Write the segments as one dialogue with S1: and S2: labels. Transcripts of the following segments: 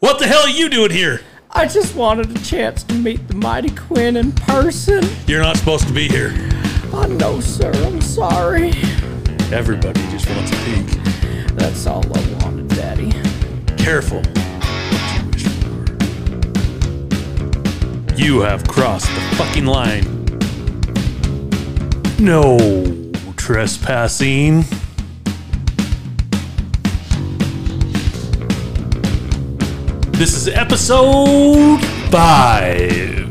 S1: What the hell are you doing here?
S2: I just wanted a chance to meet the mighty Quinn in person.
S1: You're not supposed to be here.
S2: I know, sir. I'm sorry.
S1: Everybody just wants a peek.
S2: That's all I wanted, Daddy.
S1: Careful. what you wish for. You have crossed the fucking line. No trespassing. This is episode five.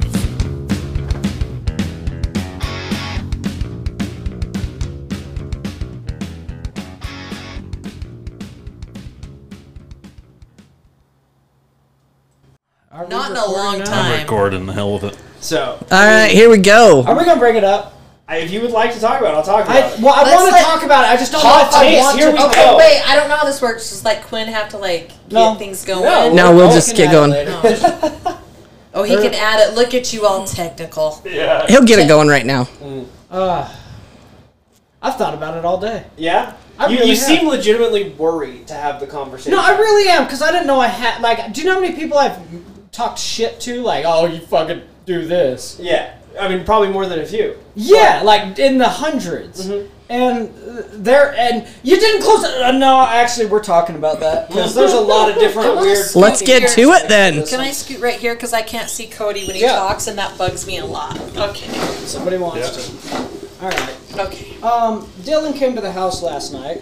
S3: Not in a long
S1: I'm
S3: time.
S1: recording the hell with it.
S4: So,
S5: All right, here we go.
S4: are we gonna bring it up? I, if you would like to talk about it, I'll talk about
S2: I,
S4: it.
S2: well, I
S3: Let's
S2: want to
S3: let-
S2: talk about it. I just don't
S4: Hot
S2: know if
S4: takes,
S2: I want
S4: here
S2: to.
S4: we
S3: Okay,
S4: go.
S3: wait. I don't know how this works. Does like Quinn have to like
S2: No.
S3: get things going?
S5: Oh. No. we'll just get going.
S3: Oh, he can add it. Look at you all technical.
S4: Yeah.
S5: He'll get it going right now.
S2: Uh, I've thought about it all day.
S4: Yeah?
S2: I
S4: you
S2: really
S4: you
S2: have.
S4: seem legitimately worried to have the conversation.
S2: No, I really am because I didn't know I had. Like, do you know how many people I've talked shit to? Like, oh, you fucking do this.
S4: Yeah. I mean, probably more than a few.
S2: Yeah, like in the 100s And uh, there, and you didn't close it. Uh, no, actually, we're talking about that because there's a lot of different weird.
S5: Let's get to it then.
S3: Can I scoot right here because I can't see Cody when he
S2: Yeah.
S3: talks, and that bugs me a lot. Okay.
S2: Somebody wants to. All right.
S3: Okay.
S5: Oh,
S2: Um, Dylan came to the house last night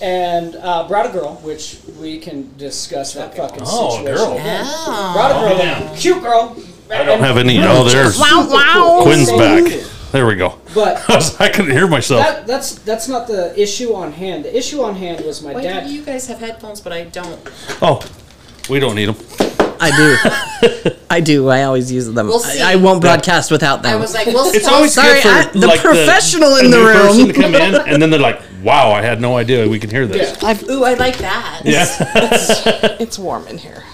S2: and uh, brought a girl, which we can discuss that fucking
S1: Oh, a
S2: situation.
S1: girl.
S2: again. Brought
S6: Oh.
S2: a girl,
S1: Yeah.
S2: cute girl.
S1: I don't have any. Oh, there's
S5: wow.
S1: Quinn's back. There we go.
S2: But
S1: I, was, I couldn't hear myself.
S2: that, that's that's not the issue on hand. The issue on hand was my
S3: Why
S2: dad.
S3: do you guys have headphones but I don't?
S1: oh, we don't need them.
S5: I do. I do. I always use them.
S3: We'll see.
S5: I, I won't broadcast without them.
S3: I was like, well,
S1: It's
S3: stop.
S1: always good
S5: sorry,
S1: for
S5: I- the
S1: like,
S5: professional in
S1: a
S5: the
S1: new
S5: room.
S1: person to come in, and then they're like, "Wow, I had no idea we could hear this."
S3: Ooh, I like that.
S1: Yeah,
S5: it's warm in here.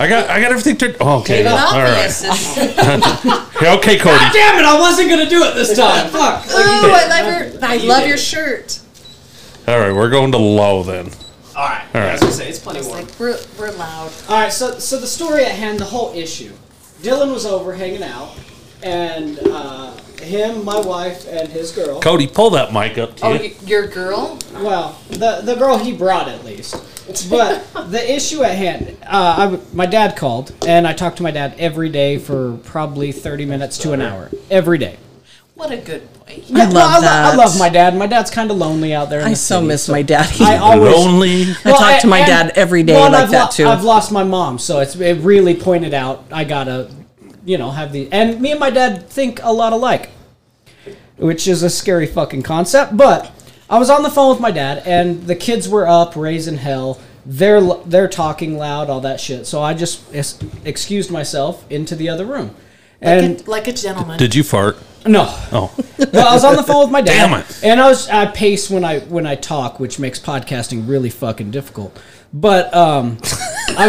S1: I got, I got everything turned. Oh, okay,
S3: Even
S1: yeah, all right.
S3: obvious. is-
S1: Hey, okay, Cody.
S2: Damn it! I wasn't gonna do it this time. Fuck.
S3: Ooh, Oh, I love your. I love your shirt.
S1: All right, we're going to low then.
S4: Alright.
S1: All
S4: I
S1: right.
S4: was gonna say, it's plenty
S3: It's
S4: warm.
S3: like we're we're loud.
S2: All right, so so the story at hand, the whole issue. Dylan was over hanging out, and uh, him, my wife, and his girl.
S1: Cody, pull that mic up to
S3: Oh,
S1: you.
S3: y- your girl.
S2: Well, the the girl he brought at least. But the issue at hand, uh, I w my dad called, and I talked to my dad every day for probably thirty minutes to an hour every day.
S3: What a good boy.
S2: Yeah,
S5: love
S2: no, lo- I
S5: that.
S2: love my dad. My dad's kind of lonely out there. In
S5: I
S2: the
S5: so
S2: city,
S5: miss my daddy.
S2: I always.
S1: Lonely.
S5: I talk to my dad every day
S2: well,
S5: like
S2: I've
S5: that,
S2: lo-
S5: too.
S2: I've lost my mom, so it's it really pointed out. I gotta, you know, have the and me and my dad think a lot alike, which is a scary fucking concept. But I was on the phone with my dad, and the kids were up raising hell. They're l- they're talking loud, all that shit. So I just es- excused myself into the other room, and
S3: like a gentleman.
S1: Did you fart?
S2: no,
S1: Oh,
S2: well, I was on the phone with my dad.
S1: Damn it.
S2: And I was I pace when I when I talk, which makes podcasting really fucking difficult. But um, I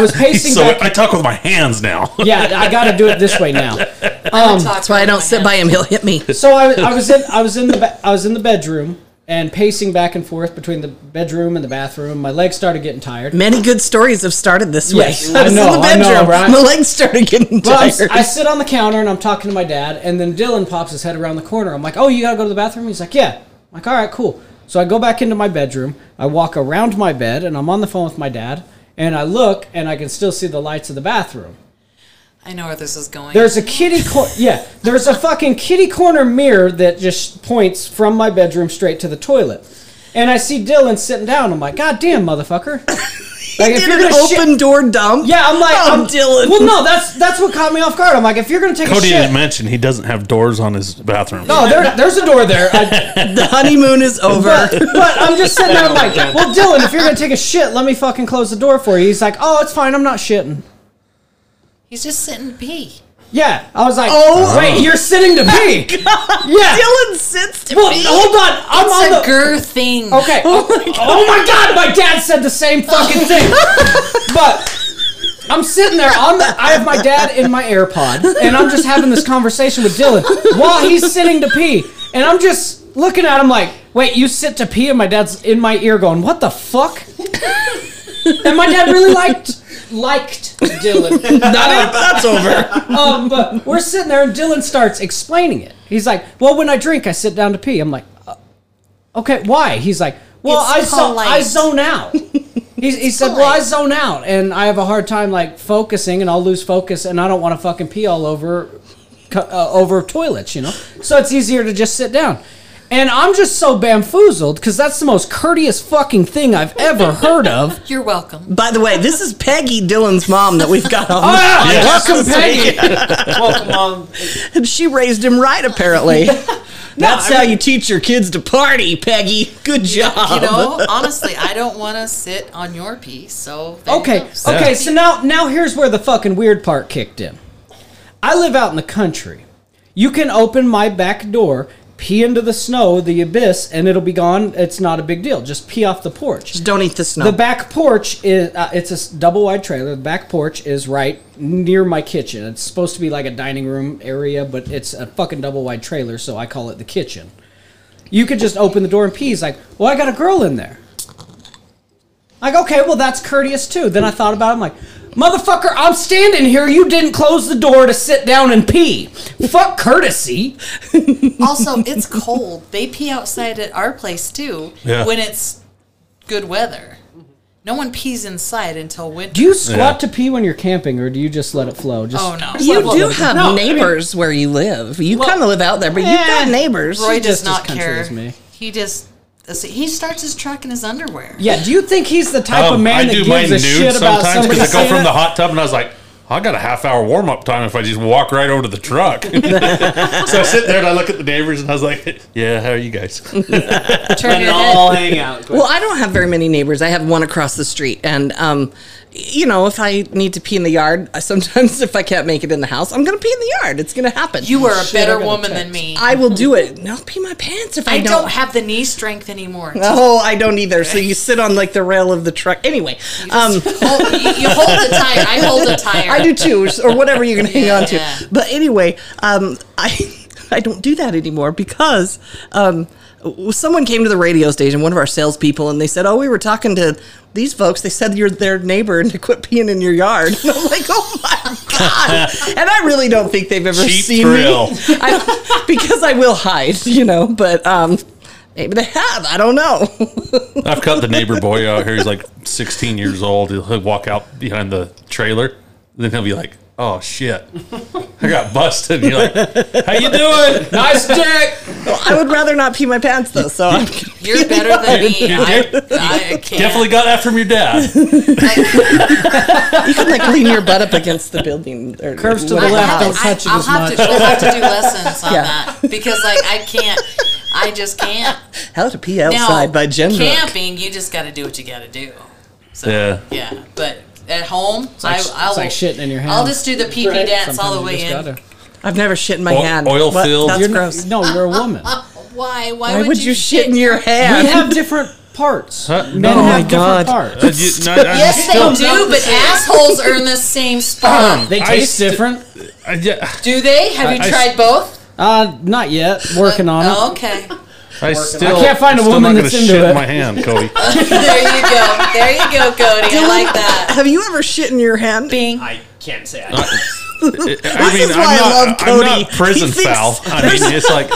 S2: was pacing.
S1: so
S2: back,
S1: I talk with my hands now.
S2: yeah, I got to do it this way now.
S3: That's
S5: Why I don't sit by him? He'll hit me.
S2: So I, I was in I was in the ba- I was in the bedroom and pacing back and forth between the bedroom and the bathroom. My legs started getting tired.
S5: Many good stories have started this
S2: Yes,
S5: way.
S2: I
S5: was
S2: know,
S5: in the
S2: I know,
S5: bedroom.
S2: right?
S5: My legs started getting
S2: Well, I'm s-
S5: tired.
S2: I sit on the counter and I'm talking to my dad, and then Dylan pops his head around the corner. I'm like, "Oh, you gotta go to the bathroom." He's like, "Yeah." I'm like, "All right, cool." So I go back into my bedroom. I walk around my bed, and I'm on the phone with my dad. And I look, and I can still see the lights of the bathroom.
S3: I know where this is going.
S2: There's a kitty cor- yeah. There's a fucking kitty corner mirror that just points from my bedroom straight to the toilet. And I see Dylan sitting down. I'm like, "God damn, motherfucker!" Like,
S5: Did an open door dump?
S2: yeah, I'm like,
S5: Oh,
S2: I'm
S5: Dylan.
S2: Well, no, that's that's what caught me off guard. I'm like, if you're gonna take a
S1: Cody
S2: shit,
S1: didn't mention he doesn't have doors on his bathroom.
S2: No, there, there's a door there. I,
S5: The honeymoon is over.
S2: but, but I'm just sitting there, I'm like, well, Dylan, if you're gonna take a shit, let me fucking close the door for you. He's like, oh, it's fine, I'm not shitting.
S3: He's just sitting to pee.
S2: Yeah, I was like,
S5: Oh.
S2: wait, you're sitting to pee? yeah.
S5: Dylan sits to
S2: well,
S5: me.
S2: hold on, I'm
S3: It's
S2: on
S3: a
S2: the.
S3: girl thing.
S2: okay. Oh my, god. my dad said the same fucking thing. but. I'm sitting there on the. I have my dad in my AirPod, and I'm just having this conversation with Dylan while he's sitting to pee, and I'm just looking at him like, "Wait, you sit to pee?" And my dad's in my ear going, "What the fuck?" and my dad really liked liked Dylan.
S5: Not it. That's over.
S2: um, but we're sitting there, and Dylan starts explaining it. He's like, "Well, when I drink, I sit down to pee." I'm like, uh, "Okay, why?" He's like, "Well,
S3: It's
S2: I zone,
S3: polite.
S2: I zone out." He, he said, "Well, I
S3: polite.
S2: zone out, and I have a hard time like focusing, and I'll lose focus, and I don't want to fucking pee all over, co- uh, over toilets, you know. So it's easier to just sit down." And I'm just so bamfoozled because that's the most courteous fucking thing I've ever heard of.
S3: You're welcome.
S5: By the way, this is Peggy Dylan's mom that we've got on.
S2: Ah,
S5: the
S2: welcome,
S5: podcast this
S2: Peggy.
S5: week.
S4: Welcome, mom.
S5: And she raised him right, apparently. That's how you teach your kids to party, Peggy. Good job.
S3: You know, honestly, I don't want to sit on your piece, so there you
S2: Okay,
S3: go. So-
S2: okay. So now, now here's where the fucking weird part kicked in. I live out in the country. You can open my back door, pee into the snow, the abyss, and it'll be gone. It's not a big deal. Just pee off the porch.
S5: Just don't eat the snow.
S2: The back porch is uh, it's a s- double wide trailer. The back porch is right near my kitchen. It's supposed to be like a dining room area, but it's a fucking double wide trailer, so I call it the kitchen. You could just open the door and pee. He's like, "Well, I got a girl in there." Like, okay, well, that's courteous too. Then I thought about it. I'm like, motherfucker, I'm standing here. You didn't close the door to sit down and pee. Fuck courtesy.
S3: also, it's cold. They pee outside at our place too
S1: Yeah.
S3: when it's good weather. No one pees inside until winter.
S2: Do you squat
S1: Yeah.
S2: to pee when you're camping, or do you just let it flow? Just
S3: Oh no,
S5: you
S2: Well,
S5: do
S2: well,
S5: have
S2: no, I mean-
S5: neighbors where you live. You kind of live out there, but you've got
S2: Yeah.
S5: neighbors.
S3: Roy
S2: just
S3: does
S2: as
S3: not
S2: country
S3: care.
S2: as me.
S3: He just he starts his truck in his underwear.
S2: Yeah. Do you think he's the type of
S1: Um,
S2: man that gives a shit about somebody?
S1: I go
S2: saying
S1: from
S2: it?
S1: the hot tub and I was like, I got a half hour warm up time if I just walk right over to the truck. so I sit there and I look at the neighbors and I was like, Yeah, how are you guys?
S3: Turn
S4: And
S3: your head.
S4: all hang out. Quick.
S5: Well, I don't have very many neighbors. I have one across the street, and um, you know, if I need to pee in the yard, I- sometimes if I can't make it in the house, I'm going to pee in the yard. It's going to happen.
S3: You are a
S2: Shit, I
S3: better
S2: gotta
S3: woman
S2: text.
S3: than me. I,
S5: I will do it. And I'll pee my pants if I,
S3: don't, have the knee strength anymore.
S5: Oh, I don't either. So you sit on like the rail of the truck. Anyway, um,
S3: Hold- you, you hold the tire. I hold the tire.
S5: I do too, or whatever you're going to hang on
S3: Yeah.
S5: to. But anyway, um, I I don't do that anymore because um, w- someone came to the radio station, one of our salespeople, and they said, "Oh, we were talking to these folks. They said you're their neighbor and to quit peeing in your yard." And I'm like, "Oh my god!" and I really don't think they've ever
S1: Cheap
S5: seen
S1: thrill.
S5: me I, because I will hide, you know. But um, maybe they have. I don't know.
S1: I've cut the neighbor boy out here. He's like 16 years old. He'll, he'll walk out behind the trailer. Then he'll be like, Oh shit, I got busted. And you're like, How you doing?
S2: Nice dick.
S5: I would rather not pee my pants though. So I'm,
S3: You're better than me. I, I can't.
S1: Definitely got that from your dad.
S5: you can like lean your butt up against the building. Or
S2: Curves to the
S3: I
S2: left,
S3: have
S2: don't
S3: to-
S2: touch it
S3: I'll
S2: as
S3: have
S2: much.
S3: To, we'll have to do lessons on
S5: Yeah.
S3: that because, like, I can't. I just can't.
S5: How to Pee Outside
S3: now,
S5: by Jen Rook.
S3: Camping, you just got to do what you got to do. So,
S1: Yeah.
S3: yeah. But at home, I,
S2: It's
S3: I will.
S2: like shitting in your hand.
S3: I'll just do the pee pee
S4: Right.
S3: dance all the
S2: Sometimes
S3: way
S2: you
S3: in.
S2: just
S5: I've never shit in my
S1: Oil-
S5: hand.
S1: oil
S5: What?
S1: filled.
S5: That's
S2: You're
S5: gross.
S2: No, you're a woman.
S3: Why? Why,
S5: Why would you shit in your hand?
S2: we have different parts.
S1: Huh?
S2: Men
S5: Oh my
S2: have
S5: God.
S2: different parts.
S1: Uh, you- no, I-
S3: Yes, they do, but assholes are in the same spot.
S2: They
S1: I
S2: taste
S1: st-
S2: different.
S1: I- yeah,
S3: Do they? Have you
S1: I- I-
S3: tried both?
S2: Uh, not yet. Working on it.
S3: Oh, okay.
S1: I still
S2: I can't find a
S1: still
S2: woman
S1: not
S2: that's
S1: gonna
S2: into
S1: shit
S2: it.
S1: in my hand, Cody.
S3: There you go. There you go, Cody. I like that.
S5: Have you ever shit in your hand?
S3: Bing.
S4: I can't say I
S1: I mean,
S5: is
S1: I'm
S5: why I
S1: not,
S5: love
S1: I'm
S5: Cody.
S1: not prison
S5: He thinks-
S1: foul. I mean, it's like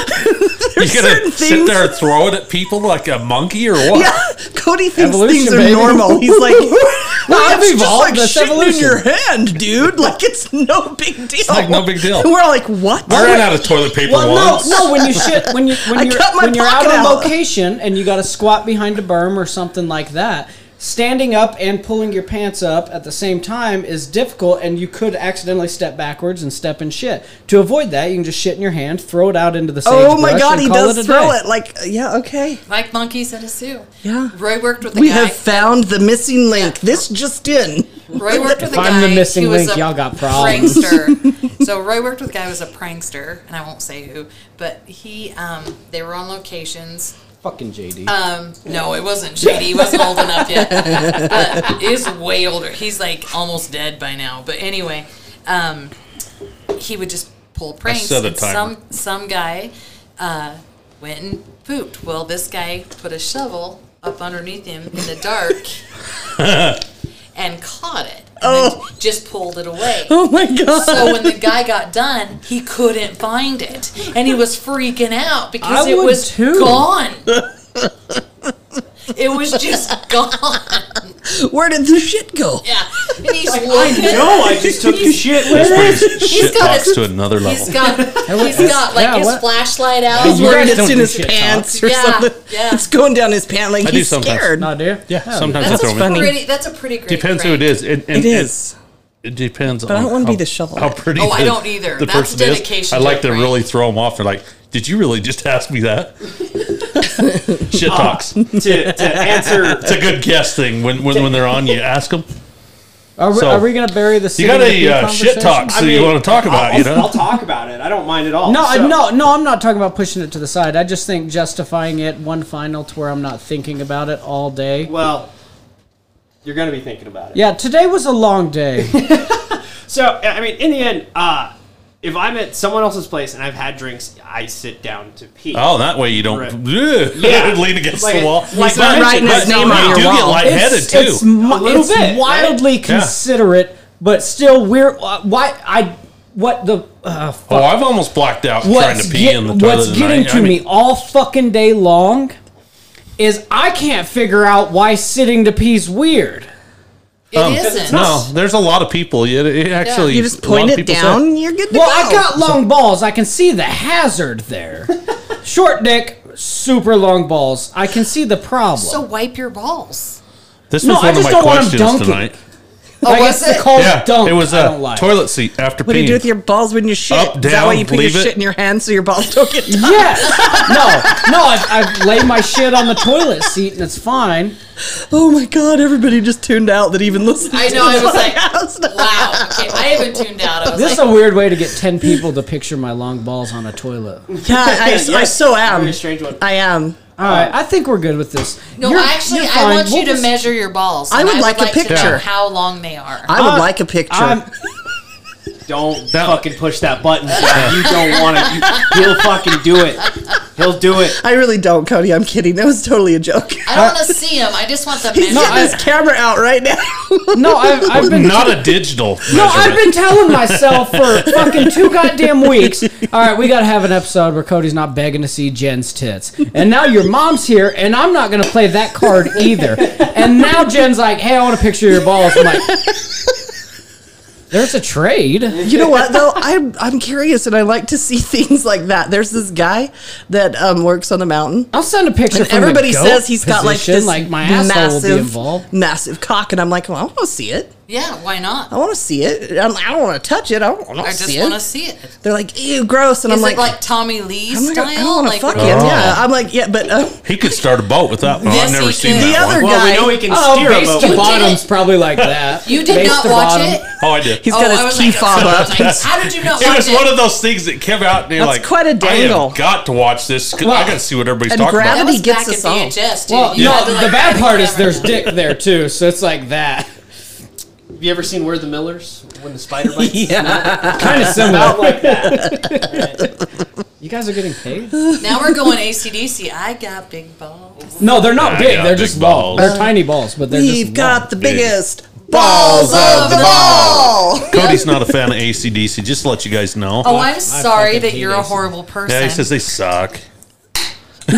S1: you
S5: certain
S1: gonna sit
S5: things-
S1: there and throw it at people like a monkey or what?
S5: Yeah, Cody thinks
S2: Evolution,
S5: things are
S2: baby.
S5: normal. He's like,
S2: I've
S5: it's just
S2: evolved.
S5: like
S2: That's
S5: shitting in
S2: evolution."
S5: your hand, dude. Like it's no big deal. It's
S1: like no big deal.
S5: We're all like, what?
S1: I ran out of toilet paper
S2: Well,
S1: once.
S2: no, no. When you shit, when you when
S5: I
S2: you're
S5: cut my
S2: when you're out
S5: pocket
S2: on
S5: out.
S2: location and you got to squat behind a berm or something like that, standing up and pulling your pants up at the same time is difficult, and you could accidentally step backwards and step in shit. To avoid that, you can just shit in your hand, throw it out into the sagebrush.
S5: Oh my god,
S2: and
S5: he
S2: call
S5: does
S2: it a
S5: throw
S2: day.
S5: it. Like, yeah, okay.
S3: Like monkeys at a zoo.
S5: Yeah.
S3: Roy worked with the
S5: We
S3: guy.
S5: have found the missing link. This just in.
S3: Roy worked with a guy.
S2: I'm the missing
S3: who was
S2: link,
S3: a
S2: y'all got problems.
S3: Prankster. so Roy worked with a guy who was a prankster, and I won't say who, but he, um, they were on locations.
S2: Fucking JD.
S3: Um, no, it wasn't shady. He wasn't old enough yet. But he's way older. He's like almost dead by now. But anyway, um, he would just pull pranks.
S1: set a
S3: and
S1: timer.
S3: some some guy uh, went and pooped. Well, this guy put a shovel up underneath him in the dark and caught it. oh. then just pulled it away.
S5: Oh my god.
S3: So when the guy got done, he couldn't find it, and he was freaking out because
S2: I
S3: it
S2: would
S3: was
S2: too.
S3: gone. it was just gone.
S5: Where did the shit go?
S3: Yeah, and he's
S4: I
S3: looking.
S4: know. I just took the shit with me.
S1: Shit
S3: got
S1: talks
S3: his-
S1: to another level.
S3: He's got, he's got like
S2: yeah,
S3: his
S2: what-
S3: flashlight out.
S5: He's
S2: You
S5: worried
S2: guys
S5: it's
S2: don't
S5: in
S2: do
S5: his
S2: shit
S5: pants
S3: talk.
S5: or
S3: Yeah,
S5: something.
S3: yeah.
S5: It's going down his pant like
S1: I do
S5: he's
S1: sometimes.
S5: scared.
S2: Not do you?
S1: yeah, sometimes I
S5: that's
S1: throw
S5: what's
S1: him. in.
S5: funny.
S3: pretty, that's a pretty great.
S1: Depends who
S3: prank.
S1: it is. It, and-
S5: It
S1: and-
S5: is.
S1: It depends.
S5: I
S1: on
S5: don't wanna be
S1: how-
S5: the shovel.
S1: How pretty.
S3: Oh, I
S1: the-
S3: don't either.
S1: The
S3: That's
S1: person is.
S3: dedication
S1: I
S3: to
S1: like
S3: a
S1: to
S3: prank.
S1: really throw them off. They're like, "Did you really just ask me that?" Shit talks. It's
S4: to, to answer.
S1: a good guess thing. When when, when they're on, you ask them.
S2: Are we,
S1: So-
S2: are we gonna bury the?
S1: You got
S2: city in
S1: any
S2: the
S1: uh,
S2: conversation?
S1: shit talks
S4: I
S1: that you
S4: mean,
S1: want to talk about?
S4: I'll,
S1: You know,
S4: I'll talk about it. I don't mind at all.
S2: No, I
S4: So-
S2: no, no. I'm not talking about pushing it to the side. I just think justifying it one final to where I'm not thinking about it all day.
S4: Well, you're gonna be thinking about it.
S2: Yeah, today was a long day.
S4: So I I mean, in the end, uh, if I'm at someone else's place and I've had drinks, I sit down to pee.
S1: Oh, that way you don't
S4: Right.
S1: yeah. lean against
S4: Like
S1: the
S4: it-
S1: wall.
S4: like
S1: But-
S4: not writing
S1: but
S5: his name on
S1: you
S5: your
S1: do get
S5: wall.
S1: lightheaded
S2: it's,
S1: too.
S2: It's, m-
S4: A little
S2: it's
S4: bit, right?
S2: wildly considerate, but still weird. Uh, why I what the uh, fuck.
S1: oh, I've almost blacked out trying
S2: what's
S1: to pee
S2: get-
S1: in the toilet.
S2: what's getting
S1: tonight.
S2: to
S1: I mean,
S2: me all fucking day long is I can't figure out why sitting to pee's weird.
S3: It Oh. not
S1: No, there's a lot of people. It, it actually,
S3: You
S5: You just point it down, and you're good to
S2: Well,
S5: go.
S2: I got long balls. I can see the hazard there. Short dick, super long balls. I can see the problem.
S3: So wipe your balls.
S1: This was
S2: No, I
S1: one of
S2: just
S1: my
S2: don't want 'em
S1: questions
S2: dunking.
S1: tonight.
S3: was
S2: I guess the
S3: it?
S2: cold
S1: Yeah,
S2: dunk.
S1: it was
S2: I
S1: a
S2: Oh, don't like.
S1: toilet seat after peeing.
S5: What do you do with your balls when you shit?
S1: Up,
S5: Is that why
S1: down,
S5: you put your
S1: leave it.
S5: shit in your hands so your balls don't get touched?
S2: Yes. No. No. I've, I've laid my shit on the toilet seat and it's fine.
S5: Oh my god! Everybody just tuned out that even listened.
S3: I
S5: to
S3: know, I
S5: this
S3: was like,
S5: podcast.
S3: Wow. Okay, I haven't tuned out. I was
S2: This is
S3: like,
S2: a weird way to get ten people to picture my long balls on a toilet. All
S5: yeah, I, I
S4: Yes,
S5: so am.
S4: very strange one.
S5: I am.
S2: right. I think we're good with this.
S3: no,
S2: You're-
S3: actually,
S2: you're
S3: I
S2: fine.
S3: want
S2: We'll
S3: you to
S2: just-
S3: measure your balls.
S5: I
S3: and
S5: would like
S3: to
S5: a
S3: know
S5: picture.
S3: how long they are.
S5: I would
S2: Uh,
S5: like a picture.
S2: I'm-
S4: Don't
S1: That-
S4: fucking push that button. Zach. you don't want to. He'll fucking do it. He'll do it.
S5: I really don't, Cody. I'm kidding. That was totally a joke.
S3: I don't want to see them. I just want the
S5: He's
S3: measure.
S5: getting his camera out right now.
S2: no, I've, I've been
S1: Not a digital.
S2: No,
S1: measurement.
S2: I've been telling myself for fucking two goddamn weeks. All right, we gotta have an episode where Cody's not begging to see Jen's tits, and now your mom's here, and I'm not gonna play that card either. And now Jen's like, "Hey, I want a picture of your balls." I'm like, "There's a trade."
S5: you know what though? I'm I'm curious and I like to see things like that. There's this guy that um, works on the mountain.
S2: I'll send a picture.
S5: And
S2: from the
S5: everybody
S2: goat
S5: says he's got like
S2: position,
S5: this
S2: like my asshole will
S5: massive,
S2: be involved.
S5: massive cock, and I'm like, well, I want to see it.
S3: yeah, why not?
S5: I want to see it. I'm, I don't want to touch it. I don't want
S3: I
S5: to
S3: just
S5: see
S3: want to
S5: it.
S3: see it. Is
S5: They're like, ew, gross, and I'm
S3: it
S5: like,
S3: like, Tommy Lee
S5: I'm like, I
S3: style?
S5: don't want to
S3: like,
S5: fuck
S3: what-
S5: it. Yeah, I'm like, yeah, but uh,
S1: He could start a boat with that. one. I've
S3: Yes, he
S1: never seen
S3: could.
S1: that
S5: the other
S1: one.
S5: guy.
S4: Well, we know he can
S2: Oh,
S4: steer a
S2: base to
S4: boat.
S2: bottom's probably like that.
S3: You did
S2: Base
S3: not
S2: to
S3: watch
S2: bottom.
S3: it.
S1: Oh, I did.
S5: He's got his
S3: I was
S5: key
S3: like,
S5: fob
S3: Oh, I was
S5: up.
S3: like, how did you not
S1: it
S3: watch
S1: was
S3: it?
S1: one of those things that came out. And you're
S5: That's
S1: like,
S5: quite a dangle.
S1: I have got to watch this. 'cause I
S2: Well,
S1: got to see what everybody's
S5: and
S1: talking
S5: grab-
S1: about.
S3: that
S5: But
S3: was
S5: he gets
S3: back in
S5: us all.
S3: VHS, dude.
S2: Well,
S3: You had
S2: Oh, no,
S3: to, like,
S2: the bad
S3: have
S2: part
S3: a
S2: is
S3: camera.
S2: there's dick there too, so it's like that.
S4: Have you ever seen Where the Millers when the spider bites?
S2: kind of similar.
S4: About like that.
S2: You guys are getting paid?
S3: Now we're going ACDC. I got big balls.
S2: No, they're not
S1: I
S2: big.
S1: got
S2: They're
S1: big
S2: just balls.
S1: balls.
S2: They're tiny balls, but they're
S5: We've
S2: just
S5: got the
S1: Big.
S5: biggest balls of the ball.
S1: Cody's not a fan of ACDC. Just to let you guys know.
S3: Oh, I'm sorry
S2: fucking
S3: that
S2: hate
S3: you're a
S2: AC/DC.
S3: horrible person.
S1: yeah, he says they suck.
S2: long.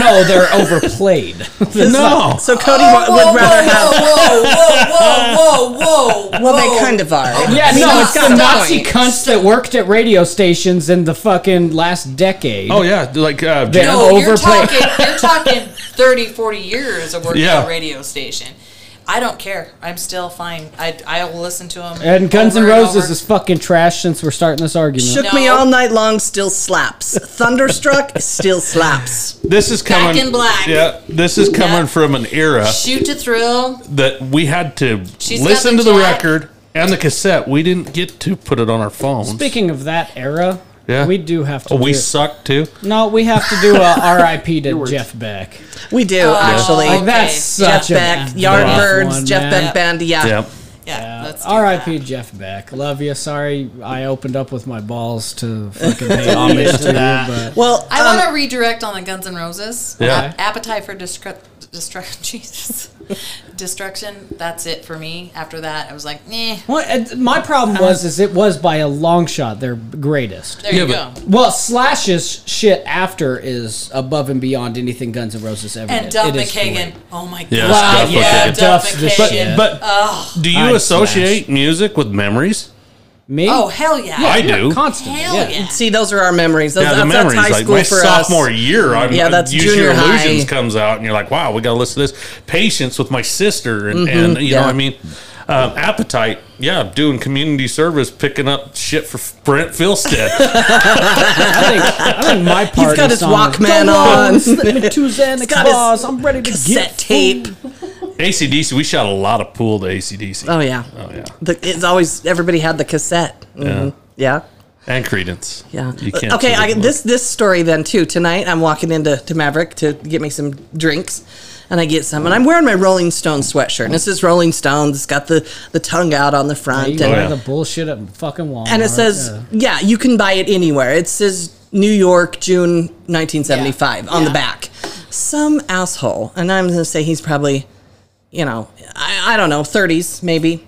S2: No, they're overplayed.
S1: No,
S5: So Cody
S3: Whoa,
S5: wa-
S3: whoa,
S5: would rather have.
S3: whoa, whoa, whoa, whoa, whoa, whoa.
S5: Well, they kind of are.
S2: yeah, no,
S3: Stop,
S2: it's the
S3: stop.
S2: Nazi cunts that worked at radio stations in the fucking last decade.
S1: Oh yeah, like uh,
S2: Yeah.
S3: No, you're
S2: overplayed.
S3: talking, you're talking 30, 40 years of working
S1: Yeah.
S3: at a radio station. I don't care. I'm still fine. I, I will listen to them.
S2: And Guns N' Roses is fucking trash since we're starting this argument.
S5: Shook
S3: No.
S5: me all night long, still slaps. Thunderstruck, still slaps.
S1: this is coming.
S3: in black.
S1: Yeah, this is coming
S3: Yeah.
S1: from an era
S3: Shoot to Thrill.
S1: that we had to
S3: She's got
S1: listen
S3: the
S1: to the
S3: jack.
S1: record and the cassette. We didn't get to put it on our phones.
S2: Speaking of that era,
S1: Yeah.
S2: we do have to.
S1: oh, we
S2: do-
S1: suck too.
S2: no, we have to do a RIP to Jeff Beck.
S5: We do,
S3: Oh,
S5: actually.
S3: Like,
S2: Oh, That's
S3: Okay,
S2: such
S5: Jeff Beck,
S2: a
S5: Yardbirds, Jeff Beck
S2: Beck.
S5: Band, yeah.
S1: Yeah.
S3: Yeah. Let's do
S2: R.I.P. Jeff Beck. Love you. Sorry, I opened up with my balls to fucking pay homage to you, but
S5: Well,
S3: I
S5: um,
S3: want to redirect on the Guns N' Roses.
S1: Yeah.
S3: Ap- appetite for Discre- destruction. Jesus, destruction. That's it for me. After that, I was like, nah.
S2: Well, and my problem was is it was by a long shot their greatest.
S3: There
S1: Yeah,
S3: you
S1: but-
S3: go.
S2: Well, Slash's shit after is above and beyond anything Guns N' Roses ever
S3: And
S2: did.
S3: Duff
S2: It is
S3: McKagan.
S2: great.
S3: Oh my
S1: Yes,
S3: god.
S1: Duff
S3: yeah,
S1: McKagan.
S3: Duff
S2: Duff's the
S3: McKagan.
S1: But,
S2: Yeah.
S1: but do you
S2: I'd
S1: associate music with memories?
S2: Me?
S3: oh hell yeah.
S1: I do.
S2: constantly.
S3: Hell
S2: yeah.
S3: yeah.
S5: See, those are our memories. Those,
S1: yeah, the
S5: that's, that's
S1: memories.
S5: high
S1: Like
S5: school
S1: my
S5: for
S1: sophomore
S5: us.
S1: year, I'm,
S5: Yeah, that's
S1: Use Your
S5: junior high.
S1: Illusions comes out, and you're like, wow, we got to listen to this. Patience with my sister, and, and you know,
S5: Mm-hmm. yeah.
S1: what I mean, um, appetite. Yeah, doing community service, picking up shit for Brent Filstead.
S2: I think, I think my part
S5: got
S2: is
S5: his
S2: on
S5: Walkman
S2: Go
S5: on.
S2: slip me two Xanax
S5: got his
S2: bars. I'm ready to
S5: Set
S2: get
S5: tape.
S1: ACDC. We shot a lot of pool to ACDC.
S5: Oh yeah.
S1: Oh, yeah.
S5: The, it's always everybody had the cassette. Mhm. Yeah.
S1: and Credence.
S5: Yeah.
S1: you can't.
S5: okay,
S1: see
S5: I,
S1: them.
S5: this this story then too. Tonight I'm walking into to Maverick to get me some drinks, and I get some, and I'm wearing my Rolling Stones sweatshirt. And it says Rolling Stones. It's got the the tongue out on the front,
S2: You
S5: and,
S1: yeah.
S2: know the bullshit at fucking Walmart.
S5: Oh, and it says
S2: yeah.
S5: yeah. you can buy it anywhere. It says New York, June 1975 on the
S3: Yeah.
S5: back. Some asshole, and I'm gonna say he's probably, you know, I, I don't know, 30s maybe.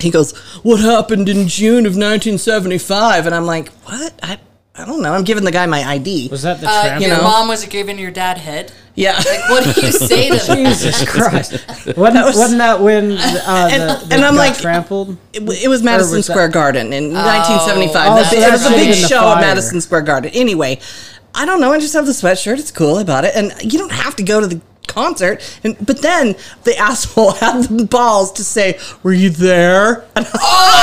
S5: He goes, "What happened in June of 1975?" And I'm like, "What? I." I don't know. I'm giving the guy my ID.
S2: was that the
S3: Uh,
S2: tramp?
S5: you
S3: your
S5: know.
S3: mom was giving your dad head.
S5: Yeah.
S3: Like, what do you say to them?
S2: Jesus Christ! Wasn't, that
S5: was-
S2: wasn't that when uh, the,
S5: And-
S2: the
S5: and I'm
S2: got
S5: like-
S2: trampled?
S5: It, w- it was Madison
S2: was that-
S5: Square Garden in 1975.
S2: Oh,
S5: The-
S2: so
S5: it
S2: that
S5: was a
S2: shit
S5: big
S2: in the
S5: show
S2: fire.
S5: at Madison Square Garden. Anyway, I don't know. I just have the sweatshirt. It's cool. I bought it. And you don't have to go to the concert. And But then the asshole had the balls to say, Were you there? And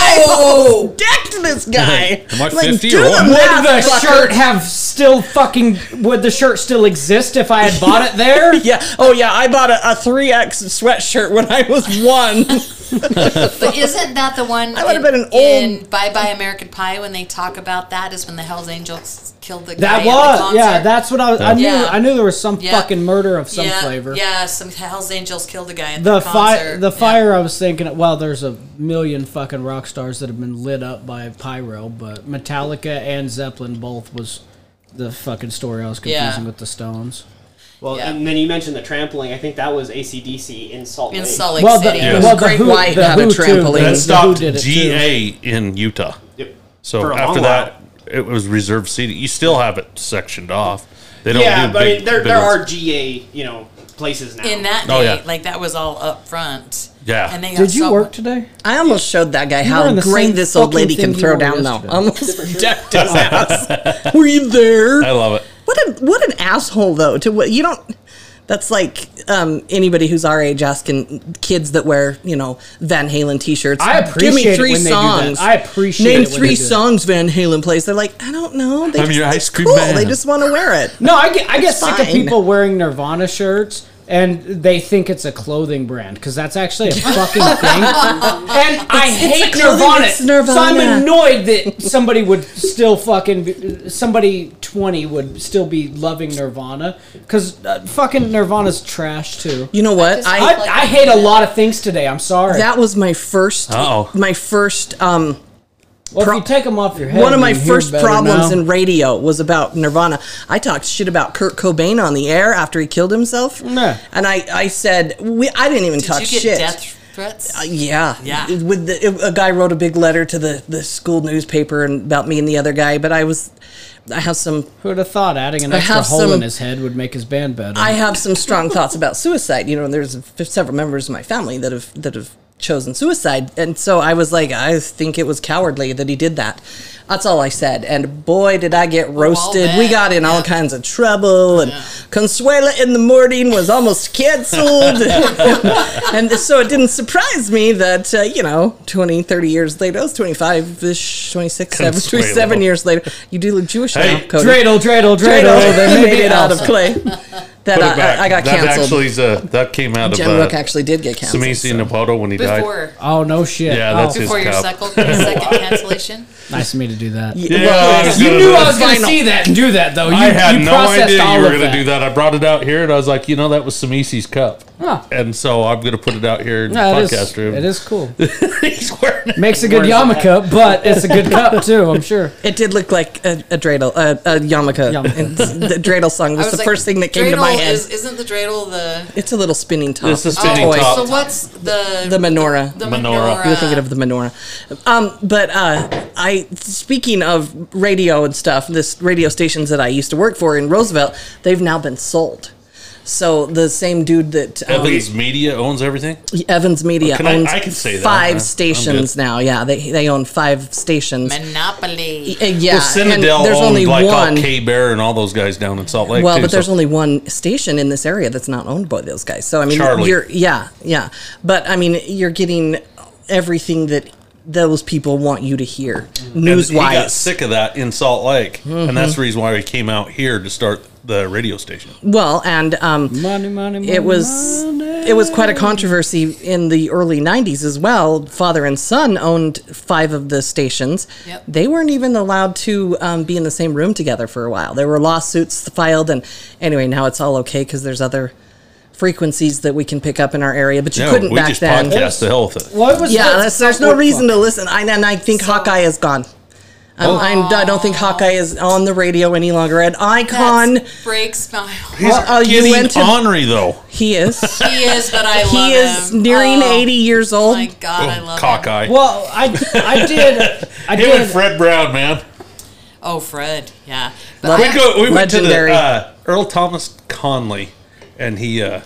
S5: oh! I dicked this guy.
S1: Am I 50 or what?
S5: math,
S2: Would the
S5: fucker."
S2: shirt have still fucking? Would the shirt still exist if I had bought it there?
S5: Yeah. Oh, yeah. I bought a, a 3X sweatshirt when I was one.
S3: But isn't that the one?
S5: I would've
S3: in-
S5: been an
S3: in Bye Bye American Pie when they talk about that is when the Hell's Angels killed the guy
S2: That
S3: at the
S2: was
S3: concert.
S2: yeah. That's what I was. I knew.
S3: Yeah.
S2: I knew there was some
S3: Yeah.
S2: fucking murder of some
S3: yeah,
S2: flavor.
S3: Yeah, some Hell's Angels killed a guy at the,
S2: The
S3: concert.
S2: fire. The
S3: Yeah.
S2: fire. I was thinking. Well, there's a million fucking rock stars that have been lit up by pyro, but Metallica and Zeppelin both was the fucking story I was
S3: Yeah.
S2: confusing with the Stones.
S4: Well,
S3: Yeah.
S4: and then you mentioned the trampling. I think that was ACDC in Salt Lake.
S3: in Salt Lake
S2: well, the,
S3: City.
S1: Yes.
S2: well, the
S5: Great
S2: who,
S5: White
S2: the
S5: had a
S2: Who too, the-
S5: trampoline. That
S2: the Who
S1: that stopped
S2: did it too.
S1: GA in Utah.
S4: Yep. For
S1: So
S4: a
S1: after
S4: long
S1: that,
S4: while.
S1: it was reserved seating. You still have it sectioned off. They don't
S4: yeah,
S1: do
S4: but I
S1: big,
S4: mean, there,
S1: big
S4: there
S1: ones.
S4: are GA, you know, places now.
S3: in that day,
S1: Oh, yeah.
S3: like that was all up front.
S1: Yeah.
S3: and they got
S2: Did you
S3: so-
S2: work today?
S5: I almost showed that
S2: were
S5: guy how
S2: in the
S5: great
S2: same
S5: this old
S2: fucking
S5: lady can
S2: thing you
S5: throw
S2: were
S5: down, though.
S2: yesterday.
S5: Almost decked his ass. Were you there?
S1: I love it.
S5: What a what an asshole though. To what you don't. That's like um, anybody who's our age asking kids that wear you know Van Halen T-shirts.
S2: I appreciate
S5: Give me
S2: it
S5: three
S2: when they do that.
S5: songs.
S2: I appreciate
S5: name
S2: it when
S5: three
S2: they do that.
S5: songs Van Halen plays. They're like, I don't know. They
S1: I'm
S5: just,
S1: your
S5: it's
S1: ice cream
S5: cool.
S1: man.
S5: They just want to wear it.
S2: No, I get I get sick of
S5: fine.
S2: people wearing Nirvana shirts and they think it's a clothing brand because that's actually a fucking thing. and I
S5: it's a
S2: hate
S5: clothing-
S2: Nirvana,
S5: it's Nirvana.
S2: so I'm annoyed that somebody would still fucking be- somebody twenty would still be loving Nirvana because uh, fucking Nirvana's trash too.
S5: You know what?
S3: just-
S5: I,
S2: I, I hate a lot of things today. I'm sorry.
S5: that was my 1st
S1: Uh-oh.
S5: my first um,
S2: well,
S5: pro-
S2: if you take them off your head,
S5: One of my
S2: you hear
S5: first
S2: better
S5: problems
S2: now.
S5: in radio was about Nirvana. I talked shit about Kurt Cobain on the air after he killed himself.
S2: Nah.
S5: And I, I said, we, I didn't even
S3: Did
S5: talk
S3: you get
S5: shit. Uh,
S3: death threats?
S5: Yeah,
S3: Yeah.
S5: With the, it- a guy wrote a big letter to the, the school newspaper and about me and the other guy, but I was, I have some,
S2: Who'd have thought adding an
S5: I
S2: extra
S5: have
S2: hole
S5: some-
S2: in his head would make his band better?
S5: I have some strong thoughts about suicide. You know, there's f- several members of my family that have that have chosen suicide, and so I was like, I think it was cowardly that he did that. That's all I said, and boy, did I get roasted. We
S3: bet.
S5: got in all kinds of trouble, and Consuela in the morning was almost canceled, and so it didn't surprise me that uh, you know, 20, 30 years later, I was 25 ish, 26, 7,
S1: Consuelo.
S5: 27 years later. You do look Jewish
S1: Hey.
S5: now, Cody.
S2: dreidel, dreidel, dreidel. They
S5: made it out of clay. That
S1: Put it back.
S5: I, I got
S1: that
S5: canceled.
S1: Actually is, uh, that came out
S5: Jim
S1: of
S5: Rook
S1: uh,
S5: actually did get canceled.
S1: Samisi
S5: so.
S1: Napoto when he died.
S3: Before,
S2: Oh no shit!
S1: Yeah,
S2: Oh,
S1: that's his
S3: before your
S1: cup.
S3: second, second cancellation.
S2: nice of me to do that.
S5: Yeah,
S1: Yeah,
S5: well,
S1: I was
S5: you
S1: gonna-
S5: knew I
S1: I
S5: was gonna see
S2: that and do that though. You,
S1: I had no idea you were going to do that. I brought it out here and I was like, you know, that was Samisi's cup.
S2: Huh.
S1: And so I'm going to put it out here in
S2: Yeah,
S1: the
S2: it,
S1: podcast
S2: is,
S1: room.
S2: it is cool.
S1: He's wearing it.
S2: Makes a good yarmulke, but it's a good cup too. I'm sure.
S5: it did look like a, a dreidel, a, a yarmulke.
S2: Yarmulke.
S5: And the dreidel song was,
S3: was
S5: the
S3: like,
S5: first thing that came to
S3: dreidel
S5: my my head.
S3: Is, isn't the dreidel the
S5: It's a little spinning top.
S1: It's a spinning top.
S3: so what's the
S5: The menorah.
S3: the
S1: Menorah.
S3: menorah?
S5: You're thinking of the menorah. Um, but uh, I, speaking of radio and stuff, this radio stations that I used to work for in Roosevelt, they've now been sold. So the same dude that um,
S1: Evans Media owns everything.
S5: Evans Media
S1: Oh, Can I-
S5: owns
S1: I can say that, huh? I'm
S5: five
S1: good.
S5: stations now. Yeah, they they own five stations.
S3: Monopoly.
S5: Uh, yeah,
S1: Well,
S5: and
S1: Citadel
S5: there's
S1: owned
S5: only
S1: like
S5: one.
S1: all K Bear and all those guys down in Salt Lake.
S5: Well,
S1: too,
S5: but there's
S1: so-
S5: only one station in this area that's not owned by those guys. So I mean,
S1: Charlie.
S5: you're yeah, yeah. But I mean, you're getting everything that those people want you to hear
S1: and
S5: news
S1: he got
S5: wise.
S1: sick of that in Salt Lake, and that's
S5: Mm-hmm.
S1: the reason why he came out here to start the radio station.
S5: Well, and um,
S2: Money, money, money.
S5: it was it was quite a controversy in the early '90s as well. Father and son owned five of the stations.
S3: Yep.
S5: They weren't even allowed to um, be in the same room together for a while. There were lawsuits filed, and anyway, now it's all okay because there's other frequencies that we can pick up in our area, but you
S1: No,
S5: couldn't
S1: we
S5: back
S1: just
S5: then.
S1: podcast the hell with it.
S2: Well, it was
S5: Yeah, that's, there's no reason to listen. I, and I think Hawkeye is gone.
S1: Oh.
S5: Um, I'm, I don't think Hawkeye is on the radio any longer. An icon.
S3: That's breaks my heart.
S1: He's
S5: uh, you
S1: getting
S5: went to-
S1: ornery though.
S5: He is.
S3: He is, but I love
S5: he is
S3: him.
S5: nearing
S3: Oh,
S5: 80 years old.
S3: My God, I love him.
S1: Cockeye.
S2: Well, I, I did. I
S1: Oh, Him and
S2: did.
S1: Fred Brown, man.
S3: Oh, Fred. Yeah. But
S5: Love
S1: We go. We went to the
S5: Legendary.
S1: uh, Earl Thomas Conley, and he uh,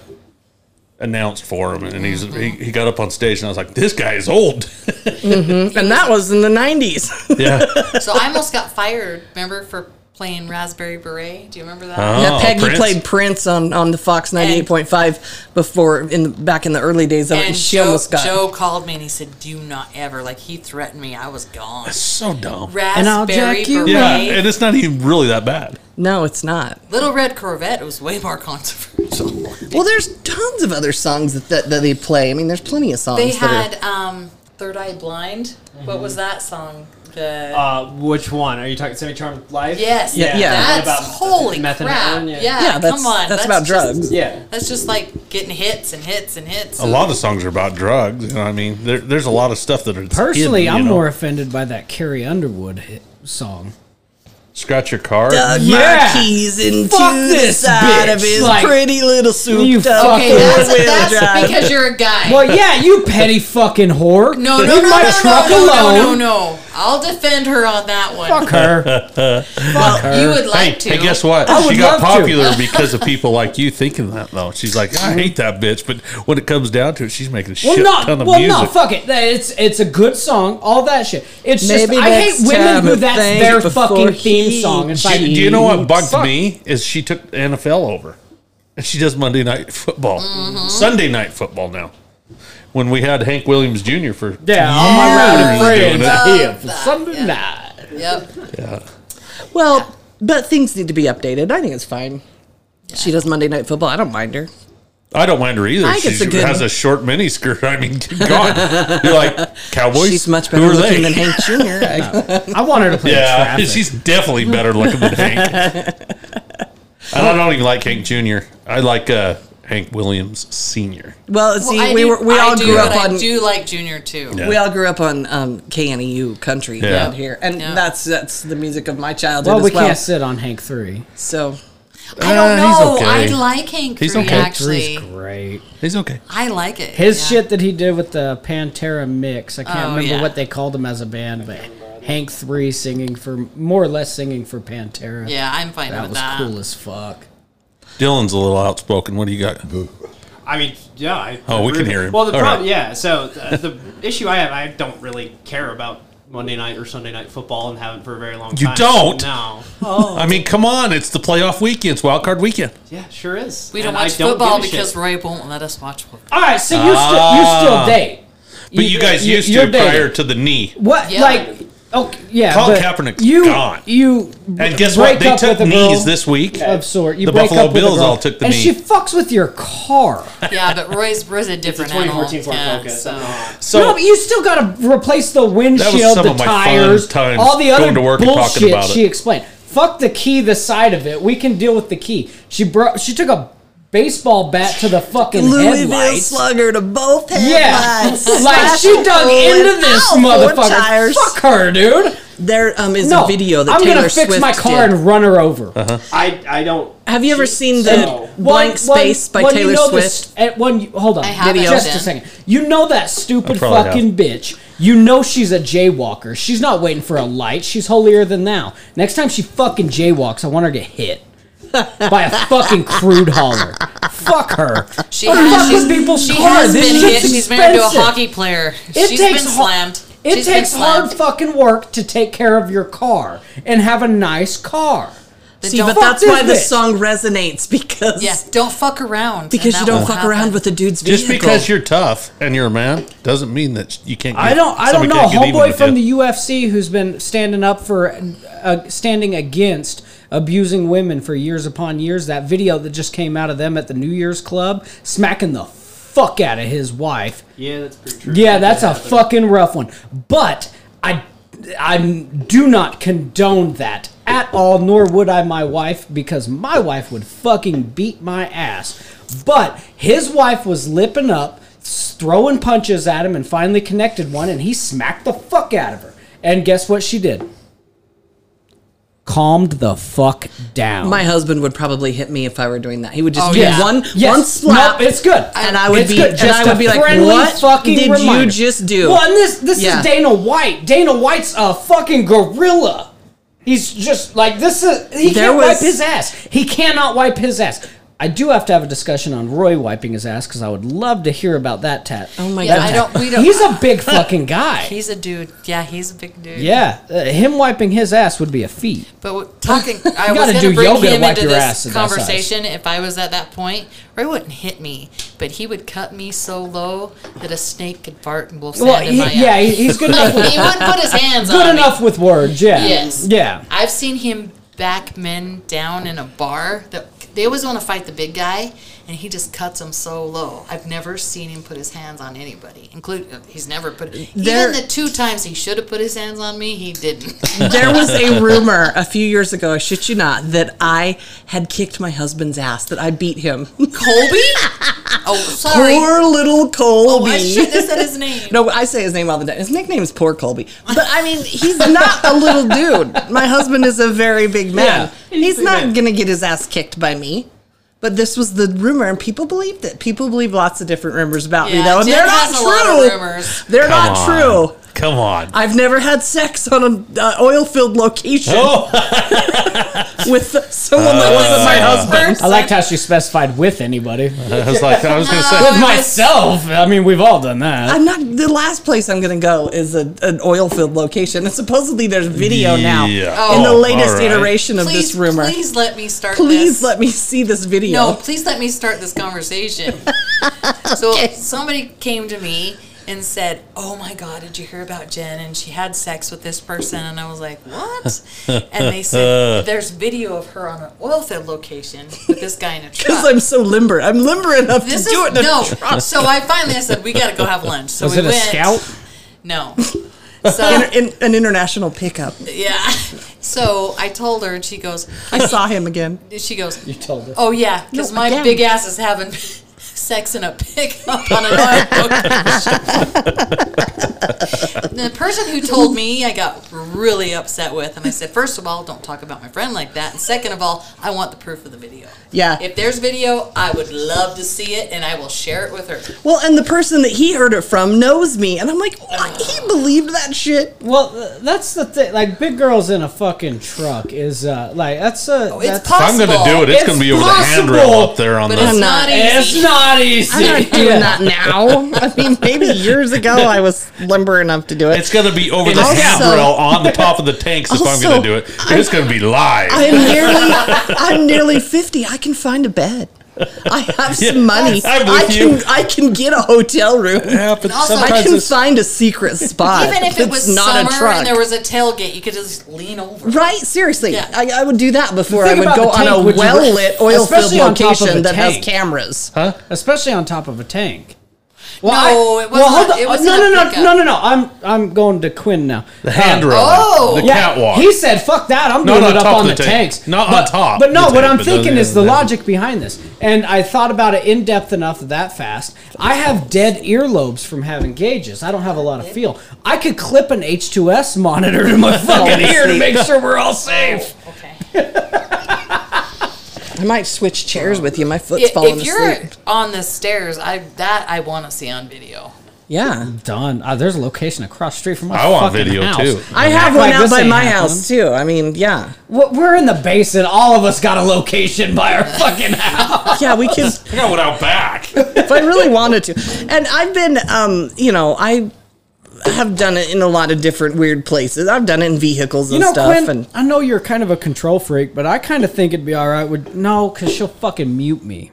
S1: announced for him, and he's he,
S3: Mm-hmm.
S1: he got up on stage, and I was like, "This guy is old."
S5: and that was in the
S2: Oh,
S5: 90s.
S1: yeah.
S3: so I almost got fired. Remember for playing Raspberry Beret? Do you remember that?
S1: Oh,
S5: yeah, Peggy
S1: Prince.
S5: played Prince on, on the Fox 98.5 before, in the, back in the early days of it.
S3: And
S5: And she
S3: Joe,
S5: almost got.
S3: Joe called me and he said, "Do not ever." Like he threatened me. I was gone.
S1: So dumb.
S2: I'll
S3: Raspberry
S2: jack you
S3: Beret.
S1: Yeah, and it's not even really that bad.
S5: No, it's not.
S3: Little Red Corvette was way more controversial.
S5: Well, there's tons of other songs that, that, that they play. I mean, there's plenty of songs
S3: They
S5: that are.
S3: had um, Third Eye Blind. What was that song? The
S4: Mm-hmm. Uh, which one are you talking? Semi Charmed Life?
S3: yes,
S5: Yeah, yeah.
S3: That's
S4: About
S3: holy crap.
S4: methadone,
S3: yeah,
S4: yeah.
S5: yeah, that's,
S3: come on.
S5: that's, about
S3: just-
S5: drugs.
S4: Yeah.
S3: That's just like getting hits and hits and hits.
S1: A lot of songs are about drugs. You know, what I mean, there, there's a lot of stuff that are
S2: Personally,
S1: hidden, you
S2: I'm
S1: know.
S2: more offended by that Carrie Underwood hit song.
S1: scratch your car.
S5: dug
S2: Yeah.
S5: my keys into
S2: Fuck
S5: the
S2: this
S5: side
S2: bitch.
S5: of his
S2: Like,
S5: pretty little
S2: you
S5: souped up
S2: fucking-
S3: Okay, that's,
S5: four-wheel
S3: that's
S5: drive.
S3: because you're a guy.
S2: Well, yeah, you petty fucking whore.
S3: no,
S2: Leave
S3: no, no, no,
S2: my
S3: no,
S2: truck
S3: no,
S2: alone.
S3: no, no, no. I'll defend her on that one.
S2: Fuck her. Fuck her.
S3: You would like
S1: Hey,
S3: to.
S1: hey, guess what?
S2: I
S1: she
S2: would
S1: got
S2: love to.
S1: popular because of people like you thinking that, though. She's like, I hate that bitch, but when it comes down to it, she's making a shit
S2: well, not
S1: ton of
S2: well,
S1: music.
S2: no. Fuck it. That- It's it's a good song. All that shit. It's
S5: Maybe
S2: just I
S5: next
S2: hate women
S5: time
S2: who
S5: and
S2: that's
S5: think
S2: their
S5: before
S2: fucking
S5: he
S2: theme song. It's
S1: Do,
S2: like,
S1: do you know what bugged
S2: fuck.
S1: me is she took the NFL over, and she does Monday night football,
S3: Mm-hmm.
S1: Sunday night football now. When we had Hank Williams Jr. for
S2: Yeah, all my
S1: Yeah.
S2: round friends
S1: Yeah.
S2: here for Sunday night.
S3: Yep.
S5: Well, but things need to be updated. I think it's fine. She does Monday Night Football. I don't mind her.
S1: I don't mind her either.
S5: I think
S1: She
S5: it's a good
S1: has
S5: one.
S1: a short mini skirt. I mean, God, you're like Cowboys.
S5: She's much
S1: Who
S5: better
S1: are
S5: looking
S1: they?
S5: than Hank Jr.
S2: I want her to play
S1: Yeah,
S2: traffic.
S1: she's definitely better looking than Hank. and I don't even like Hank Jr. I like uh, Hank Williams Sr.
S5: well, see,
S3: I
S5: we
S3: do-
S5: were, we
S3: I
S5: all
S3: do,
S5: grew
S3: but
S5: up on
S3: I do like Junior too.
S1: Yeah.
S5: we all grew up on um, KNEU country
S1: Yeah.
S5: down here, and
S3: Yeah.
S5: that's that's the music of my childhood
S2: well, we
S5: as well.
S2: can't sit on Hank three.
S5: So
S3: I
S1: Uh,
S3: don't
S1: he's
S3: know.
S1: okay.
S3: I like Hank
S1: He's
S3: Three
S1: okay.
S2: Three's
S3: actually.
S2: great.
S1: He's okay.
S3: I like it.
S2: His
S3: yeah.
S2: shit that he did with the Pantera mix, I can't
S3: Oh,
S2: remember
S3: yeah.
S2: what they called him as a band, but Hank Three singing for more or less singing for Pantera.
S3: Yeah, I'm fine
S2: that
S3: with
S2: was
S3: that.
S2: cool as fuck.
S1: Dylan's a little outspoken. What do you got?
S4: I mean, yeah. I
S1: Oh, we
S4: agree
S1: can
S4: with-
S1: hear him.
S4: Well, the
S1: All
S4: problem,
S1: right.
S4: yeah. So uh, the issue I have, I don't really care about Monday night or Sunday night football, and haven't for a very long
S1: You
S4: time.
S1: don't?
S4: No.
S1: I mean, come on. It's the playoff weekend. It's wild card weekend.
S4: Yeah, sure is.
S3: We don't
S4: And I
S3: watch football
S4: give a
S3: because
S4: shit.
S3: Roy won't let us watch football.
S2: All right, so you
S1: Ah.
S2: still you still date,
S1: But you, guys used
S2: you're
S1: to prior
S2: dating.
S1: to the knee.
S2: what
S3: Yeah.
S2: like okay yeah.
S1: Colin
S2: but
S1: Kaepernick's
S2: you,
S1: gone.
S2: You
S1: And guess
S2: break
S1: what? They
S2: up
S1: took
S2: with a girl
S1: knees this week.
S2: of sort. You
S1: the
S2: break
S1: Buffalo
S2: up with a
S1: Bills
S2: girl,
S1: all took the
S2: and
S1: knee.
S2: she fucks with your car.
S3: Yeah, but Roy's Roy's a different animal.
S4: 2014 Ford
S3: Yeah,
S4: Focus.
S3: so.
S1: So
S2: no, but you still got to replace the windshield,
S1: some
S2: the
S1: of my
S2: tires,
S1: fun times
S2: all the other
S1: going to work and talking
S2: bullshit
S1: about it.
S2: she explained. Fuck the key, the side of it. We can deal with the key. She brought. She took a baseball bat to the fucking
S5: Louisville
S2: headlights.
S5: Slugger to both
S2: yeah,
S5: headlights.
S2: like she
S5: Slash
S2: dug
S5: hole and
S2: into this
S5: out, four
S2: motherfucker.
S5: tires.
S2: Fuck her, dude.
S5: There um, is
S6: No
S5: a video that
S6: I'm
S5: Taylor
S6: gonna fix
S5: Swift
S6: my car
S5: did.
S6: and run her over.
S1: Uh-huh.
S4: I I don't.
S5: Have you ever
S4: She-
S5: seen the
S4: so-
S5: Blank Space by
S6: you
S5: Taylor
S6: know
S5: Swift?
S6: this- and when you- hold on,
S3: I haven't Video.
S6: just a
S3: been.
S6: second. You know that
S1: I
S6: stupid
S1: probably have.
S6: fucking bitch. You know she's a jaywalker. She's not waiting for a light. She's holier than thou. Next time she fucking jaywalks, I want her to get hit by a fucking crude hauler. Fuck her.
S3: She
S6: Or
S3: has,
S6: fuck
S3: she's,
S6: with people's
S3: she
S6: cars.
S3: has
S6: This
S3: been hit.
S6: shit's
S3: She's married to a
S6: expensive.
S3: hockey player.
S6: It
S3: She's
S6: takes
S3: been
S6: ho-
S3: slammed.
S6: It
S3: She's been
S6: takes hard
S3: slammed.
S6: fucking work to take care of your car and have a nice car.
S3: Then
S5: See,
S3: don't
S5: but
S3: fuck-
S5: that's
S6: this
S5: why the
S6: bitch.
S5: song resonates because
S3: yeah, don't fuck around.
S5: because you
S3: and that
S5: don't
S3: won't
S5: fuck
S3: happen.
S5: around with a dude's vehicle.
S1: Just because you're tough and you're a man doesn't mean that you can't. Get,
S6: I don't. I don't
S1: somebody
S6: know.
S1: can't get even
S6: Homeboy
S1: with
S6: from
S1: you.
S6: the UFC who's been standing up for, uh, standing against abusing women for years upon years. That video that just came out of them at the New Year's club, smacking the fuck out of his wife.
S4: Yeah, that's pretty true.
S6: Yeah, that's a fucking rough one. But I, I do not condone that at all. Nor would I my wife because my wife would fucking beat my ass. But his wife was lipping up, s- throwing punches at him, and finally connected one, and he smacked the fuck out of her. And guess what she did? Calmed the fuck down.
S5: my husband would probably hit me if I were doing that. He would just
S3: Oh,
S5: do
S3: yeah.
S5: one
S6: Yes.
S5: one slap.
S6: No, it's good.
S5: and I would
S6: It's
S5: be
S6: good.
S5: and
S6: Just
S5: I would
S6: a
S5: be like,
S6: friendly
S5: what
S6: fucking
S5: did
S6: reminder."
S5: you just do?
S6: Well, and this this
S5: Yeah.
S6: is Dana White. Dana White's a fucking gorilla. He's just like this is he
S5: There
S6: can't
S5: was-
S6: wipe his ass. He cannot wipe his ass. I do have to have a discussion on Roy wiping his ass because I would love to hear about that tat.
S5: Oh my
S3: Yeah,
S5: god!
S3: I don't. We don't.
S6: He's a big fucking guy.
S3: He's a dude. Yeah, he's a big dude.
S6: yeah, uh, him wiping his ass would be a feat.
S3: But w- talking, I
S6: gotta
S3: was going
S6: do
S3: to bring
S6: yoga to
S3: him
S6: wipe
S3: into
S6: your ass
S3: this
S6: at that size.
S3: conversation if I was at that point. Roy wouldn't hit me, but he would cut me so low that a snake could fart and blow sand
S6: Well,
S3: in
S6: he,
S3: my
S6: yeah,
S3: eye.
S6: he- he's good enough.
S3: Like,
S6: With,
S3: he wouldn't put his hands
S6: good
S3: on
S6: enough
S3: me.
S6: with words. Yeah.
S3: Yes.
S6: Yeah.
S3: I've seen him back men down in a bar. That, they always want to fight the big guy, and he just cuts them so low. I've never seen him put his hands on anybody, including uh, he's never put
S5: There-
S3: even the two times he should have put his hands on me, he didn't.
S5: there was a rumor a few years ago. I shit you not that I had kicked my husband's ass. That I beat him.
S3: Colby? Oh, sorry.
S5: Poor little Colby.
S3: I shouldn't have said his name.
S5: No, I say his name all the time. His nickname is Poor Colby. But I mean, he's not a little dude. My husband is a very big man.
S4: Yeah, he's a
S5: he's
S4: big
S5: not
S4: man.
S5: going to get his ass kicked by me. But this was the rumor, and people believed it. People believe lots of different rumors about me,
S3: Yeah,
S5: though, and
S3: Jen
S5: they're
S3: has
S5: not
S3: a lot
S5: true.
S3: of rumors.
S5: They're
S1: Come
S5: not
S1: on.
S5: true.
S1: Come on.
S5: I've never had sex on an uh, oil-filled location
S1: oh, Uh.
S5: with someone that wasn't my husband.
S6: I liked how she specified with anybody. With
S1: I was like, I was gonna say.
S3: No. it was-
S6: myself. I mean, we've all done that.
S5: I'm not. The last place I'm going to go is a, an oil-filled location, and supposedly there's video now
S1: Yeah.
S5: in the
S1: Oh,
S5: latest
S1: all right.
S5: iteration of
S3: Please,
S5: this rumor.
S3: please let me start.
S5: please
S3: this.
S5: let me see this video.
S3: No, please let me start this conversation. So somebody came to me and said, "Oh my God, did you hear about Jen? And she had sex with this person." And I was like, "What?" And they said, "There's video of her on an oil field location with this guy in a truck."
S5: Because I'm so limber. I'm limber enough
S3: this
S5: to do
S3: is
S5: it. in a
S3: no.
S5: truck.
S3: So I finally I said, "We got to go have lunch." So
S6: Was
S3: we
S6: it a
S3: went.
S6: scout?
S3: No. So
S5: In, in- an international pickup.
S3: yeah. So I told her, and she goes,
S5: I saw him again.
S3: she goes,
S6: told her.
S3: Oh yeah, because
S5: No,
S3: my
S5: again.
S3: big ass is having sex in a pickup on an oil boat. the person who told me, I got really upset with, and I said, first of all, don't talk about my friend like that, and second of all, I want the proof of the video.
S5: Yeah.
S3: If there's video, I would love to see it, and I will share it with her.
S5: Well, and the person that he heard it from knows me. And I'm like, what? he believed that shit.
S6: Well, th- that's the thing. Like, big girls in a fucking truck is uh, like that's a.
S2: Oh,
S3: it's
S6: that's,
S1: If
S3: possible.
S1: I'm gonna do it, it's,
S6: It's
S1: gonna be over the
S6: possible,
S1: handrail up there on
S3: But
S1: the.
S3: it's
S5: I'm
S3: not
S5: not-
S3: easy.
S6: It's not easy.
S5: I'm not doing
S6: Yeah.
S5: that now. I mean, maybe years ago I was limber enough to do it.
S1: It's gonna be over the
S5: Also-
S1: handrail on the top of the tanks if I'm
S5: Also,
S1: gonna do it. It's gonna be live.
S5: I'm nearly, I'm nearly fifty. I can find a bed. I have some
S1: Yeah,
S5: money.
S1: I'm
S5: I
S1: with
S5: can,
S1: you.
S5: I can get a hotel room.
S1: yeah, but
S3: also,
S5: I
S1: sometimes
S5: can
S1: it's,
S5: find a secret spot.
S3: Even if it
S5: that's
S3: was summer and there was a tailgate, you could just lean over.
S5: Right? Seriously,
S3: Yeah.
S5: I, I would do that before
S6: The
S5: I
S6: thing
S5: would
S6: about
S5: go
S6: the
S5: on
S6: tank,
S5: a
S6: would you-
S5: well lit oil filled
S6: especially on top of
S5: location
S6: a
S5: that has
S6: tank.
S5: cameras.
S6: especially on top of a tank.
S3: No,
S2: I-
S3: it wasn't a- it wasn't
S2: no, no,
S3: a
S2: no,
S3: pickup.
S2: no, no, no. I'm I'm going to Quinn now.
S1: The hand row.
S3: oh.
S1: the
S2: Yeah,
S1: catwalk.
S2: He said, "Fuck that! I'm
S1: Not
S2: doing
S1: on
S2: it up
S1: top
S2: on
S1: of
S2: the,
S1: the tank.
S2: tanks,
S1: Not on
S2: but,
S1: top
S2: But no,
S1: of the
S2: what
S1: tank,
S2: I'm
S1: but
S2: thinking
S1: doesn't-
S2: is the
S1: doesn't-
S2: logic behind this, and I thought about it in depth enough that fast. I have dead earlobes from having gauges. I don't have a lot of feel. I could clip an H2S monitor to my fucking ear to make sure we're all safe.
S3: Okay.
S5: I might switch chairs with you. My foot's
S3: If,
S5: falling
S3: if you're
S5: asleep.
S3: on the stairs, I that I want to see on video.
S5: Yeah.
S2: Done. Ah, there's a location across the street from my
S5: Oh.
S1: I want
S2: fucking
S1: video,
S2: house.
S1: too.
S5: I have
S2: Like,
S5: one out
S2: this
S5: by
S2: ain't
S5: my
S2: happening.
S5: house too. I mean, yeah,
S2: We're we're in the basement. All of us got a location by our fucking house.
S5: yeah, we can
S1: I got one out back.
S5: if I really wanted to. And I've been, um, you know, I have done it in a lot of different weird places. I've done it in vehicles
S2: You
S5: and
S2: know,
S5: stuff.
S2: Quinn,
S5: and
S2: I know you're kind of a control freak, but I kind of think it'd be all right with no, because she'll fucking mute me.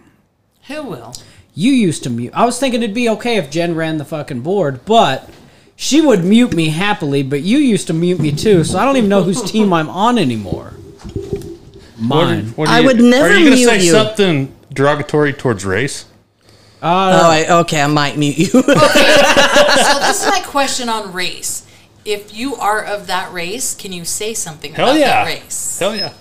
S3: Who will?
S2: You used to mute. I was thinking it'd be okay if Jen ran the fucking board, but she would mute me happily. But you used to mute me too, so I don't even know whose team I'm on anymore. Mine.
S1: What
S5: I would never
S1: Are you gonna
S5: mute
S1: say
S5: you.
S1: something derogatory towards race?
S5: oh, I, okay, I might mute you.
S3: So this is my question on race. If you are of that race, can you say something
S1: Hell
S3: about
S1: yeah.
S3: that race?
S1: Hell yeah.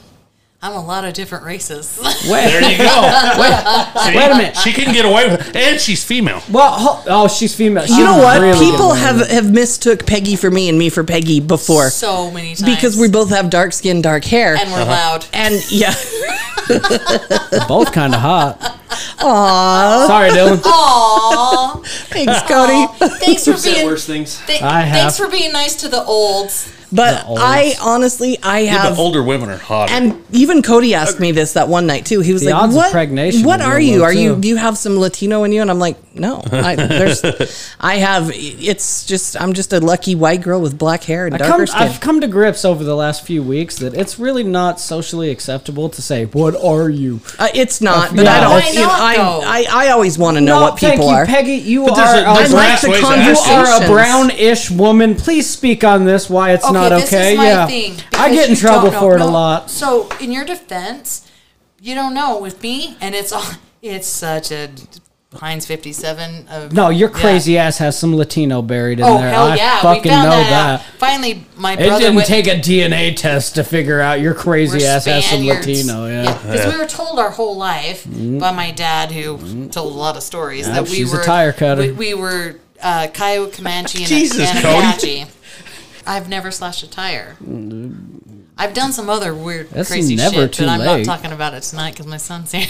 S3: I'm a lot of different races.
S2: Wait,
S1: There you go.
S2: wait, wait a minute.
S1: She can get away with And she's female.
S2: Well, ho- oh, she's female.
S5: you know
S2: She's
S5: what?
S2: really good
S5: People
S2: with
S5: have
S2: it.
S5: have mistook Peggy for me and me for Peggy before
S3: so many times
S5: because we both have dark skin, dark hair.
S3: and we're
S2: Uh-huh.
S3: loud.
S5: And yeah,
S2: They're both kind of hot. Aww. Sorry, Dylan.
S3: Aw,
S5: thanks, Cody.
S3: thanks for
S4: Said
S3: being.
S4: worse things.
S3: th-
S2: I have-
S3: thanks for being nice to the olds.
S5: But
S2: olds.
S5: I honestly, I
S1: The
S5: have.
S1: older women are hotter.
S5: And even Cody asked me this that one night too. He was
S2: The
S5: like,
S2: odds of
S5: "What?
S2: pregnation
S5: what
S2: are
S5: are
S2: real
S5: you?
S2: low,
S5: Are you?
S2: too."
S5: Do you have some Latino in you?" And I'm like, "No, I, there's, I have. It's just I'm just a lucky white girl with black hair and
S2: I
S5: darker
S2: come,
S5: skin."
S2: I've come to grips over the last few weeks that it's really not socially acceptable to say, "What are you?"
S5: Uh, it's not,
S2: I've-
S5: but
S2: yeah.
S5: I
S2: Why
S5: don't. You know,
S3: not, though?
S5: I, I I always want to know
S2: no,
S5: what people
S2: Oh, thank you,
S5: are.
S2: Peggy. You
S1: But there's
S2: are
S1: a-
S2: a,
S5: I
S1: there's
S5: like
S1: Brass
S5: the
S1: ways of
S2: you
S1: asking.
S2: are
S5: conversations.
S2: a brown-ish woman. Please speak on this. Why it's
S3: Okay,
S2: not
S3: this
S2: okay?
S3: is my
S2: yeah,
S3: thing.
S2: I
S3: because
S2: get in
S3: you don't
S2: trouble
S3: know-
S2: for it a
S3: no,
S2: lot.
S3: So, in your defense, you don't know with me, and it's all it's such a Heinz fifty seven. Of
S2: No, your
S3: yeah.
S2: crazy ass has some Latino buried in
S3: Oh
S2: there.
S3: hell
S2: I
S3: yeah!
S2: fucking
S3: we found
S2: know
S3: that,
S2: that.
S3: out. Finally, my
S2: It
S3: brother
S2: didn't
S3: went,
S2: take a DNA test to figure out your
S3: we're
S2: crazy ass has some
S3: Spaniards.
S2: Latino. Yeah, Mm-hmm.
S3: because we were told our whole life by my dad, who told a lot of stories,
S2: Yep,
S3: that we
S2: she's Mm-hmm. a
S3: were
S2: tire cutter.
S3: We, we were uh, Coyote, Comanche, and,
S1: Jesus,
S3: and
S1: Cody.
S3: Apache. I've never slashed a tire. I've done some other weird,
S2: Mm-hmm. That's
S3: crazy
S2: never
S3: shit,
S2: too
S3: but I'm
S2: late.
S3: not talking about it tonight because my son's here.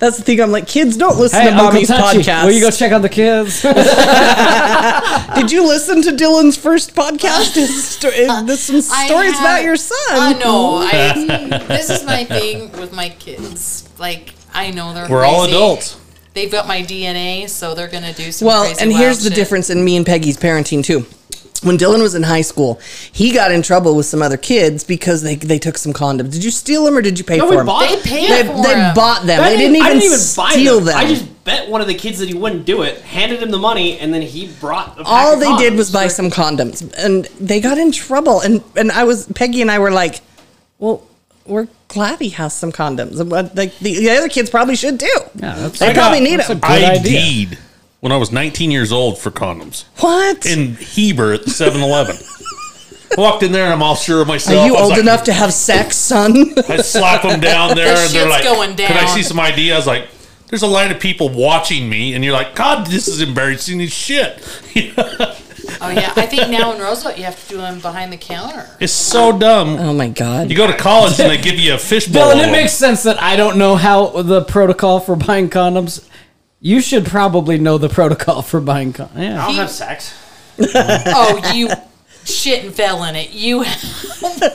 S5: That's the thing. I'm like, kids, don't listen
S2: Hey,
S5: to
S2: Uncle
S5: Bobby's
S2: Touchy,
S5: podcast.
S2: will you go check on the kids?
S5: Did you listen to Dylan's first podcast? Is sto- is this some
S3: I
S5: stories about
S3: have-
S5: your son?
S3: I know. I, this is my thing with my kids. Like I know they're
S1: We're all
S3: crazy.
S1: adults.
S3: They've got my DNA, so they're gonna do some.
S5: Well,
S3: crazy
S5: and
S3: wild
S5: here's the
S3: shit.
S5: difference in me and Peggy's parenting too. When Dylan was in high school, he got in trouble with some other kids because they they took some condoms. Did you steal them or did you pay
S4: No,
S5: for
S4: we
S5: them?
S4: bought
S3: They
S4: them.
S3: paid
S5: they,
S3: for
S5: they
S3: 'em.
S5: bought them.
S4: I
S5: They didn't even,
S4: I
S5: steal them.
S4: I just bet one of the kids that he wouldn't do it, handed him the money, and then he brought. A pack
S5: all
S4: of
S5: they did was
S4: condoms.
S5: buy
S4: Like,
S5: some condoms, and they got in trouble. And and I was Peggy and I were like, well. We're glad he has some condoms. And what- Like the, the other kids probably should too.
S2: Yeah, that's-
S5: they
S2: I
S5: probably
S2: got-
S5: need
S2: that's
S5: them.
S2: a- Good
S1: I
S2: idea.
S1: deed when I was 19 years old for condoms
S5: what?
S1: in Heber at 7 Eleven. Walked in there and I'm all sure of myself.
S5: Are you
S1: I was
S5: old
S1: like,
S5: enough to have sex, son?
S1: I slap them down there,
S3: This
S1: and they're
S3: shit's
S1: like,
S3: going down.
S1: "Can I see some ID?" I was like, "There's a line of people watching me," and you're like, "God, this is embarrassing as shit."
S3: Oh yeah, I think now in Roosevelt you have to do them behind the counter.
S1: it's so dumb.
S5: oh my god!
S1: You go to college and they give you a fishbowl.
S2: Dylan,
S1: of
S2: it makes sense that I don't know how the protocol for buying condoms. You should probably know the protocol for buying condoms.
S4: I
S2: Yeah.
S4: don't have sex.
S3: Oh, you shit and fell in it. You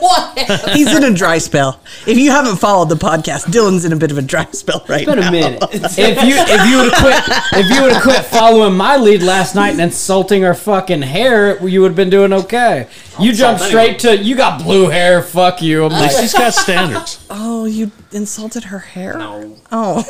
S3: what?
S5: He's in a dry spell. If you haven't followed the podcast, Dylan's in a bit of a dry spell right
S4: Wait
S5: now.
S4: a minute.
S2: If you if you would have quit if you would have quit following my lead last night and insulting her fucking hair, you would have been doing okay. You jumped
S4: anyway.
S2: straight to you got blue hair. Fuck you. I'm
S1: At
S2: like,
S1: least he's got standards.
S5: Oh, you insulted her hair?
S4: No.
S5: Oh.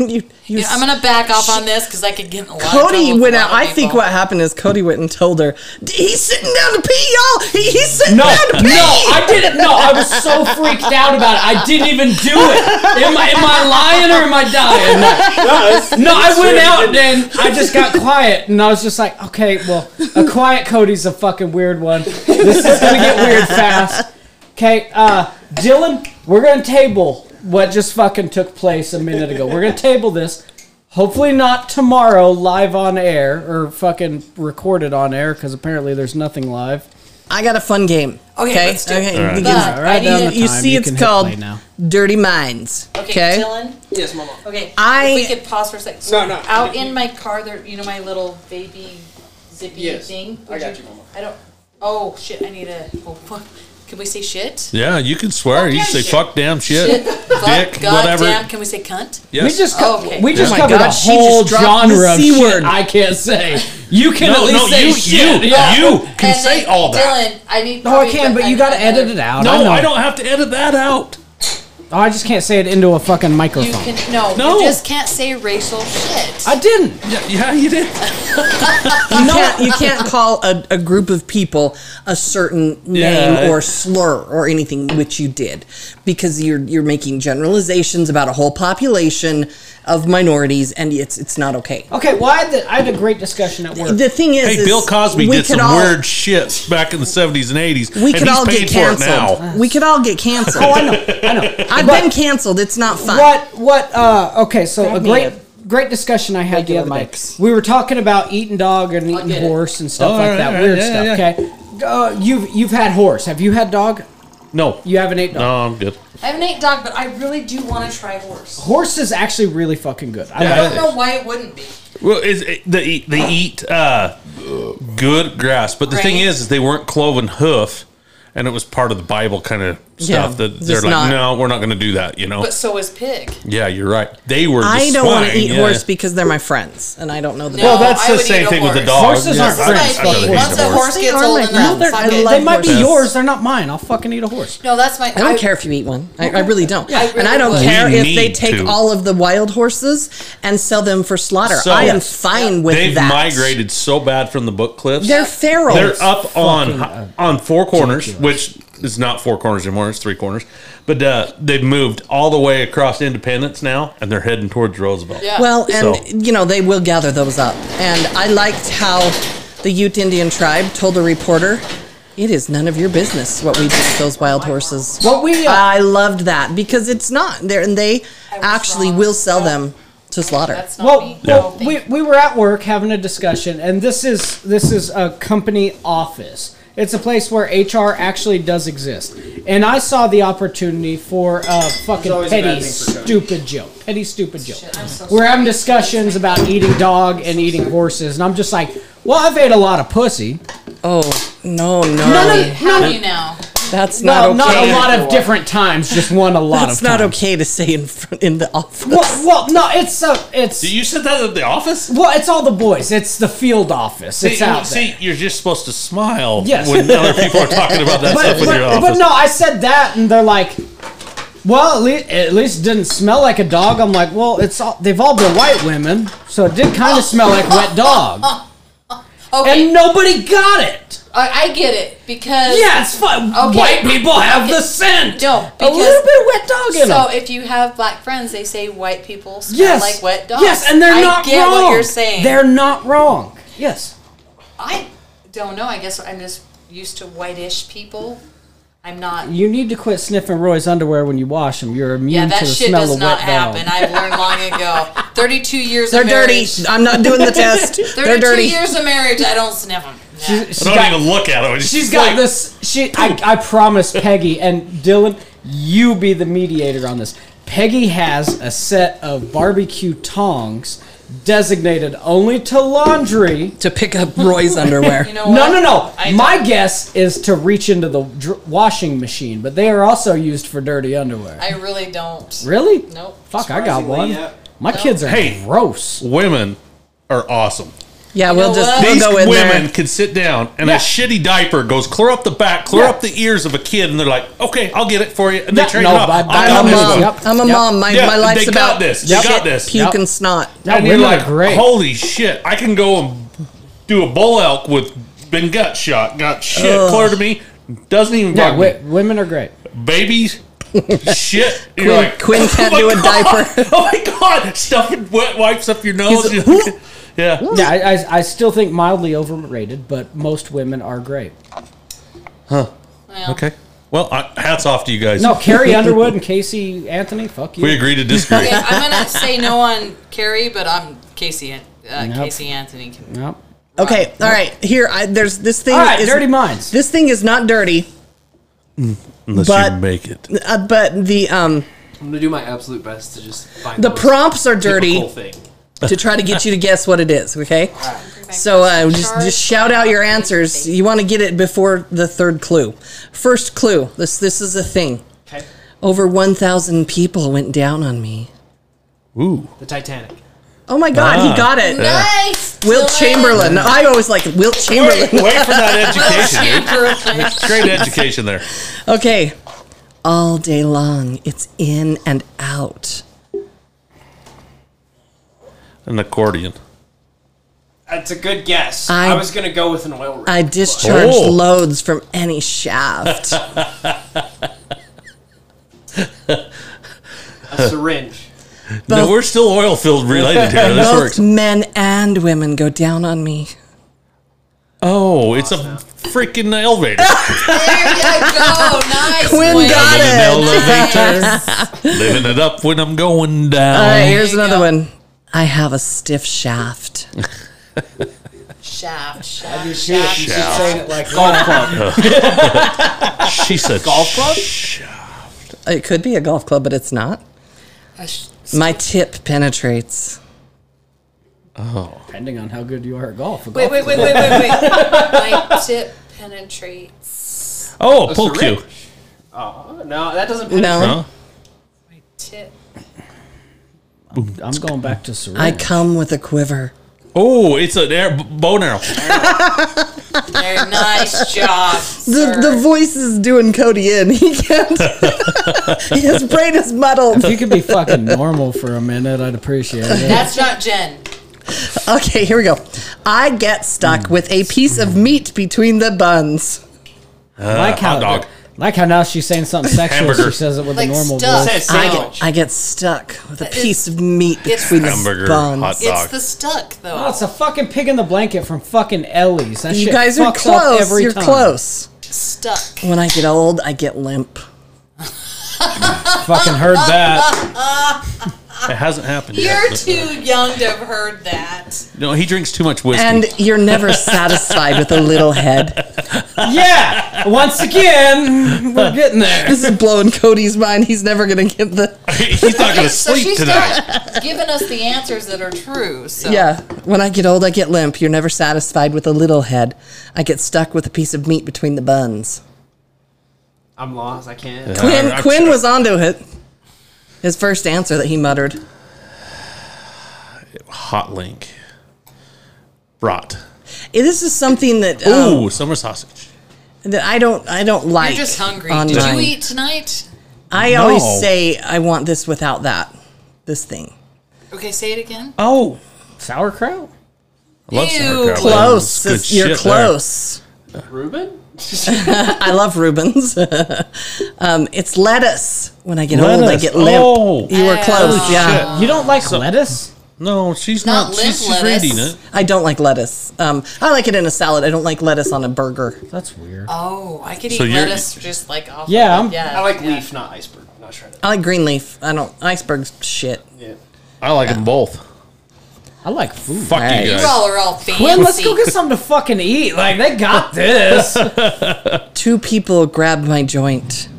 S5: you, you
S3: You know, I'm gonna back off on this because I could get in a lot. of
S5: Cody
S3: trouble with
S5: went
S3: a lot
S5: out.
S3: of
S5: I think
S3: people.
S5: what happened is Cody went and told her, "D- he's sitting down to pee, y'all. He, he's sitting
S2: No, no,
S5: down to pee.
S2: I didn't. No, I was so freaked out about it. I didn't even do it. Am I, am I lying or am I dying? No, I went out and I just got quiet and I was just like, okay, well, a quiet Cody's a fucking weird one. This is gonna get weird fast. Okay, uh, Dylan, we're gonna table what just fucking took place a minute ago. We're gonna table this. Hopefully not tomorrow, live on air or fucking recorded on air because apparently there's nothing live.
S5: I got a fun game.
S3: Okay, let's do it. Uh,
S5: Okay,
S3: All
S1: right.
S5: you,
S3: But
S5: can-
S3: I
S2: Write down the
S5: you-
S3: need.
S5: you
S2: time.
S5: see
S2: You
S5: it's
S2: can hit play
S5: called
S2: now.
S5: Dirty Minds.
S3: Okay,
S5: Okay.
S3: Dylan.
S4: Yes, Mama.
S3: Okay,
S5: I-
S3: If we could pause for a second.
S4: No, no.
S3: Out in my car, there. You know my little baby zippy
S4: Yes.
S3: thing.
S4: I
S3: Would
S4: got you, Mama.
S3: I don't. Oh shit! I need a. Oh fuck! Can we say shit?
S1: Yeah, you can swear. you
S3: Okay,
S1: can say
S3: shit.
S1: fuck, damn, shit,
S3: Fuck,
S1: dick,
S3: God
S1: whatever.
S3: damn! Can we say cunt?
S1: Yes.
S2: We just
S3: Oh,
S2: co-
S3: okay.
S2: we just
S5: Oh my
S2: covered
S5: God,
S2: a
S5: she
S2: whole
S5: just dropped
S2: genre
S5: the
S2: of
S5: C
S2: shit
S5: word.
S2: I can't say. You can at
S1: no,
S2: least
S1: no,
S2: say
S1: you,
S2: shit.
S1: you,
S2: Yeah.
S1: you can
S3: And
S1: say
S3: then,
S1: all that.
S3: Dylan, I need.
S2: No, Oh, I can, but you got to edit it out. I
S1: No,
S2: know.
S1: I don't have to edit that out.
S2: Oh, I just can't say it into a fucking
S3: You
S2: microphone.
S3: can no.
S1: No.
S3: You just can't say racial shit.
S2: I didn't.
S1: Yeah, yeah you did.
S5: You can't, you can't call a, a group of people a certain name
S1: Yeah.
S5: or slur or anything, which you did, because you're you're making generalizations about a whole population of minorities, and it's it's not okay.
S2: Okay, well, I had, the, I had a great discussion at work.
S5: The thing is,
S1: Hey,
S5: is
S1: Bill Cosby
S5: we
S1: did
S5: could
S1: some
S5: all-
S1: weird shit back in the 70s and 80s.
S5: We
S1: and he's
S5: could all
S1: paid
S5: get
S1: for it now.
S5: canceled. We could all get canceled.
S2: I know. I know.
S5: I've
S2: But-
S5: been canceled. It's not fun.
S2: What? What? Uh, okay, so
S5: Grab
S2: a
S5: me
S2: great,
S5: a
S2: great discussion I had the
S5: regular
S2: other night.
S5: mics.
S2: We were talking about eating dog and eating
S3: get it.
S2: horse and stuff
S1: Oh,
S2: like
S1: all
S2: that.
S1: right,
S2: Weird
S1: yeah,
S2: stuff.
S1: yeah.
S2: Okay. Uh, you've you've had horse. Have you had dog?
S1: No.
S2: You haven't ate dog.
S1: No, I'm good.
S3: I have an eight dog, but I really do want to try horse.
S2: Horse is actually really fucking good. I
S1: Yeah,
S3: I
S2: like
S3: don't know why it wouldn't be.
S1: Well, is it, they eat, they eat uh, good grass, but the thing
S3: Right.
S1: is, is they weren't cloven hoof, and it was part of the Bible kind of stuff
S5: Yeah,
S1: that they're
S5: just
S1: like,
S5: not-
S1: no, we're not going to do that. You know?
S3: But so is pig.
S1: yeah, you're right. They were.
S5: I
S1: the
S5: don't want to
S1: swine,
S5: eat
S1: yeah.
S5: horse because they're my friends, and I don't know the.
S3: No.
S1: Well, that's
S3: I
S1: the
S3: would eat
S1: same
S3: a
S1: thing with the
S3: horse.
S1: dog.
S2: Horses aren't
S1: I'd-
S2: friends,
S1: I'd rather
S2: fuck
S1: eat a
S2: horse.
S3: Once a horse gets
S5: They are
S3: old
S5: like-
S3: enough,
S5: no, they're-
S3: fuck
S5: I
S3: it.
S5: love
S2: They might be
S5: horses.
S2: yours. They're not mine. I'll fucking eat a horse.
S3: No, that's my.
S5: I don't care if you eat one. I, I really don't.
S3: I
S5: and I
S3: really
S5: don't
S3: would.
S5: care
S1: We
S5: if they
S1: need
S5: take
S1: to.
S5: all of the wild horses and sell them for slaughter.
S1: So-
S5: I am
S1: Yes.
S5: fine with
S1: They've
S5: that.
S1: migrated so bad from the book cliffs.
S5: They're feral.
S1: They're up on
S2: fucking, uh,
S1: on four corners, which is not four corners anymore. It's three corners. But uh, they've moved all the way across Independence now, and they're heading towards Roosevelt.
S3: Yeah.
S5: Well, and
S1: So-
S5: you know they will gather those up. And I liked how the Ute Indian tribe told a reporter, "It is none of your business what we do with those wild horses."
S2: What we, uh,
S5: I loved that because it's not there, and they
S3: I was
S5: actually
S3: wrong.
S5: will sell
S3: No.
S5: them to slaughter.
S3: That's not
S2: Well,
S3: me.
S2: well
S3: No,
S2: we,
S3: thank
S2: we were at work having a discussion, and this is this is a company office. It's a place where HR actually does exist, and I saw the opportunity for a fucking
S4: always a bad
S2: petty,
S4: thing for Tony.
S2: stupid joke. Petty, stupid joke.
S3: I'm so
S2: we're
S3: sorry.
S2: having discussions about eating dog and eating horses, and I'm just like, well, I've ate a lot of pussy.
S5: oh no, no,
S3: you. Have you now?
S5: that's
S2: Well,
S5: not
S2: not
S5: okay.
S2: a lot of different times, just one a lot
S5: That's
S2: of times.
S5: not okay to say in front in the office.
S2: Well, well, no, it's a, it's
S1: You said that at the office.
S2: well, it's all the boys. It's the field office. It's
S1: see,
S2: out there.
S1: see, you're just supposed to smile
S2: Yes.
S1: when other people are talking about that
S2: but,
S1: stuff with
S2: but-
S1: your
S2: but
S1: office.
S2: no, I said that, and they're like, "Well, at least, at least it didn't smell like a dog." I'm like, "Well, it's all, they've all been white women, so it did kind of smell like wet dog."
S3: Okay,
S2: And nobody got it.
S3: I, I get it because
S2: Yeah, it's fun.
S3: Okay.
S2: White people have the
S3: Okay.
S2: scent.
S3: No,
S2: a little
S3: because-
S2: bit of wet dog in
S3: So
S2: them.
S3: if you have black friends, they say white people smell
S2: Yes,
S3: like wet dogs.
S2: Yes, and they're
S3: I
S2: not
S3: get
S2: wrong.
S3: what you're saying.
S2: They're not wrong. Yes.
S3: I don't know. I guess I'm just used to whitish people. I'm not.
S2: You need to quit sniffing Roy's underwear when you wash them. You're immune
S3: Yeah,
S2: to
S3: that
S2: the
S3: shit
S2: smell
S3: does
S2: of
S3: not
S2: wet dog.
S3: happen. I've learned long ago. 32 years
S5: They're
S3: of
S5: dirty.
S3: marriage.
S5: I'm not doing the test. They're
S3: 32
S5: dirty.
S3: years of marriage, I don't sniff them.
S2: She's- she's
S1: I don't
S2: got-
S1: even look at it. It's
S2: She's
S1: just
S2: got
S1: like-
S2: this. She, I, I promise, Peggy and Dylan, you be the mediator on this. Peggy has a set of barbecue tongs designated only to laundry.
S5: To pick up Roy's underwear.
S3: You know
S2: No,
S3: what?
S2: no, no.
S3: I
S2: My
S3: don't-
S2: guess is to reach into the dr- washing machine, but they are also used for dirty underwear.
S3: I really don't.
S2: really?
S3: Nope.
S2: Fuck, I got
S4: Surprisingly,
S2: one.
S4: yeah.
S2: My kids are
S1: Hey.
S2: gross.
S1: women are awesome.
S5: Yeah,
S3: You
S5: we'll
S3: know
S5: just
S3: what?
S5: we'll
S1: These
S5: go in
S1: women
S5: there.
S1: could sit down and
S2: Yeah.
S1: a shitty diaper goes clear up the back, clear up the ears of a kid, and they're like, okay, I'll get it for you. And they
S2: Yeah,
S1: trade
S2: no,
S1: it up. I
S2: I- I
S1: got
S5: I'm a
S1: this
S2: this
S5: mom.
S1: one.
S2: Yep.
S5: I'm a
S2: Yep.
S5: mom. My,
S1: Yeah,
S5: my
S1: they
S5: life's
S1: got
S5: about
S1: this. They
S5: shit,
S1: got this.
S5: puke,
S2: Yep.
S5: and snot.
S2: Yeah,
S1: And you're
S2: women are
S1: like,
S2: great.
S1: holy shit, I can go and do a bull elk with been gut shot, got shit clear to me. Doesn't even
S2: Yeah,
S1: bug
S2: wi- women are great.
S1: me. Babies, shit. You're
S5: Quinn,
S1: like, "Oh
S5: Quinn can't
S1: my
S5: do a
S1: God.
S5: diaper.
S1: Oh my god, stuffing wet wipes up your nose.
S5: He's a-
S1: yeah.
S2: Yeah, I, I, I still think mildly overrated, but most women are great.
S3: Well,
S1: Okay. Well, I, hats off to you guys.
S2: No, Carrie Underwood and Casey Anthony, fuck you.
S1: We agree to disagree.
S3: Okay, I'm gonna say no on Carrie, but I'm Casey. An- Uh,
S2: Nope.
S3: Casey Anthony. can-
S2: Nope.
S5: Okay, all right. Here, I, there's this thing.
S2: All right,
S5: is-
S2: Dirty Minds.
S5: This thing is not dirty,
S1: Unless
S5: But-
S1: you make it.
S5: uh, but the um
S4: I'm gonna do my absolute best to just find
S5: the
S4: most
S5: prompts are dirty
S4: typical thing.
S5: to try to get you to guess what it is. Okay, so uh, just just shout out your answers. You want to get it before the third clue. First clue. This this is a thing.
S4: Okay.
S5: Over 1,000 people went down on me.
S1: Ooh.
S4: The Titanic.
S5: Oh my God,
S1: Ah.
S5: he got it.
S1: Yeah.
S3: Nice.
S5: Wilt Chamberlain. I always like
S1: Wait,
S5: Wilt Chamberlain.
S1: wait for that
S3: Chamberlain.
S1: education, dude. Great education there.
S5: Okay. All day long, it's in and out.
S1: An accordion.
S4: That's a good guess.
S5: I-
S4: I, was gonna go with an oil rig.
S5: I discharged
S1: Oh.
S5: loads from any shaft.
S4: a syringe.
S1: no, we're still oil field related here. This
S5: Both
S1: works.
S5: men and women go down on me.
S1: Oh, it's a freaking elevator.
S3: There you go. Nice.
S5: Quinn
S3: Quinn.
S5: got
S1: Living in
S5: it.
S1: elevator. Living it up when I'm going
S5: All right,
S1: down.
S5: here's
S3: There you go.
S5: another one. I have a stiff shaft.
S3: Shaft. Shaft.
S2: Shit, you should
S1: Shaft.
S2: say it like that.
S1: She said golf club.
S5: It could be a golf club, but it's not.
S3: A sh-
S5: My tip penetrates.
S2: Depending on how good you are at golf.
S3: Wait, wait, wait, wait, wait, wait. My tip penetrates.
S1: Oh, pull cue.
S4: syringe. Oh no, that doesn't.
S5: No,
S1: Huh?
S3: My tip.
S2: I'm going back to syringe.
S5: I come with a quiver.
S1: Oh, it's an air bow arrow.
S3: Very nice job.
S5: The,
S3: sir.
S5: the voice is doing Cody in. He can't. His brain is muddled.
S2: if you could be fucking normal for a minute, I'd appreciate it.
S3: That's not Jen.
S5: Okay, here we go. I get stuck
S1: Hmm.
S5: with a piece of meat between the buns.
S2: like how,
S1: Uh, hot dog.
S2: like how now she's saying something sexual.
S1: Hamburger.
S2: She says it with
S3: Like
S2: a normal
S3: stuff.
S2: voice.
S4: Says
S5: I
S4: sandwich.
S5: get, I get stuck with a
S3: It's-
S5: piece of meat
S3: it's-
S5: between the
S1: Hamburger,
S5: buns.
S1: hot
S3: It's
S1: Dog.
S3: the stuck though.
S2: Oh, it's a fucking pig in the blanket from fucking Ellie's. That
S5: you
S2: shit
S5: guys are
S2: fucks up
S5: close.
S2: Every
S5: You're
S2: time.
S5: close.
S3: stuck.
S5: When I get old, I get limp.
S2: Fucking heard that.
S1: It hasn't happened yet.
S3: You're
S1: but- uh,
S3: too young to have heard that.
S1: No, he drinks too much whiskey.
S5: And you're never satisfied with a little head.
S2: yeah. Once again, we're getting there.
S5: This is blowing Cody's mind. He's never going to get the.
S1: He's not going to
S3: So
S1: sleep
S3: she's
S1: tonight.
S3: not giving us the answers that are true. So
S5: Yeah. When I get old, I get limp. You're never satisfied with a little head. I get stuck with a piece of meat between the buns.
S4: I'm lost. I can't.
S5: Quinn,
S1: I- I-
S5: Quinn was onto it. His first answer that he muttered.
S1: Hot link. Brat.
S5: Eh, This is something that um,
S1: Ooh, summer sausage.
S5: that I don't I don't like.
S3: you're just hungry.
S5: on
S3: Did
S5: mine.
S3: you eat tonight?
S5: I
S1: No.
S5: always say I want this without that. This thing.
S3: Okay, say it again.
S2: Oh, sauerkraut.
S1: I love
S3: Ew.
S1: sauerkraut. That's
S5: Close. This-
S1: good
S5: you're
S1: shit there.
S5: close.
S4: Reuben.
S5: I love Rubens. um, it's lettuce. When I get old, I
S1: Lettuce.
S5: get limp.
S1: Oh.
S5: You were
S3: Oh.
S5: close. Yeah.
S2: You don't like lettuce?
S1: No, she's
S3: Not
S1: not. she's, she's
S3: limp lettuce.
S1: reading it.
S5: I don't like lettuce. Um, I like it in a salad. I don't like lettuce on a burger.
S2: That's weird.
S3: Oh, I could eat
S1: So you're-
S3: lettuce just like off.
S2: Yeah,
S3: of
S2: I'm-
S3: it. yeah.
S4: I like leaf, not iceberg. Not shredded.
S5: I like green leaf. I don't icebergs shit.
S4: Yeah.
S1: I like them both.
S2: I like food.
S1: Fuck
S5: Hey.
S1: you
S3: You
S1: guys.
S3: all are all fancy.
S2: Gwen, let's go get something to fucking eat. Like they got this.
S5: Two people grabbed my joint.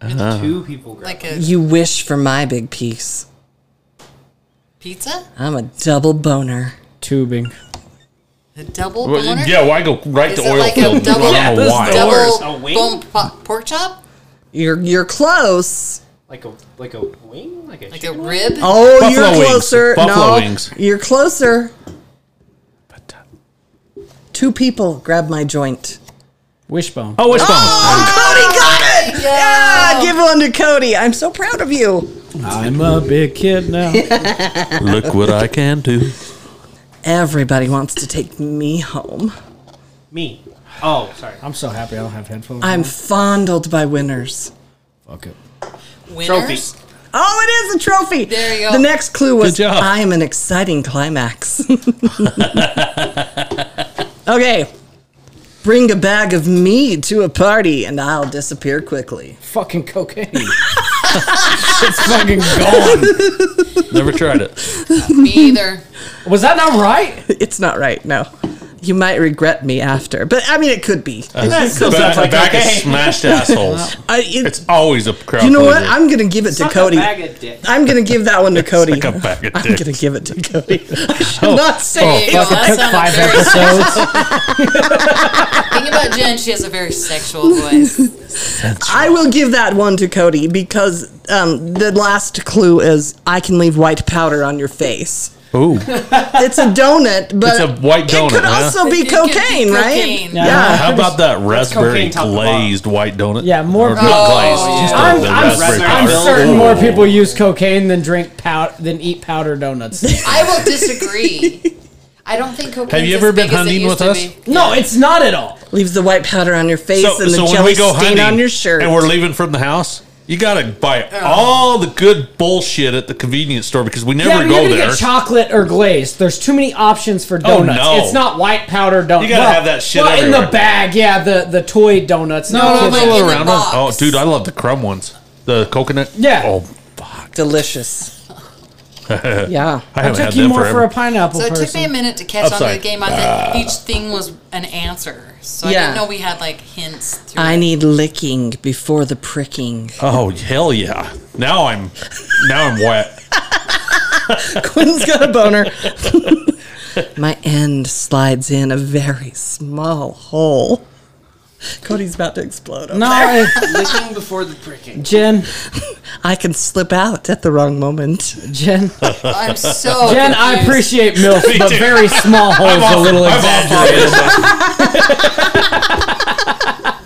S4: Two people. Grab
S3: like a
S5: You wish for my big piece.
S3: pizza,
S5: I'm a double boner.
S2: Tubing.
S3: a double
S1: Well,
S3: boner,
S1: yeah, why go right
S3: Is
S1: to
S3: it
S1: oil
S3: like a
S1: field?
S3: double-
S1: I don't know
S2: Yeah,
S1: why.
S2: this
S4: Doors,
S3: double
S4: a wing?
S3: bone po- pork chop,
S5: You're you're close.
S4: like a like a wing. Like a.
S3: like a
S4: chicken
S3: rib.
S5: Oh,
S1: Buffalo
S5: you're
S1: wings.
S5: closer.
S1: Buffalo
S5: no,
S1: wings.
S5: You're closer.
S1: uh,
S5: Two people grabbed my joint.
S2: Wishbone.
S1: Oh, wishbone.
S5: Cody got it!
S3: Yeah.
S5: Yeah, give one to Cody. I'm so proud of you.
S2: I'm a big kid now.
S1: Look what I can do.
S5: Everybody wants to take me home.
S4: Me. Oh, sorry.
S2: I'm so happy I don't have headphones.
S5: I'm
S2: on.
S5: fondled by winners.
S2: fuck it.
S3: Winners.
S5: Oh, it is a trophy.
S3: There you go.
S5: The next clue was
S1: Good job.
S5: I am an exciting climax. okay. Bring a bag of me to a party and I'll disappear quickly.
S2: Fucking cocaine. it's fucking gone.
S1: Never tried it.
S3: Me either.
S2: Was that not right?
S5: It's not right. No. You might regret me after. But I mean, it could be.
S1: Uh, Back,
S5: still sounds like
S1: back
S5: okay.
S1: is smashed assholes.
S5: I, it-
S1: It's always a crowd.
S5: you know what?
S1: pleaser.
S5: I'm going to give it to
S4: Suck a
S5: Cody.
S4: bag of dick.
S5: I'm going to give that one to Cody.
S1: like a bag of dicks. Oh.
S5: I'm going to give it to Cody. I should not
S3: There
S2: Oh,
S5: say
S3: you
S5: it.
S3: go. That
S2: Took
S3: sounded
S2: five
S3: very-
S2: episodes.
S3: Think about Jen. She has a very sexual voice.
S5: I will give that one to Cody because um, the last clue is I can leave white powder on your face.
S1: Ooh.
S5: It's a donut, but
S1: It's a white
S5: It
S1: donut,
S5: could
S1: huh?
S5: also be
S3: It could be
S5: cocaine, right?
S3: cocaine.
S2: Yeah.
S1: How about that raspberry
S4: cocaine top to
S1: glazed white donut?
S2: Yeah, more-
S1: Or not
S3: Oh,
S1: glazed.
S3: yeah.
S1: Just the-
S2: I'm,
S1: the
S2: I'm,
S1: raspberry
S2: I'm
S1: powder.
S2: certain
S1: Ooh.
S2: more people use cocaine than drink pow- than eat powder donuts.
S3: I will disagree. I don't think cocaine's
S1: Have you ever
S3: as
S1: been
S3: big as it
S1: hunting
S3: used
S1: with
S3: to
S1: us?
S3: be.
S2: No, it's not at all.
S5: Leaves the white powder on your face
S1: So,
S5: and the
S1: so when
S5: jelly
S1: we go
S5: stain
S1: hunting
S5: on your shirt.
S1: and we're leaving from the house, you gotta buy all the good bullshit at the convenience store because we never
S2: Yeah, but you're
S1: go
S2: gonna
S1: there. Oh,
S2: get chocolate or glazed. There's too many options for donuts.
S1: no.
S2: It's not white powder donuts.
S1: You gotta have that shit
S2: Well, in the
S1: everywhere.
S2: bag, yeah, the the toy donuts. No,
S3: no,
S2: kids-
S3: no,
S1: All
S3: in the
S1: around us. Oh,
S3: box.
S1: dude, I love the crumb ones. The coconut.
S2: Yeah.
S1: Oh,
S5: Delicious. yeah.
S1: I
S2: I
S1: haven't
S2: took
S1: had
S2: you
S1: that
S2: more
S1: forever.
S2: for a pineapple
S3: So it
S2: person.
S3: took me a minute to catch on to the
S1: Upside.
S3: game. I thought
S1: Ah.
S3: each thing was an answer, so I
S5: Yeah.
S3: didn't know we had like hints. Through
S5: I
S3: it.
S5: need licking before the pricking.
S1: oh hell yeah! Now I'm now I'm wet.
S5: Quinn's got a boner. My end slides in a very small hole. Cody's about to explode.
S2: no, I-
S4: Licking before the pricking.
S2: Jen,
S5: I can slip out at the wrong moment.
S2: Jen,
S3: I'm so
S2: Jen. I
S3: confused.
S2: appreciate milk, but
S1: too.
S2: very small holes a little
S1: I'm
S2: exaggerated.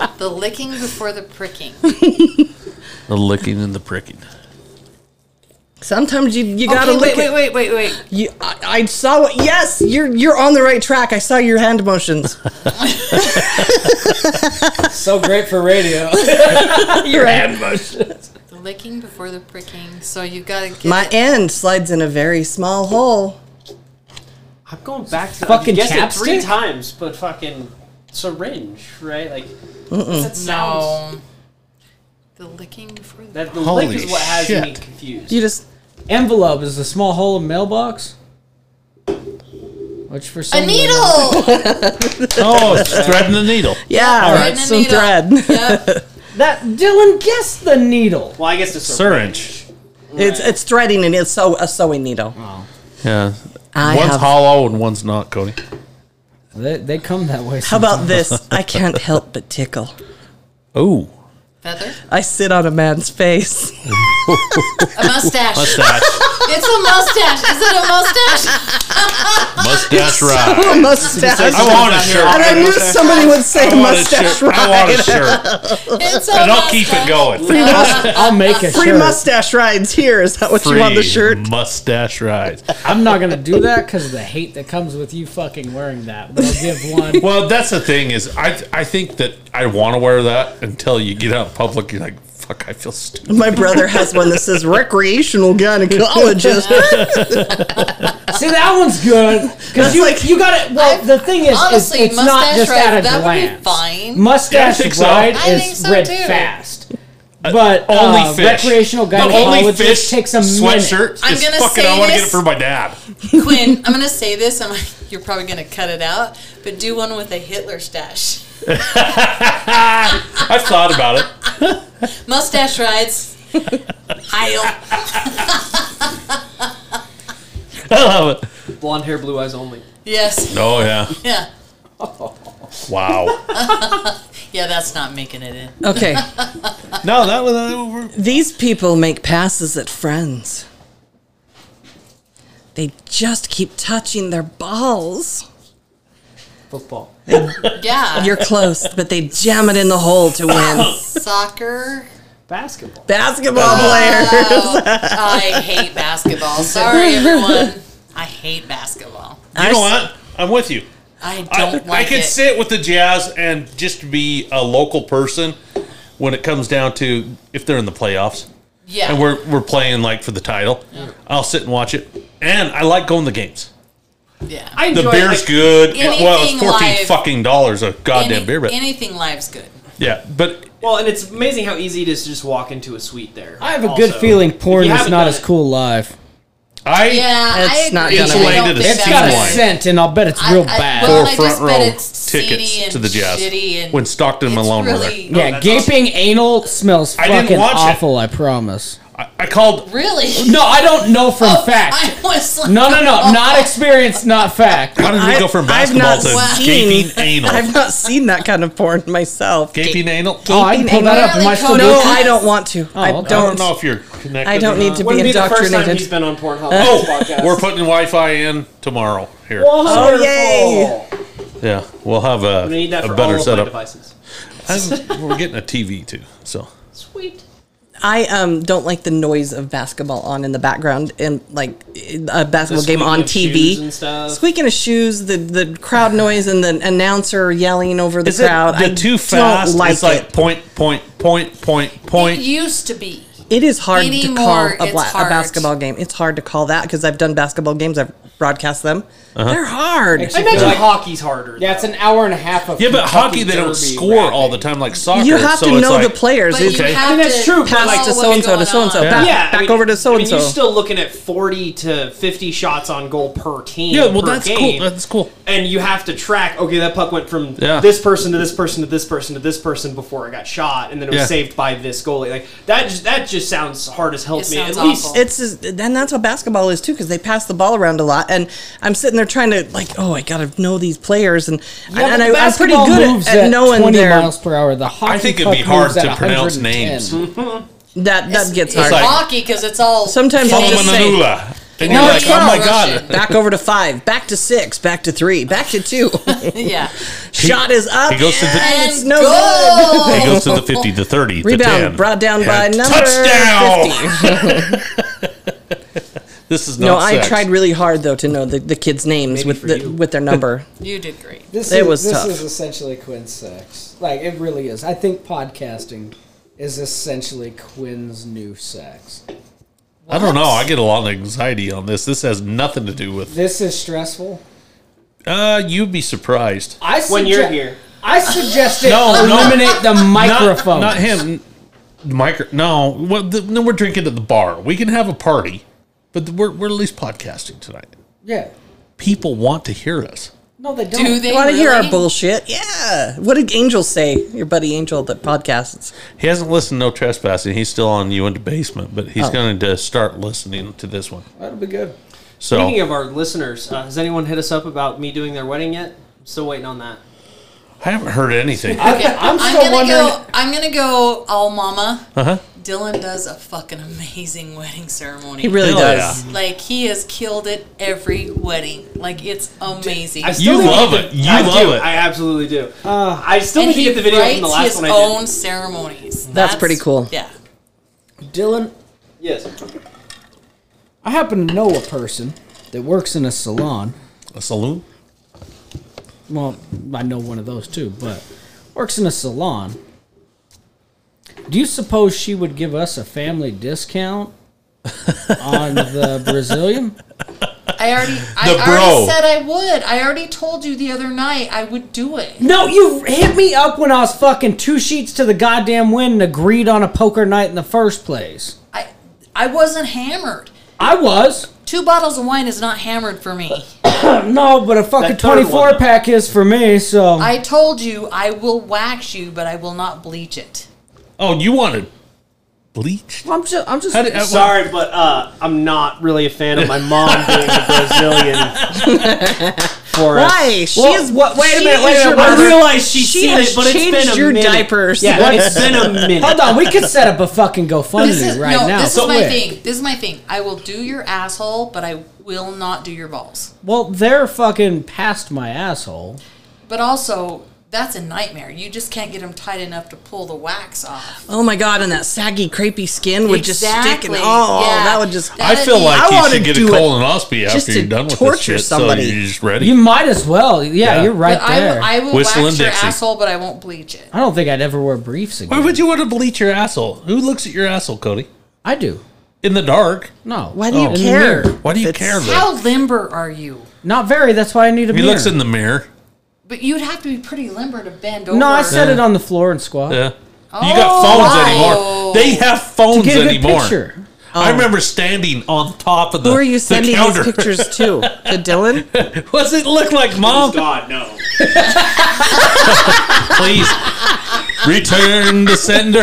S1: off for
S3: the licking before the pricking.
S1: it. the licking and the pricking.
S5: Sometimes you, you gotta
S3: Okay,
S5: lick
S3: wait,
S5: it.
S3: wait, wait, wait, wait.
S5: You, I, I saw what. Yes, you're you're on the right track. I saw your hand motions.
S2: So great for radio.
S5: your hand.
S3: The licking before the pricking. So you gotta get
S5: My
S3: it.
S5: end slides in a very small hole.
S4: I'm going back to
S2: Fucking
S4: I guessed it three
S2: chapstick?
S4: times, but fucking syringe, right? Like that
S3: no.
S4: sounds
S3: The licking before the
S4: that the
S1: Holy
S4: lick is what has me
S1: shit.
S4: confused.
S5: You just
S2: Envelope is a small hole in mailbox. Which for some
S3: a
S2: reason-
S3: needle.
S1: Oh, it's threading the needle.
S5: yeah,
S3: All right.
S5: some thread.
S3: Yep.
S2: that Dylan guessed the needle.
S4: well, I guess the
S1: Syringe.
S5: It's it's threading and it's so a sewing needle.
S1: Yeah.
S5: I
S1: one's
S5: have-
S1: hollow and onene's not, Cody.
S2: They, they come that way.
S5: How about this? I can't help but tickle.
S1: Oh,
S3: Feather.
S5: I sit on a man's face.
S3: A mustache.
S1: mustache,
S3: It's a mustache. Is it a mustache?
S1: mustache ride.
S5: A mustache.
S1: I want a shirt.
S5: And I knew somebody would say
S1: I want a
S5: mustache.
S1: shirt. I want a shirt,
S3: It's a
S1: and
S3: mustache.
S1: I'll keep it going.
S2: something. I'll make a
S5: Free
S2: shirt.
S5: mustache rides here. Is that what you want the shirt?
S1: mustache rides.
S2: I'm not gonna do that because of the hate that comes with you fucking wearing that. But I'll give one.
S1: Well, that's the thing is, I I think that I want to wear that until you get out in public. You're like, fuck, I feel stupid.
S5: My brother has one that says recreational gynecologist.
S2: See, that one's good because
S5: That's
S2: you
S5: like-
S2: you got it. Well,
S3: I-
S2: the thing is, is
S3: honestly,
S2: it's not
S3: mustache
S2: just
S3: ride,
S2: at a
S3: that would be
S2: glance.
S3: fine.
S2: Mustache
S1: Yeah, I think so.
S2: ride
S3: I think
S2: is
S3: so,
S2: read
S3: too.
S2: fast, but
S1: Only
S2: uh,
S1: fish.
S2: recreational
S1: The only
S2: gynecologist
S1: fish
S2: takes a minute.
S1: sweatshirt.
S3: I'm
S1: is
S3: gonna
S1: fucking.
S3: say
S1: I want to get it
S3: this-
S1: for my dad.
S3: Quinn, I'm gonna say this, and I- you're probably gonna cut it out, but do one with a Hitler stash.
S1: I've thought about it.
S3: Mustache rides. Heil.
S1: I love it.
S4: blonde hair, blue eyes only.
S3: Yes.
S1: Oh yeah.
S3: Yeah.
S1: Wow.
S3: Yeah, that's not making it in.
S5: okay.
S1: No, that was. uh, That was
S5: These people make passes at friends. They just keep touching their balls.
S2: football.
S3: Yeah.
S5: You're close, but they jam it in the hole to win.
S3: soccer.
S4: Basketball.
S5: Basketball player.
S3: Oh, I hate basketball. Sorry, everyone. I hate basketball.
S1: You know what? I'm with you.
S3: I
S1: I,
S3: don't
S1: I
S3: like
S1: could
S3: it.
S1: sit with the Jazz and just be a local person when it comes down to if they're in the playoffs
S3: yeah.
S1: and we're we're playing like for the title. I'll sit and watch it, and I like going to games.
S3: yeah.
S4: I
S1: The
S4: enjoy
S1: beer's
S4: like,
S1: good. well, it's
S3: Anything
S1: fourteen
S3: live.
S1: fucking dollars a goddamn
S3: Any-
S1: beer, but
S3: anything live's good.
S1: yeah, but
S4: Well, and it's amazing how easy it is to just walk into a suite there.
S2: I have a
S4: also.
S2: good feeling porn
S4: If you
S2: is
S4: haven't
S2: not
S4: done
S2: as
S4: it-
S2: cool live.
S1: I
S3: Yeah, I
S5: It's
S3: agree.
S5: not gonna
S3: I
S5: be-
S3: don't
S1: Related to
S3: think
S2: It's
S3: that's
S2: got a
S1: Wine.
S3: good.
S2: scent, and I'll bet it's real
S3: I- I-
S2: bad.
S5: Oh,
S3: well,
S1: four
S3: I
S1: front
S3: just bet
S1: row
S3: it's seedy
S1: tickets
S3: and
S1: to the Jazz
S3: shitty and
S1: when Stockton and
S3: it's
S1: Malone
S3: really,
S1: were there.
S4: No,
S2: yeah,
S4: that's awesome.
S2: gaping anal smells
S1: I didn't
S2: fucking
S1: watch it.
S2: awful. I promise.
S1: I, I called.
S3: Really? Oh,
S2: No, I don't know from fact.
S3: I was like, oh,
S2: No, no, no, not experience, not fact.
S1: How did we go from
S5: I've
S1: basketball
S5: not
S1: to
S5: seen-
S1: gaping anal?
S5: I've not seen that kind of porn myself.
S1: gaping anal.
S2: Oh, I can pull that up. Am I still
S3: Really,
S5: No,
S2: good?
S3: Cody?
S5: I don't want to. I
S2: okay.
S5: don't.
S1: I don't know if you're connected.
S5: I don't
S1: or
S5: need
S1: not.
S5: to
S4: Wouldn't
S5: be
S4: be the first time
S5: indoctrinated.
S4: he's been on Pornhub. Oh, podcast.
S1: We're putting Wi-Fi in tomorrow here.
S3: Oh,
S4: Wonderful.
S5: yay.
S1: Yeah, we'll have a,
S4: We need that for
S1: a better
S4: all of my
S1: setup.
S4: devices.
S1: I'm- we're getting a TV too, so
S4: Sweet.
S5: I um don't like the noise of basketball on in the background and like a basketball
S4: The
S5: game on
S4: squeaking
S5: TV.
S4: of shoes and stuff.
S5: Squeaking of shoes, the the crowd noise, and the announcer yelling over the
S1: is
S5: crowd.
S1: it
S5: I
S1: the too fast?
S5: Don't like
S1: it's like
S5: it.
S1: point, point, point, point,
S3: It
S1: point.
S3: used to be.
S5: It is hard to call
S3: Anymore,
S5: a,
S3: it's
S5: bla- a
S3: hard.
S5: basketball game. It's hard to call that because I've done basketball games. I've broadcast them. They're hard.
S4: I imagine hockey's harder.
S2: Yeah, it's an hour and a half of.
S1: Yeah, but hockey
S2: Kentucky
S1: they don't
S2: Derby
S1: score
S2: rapping.
S1: all the time like soccer.
S5: you have
S1: so
S5: to
S1: it's
S5: know the
S1: like-
S5: players.
S3: But
S5: It's-
S3: you
S1: okay.
S3: have
S4: I mean, that's
S3: to
S4: true, but
S3: know
S4: like
S5: to
S3: what's
S5: so-and-so, to
S3: going
S5: so-and-so,
S3: on.
S5: back.
S4: though. Yeah,
S5: back over to so-and-so.
S4: I mean, you're still looking at forty to fifty shots on goal per team.
S1: Yeah, well
S4: per
S1: that's
S4: game,
S1: cool. That's cool.
S4: and you have to track. Okay, that puck went from
S1: Yeah.
S4: this person to this person to this person to this person before it got shot, and then it was
S1: Yeah.
S4: saved by this goalie. Like that. Just, that just sounds hard as hell
S3: It
S4: to me. At
S3: sounds
S4: least
S3: awful.
S5: it's just, and that's what basketball is too because they pass the ball around a lot and i'm sitting there trying to like oh i gotta know these players and
S2: Yeah,
S5: and
S2: but
S5: I, i'm pretty
S2: basketball
S5: good
S2: moves
S5: at, at knowing
S2: 20
S5: their
S2: miles per hour. The hockey
S1: I think it'd be
S2: puck
S1: hard
S2: moves at
S1: to pronounce
S2: 110.
S1: names.
S5: that that
S3: It's
S5: gets hard
S1: like-
S3: hockey because it's all
S5: Sometimes I'll just say-
S1: Manula. And
S3: No,
S1: you're like,
S3: it's
S1: oh my
S3: Russian.
S1: god,
S5: back over to five back to six back to three back to two
S3: yeah.
S5: shot is up
S1: he goes to the
S5: and it's
S3: And
S5: no
S3: goal!
S5: good
S1: he goes to the fifty to thirty to ten.
S5: rebound brought down by
S1: And
S5: number
S1: touchdown!
S5: 50
S1: This is not
S5: no i
S1: sex.
S5: tried really hard though to know the, the kids names with
S4: for
S5: the,
S4: you.
S5: with their number
S3: You did great.
S2: This
S5: It
S2: is,
S5: was
S2: this
S5: tough.
S2: is essentially Quinn's sex. Like it really is. I think podcasting is essentially Quinn's new sex.
S1: I don't know. I get a lot of anxiety on this. This has nothing to do with.
S2: This is stressful.
S1: Uh, you'd be surprised.
S2: I
S4: when you're
S2: sugge-
S4: here.
S2: I suggested
S1: No, no.
S2: eliminate the microphone.
S1: Not, not him. Micro. No. Well, the, no, we're drinking at the bar. We can have a party, but we're, we're at least podcasting tonight.
S2: Yeah.
S1: People want to hear us.
S2: No, they don't.
S3: Do they
S5: want to hear our
S3: really?
S5: bullshit yeah what did angel say your buddy angel that podcasts
S1: He hasn't listened to No Trespassing. He's still on You in the Basement, but
S5: Oh.
S1: he's going to start listening to this one.
S2: That'll be good.
S1: So
S4: Speaking of our listeners, uh, has anyone hit us up about me doing their wedding yet? I'm still waiting on that.
S1: I haven't heard anything.
S3: Okay, I'm,
S2: I'm still
S3: gonna
S2: wondering-
S3: go. I'm gonna go. All mama.
S1: Uh-huh.
S3: Dylan does a fucking amazing wedding ceremony.
S5: He really
S1: Hell
S5: does.
S3: like he has killed it every wedding. Like it's amazing.
S4: I
S1: You
S4: need to
S1: love
S4: get
S1: it.
S4: the-
S1: You
S4: I
S1: love
S4: do.
S1: it.
S4: I absolutely do.
S5: Uh,
S4: I still
S3: and
S4: need to
S3: he
S4: get the video
S3: writes
S4: from the last
S3: his
S4: one I did.
S3: own ceremonies. That's,
S5: pretty cool.
S3: Yeah.
S2: Dylan,
S4: Yes.
S2: I happen to know a person that works in a salon.
S1: a saloon?
S2: Well, I know one of those too, but works in a salon. Do you suppose she would give us a family discount on the Brazilian?
S3: I already. I
S1: The bro.
S3: already said I would. I already told you the other night I would do it.
S2: No, you hit me up when I was fucking two sheets to the goddamn wind and agreed on a poker night in the first place.
S3: I I wasn't hammered.
S2: I was.
S3: Two bottles of wine is not hammered for me.
S2: No, but a fucking
S4: That third one,
S2: 24
S4: though.
S2: pack is for me, so.
S3: I told you I will wax you, but I will not bleach it.
S1: Oh, you wanted bleached?
S2: I'm just. I'm just.
S1: How did-
S4: Sorry, but uh, I'm not really a fan of my mom being a Brazilian for us.
S5: Why? She
S2: Well,
S5: is
S2: what- wait a
S5: she
S2: minute, wait a
S5: is your
S2: minute,
S4: I
S5: mother.
S4: realize she's
S5: She
S4: seen
S5: has
S4: it, but it's been
S5: changed
S4: a
S5: your
S4: minute.
S5: diapers.
S4: Yeah,
S5: What?
S4: it's been a minute.
S2: Hold on, we could set up a fucking
S3: This is
S2: GoFundMe right
S3: no.
S2: now.
S3: This
S2: so
S3: is my
S2: quick.
S3: thing. This is my thing. I will do your asshole, but I will not do your balls.
S2: Well, they're fucking past my asshole.
S3: But also, that's a nightmare. You just can't get them tight enough to pull the wax off.
S5: Oh my god, and that saggy, crepey skin would just stick, and
S3: Exactly,
S5: oh, oh,
S3: yeah.
S5: that would just.
S3: That-
S1: I feel
S3: be-
S1: like
S5: I
S1: you
S5: wanna
S1: should get a
S5: do it
S1: colonoscopy
S5: just
S1: after
S5: to
S1: you're done with this
S5: torture
S1: shit.
S5: somebody.
S1: So you're just ready.
S2: You might as well. Yeah,
S1: Yeah.
S2: you're right
S3: But I,
S2: there.
S3: will-
S2: I,
S3: I will
S1: Whistle
S3: wax
S1: and
S3: your
S1: Dixie.
S3: asshole, but I won't bleach it.
S2: don't think I'd ever wear briefs
S1: Why
S2: again.
S1: would you want to bleach your asshole? Who looks at your asshole, Cody?
S2: I do.
S1: In the dark.
S2: No. Oh.
S5: Why do
S1: Oh.
S5: you
S2: In the
S5: care?
S2: mirror.
S1: Why do you
S5: It's-
S1: care? Though?
S3: How limber are you?
S2: Not very. That's why I need a
S1: He
S2: mirror.
S1: looks in the mirror.
S3: But you'd have to be pretty limber to bend over.
S2: no, I set it on the floor and squat.
S1: Yeah. Uh, You
S5: Oh,
S1: got phones anymore. They have phones
S2: Get a good
S1: anymore.
S2: picture.
S1: I remember standing on top of the,
S5: Oh. Who are you
S1: the
S5: sending these
S1: counter.
S5: pictures to? To Dylan?
S1: What's it look like,
S4: Oh
S1: Mom?
S4: God, no.
S1: Please return the sender.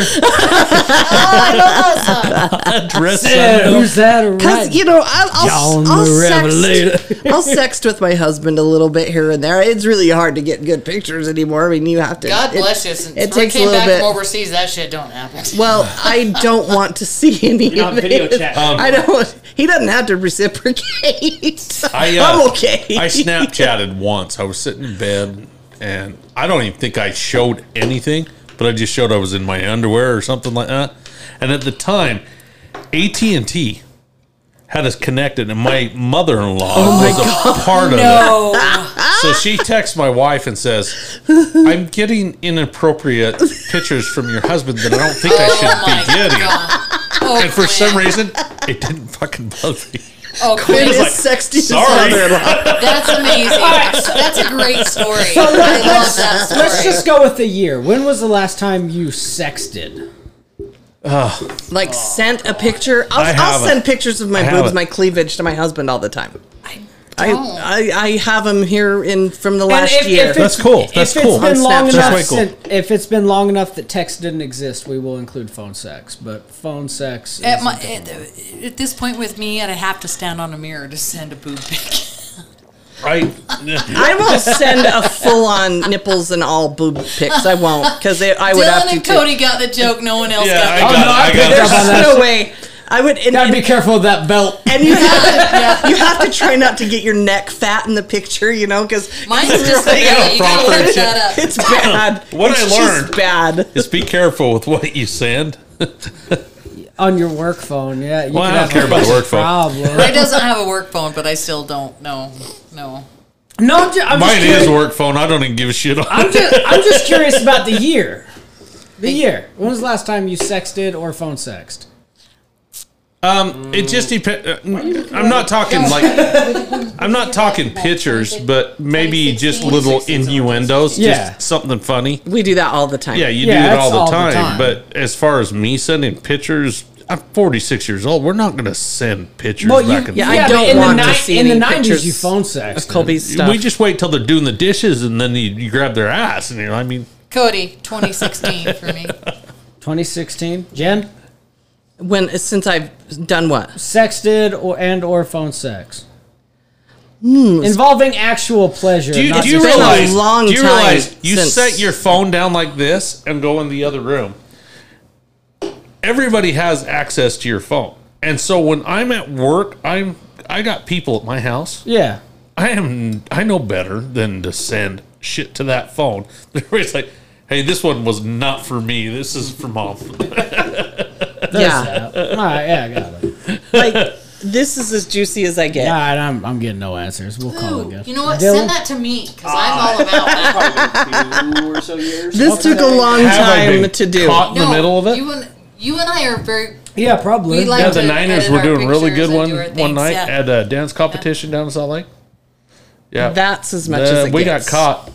S1: Address
S2: Yeah,
S1: unknown.
S2: who's that?
S5: Because
S2: Right.
S5: you know, I'll I'll,
S2: Down
S5: I'll
S2: the
S5: sext,
S2: revelator.
S5: I'll sext with my husband a little bit here and there. It's really hard to get good pictures anymore. I mean, you have to.
S3: God
S5: it-
S3: bless you. Since
S5: It
S3: we
S5: takes a
S3: came
S5: little
S3: back
S5: bit.
S3: from overseas, that shit don't happen.
S5: Well, I don't want to see any
S4: You're not
S5: of
S4: video
S5: it.
S4: chat.
S1: Um,
S5: I don't. He doesn't have to reciprocate.
S1: I, uh,
S5: am okay.
S1: I Snapchatted once. I was sitting in bed, and I don't even think I showed anything, but I just showed I was in my underwear or something like that. And at the time, AT and T had us connected, and my mother-in-law was a part of it.
S3: no.
S1: So she texts my wife and says, "I'm getting inappropriate pictures from your husband that I don't think I should
S3: Oh my
S1: be getting."
S3: God. Oh,
S1: And for some
S3: Quinn.
S1: reason, it didn't fucking bother me.
S3: oh,
S5: It
S3: Quinn,
S5: is
S1: like,
S5: sexting his
S1: sorry.
S5: mother-in-law.
S3: that's amazing. That's a great story. I love that story.
S2: Let's just go with the year. When was the last time you sexted?
S5: Like sent a picture.
S1: I
S5: I'll, I'll
S1: haven't.
S5: send pictures of my
S1: I
S5: boobs,
S1: haven't.
S5: my cleavage to my husband all the time.
S3: I
S5: I,
S3: don't.
S5: I I have them here in from the last
S2: And if-
S5: year.
S2: if
S1: That's
S2: it's-
S1: cool.
S2: if
S1: That's
S2: it's
S1: cool.
S2: been
S5: On
S2: long
S5: Snapchat.
S2: enough
S1: That's way cool.
S2: sin- if it's been long enough that text didn't exist, we will include phone sex. But phone sex.
S3: at,
S2: is-
S3: my, at, at this point with me, I'd have to stand on a mirror to send a boob pic.
S1: I
S5: I won't send a full-on nipples and all boob pics. I won't because I would have
S3: Dylan
S5: to.
S3: and
S5: too.
S3: Cody got the joke. No one else
S1: Yeah,
S3: got
S1: I
S3: it.
S1: got it. I got it.
S5: There's
S2: Up on that
S5: no
S2: shit.
S5: way. I would. And,
S2: Gotta be careful of that belt.
S5: and you have to, you have to try not to get your neck fat in the picture, you know, because
S3: Mine's just the belly. You gotta
S1: proper
S3: look
S1: shit.
S3: that up.
S5: it's bad.
S1: What
S5: it's
S1: I
S5: just
S1: learned.
S5: bad.
S1: just be careful with what you send.
S2: on your work phone. Yeah, you
S1: Well, I
S2: could
S1: don't
S2: have a
S1: care about the work phone.
S2: problem.
S3: Ray doesn't have a work phone, but I still don't. No, no.
S2: no, I'm just, I'm just
S1: Mine is
S2: curious.
S1: work phone. I don't even give a shit on
S2: I'm
S1: it.
S2: just, I'm just curious about the year. The year. When was the last time you sexted or phone sexed?
S1: Um, it just depends. I'm not talking like I'm not talking pictures, but maybe just little innuendos.
S2: Yeah.
S1: just something funny.
S5: We do that all the time.
S1: Yeah, you
S2: Yeah,
S1: do it
S2: that's
S1: all, the,
S2: all the
S1: time,
S2: time.
S1: But as far as me sending pictures, I'm 46 years old. We're not going to send pictures
S2: Well,
S1: back
S2: you,
S1: and
S5: yeah, I
S1: forth.
S2: but
S5: don't
S2: in
S5: want
S2: the
S5: to
S2: ni-
S5: see
S2: in the
S5: any
S2: 90s
S5: pictures
S2: you phone sexted.
S5: Colby's stuff.
S1: We just wait till they're doing the dishes, and then you, you grab their ass, and you know, I mean,
S3: Cody, 2016 for me.
S2: 2016. Jen
S5: when since I've done what?
S2: sexted or and or phone sex.
S5: Hmm.
S2: Involving actual pleasure.
S1: do you,
S2: not
S1: do you
S2: just-
S5: been a
S1: realize?
S5: long
S1: do you
S5: time
S1: realize you
S5: since-
S1: set your phone down like this and go in the other room? Everybody has access to your phone, and so when I'm at work, I'm I got people at my house.
S2: Yeah.
S1: I am I know better than to send shit to that phone. It's like, hey, this one was not for me. This is for mom.
S5: Yeah,
S2: All right. Yeah, I got it.
S5: like this is as juicy as I get.
S2: All right. I'm, I'm getting no answers. We'll call it
S3: Ooh,
S2: good.
S3: you know what?
S2: Dylan?
S3: Send that to me because I'm
S1: Ah.
S3: all about that.
S4: Probably two or so years.
S5: This took a long time to do.
S1: caught in the middle of it?
S3: You and, you and I are very.
S2: Yeah, probably.
S3: We like
S1: yeah, the
S3: to
S1: Niners
S3: edit
S1: were
S3: our
S1: doing really
S3: pictures
S1: good
S3: and
S1: one
S3: do our
S1: one
S3: things,
S1: night
S3: yeah.
S1: at a dance competition down in Salt Lake. Yeah,
S5: That's as much
S1: Uh,
S5: as it
S1: we
S5: gets.
S1: got caught.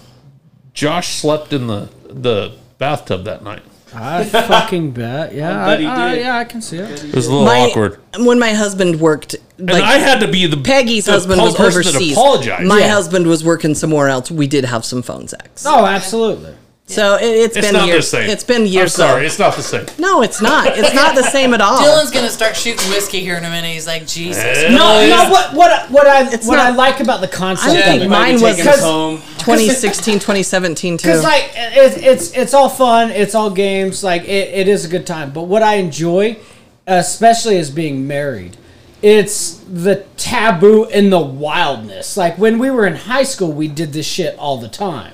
S1: Josh slept in the the bathtub that night.
S2: I fucking bet. Yeah,
S4: bet he
S2: I, I-
S4: did.
S2: yeah, I can see it.
S1: It was a little
S5: My-
S1: awkward,
S5: When my husband worked,
S1: and
S5: like
S1: I had to be the
S5: Peggy's
S1: the
S5: husband
S1: pol-
S5: was
S1: person that
S5: overseas.
S1: apologized.
S5: My
S2: Yeah.
S5: husband was working somewhere else. We did have some phone sex.
S2: Oh, absolutely.
S5: So it, it's
S1: it's
S5: been
S1: not
S5: years.
S1: the same.
S5: It's been years.
S1: I'm
S5: though.
S1: sorry, it's not the same.
S5: No, it's not. It's not the same at all.
S3: Dylan's gonna start shooting whiskey here in a minute. He's like, Jesus.
S2: No, no. What what I- what I
S5: It's
S2: what
S5: not-
S2: I like about the concept
S5: I think
S2: of it
S5: mine was-
S4: taking us
S2: 'Cause-
S4: home.
S5: 2016, 2017 too.
S2: because like it, it's it's all fun, it's all games. Like it, it is a good time. But what I enjoy, especially as being married, it's the taboo and the wildness. Like when we were in high school, we did this shit all the time.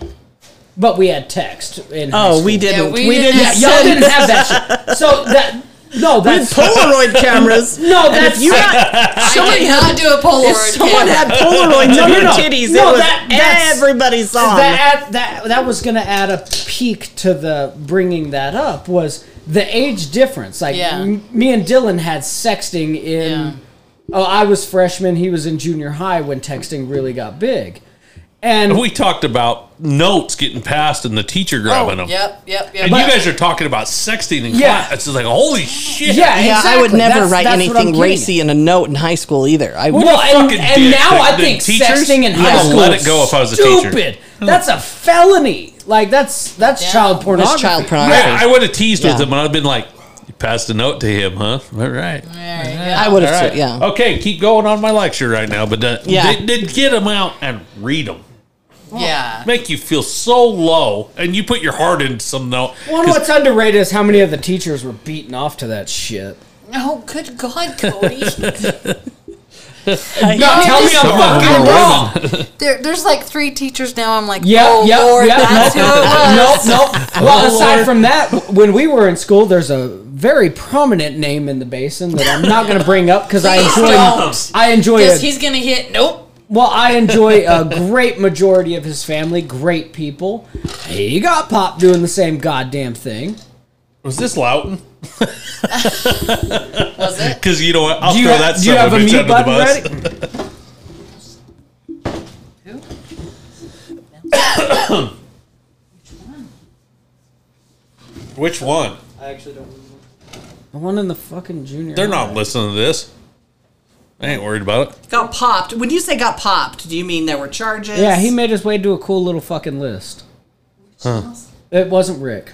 S2: But we had text. In high
S5: Oh, we
S2: school.
S5: didn't.
S3: Yeah,
S5: we,
S3: we
S5: didn't.
S3: didn't-
S2: Yeah, y'all
S5: send-
S2: didn't have that shit. So that no,
S5: we had
S2: that's
S5: Polaroid cameras.
S2: no,
S5: And
S2: that's
S5: if you had,
S3: I
S5: somebody
S3: did
S5: had,
S3: not do a Polaroid.
S5: if someone
S3: camera.
S5: had Polaroids
S2: No,
S5: of
S2: no,
S5: your
S2: no.
S5: titties,
S2: No,
S5: it was
S2: that- that's-
S5: everybody saw.
S2: that add, that that was going to add a peak to the bringing that up was the age difference. Like
S3: Yeah.
S2: m- me and Dylan had sexting in.
S3: Yeah.
S2: Oh, I was freshman. He was in junior high when texting really got big, and
S1: We talked about notes getting passed and the
S2: Oh,
S1: teacher grabbing them.
S3: Yep, yep, yep.
S1: And you
S3: But-
S1: guys are talking about sexting in
S2: Yeah.
S1: class. It's just like, holy shit.
S2: yeah,
S5: yeah, I would
S2: exactly.
S5: never
S2: That's-
S5: write
S2: that's what I'm
S5: anything
S2: getting
S5: racy
S2: at.
S5: in a note in high school either. I
S2: Well,
S5: would.
S2: and,
S1: fucking
S2: and
S1: dick
S2: now
S1: that-
S2: I
S1: that
S2: think
S1: teachers-
S2: sexting in
S1: I'd
S2: high
S1: have
S2: school
S1: let
S2: is
S1: it go if I was a teacher.
S2: stupid. That's a felony. Like that's that's child pornography.
S5: That's child pornography.
S1: I, I would have teased
S5: Yeah.
S1: with him and I'd have been like, you passed a note to him, huh? All right.
S3: There you go.
S5: I would
S1: All
S5: have.
S1: right.
S5: Yeah.
S1: Okay, keep going on my lecture right now, but uh,
S5: Yeah.
S1: they did get them out and read them.
S3: yeah.
S1: Make you feel so low, and you put your heart into some note.
S2: Well, what's underrated is how many of the teachers were beaten off to that shit.
S3: Oh, good God, Cody.
S2: Now tell me I'm
S1: Some of them
S2: fucking
S1: were
S2: wrong.
S3: there, there's like three teachers now. I'm like,
S2: Yeah,
S3: oh,
S2: yeah,
S3: Lord,
S2: yeah.
S3: that's who it was.
S2: Nope, nope. Well, aside from that, when we were in school, there's a very prominent name in the basin that I'm not going to bring up because I
S3: Please
S2: enjoy.
S3: don't.
S2: I enjoy
S3: Because
S2: it.
S3: he's going to hit, nope.
S2: Well, I enjoy a great majority of his family. Great people. He got pop doing the same goddamn thing.
S1: Was this Loughton?
S3: Was it?
S1: Because you know what? I'll
S2: Do you,
S1: throw
S2: ha-
S1: that
S2: do you
S1: son of
S2: have a
S1: a bitch
S2: mute
S1: under the
S2: button
S1: bus.
S2: ready?
S1: Which one?
S4: I actually don't remember.
S2: The one in the fucking junior.
S1: They're
S2: high.
S1: not listening to this. I ain't worried about it.
S5: Got popped. When you say got popped, do you mean there were charges?
S2: Yeah, he made his way to a cool little fucking list. It wasn't Rick.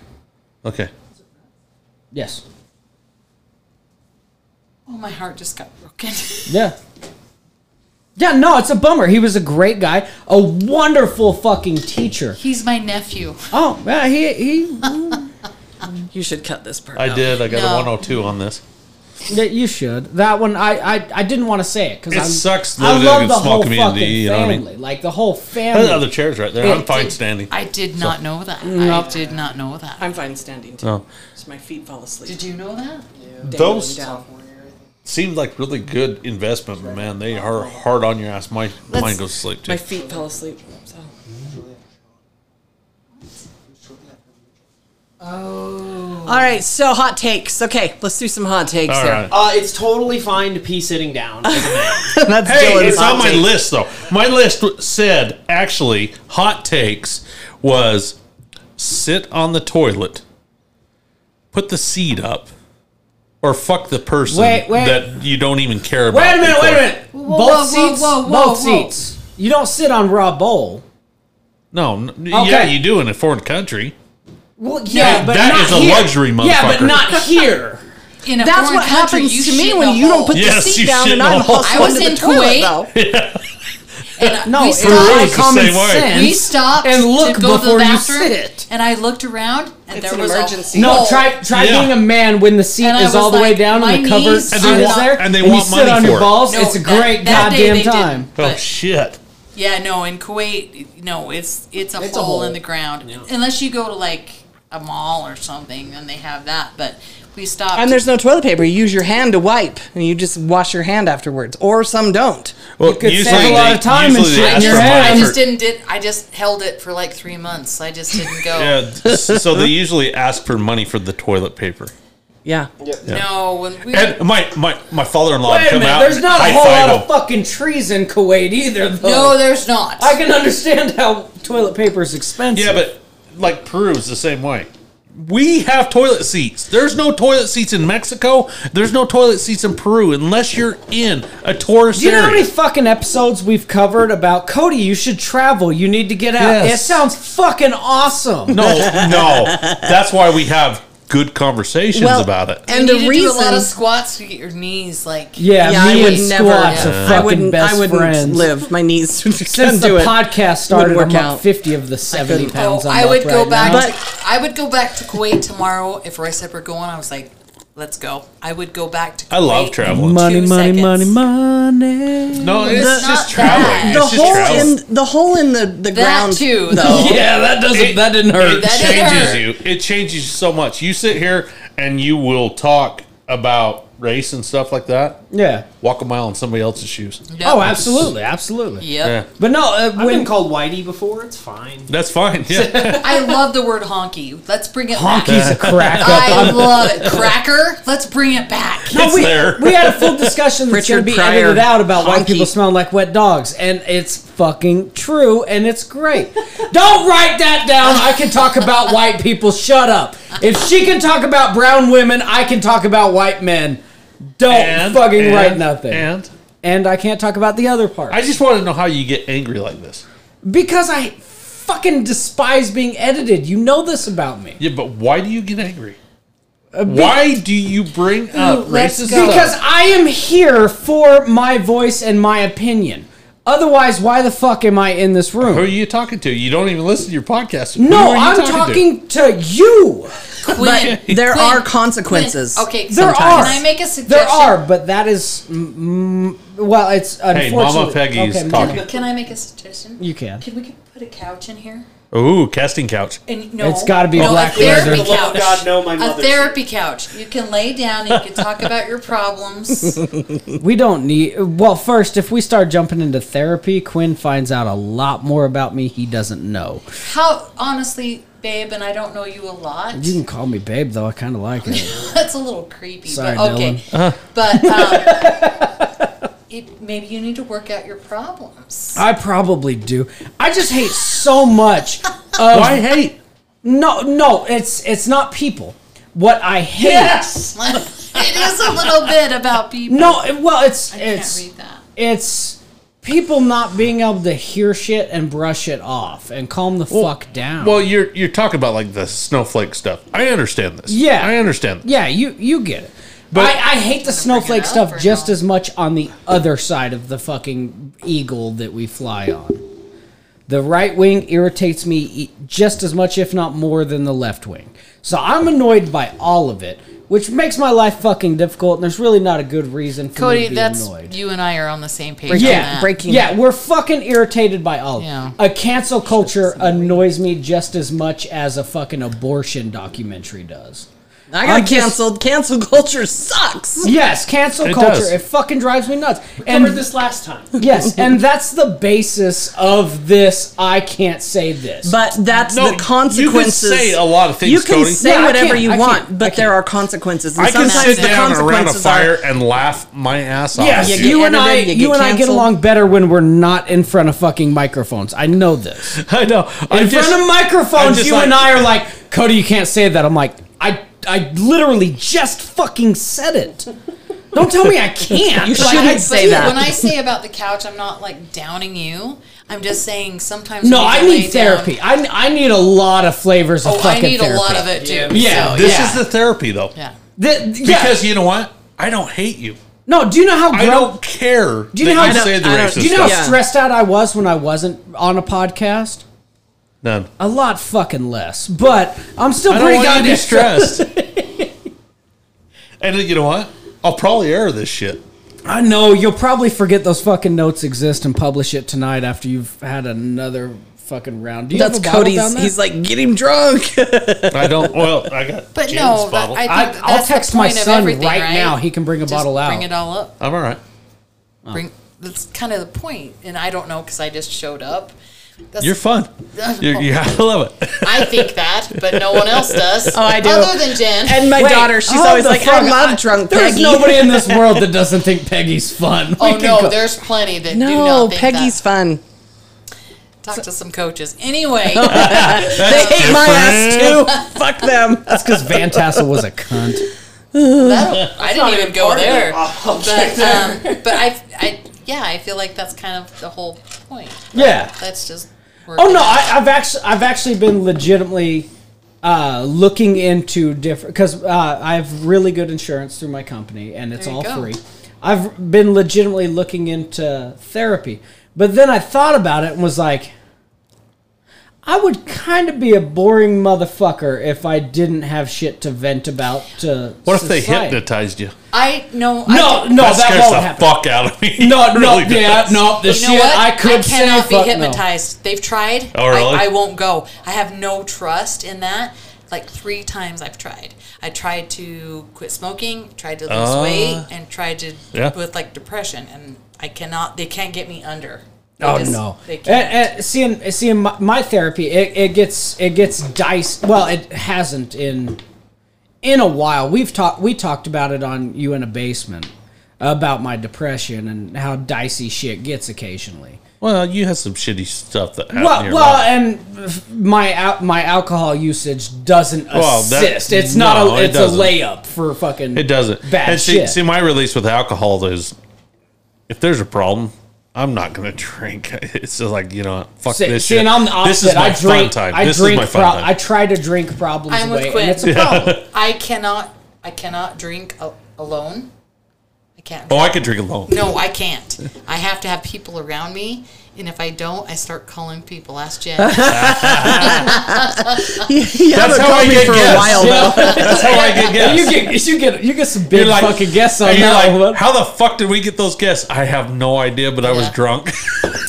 S1: Okay.
S2: Yes.
S3: Oh, my heart just got broken.
S2: Yeah. Yeah, no, it's a bummer. He was a great guy, a wonderful fucking teacher.
S3: He's my nephew.
S2: Oh, yeah, he he
S5: You should cut this part.
S1: I
S5: out.
S1: did. I got
S3: No.
S1: a 102 on this.
S2: that you should. That one I I, I didn't want to say it cuz
S1: It
S2: I
S1: sucks
S2: I
S1: living
S2: love
S1: in
S2: the
S1: a small
S2: whole
S1: community,
S2: fucking
S1: you know what I
S2: family.
S1: mean? uh,
S2: Like the whole
S1: There's
S2: family.
S1: other chairs right there. I'm fine standing.
S3: I did not know that.
S2: Mm.
S3: I did not know that.
S5: I'm fine standing too.
S1: Oh.
S5: So my feet fall asleep.
S3: Did you know that?
S5: Dangling
S1: Those-
S5: down.
S1: Seemed like really good investment, but man. They are hard on your ass. My mine goes to sleep too.
S5: My feet fell asleep. So.
S3: Oh.
S5: All right, so hot takes. Okay, let's do some hot takes
S1: All
S5: there.
S1: right.
S4: Uh, it's totally fine to pee sitting down.
S5: That's
S1: Hey,
S5: Dylan's
S1: it's
S5: hot
S1: on my
S5: take.
S1: list though. My list w- said actually hot takes was sit on the toilet, put the seat up, or fuck the person
S2: Wait, wait.
S1: that you don't even care about.
S2: Wait a minute, wait a
S1: before.
S2: minute.
S3: whoa,
S2: both
S3: whoa,
S2: seats,
S3: whoa, whoa,
S2: both
S3: whoa.
S2: seats. You don't sit on raw bowl.
S1: No, n-
S2: Okay.
S1: yeah, you do in a foreign country.
S2: Well, yeah,
S1: That-
S2: but
S1: that
S2: not
S1: is a
S2: here.
S1: luxury,
S2: Yeah,
S1: motherfucker. Oh,
S2: but not here.
S3: In a
S5: That's
S3: foreign
S5: what
S3: country,
S5: happens to
S3: shit
S5: me
S3: in
S5: when
S3: a
S5: you don't
S3: hole.
S5: put the
S1: Yes,
S5: seat
S1: you
S5: down
S1: shit
S5: and
S1: in
S5: I'm
S1: a hole.
S5: hustling
S3: I was
S5: to the
S3: in
S5: toilet,
S3: Kuwait.
S5: though.
S3: And
S2: No,
S3: we
S2: it's
S3: stopped.
S1: really
S2: really
S1: the
S2: common
S1: same way.
S2: sense.
S3: We stopped
S2: and look
S3: to go to
S2: before
S3: the
S2: you
S3: bathroom,
S2: sit.
S3: and I looked around, and
S5: It's
S3: there
S5: an
S3: was
S5: emergency.
S3: A
S2: No,
S3: hole.
S2: try try
S1: Yeah.
S2: being a man when the seat
S3: And I
S2: is
S3: was
S2: all the way
S3: like,
S2: down
S3: my
S2: and the cover
S3: knees
S2: seat
S3: are
S2: is
S3: not-
S2: there,
S1: and they
S2: you
S1: want
S2: sit
S1: money
S2: on
S1: for
S2: your
S1: it.
S2: balls.
S3: No,
S2: it's a
S3: that-
S2: great
S3: that day
S2: goddamn
S3: they didn't.
S2: time.
S1: Oh
S3: But-
S1: shit!
S3: Yeah, no, in Kuwait, no, it's it's a,
S2: It's a
S3: hole,
S2: hole.
S3: in the ground. Unless you go to like a mall or something, then they have that. But we stopped.
S5: And there's no toilet paper. You use your hand to wipe, and you just wash your hand afterwards. Or some don't.
S1: Well,
S2: could save a lot of time and
S1: usually they
S2: shit in
S1: ask
S2: your
S1: for money
S2: head.
S3: I
S1: for-
S3: just didn't did. I just held it for like three months. I just didn't go.
S1: Yeah, s- so they usually ask for money for the toilet paper.
S5: Yeah.
S3: No, when we
S1: And my my, my father in law
S2: Wait a
S1: come
S2: minute,
S1: out.
S2: there's not a
S1: high
S2: whole
S1: five
S2: lot
S1: him.
S2: of fucking trees in Kuwait either, though.
S1: oh.
S3: no, there's not.
S2: I can understand how toilet paper is expensive.
S1: Yeah, but like Peru's the same way. We have toilet seats. There's no toilet seats in Mexico. There's no toilet seats in Peru unless you're in a tourist
S2: do you know how
S1: area.
S2: many fucking episodes we've covered about Cody? You should travel. You need to get out.
S1: Yes.
S2: It sounds fucking awesome.
S1: no, no. That's why we have good conversations
S5: Well,
S1: about it.
S5: and
S3: you
S5: the
S3: need to do a lot
S5: reason-
S3: of squats to get your knees like.
S2: Yeah,
S5: Yeah, I
S2: me and
S5: would never.
S2: squats are
S5: I
S2: fucking
S5: wouldn't.
S2: best
S5: I wouldn't
S2: friends.
S5: live. My knees
S2: Since
S5: couldn't
S2: the
S5: do it.
S2: podcast started,
S5: Wouldn't
S2: I'm
S5: work
S2: up
S5: out.
S2: 50 of the 70 pounds.
S3: Oh,
S2: I'm
S3: I
S2: up
S3: would go
S2: right
S3: back.
S2: now.
S5: now.
S3: To, I would go back to Kuwait tomorrow if Roy said we're going. I was like, let's go. I would go back to.
S1: I love
S3: Kuwait in
S1: traveling.
S2: money,
S3: two
S2: money, money,
S3: seconds.
S2: money.
S1: No, it's
S5: The-
S1: just
S3: Not that.
S1: traveling.
S3: The
S5: The
S1: It's just
S5: hole
S1: traveling.
S5: in the hole in the the ground
S3: too,
S5: Though.
S2: Yeah, that doesn't. that didn't hurt.
S3: that- didn't
S1: changes
S3: hurt.
S1: you. It changes you so much. You sit here and you will talk about race and stuff like that.
S2: yeah.
S1: Walk a mile in somebody else's shoes.
S3: Yep.
S2: Oh, absolutely, absolutely.
S1: Yeah,
S3: Yep.
S2: But no, uh,
S4: I've
S2: when
S4: been called Whitey before. It's fine.
S1: that's fine. Yeah,
S3: I love the word honky. Let's bring it back.
S2: honky's a crack up.
S3: I love it. Cracker. Let's bring it back.
S1: it's there.
S2: we had a full discussion that's going
S5: Richard
S2: to be
S5: Pryor,
S2: edited out about white
S5: honky.
S2: people smelling like wet dogs, and it's fucking true, and it's great. Don't write that down. I can talk about white people. Shut up. If she can talk about brown women, I can talk about white men. Don't
S1: And-
S2: fucking
S1: and-
S2: write nothing. And,
S1: And
S2: I can't talk about the other part
S1: I just want to know how you get angry like this.
S2: because I fucking despise being edited. You know this about me.
S1: Yeah, but why do you get angry? Why do you bring up
S3: let's
S1: racist
S3: go.
S2: Uh, Because
S1: stuff?
S2: I am here for my voice and my opinion. Otherwise, why the fuck am I in this
S1: Who are
S2: room?
S1: you talking to? You don't even listen to your podcast. Who
S2: No,
S1: are you
S2: I'm
S1: to?
S2: talking to, you.
S3: Quinn.
S5: There
S3: Quinn,
S5: are consequences.
S3: Quinn. Okay,
S2: There
S3: sometimes.
S2: are.
S3: Can I make a suggestion?
S2: There are, but that is, mm, well, it's
S1: Hey,
S2: unfortunate.
S1: Mama Peggy's
S2: Okay, Mama-
S1: talking.
S3: Can I make a suggestion?
S2: You can.
S3: Could we put a couch in here?
S1: Ooh, casting couch.
S3: And no,
S2: It's gotta be a
S3: no,
S2: black
S3: a therapy
S2: leather.
S4: For the love
S3: couch.
S4: of God, no, my
S3: a
S4: mother's
S3: therapy couch. You can lay down and you can talk about your problems.
S2: We don't need. Well, first, if we start jumping into therapy, Quinn finds out a lot more about me he doesn't know.
S3: How honestly, babe, and I don't know you a lot.
S2: You can call me babe, though. I kind of like it.
S3: That's a little creepy,
S2: Sorry, Uh-huh.
S3: but okay. But um, it, maybe you need to work out your problems.
S2: I probably do. I just hate so much.
S1: Why hate?
S2: No, no, it's it's not people. What I hate.
S3: it is a little bit about people.
S2: No, it- well, it's
S3: I can't
S2: it's
S3: read that.
S2: it's people not being able to hear shit and brush it off and calm the fuck down.
S1: Well, you're you're talking about like the snowflake stuff. I understand this.
S2: Yeah.
S1: I understand. This.
S2: yeah, you you get it. But
S1: But-
S2: I, I hate the snowflake
S3: up
S2: stuff
S3: or
S2: just
S3: no?
S2: as much on the other side of the fucking eagle that we fly on. The right wing irritates me e- just as much, if not more, than the left wing. So I'm annoyed by all of it, which makes my life fucking difficult. And there's really not a good reason for me
S3: Cody,
S2: to be
S3: that's
S2: annoyed.
S3: you and I are on the same page.
S5: Breaking-
S3: on
S2: Yeah,
S3: that.
S5: breaking.
S2: Yeah, we're fucking irritated by all. of it.
S3: Yeah.
S2: A cancel culture annoys me just as much as a fucking abortion documentary does.
S5: I got
S2: I'm just-
S5: canceled. Cancel culture sucks.
S2: Yes, cancel
S1: It
S2: culture.
S1: does.
S2: It fucking drives me nuts.
S4: And
S2: And
S4: this last time.
S2: yes, and that's the basis of this. I can't say this.
S5: But that's
S1: No,
S5: the consequences.
S1: You can say a lot of things,
S5: You can
S1: Cody.
S5: say
S2: Yeah, I
S5: whatever
S2: can't,
S5: you
S2: I
S5: want,
S2: can't, I
S5: but
S2: can't.
S5: there are consequences. And
S1: I can
S5: sometimes
S1: sit
S5: the
S1: down around a
S5: consequences are-
S1: fire and laugh my ass off.
S2: yes,
S5: you
S2: you,
S5: get
S2: and I,
S5: edited,
S2: you,
S5: you get
S2: and I get
S5: canceled.
S2: along better when we're not in front of fucking microphones. I know this. In
S1: I know. I'm just-
S2: front of
S1: I'm
S2: microphones,
S1: just
S2: you
S1: like-
S2: and I are like, Cody, you can't say that. I'm like, I, I literally just fucking said it. Don't tell me I can't.
S5: You
S2: Like,
S5: shouldn't
S2: I-
S5: say that.
S3: When I say about the couch, I'm not like downing you. I'm just saying sometimes.
S2: No,
S3: when you
S2: I
S3: lay
S2: need
S3: down-
S2: therapy. I, I need a lot of flavors of
S3: Oh, I
S2: fucking
S3: need
S2: therapy.
S3: a lot of it too.
S2: Yeah,
S3: so,
S1: This
S2: yeah.
S1: is the therapy, though.
S3: yeah.
S2: Th- yeah.
S1: Because you know what? I don't hate you.
S2: no, do you know how
S1: I
S2: grown-
S1: don't care. Do
S2: you know how- I
S1: you
S2: don't-
S1: say the
S5: I don't-
S1: racist
S2: do you know how
S1: stuff?
S5: Yeah.
S2: stressed out I was when I wasn't on a podcast?
S1: None.
S2: A lot fucking less, but I'm still
S1: I don't
S2: pretty
S1: want you to be
S2: goddamn
S1: stressed. and then you know what? I'll probably air this shit.
S2: I know you'll probably forget those fucking notes exist and publish it tonight after you've had another fucking round. Do you
S5: That's
S2: have a bottle
S5: Cody's.
S2: down there?
S5: He's like, get him drunk.
S1: I don't. Well, I got.
S3: But
S1: Jim's
S3: no, that,
S1: bottle.
S3: I think
S2: I,
S3: that's
S2: I'll
S3: the
S2: text my
S3: point of
S2: son right,
S3: everything, right
S2: now. He can bring a
S3: Just
S2: bottle out. Oh.
S3: Bring it all up.
S1: I'm all right.
S3: Bring. That's kind of the point, and I don't know because I just showed up. That's,
S1: You're fun. You're, you I love it.
S3: I think that, but no one else does.
S5: Oh, I do.
S3: Other than Jen.
S5: And my
S2: Wait,
S5: daughter, she's
S2: hold
S5: always
S2: the
S5: like,
S2: fuck
S5: I
S2: up.
S5: oh, love drunk
S2: There's
S5: Peggy.
S2: nobody in this world that doesn't think Peggy's fun. We
S3: oh
S2: can
S3: no,
S2: go-
S3: there's plenty that do
S5: no,
S3: not think
S5: Peggy's
S3: that.
S5: fun.
S3: Talk to some coaches.
S2: Oh,
S3: Anyway,
S5: They hate my ass too. Fuck them.
S2: That's because Van Tassel was a cunt.
S3: that, I didn't even go there.
S1: Oh,
S3: But, um, but I, I, yeah, I feel like that's kind of the whole point.
S2: Yeah.
S3: That's just.
S2: Oh no, I, I've actually I've actually been legitimately uh, looking into different because uh, I have really good insurance through my company and it's
S3: There you
S2: all
S3: go.
S2: free. I've been legitimately looking into therapy, but then I thought about it and was like, I would kind of be a boring motherfucker if I didn't have shit to vent about to.
S1: What if they
S2: society.
S1: hypnotized you?
S3: I know.
S2: No,
S1: that
S2: no, that,
S1: scares
S2: won't
S1: the
S2: happen.
S1: fuck out of me.
S2: No,
S1: It
S2: no,
S1: really
S2: yeah,
S1: does.
S2: no. The
S3: You know
S2: shit
S3: what?
S2: I could
S3: cannot
S2: say,
S3: be
S2: fuck
S3: hypnotized. They've tried.
S1: Oh, really?
S3: I, I won't go. I have no trust in that. Like three times I've tried. I tried to quit smoking, tried to lose
S1: Uh,
S3: weight, and tried to
S1: yeah.
S3: with like depression, and I cannot. They can't get me under. They
S2: No. Oh
S3: just-
S2: no! eh,
S3: They
S2: And,
S3: can't.
S2: and seeing seeing my, my therapy, it, it gets it gets diced. Well, it hasn't in in a while. We've talked we talked about it on you in a basement about my depression and how dicey shit gets occasionally.
S1: Well, you had some shitty stuff that happened
S2: Well,
S1: here.
S2: well, and my al- my alcohol usage doesn't
S1: Well, that-
S2: assist. it's not
S1: no,
S2: a
S1: it
S2: it's a
S1: doesn't.
S2: layup for fucking.
S1: it doesn't.
S2: bad
S1: and see,
S2: shit.
S1: see, my release with alcohol is if there's a problem, I'm not going to drink. It's just like, you know, what, fuck
S2: See,
S1: this
S2: see,
S1: shit.
S2: and I'm the
S1: this
S2: opposite.
S1: is my
S2: I drink.
S1: fun time.
S2: I
S1: this
S2: drink.
S1: is my fun
S2: pro-
S1: time.
S2: I try to drink problems
S3: I'm
S2: away,
S3: with
S2: and
S3: Quinn.
S2: it's a problem.
S3: I cannot. I cannot drink a- alone. I can't.
S1: oh, I could drink alone.
S3: No, I can't. I have to have people around me, and if I don't, I start calling people. Ask Jen.
S5: He, he
S1: That's
S5: hasn't
S1: how I
S5: called me
S1: get
S5: for a
S1: guests.
S5: while though.
S1: That's how I get guests.
S2: You get you get you get some big
S1: You're like-
S2: fucking guess on
S1: and you're
S2: that
S1: like,
S2: one.
S1: How the fuck did we get those guests? I have no idea, but I was
S3: Yeah.
S1: drunk.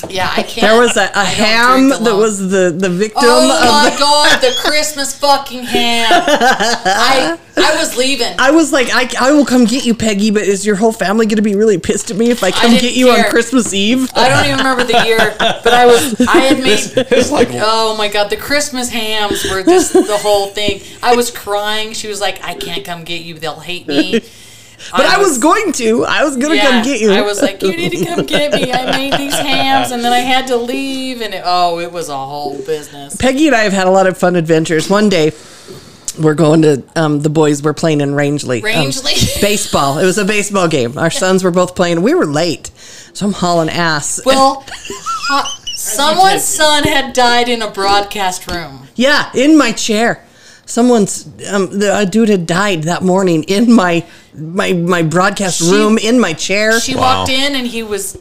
S3: Yeah, I can't.
S5: There was a, a
S3: I don't
S5: ham
S3: drink
S5: that
S3: alone.
S5: was the, the victim
S3: Oh
S5: of.
S3: my god, the Christmas fucking ham! I I was leaving.
S5: I was like, I, I will come get you, Peggy, but is your whole family going to be really pissed at me if I come
S3: didn't
S5: get you
S3: care. Oh,
S5: on Christmas Eve?
S3: I don't even remember the year, but I was I had made.
S1: it's like
S3: Oh my god, the Christmas hams were just the whole thing. I was crying. She was like, "I can't come get you. They'll hate me."
S5: But I was going to. I was going to come get you.
S3: I was like, you need to come get me. I made these hams, and then I had to leave, and it, oh, it was a whole business.
S5: Peggy and I have had a lot of fun adventures. One day, we're going to um, the boys were playing in Rangeley. um,
S3: Rangeley?
S5: baseball. It was a baseball game. Our sons were both playing. We were late, so I'm hauling ass.
S3: Well, ha- someone's son had died in a broadcast room.
S5: yeah, in my chair. Someone's um, the, a dude had died that morning in my my my broadcast
S3: She-
S5: room in my chair.
S3: She
S1: Wow.
S3: walked in, and he was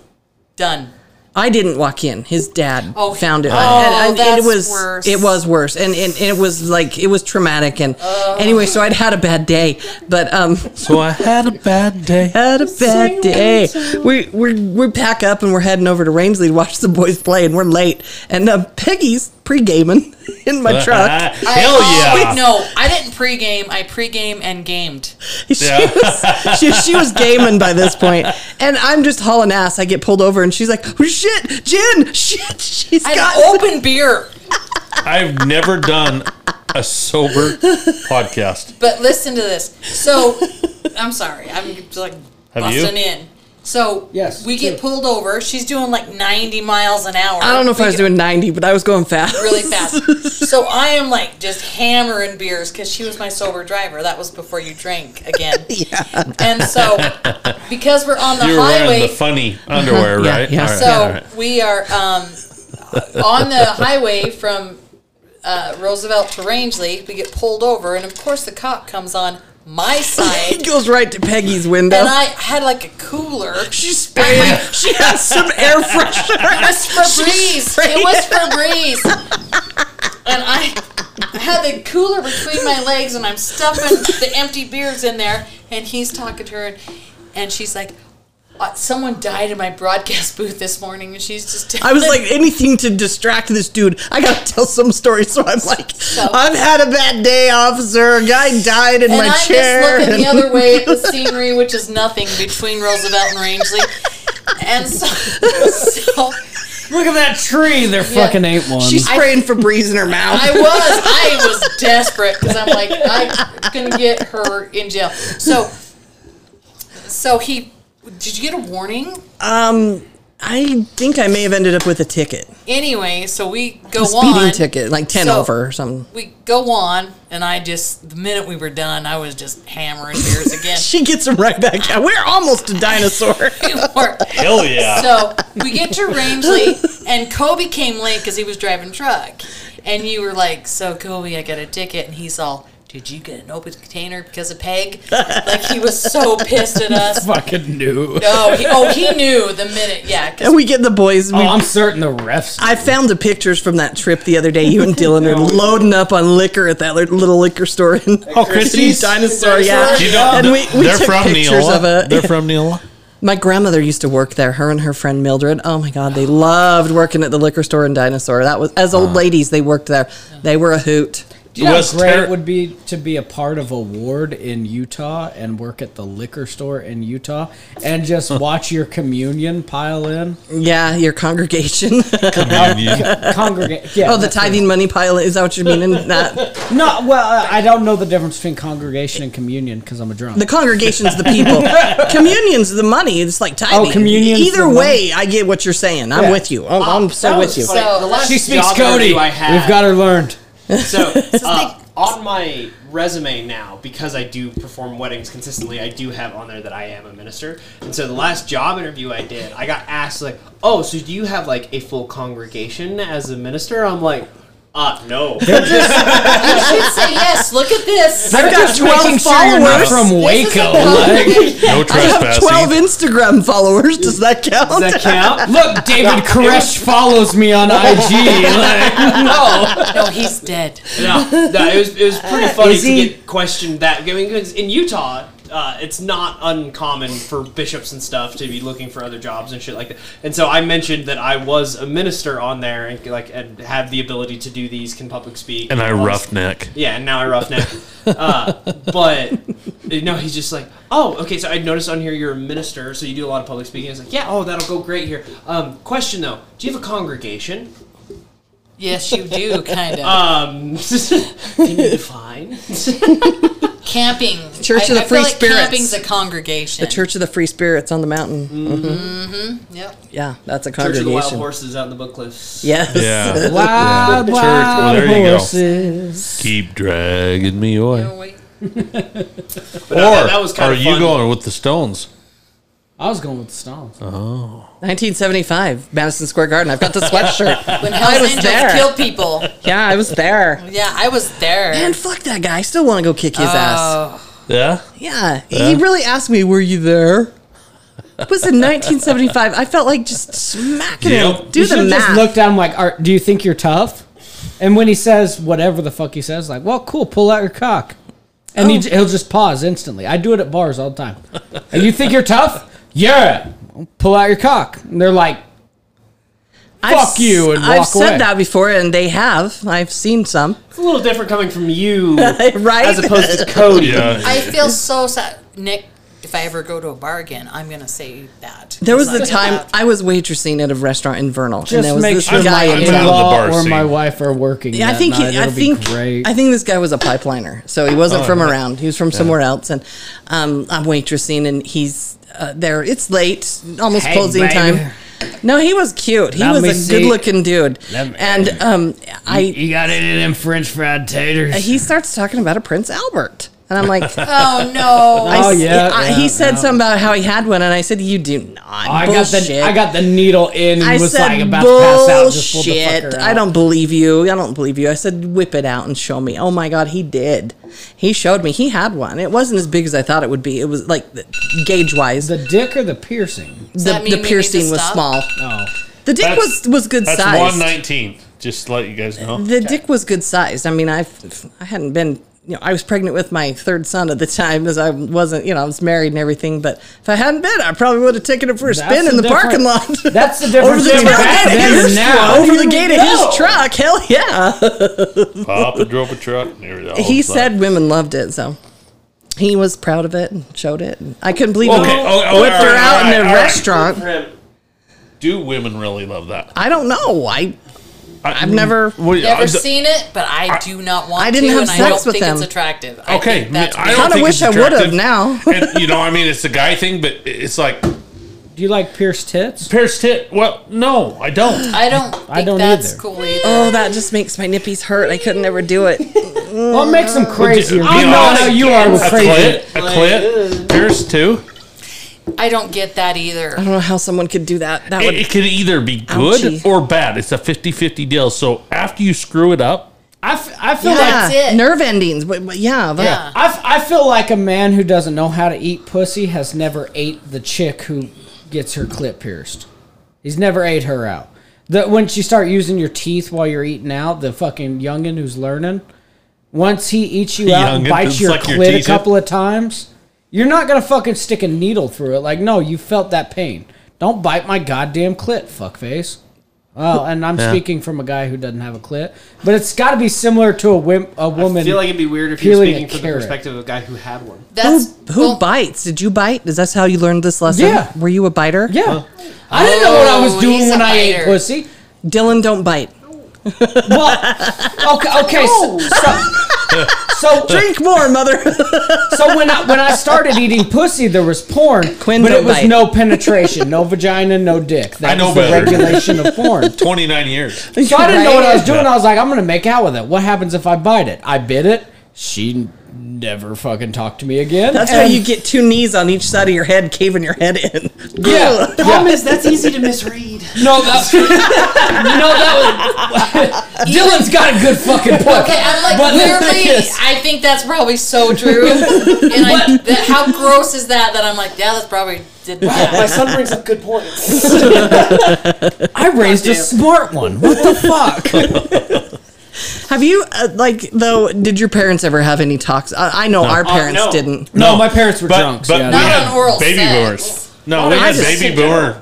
S3: done.
S5: I didn't walk in. His dad
S3: Oh, he-
S5: found it.
S3: oh,
S5: and, and
S3: that's
S5: it was
S3: worse.
S5: it was worse, and, and, and it was like it was traumatic. And
S3: Oh.
S5: anyway, so I'd had a bad day, but um,
S1: so I had a bad day.
S5: had a bad day. We we we pack up and we're heading over to Rangeley to watch the boys play, and we're late. And uh, Peggy's pre gaming in my truck.
S1: Hell
S3: I-
S1: yeah.
S3: No, I didn't pregame. I pregame and gamed.
S5: She was she, she was gaming by this point, and I'm just hauling ass. I get pulled over, and she's like, oh, "Shit, Jen, shit, she's
S3: I
S5: got
S3: had an open beer.
S1: I've never done a sober podcast.
S3: But listen to this. So, I'm sorry. I'm just like
S1: Have you?
S3: busting in. So
S2: Yes,
S3: we get
S2: two.
S3: pulled over. She's doing like 90 miles an hour.
S5: I don't know if
S3: We
S5: I was
S3: get-
S5: doing 90, but I was going fast.
S3: really fast. So I am like just hammering beers because she was my sober driver. That was before you drank again. yeah. And so because we're on the
S1: You were
S3: highway,
S1: wearing the funny underwear,
S5: Uh-huh. Yeah,
S1: right?
S5: yeah.
S1: All right,
S3: so
S1: all right.
S3: we are um, on the highway from uh, Roosevelt to Rangeley. We get pulled over, and of course the cop comes on my
S5: It
S3: side.
S5: goes right to Peggy's window.
S3: And I had like a cooler.
S5: she's spraying. she has some air freshener.
S3: It was Febreze. It was Febreze. And I, I had the cooler between my legs, and I'm stuffing the empty beers in there. And he's talking to her, and, and she's like, "Uh, "Someone died in my broadcast booth this morning." And she's just.
S5: I was like, anything to distract this dude. I gotta tell some story. So I'm like, I've had a bad day, officer. A guy died in my
S3: and I'm
S5: chair.
S3: just looking the
S5: and-
S3: other way at the scenery, which is nothing between Roosevelt and Rangeley. And so, so
S2: Look at that tree. There fucking ain't one.
S5: She's spraying Febreze in her mouth.
S3: I was, I was desperate because I'm like, I can get her in jail. So, so he, did you get a warning?
S5: um, I think I may have ended up with a ticket,
S3: Anyway, so we go
S5: a speeding
S3: on.
S5: ticket, like ten
S3: So-
S5: over or something.
S3: We go on, and I just the minute we were done, I was just hammering beers again.
S5: She gets him right back out. We're almost a dinosaur.
S1: Hell yeah.
S3: So we get to Rangeley, and Kobe came late because he was driving truck. And you were like, "So Kobe, I got a ticket," and he's all, "Do Did you get an open container because of Peg? like he was so pissed at us.
S2: Fucking knew.
S3: No, he, oh, he knew the minute. Yeah, 'cause
S5: And we get the boys. We,
S2: Oh, I'm certain the refs.
S5: I found the pictures from that trip the other day. You and Dylan are loading up on liquor at that li- little liquor store in
S2: Oh, Christie's?
S5: Dinosaur. Yeah,
S1: You know,
S5: and we, we
S1: they're
S5: took
S1: from
S5: pictures
S1: Neola.
S5: of it.
S1: They're from Neola.
S5: My grandmother used to work there. Her and her friend Mildred. Oh my God, they loved working at the liquor store in Dinosaur. That was as old ladies. They worked there. They were a hoot.
S2: Do you know
S1: West
S2: how great
S1: Ter-
S2: it would be to be a part of a ward in Utah and work at the liquor store in Utah and just watch your communion pile in?
S5: Yeah, your congregation.
S2: Congregate. Yeah.
S5: oh, the tithing money pile. Is that what you mean? In that
S2: No, well, I don't know the difference between congregation and communion because I'm a drunk.
S5: the congregation's the people. Communion's the money. It's like
S4: Oh,
S5: tithing.
S2: communion's
S5: Either
S2: the money.
S5: way, I get what you're saying. I'm
S2: Yeah.
S5: with you. I'm, I'm so
S4: That
S5: with
S4: was
S5: you.
S4: funny.
S3: So-
S4: the last
S2: she speaks
S4: job
S2: Cody.
S4: interview I had,
S2: We've got her learned.
S4: So uh, on my resume now, because I do perform weddings consistently, I do have on there that I am a minister. And so the last job interview I did, I got asked like, "Oh, so do you have like a full congregation as a minister?" I'm like, "Uh, no."
S3: you should say yes. Look at this.
S2: I've
S5: got 12 followers.
S2: from Waco.
S3: This
S2: Like,
S3: is a
S1: No
S5: I have 12
S1: trespassing.
S5: Instagram followers. Does that count?
S4: Does that count?
S2: look, David Koresh follows me on IG. Like,
S3: no, no, he's dead.
S4: no, no, it was it was pretty funny
S5: Uh, Is
S4: to
S5: he-
S4: get questioned that. I mean, 'cause in Utah, uh, it's not uncommon for bishops and stuff to be looking for other jobs and shit like that. And so I mentioned that I was a minister on there and like and had the ability to do these, can public speak,
S1: And I
S4: all this-
S1: roughneck.
S4: Yeah, and now I roughneck. uh, but you know, he's just like, oh, okay. So I noticed on here you're a minister, so you do a lot of public speaking. It's like, yeah, oh, that'll go great here. Um, question though, do you have a congregation?
S3: Yes, you do, kind of.
S5: Uh,
S4: Um, can you define?
S3: camping.
S5: Church of the
S3: I, I feel
S5: Free
S3: like
S5: Spirits.
S3: Camping's a congregation.
S5: The Church of the Free Spirits on the mountain.
S3: Yep.
S5: Yeah, that's a
S4: Church of the Wild
S5: congregation.
S4: Horses out in the book cliffs.
S5: Yes.
S1: Yeah.
S2: wild,
S1: Church, well,
S2: wild
S1: there you go.
S2: horses.
S1: Keep dragging me away.
S3: No, wait.
S1: Or
S4: that- that was kinda
S1: are you
S4: fun.
S1: going with the Stones?
S2: I was going with the Stones.
S5: 1975, Madison Square Garden. I've got the sweatshirt.
S3: When Hell's
S5: was
S3: Angels
S5: there.
S3: kill people.
S5: yeah, I was there.
S3: Yeah, I was there.
S5: And fuck that guy. I still want to go kick his ass.
S3: Oh,
S1: Yeah.
S5: Yeah. He really asked me, were you there? It was in 1975. I felt like just smacking him.
S1: Yep.
S5: Do
S2: you
S5: the
S2: should just
S5: math.
S2: look down like, Are, do you think you're tough? And when he says whatever the fuck he says, like, well, cool, pull out your cock. And
S5: Oh.
S2: he, he'll just pause instantly. I do it at bars all the time. and you think you're tough? Yeah. Pull out your cock. And they're like,
S5: I've
S2: fuck you and
S5: I've
S2: walk away.
S5: said that before, and they have. I've seen some.
S4: It's a little different coming from you
S5: right?
S4: as opposed to Cody.
S1: Yeah.
S3: I feel so sad, Nick. If I ever go to a bar again, I'm gonna say that.
S5: There was
S3: Because
S5: the
S3: I-
S5: time I was waitressing at a restaurant in Vernal, and
S2: just
S5: there was
S2: make
S5: this
S2: sure
S5: guy.
S2: my
S1: I'm out of
S5: in
S1: the
S2: in-law
S1: bar
S2: or my
S1: scene.
S2: wife are working.
S5: Yeah, I
S2: that
S5: think
S2: night.
S5: he, I
S2: It'll be
S5: think
S2: great. Oh,
S5: I think this guy was a pipeliner, so he wasn't from
S1: yeah.
S5: around. He was from somewhere else, and um, I'm waitressing, and he's uh, there. It's late, almost
S2: Hey,
S5: closing
S2: baby.
S5: time. No, he was cute. He
S2: Let me
S5: was a
S2: see.
S5: good-looking dude,
S2: Let me-
S5: and um, I Uh,
S2: you got any of them French fried taters?
S5: he starts talking about a Prince Albert, and I'm like.
S3: Oh no!
S5: I
S2: Oh,
S5: s-
S2: yeah,
S5: I-
S2: yeah,
S5: he said
S2: no.
S5: something about how he had one, and I said, "You do not."
S2: I got the
S5: Bullshit.
S2: I got the needle in and
S5: I
S2: was
S5: said,
S2: like about to pass out. Just pulled the
S5: bullshit.
S2: fucker out.
S5: I don't believe you. I don't believe you. I said, whip it out and show me. Oh my God, he did. He showed me. He had one. It wasn't as big as I thought it would be. It was like gauge wise. The,
S2: The dick or the piercing?
S5: the,
S3: that mean we need to
S5: piercing was
S3: stop?
S5: small.
S2: No.
S5: The dick was, was good
S1: That's
S5: size.
S1: one nineteen. Just to let you guys know.
S5: The dick was good sized. I mean, I've I hadn't been. You know, I was pregnant with my third son at the time, as I wasn't. You know, I was married and everything. But if I hadn't been, I probably would have taken it for a spin
S2: That's
S5: in
S2: the
S5: the parking lot.
S2: difference- that's the difference
S5: over the
S2: between back
S5: tailgate
S2: then
S5: of his,
S2: and now.
S5: Over the
S2: You
S5: gate of
S2: know.
S5: his truck. Hell yeah!
S1: Papa drove a truck. and they were all
S5: he
S1: upset.
S5: said women loved it, so he was proud of it and showed it. I couldn't believe
S1: Okay,
S5: he
S1: oh, oh,
S5: whipped
S1: all
S5: her
S1: right,
S5: out
S1: all right,
S5: in
S1: all
S5: a
S1: right.
S5: restaurant.
S1: "Do women really love that?"
S5: I don't know. I
S1: I,
S5: I've never.
S1: Well,
S3: Never
S1: I-
S3: seen it, but I do not want.
S5: I didn't
S3: to,
S5: have
S3: and I
S5: sex
S3: don't
S5: with
S3: think
S5: them.
S3: It's attractive. I
S1: Okay,
S3: think that's
S1: I
S5: Kinda
S1: don't think
S5: wish
S1: it's
S5: I would've
S1: attractive.
S5: now.
S1: and, you know, I mean, it's a guy thing, but it's like
S2: Do you like pierced tits?
S1: pierced tit. Well, no, I don't.
S3: I don't. Think
S2: don't
S3: that's
S2: either.
S3: cool either.
S5: Oh, that just makes my nippies hurt. I couldn't ever do it.
S2: Well, it makes them crazier.
S1: Be
S2: You know
S1: honest,
S2: how you are with
S1: a
S2: crazy.
S1: clit, a clit, pierced too.
S3: I don't get that either.
S5: I don't know how someone could do that. That
S1: It,
S5: would
S1: it can either be good
S5: Ouchie.
S1: or bad. It's a 50-50 deal. So after you screw it up,
S2: I, f- I feel like
S5: yeah,
S3: that's it.
S5: nerve endings. But, but yeah, but-
S3: Yeah.
S2: I, f- I feel like a man who doesn't know how to eat pussy has never ate the chick who gets her clit pierced. He's never ate her out. That once you start using your teeth while you're eating out, the fucking youngin who's learning, once he eats you out and
S1: Youngin,
S2: bites your
S1: suck your
S2: clit a
S1: teeth in.
S2: couple of times, you're not gonna fucking stick a needle through it. Like, no, you felt that pain. Don't bite my goddamn clit, fuckface. Oh, and I'm
S1: Yeah.
S2: speaking from a guy who doesn't have a clit, but it's got to be similar to a, wim- a woman.
S4: I feel like it'd be weird if you're
S2: peeling a
S4: speaking from the
S2: carrot.
S4: perspective of a guy who had one.
S3: That's
S5: who, who
S3: well,
S5: bites? Did you bite? Is that how you learned this lesson?
S2: Yeah.
S5: Were you a biter?
S2: Yeah. I didn't know what I
S3: Oh,
S2: was doing
S3: he's a
S2: when I ate
S3: biter.
S2: pussy.
S5: Dylan, don't bite.
S2: Well, okay, okay. So, so, so,
S5: Drink more, mother.
S2: so when I when I started eating pussy, there was porn,
S5: Quinn,
S2: but it
S5: don't
S2: was
S5: bite.
S2: no penetration, no vagina, no dick. That
S1: I know
S2: was the
S1: better.
S2: regulation of porn.
S1: 29 years.
S2: So I didn't know what I was
S5: Right?
S2: doing. I was like, I'm gonna make out with it. What happens if I bite it? I bit it. She never fucking talked to me again.
S5: That's how
S2: And-
S5: you get two knees on each side of your head, caving your head in.
S2: Yeah.
S4: Problem is that's easy to misread.
S2: No, that. no, that was. Dylan's got a good fucking point.
S3: Okay, I'm like
S2: But the
S3: literally.
S2: thing is-
S3: I think that's probably so true. and I, that, how gross is that? That I'm like, yeah, that's probably did
S4: My
S3: that.
S4: son brings up good points.
S2: I raised a smart one. What the fuck?
S5: Have you, uh, like, though, did your parents ever have any talks? I, I know
S1: Uh,
S5: our parents
S4: no.
S5: didn't.
S2: No, my parents were drunks,
S1: But
S2: yeah.
S1: we
S2: Not
S1: had
S3: on oral
S1: baby
S3: sex.
S1: boomers. No, we
S5: I
S1: had
S5: just
S1: baby
S4: said
S1: boomer.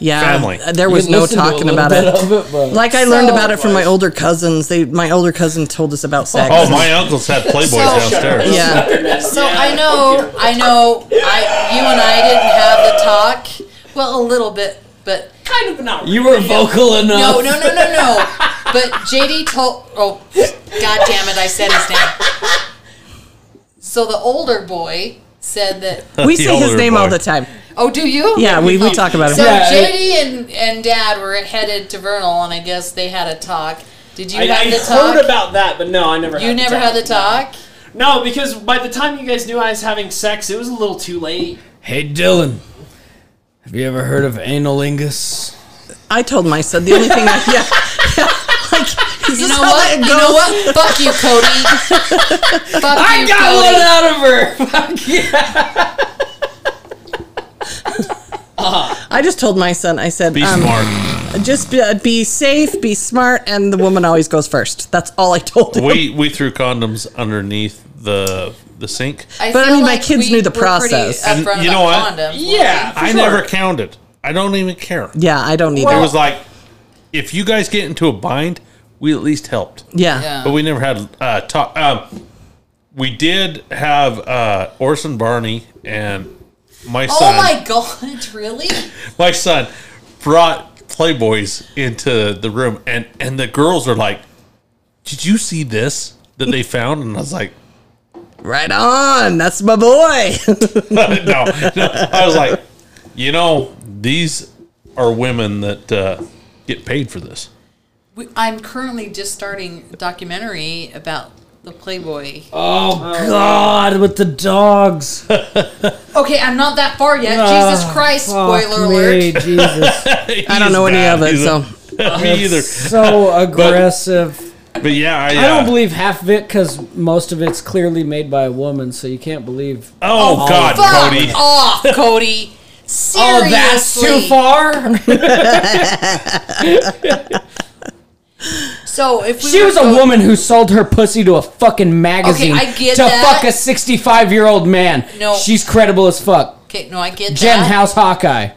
S5: Yeah.
S1: Family.
S5: uh, There was no talking about it. Like, I learned
S3: So-
S5: about it from my older cousins. They, My older cousin told us about sex.
S1: Oh, my uncles had Playboys downstairs.
S5: Yeah.
S3: So I know, I know, I you and I didn't have the talk. Well, a little bit, but
S4: kind of not.
S2: you were vocal enough.
S3: no, no, no, no, no. But JD told. Oh, god damn it! I said his name. So the older boy said that.
S5: We
S1: The
S5: say his
S1: older
S5: name
S1: boy.
S5: all the time.
S3: Oh, do you?
S5: Yeah, we, we talk about it.
S3: So
S2: Yeah,
S3: JD and, and Dad were headed to Vernal, and I guess they had a talk. Did you
S4: I,
S3: have
S4: I
S3: the
S4: heard
S3: talk?
S4: about that, but no, I never.
S3: you never had the talk.
S4: No, because by the time you guys knew I was having sex, it was a little too late.
S2: Hey, Dylan. Have you ever heard of analingus?
S5: I told my son the only thing I, yeah. like, is
S3: You
S5: this
S3: know
S5: how
S3: what?
S5: that
S3: You
S5: goes?
S3: know what? Fuck you, Cody. Fuck you, Cody.
S2: out of her.
S5: I just told my son, I said,
S1: Be
S5: um,
S1: smart.
S5: just be, uh, be safe, be smart, and the woman always goes first. That's all I told him.
S1: We we threw condoms underneath the the sink.
S5: But I
S3: feel
S5: mean, my kids
S3: we
S5: knew the
S3: were pretty
S5: process.
S3: upfront
S1: And you know
S3: about
S1: what?
S3: condoms, weren't we?
S4: Yeah,
S1: I never counted. I don't even care.
S5: yeah, I don't need
S1: It
S5: it.
S1: was like if you guys get into a bind, we at least helped.
S5: Yeah.
S3: Yeah.
S1: But we never had uh, talk. Um, we did have uh, Orson Barney and my
S3: Oh
S1: son.
S3: my god, really?
S1: my son brought Playboys into the room, and and the girls were like, "Did you see this that they found?" And I was like,
S5: Right on. That's my boy.
S1: no, no. I was like, you know, these are women that uh, get paid for this.
S3: We, I'm currently just starting a documentary about the Playboy.
S2: God, with the dogs.
S3: Okay, I'm not that far yet. Jesus Christ,
S2: Ah, Fuck
S3: spoiler
S2: me,
S3: alert.
S2: Jesus.
S5: I don't know any of it, so
S1: me either.
S2: So aggressive.
S1: But yeah, I,
S2: I
S1: uh,
S2: don't believe half of it because most of it's clearly made by a woman, so you can't believe.
S1: Oh, God,
S3: Fuck
S1: Cody.
S3: off, Cody. Seriously.
S2: Oh, that's too far.
S3: So if we
S2: She
S3: were
S2: was a
S3: go-
S2: woman who sold her pussy to a fucking magazine
S3: Okay, I get
S2: to
S3: that.
S2: fuck a 65 year old man.
S3: No.
S2: She's credible as fuck.
S3: Okay, no, I get
S2: Jen
S3: that.
S2: House Hawkeye.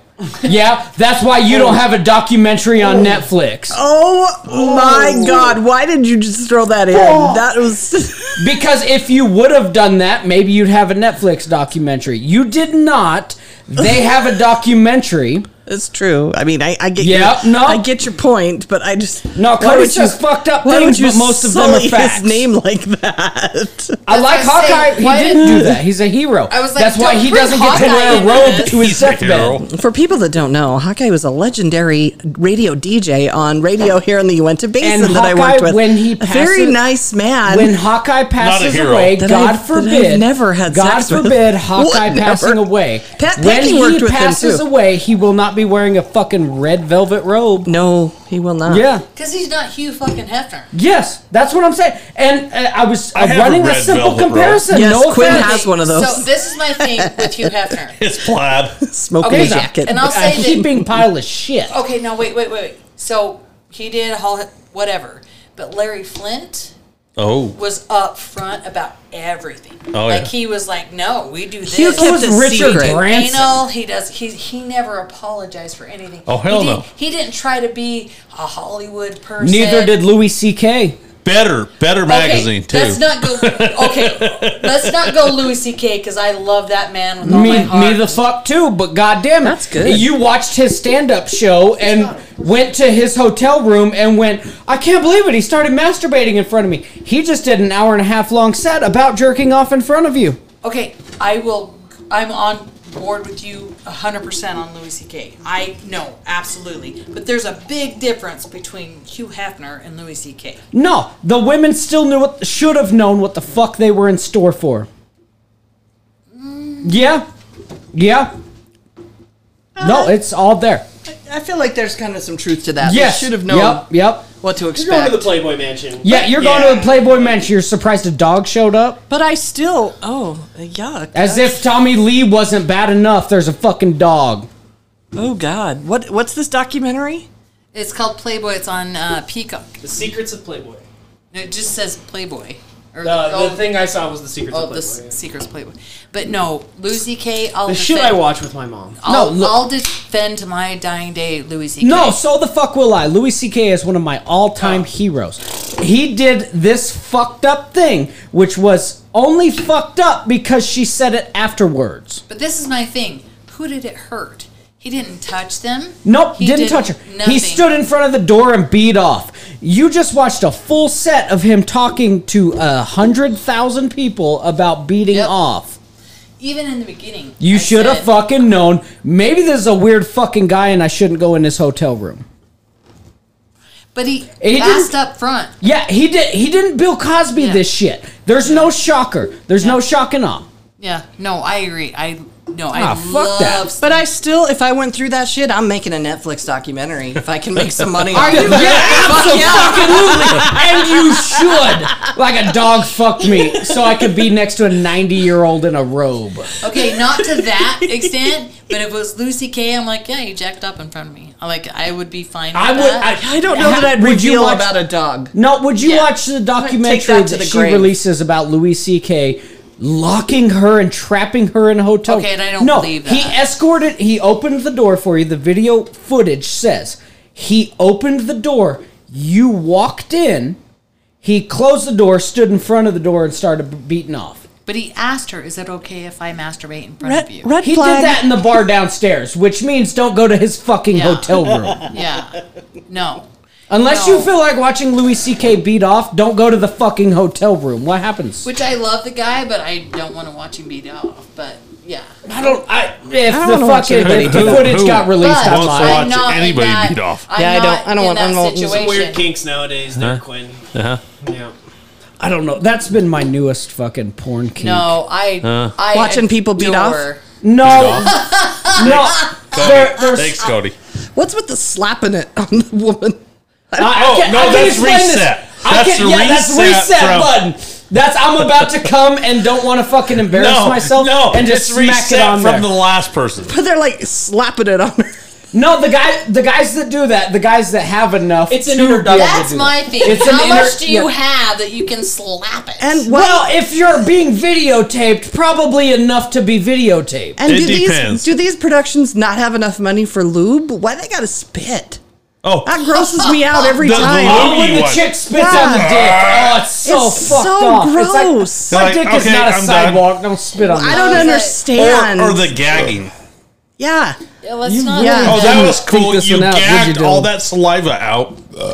S2: yeah, that's why you don't have a documentary on Netflix.
S5: Oh, my God. Why did you just throw that in?
S1: Oh.
S5: That was.
S2: Because if you would have done that, maybe you'd have a Netflix documentary. You did not. They have a documentary.
S5: it's true. I mean, I, I get
S2: Yeah,
S5: your,
S2: no.
S5: I get your point, but I just
S2: No,
S5: why
S2: Cody
S5: would you-
S2: says fucked up
S5: why
S2: things,
S5: would you
S2: but most of them are
S5: sully
S2: facts.
S5: his name like that?
S2: I like
S3: what I'm saying.
S2: Hawkeye. He
S3: Why
S2: didn't
S3: did-
S2: do that. He's a hero.
S3: I was like,
S2: that's why
S3: don't
S2: he
S3: bring
S2: doesn't get to
S3: Hawkeye
S2: wear a
S3: into
S2: robe
S3: this.
S2: to his
S1: He's a hero.
S2: deathbed.
S5: For people that don't know, Hawkeye was a legendary radio DJ on radio here in the Uinta Basin
S2: And
S5: that I worked
S2: Hawkeye,
S5: with.
S2: when he
S5: a very
S2: passes-
S5: nice man.
S2: when Hawkeye passes
S1: hero.
S2: away,
S5: That
S2: God
S5: I've- that I've
S2: forbid,
S5: never had
S2: God
S5: sex with.
S2: forbid,
S5: What?
S2: Hawkeye
S5: Never.
S2: passing away.
S5: Pat
S2: when
S5: Packing
S2: he
S5: worked with him,
S2: passes
S5: too.
S2: away, he will not be
S6: be wearing a fucking red velvet robe.
S5: No, he will not.
S6: Yeah.
S3: Because he's not Hugh fucking Hefner.
S6: Yes, that's what I'm saying. And uh, I was
S1: I
S6: I'm
S1: have
S6: running
S1: a
S6: a
S1: red
S6: simple
S1: velvet robe.
S6: comparison.
S5: Yes,
S6: no
S5: Quinn
S6: offense.
S5: has one of those.
S3: So this is my thing with Hugh Hefner.
S1: It's plaid.
S5: Smoking
S3: Okay,
S5: jacket.
S3: and I'll
S6: A
S3: say that
S6: heaping pile of shit.
S3: Okay, no, wait, wait, wait. wait. So he did all whatever, but Larry Flint
S1: Oh,
S3: was up front about everything.
S1: Oh,
S3: like
S1: yeah.
S3: he was like, "No, we do this."
S5: Hugh
S6: It
S5: kept
S6: was
S5: it
S6: Richard
S5: secret.
S6: Branson.
S3: Anal, he does. He he never apologized for anything.
S1: Oh, hell
S3: he
S1: no.
S3: Didn't, he didn't try to be a Hollywood person.
S6: Neither did Louis C.K.
S1: better, better magazine
S3: okay,
S1: too.
S3: Let's not go. Okay, let's not go Louis C.K. because I love that man with all
S6: me,
S3: my heart.
S6: me the fuck too, but goddamn it.
S5: That's good.
S6: You watched his stand up show and went to his hotel room and went, I can't believe it. He started masturbating in front of me. He just did an hour and a half long set about jerking off in front of you.
S3: Okay, I will. I'm on board with you 100% on Louis C.K. I know, absolutely. But there's a big difference between Hugh Hefner and Louis C.K.
S6: No, the women still knew what, should have known what the fuck they were in store for. Yeah. Yeah. No, it's all there.
S5: I feel like there's kind of some truth to that.
S6: Yes.
S5: They should have known
S6: Yep, yep.
S5: what to
S4: You're going
S5: expect.
S4: to the Playboy Mansion.
S6: Yeah, you're going to the Playboy Mansion. You're surprised a dog showed up.
S5: but I still, oh, yuck.
S6: As if Tommy Lee wasn't bad enough, there's a fucking dog.
S5: Oh God, what what's this documentary?
S3: It's called Playboy. It's on uh, Peacock.
S4: The Secrets of Playboy.
S3: It just says Playboy. Or
S4: The,
S3: oh,
S4: the thing I saw was The Secrets
S3: oh,
S4: of
S3: the
S4: Playboy.
S3: s- Secrets Playboy. But no, Louis C.K. I'll
S4: The Oh, shit I
S3: defend,
S4: watch with my mom.
S6: No,
S3: I'll,
S6: look-
S3: I'll defend to my dying day Louis C.K.
S6: No, so the fuck will I? Louis C.K. is one of my
S5: Oh.
S6: all-time heroes. He did this fucked up thing, which was only fucked up because she said it afterwards.
S3: But this is my thing. Who did it hurt? He didn't touch them.
S6: Nope,
S3: He
S6: didn't
S3: did
S6: touch her.
S3: nothing.
S6: He stood in front of the door and beat off. You just watched a full set of him talking to a hundred thousand people about beating
S3: Yep.
S6: off.
S3: Even in the beginning.
S6: You
S3: I
S6: should have
S3: said-
S6: fucking known. Maybe this is a weird fucking guy, and I shouldn't go in this hotel room.
S3: But he,
S6: He
S3: asked
S6: didn't-
S3: up front.
S6: Yeah, he did. He didn't Bill Cosby
S3: Yeah.
S6: this shit. There's no shocker. There's no shock and awe.
S3: Yeah. No, I agree. I no,
S6: Ah,
S3: I
S6: fuck
S3: love.
S6: that.
S5: But I still, if I went through that shit, I'm making a Netflix documentary if I can make some money. Are
S6: Yeah,
S5: Fuck yeah.
S6: absolutely. and you should. Like a dog fucked me, so I could be next to a 90 year old in a robe.
S3: okay, not to that extent. But if it was Lucy K, I'm like, yeah, you jacked up in front of me. I Like, I would be fine. With
S6: I would.
S3: That.
S6: I,
S5: I don't know that I'd
S6: Would you
S5: reveal
S6: watch-
S5: about a dog.
S6: No, would you
S3: Yeah.
S6: watch the
S5: Take
S6: documentary
S5: that
S6: that,
S5: to the
S6: she
S5: grave.
S6: releases about Louis C.K. locking her and trapping her in a hotel?
S3: Okay, and I don't
S6: no,
S3: believe
S6: He
S3: that.
S6: escorted. He opened the door for you. The video footage says he opened the door. You walked in. He closed the door, stood in front of the door, and started beating off.
S3: but he asked her, "Is it okay if I masturbate in front
S5: Red,
S3: of you?"
S5: red
S6: He
S5: flag.
S6: did that in the bar downstairs, which means don't go to his fucking
S3: Yeah.
S6: hotel room.
S3: Yeah. No.
S6: Unless
S3: No.
S6: you feel like watching Louis C.K. beat off, don't go to the fucking hotel room. What happens?
S3: Which I love the guy, but I don't want to watch him beat off. But yeah.
S6: I don't. I if
S5: don't
S6: the
S5: wanna watch
S6: fucking
S5: anybody
S6: if
S1: do
S6: the
S1: it.
S6: footage
S1: Who-
S6: got
S3: But
S6: released
S1: wants to
S6: online,
S1: watch anybody beat off.
S3: I'm
S5: Yeah, I
S3: not
S5: don't- I don't
S3: in
S5: want-
S3: that
S5: I don't want-
S3: situation.
S4: Weird kinks nowadays, there, Quinn.
S1: Uh-huh.
S4: Yeah.
S6: I don't know. That's been my newest fucking porn kink.
S3: No, I, I
S5: Watching people beat off?
S3: adore-
S6: no, no. There, there's,
S1: Thanks, Cody.
S5: What's with the slapping it on the woman?
S6: I- I
S1: Oh,
S6: can't-
S1: no,
S6: I can't
S1: that's
S6: explain this.
S1: reset.
S6: I
S1: That's
S6: can't,
S1: the
S6: yeah, that's
S1: reset
S6: reset
S1: from-
S6: button. That's I'm about to come and don't want to fucking embarrass myself
S1: no,
S6: and just
S1: it's
S6: smack
S1: reset
S6: it on
S1: from
S6: there.
S1: the last person.
S5: But they're like slapping it on her.
S6: no, the guy, the guys that do that, the guys that have enough.
S4: It's an
S6: to
S4: inner
S6: be able to
S3: That's
S6: do
S3: my
S6: that.
S3: thing.
S6: It's an
S3: How
S6: inner-
S3: much do you
S6: yeah.
S3: have that you can slap it?
S5: And what?
S6: Well, if you're being videotaped, probably enough to be videotaped.
S5: and
S1: It
S5: do
S1: depends.
S5: these do these productions not have enough money for lube? Why they gotta spit?
S1: Oh,
S5: That grosses me out every
S1: The
S5: time.
S1: lube-
S6: Oh, when the
S1: Anyone.
S6: chick spits
S5: Yeah.
S6: on the dick. Oh, it's so
S5: It's
S6: fucked
S5: so
S6: off.
S5: gross.
S6: It's like, my
S1: Like,
S6: dick is
S1: okay,
S6: not a
S1: I'm done.
S6: sidewalk. Don't spit on
S5: I
S6: me.
S5: don't
S3: Oh, is it-
S5: understand.
S1: or, or the gagging.
S5: yeah.
S3: Yeah, let's
S6: You
S3: not.
S5: really
S1: Oh, that was
S6: Think
S1: cool.
S6: this
S1: You
S6: one out. What'd you
S1: gagged
S6: do?
S1: all that saliva out. Uh,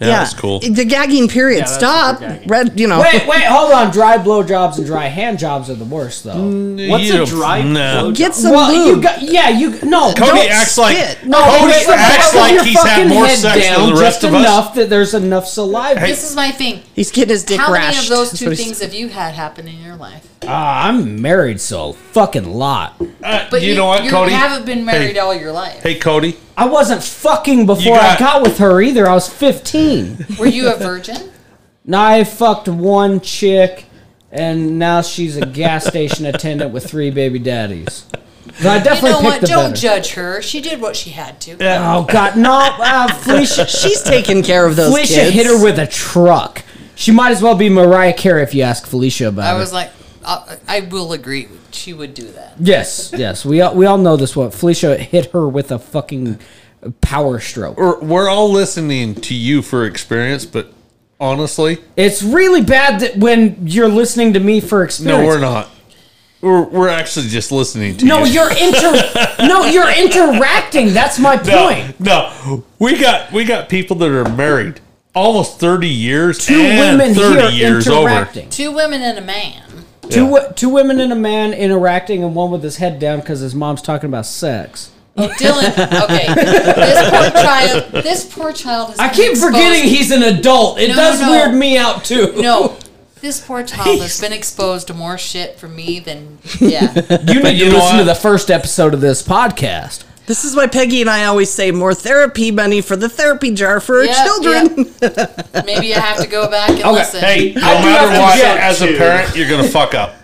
S1: Yeah, that was cool.
S5: The gagging period.
S4: Yeah, that's
S5: Stop.
S4: super gagging.
S5: Red, you know.
S2: Wait, wait, hold on. Dry blowjobs and dry hand jobs are the worst, though.
S6: Mm,
S4: What's
S1: You-
S4: a dry
S1: nah.
S4: blowjob?
S5: Get some
S2: well,
S5: lube.
S2: you got yeah, you no.
S1: Cody
S5: Don't
S1: acts like
S5: spit.
S2: No,
S1: Cody
S2: put the back
S1: acts
S2: of
S1: like
S2: your
S1: he's had
S2: fucking
S1: more
S2: head
S1: sex
S2: down
S1: than the rest
S2: just
S1: of us.
S2: enough that there's enough saliva.
S3: This is my thing.
S5: He's getting his dick
S3: How
S5: rashed.
S3: many of those
S5: That's
S3: two
S5: what he's-
S3: things have you had happen in your life?
S2: Ah, I'm married, so fucking lot.
S1: Uh,
S3: But
S1: you, know what,
S3: you
S1: Cody?
S3: haven't been married
S1: Hey.
S3: all your life.
S1: Hey, Cody.
S2: I wasn't fucking before
S1: got-
S2: I got with her either. I was 15.
S3: Were you a virgin?
S2: now I fucked one chick, and now she's a gas station attendant with three baby daddies. So I
S3: You
S2: definitely
S3: know what?
S2: picked the
S3: Don't
S2: better.
S3: judge her. She did what she had to.
S2: oh God, no, uh, Felicia.
S5: She's taking care of those
S2: Felicia
S5: kids.
S2: hit her with a truck. She might as well be Mariah Carey if you ask Felicia about
S3: I
S2: it.
S3: was like, I, I will agree. She would do that.
S2: yes, yes. We all, we all know this one. Felicia hit her with a fucking power stroke.
S1: We're, we're all listening to you for experience, but honestly,
S2: It's really bad that when you're listening to me for experience.
S1: no, we're not. We're, we're actually just listening to
S2: No,
S1: you.
S2: you're inter. no, you're interacting. That's my point.
S1: No, no, we got we got people that are married almost thirty years,
S2: Two
S1: and
S2: women
S1: thirty
S2: here
S1: years over.
S2: interacting.
S3: Two women and a man.
S2: Two
S1: Yeah.
S2: wo- two women and a man interacting, and one with his head down because his mom's talking about sex.
S3: Oh, Dylan, okay. This poor child. This poor child is.
S2: I keep forgetting he's an adult. It
S3: No,
S2: does
S3: no.
S2: weird me out too.
S3: No, this poor child has been exposed to more shit from me than yeah.
S2: You need
S1: you
S2: to
S1: know
S2: listen
S1: what?
S2: to the first episode of this podcast.
S5: This is why Peggy and I always say more therapy money for the therapy jar for
S3: Yeah,
S5: our children.
S3: yeah. Maybe I have to go back and listen.
S1: Hey, no
S4: do have
S1: matter
S4: to
S1: what,
S4: jump
S1: as a
S4: too.
S1: parent, you're gonna fuck up.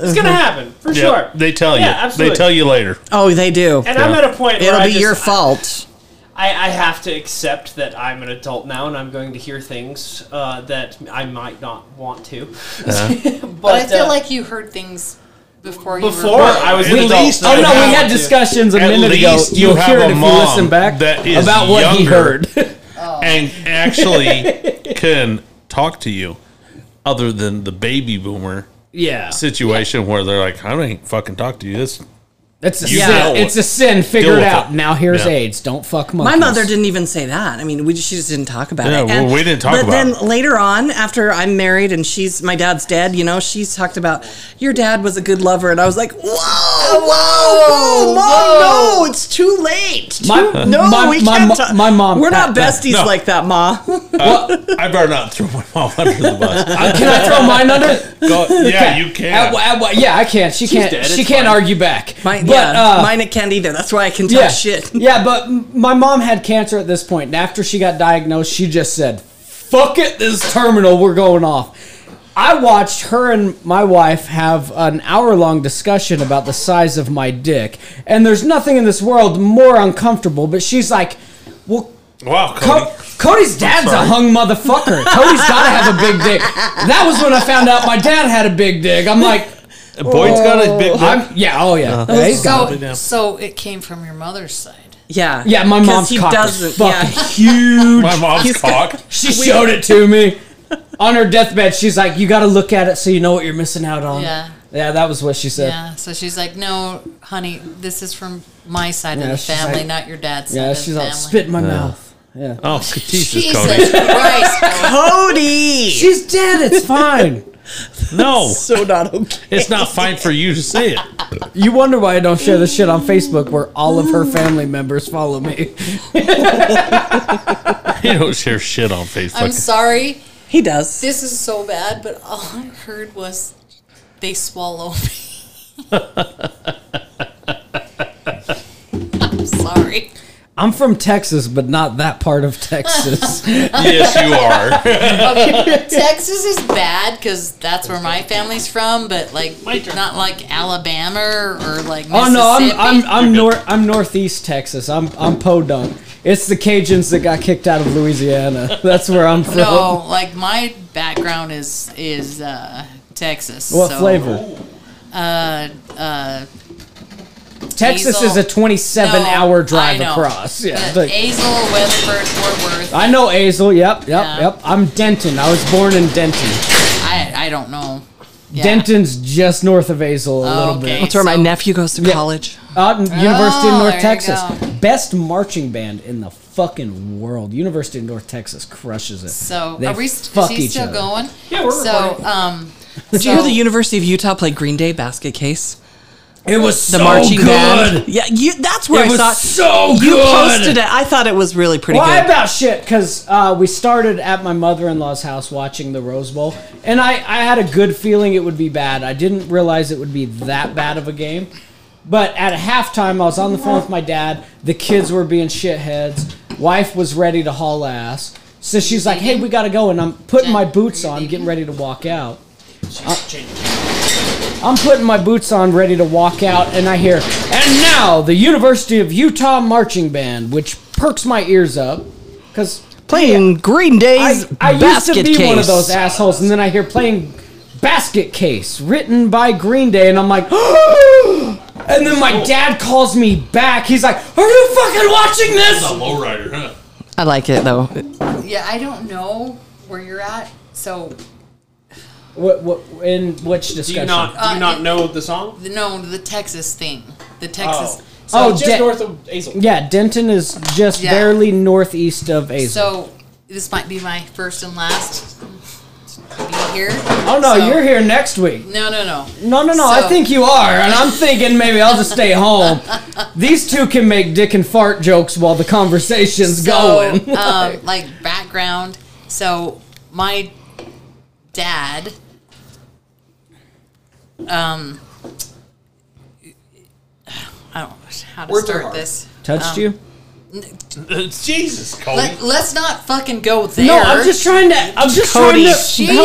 S4: It's gonna happen for
S1: Yeah,
S4: sure.
S1: they tell you.
S4: Yeah, absolutely.
S1: They tell you later.
S5: Oh, they do.
S4: and I'm
S1: Yeah.
S4: at a point where
S5: It'll
S4: I
S5: be
S4: just-
S5: your fault.
S4: I, I have to accept that I'm an adult now, and I'm going to hear things uh, that I might not want to.
S6: Uh-huh.
S4: but,
S3: but I feel
S4: uh,
S3: like you heard things before. you
S4: before
S3: were
S4: I was
S1: At
S4: an adult.
S1: least
S4: so
S2: Oh no,
S1: I
S2: we
S4: I
S1: have
S2: had
S4: to-
S2: discussions a
S1: At
S2: minute ago.
S1: least you
S2: You'll
S1: have
S2: hear
S1: a
S2: it if you
S1: mom
S2: listen back
S1: that is
S2: about what he
S1: younger.
S2: heard.
S1: and actually can talk to you other than the baby boomer
S2: yeah,
S1: situation where they're like, I ain't fucking talk to you. This
S2: it's a
S1: You
S2: sin.
S1: deal
S2: It's a sin. Figure it
S1: with
S2: out.
S1: it.
S2: Now here's
S1: Yeah.
S2: AIDS. Don't fuck
S5: My
S2: monkeys.
S5: mother didn't even say that. I mean, we just, she just didn't talk about
S1: Yeah,
S5: it.
S1: well, we didn't talk
S5: but
S1: about
S5: then
S1: it.
S5: later on, after I'm married and she's my dad's dead, you know, she's talked about your dad was a good lover, and I was like, whoa,
S2: Oh,
S5: whoa, whoa,
S3: whoa.
S5: mom, no, it's too late. Too-
S2: My-
S5: no,
S2: my-
S5: we
S2: my
S5: can't.
S2: mo-
S5: talk-
S2: my mom
S5: We're not
S2: pat-
S5: besties
S1: No.
S5: like that, ma.
S1: I better not throw my mom under the bus.
S2: Uh, can I throw mine under?
S1: Go, yeah, you
S2: At
S1: can.
S2: wha- at wha- yeah, I can't. She can't.
S4: dead,
S2: she
S4: it's
S2: can't
S4: fine.
S2: argue back.
S5: Mine,
S2: But,
S5: yeah,
S2: uh,
S5: mine it can't either. That's why I can talk
S3: Oh,
S2: yeah,
S5: shit.
S2: yeah. But m- my mom had cancer at this point, and after she got diagnosed, she just said, "Fuck it, this is terminal. We're going off." I watched her and my wife have an hour-long discussion about the size of my dick, and there's nothing in this world more uncomfortable. But she's like, "Well."
S1: Wow, Cody.
S2: Co- Cody's dad's a
S1: sorry.
S2: hung motherfucker. Cody's gotta have a big dick. That was when I found out my dad had a big dick. I'm like,
S1: Boyd's got his big
S2: I'm, yeah, oh
S5: Uh-huh.
S2: yeah. Yeah, he's got-
S3: so, so it came from your mother's side.
S5: Yeah,
S2: yeah, my
S5: 'Cause
S2: mom's
S5: he
S2: cock
S5: doesn't.
S2: is fucking
S5: yeah.
S2: huge.
S1: My mom's
S5: He's
S1: cock.
S5: got-
S2: She showed it to me. On her deathbed, she's like, "You got to look at it so you know what you're missing out on."
S3: Yeah.
S2: yeah, that was what she said.
S3: Yeah. So she's like, "No, honey, this is from my side
S2: Yeah,
S3: of the
S2: she's
S3: family,
S2: like-
S3: not your dad's side
S2: Yeah,
S3: of
S2: she's
S3: the
S2: all
S3: family."
S2: spit in my mouth. Yeah,
S1: oh, Jesus,
S3: Jesus
S1: Cody.
S3: Christ!
S5: Cody.
S2: she's dead. It's fine.
S1: No,
S5: so not okay.
S1: it's not fine for you to say it.
S2: you wonder why I don't share this shit on Facebook, where all of her family members follow me.
S1: You don't share shit on
S3: I'm
S1: Facebook.
S3: sorry.
S5: He does.
S3: This is so bad, but all I heard was they swallow me. I'm sorry.
S2: I'm from Texas, but not that part of Texas.
S1: yes, you are.
S3: Texas is bad because that's where my family's from, but like not like Alabama or like Mississippi.
S2: Oh no, I'm I'm I'm north I'm northeast Texas. I'm I'm Podunk. It's the Cajuns that got kicked out of Louisiana. That's where I'm from.
S3: no, like my background is is uh, Texas.
S2: What
S3: so,
S2: flavor?
S3: Uh, uh,
S2: Texas is a
S3: Hazel.
S2: 27
S3: no,
S2: hour
S3: I
S2: drive
S3: know.
S2: across. Yeah.
S3: But
S2: like-
S3: Hazel, Westford, Fort Worth.
S2: I know Azel. Yep, yep,
S3: Yeah.
S2: yep. I'm Denton. I was born in Denton.
S3: I I don't know. Yeah.
S2: Denton's just north of Azel a little
S3: okay.
S2: bit.
S5: That's where my
S3: so-
S5: nephew goes to college.
S6: Uh,
S2: Out in University of
S3: Oh,
S2: North
S3: there you
S2: Texas.
S3: go.
S2: Best marching band in the
S6: fucking world. University of North Texas crushes it.
S3: So
S6: They
S3: are we is
S6: fuck
S3: he
S6: each
S3: still
S6: other.
S3: going?
S4: Yeah, we're
S3: So
S4: recording.
S3: um
S5: Did you hear
S3: so-
S5: the University of Utah play Green Day basket case?
S1: It was
S5: The marching band. Yeah, you, that's where
S1: It
S5: I
S1: was
S5: saw it.
S1: so
S5: You
S1: good.
S5: posted it. I thought it was really pretty
S6: Well, I
S5: good.
S6: about shit because uh, we started at my mother in law's house watching the Rose Bowl, and I, I had a good feeling it would be bad. I didn't realize it would be that bad of a game. But at halftime, I was on the phone with my dad. The kids were being shitheads. Wife was ready to haul ass. So she's like, hey, we got to go. And I'm putting my boots on, getting ready to walk out. I'm putting my boots on, ready to walk out, and I hear, and now the University of Utah Marching Band, which perks my ears up. Because
S5: Playing Green
S6: I,
S5: Day's
S6: I used
S5: basket
S6: to be
S5: case.
S6: one of those assholes, and then I hear playing Basket Case, written by Green Day, and I'm like, and then my dad calls me back. He's like, Are you fucking watching
S1: A
S6: this?
S1: lowrider, huh?
S5: I like it though.
S3: yeah, I don't know where you're at. So
S6: What, what, in which
S4: Do you
S6: discussion?
S4: not do
S3: Uh,
S4: you not
S3: it-
S4: know the song?
S3: the no the Texas thing. The Texas
S4: so
S6: Oh,
S4: just
S6: de-
S4: north of Azle.
S6: yeah, Denton is just
S3: Yeah.
S6: barely northeast of Azle.
S3: So this might be my first and last to be here.
S6: oh no,
S3: So-
S6: you're here next week.
S3: No, no, no.
S6: No, no, no. I
S3: So-
S6: think you are, and I'm thinking maybe I'll just stay home. These two can make dick and fart jokes while the conversation's going.
S3: um, like background. So my dad, um, I don't know how to
S4: Words are
S3: start
S4: hard.
S3: this.
S6: Touched
S3: um,
S6: you?
S1: Uh, Jesus, Cody.
S3: Let, let's not fucking go there.
S6: No, I'm just trying to. I'm just
S5: Cody.
S6: trying to help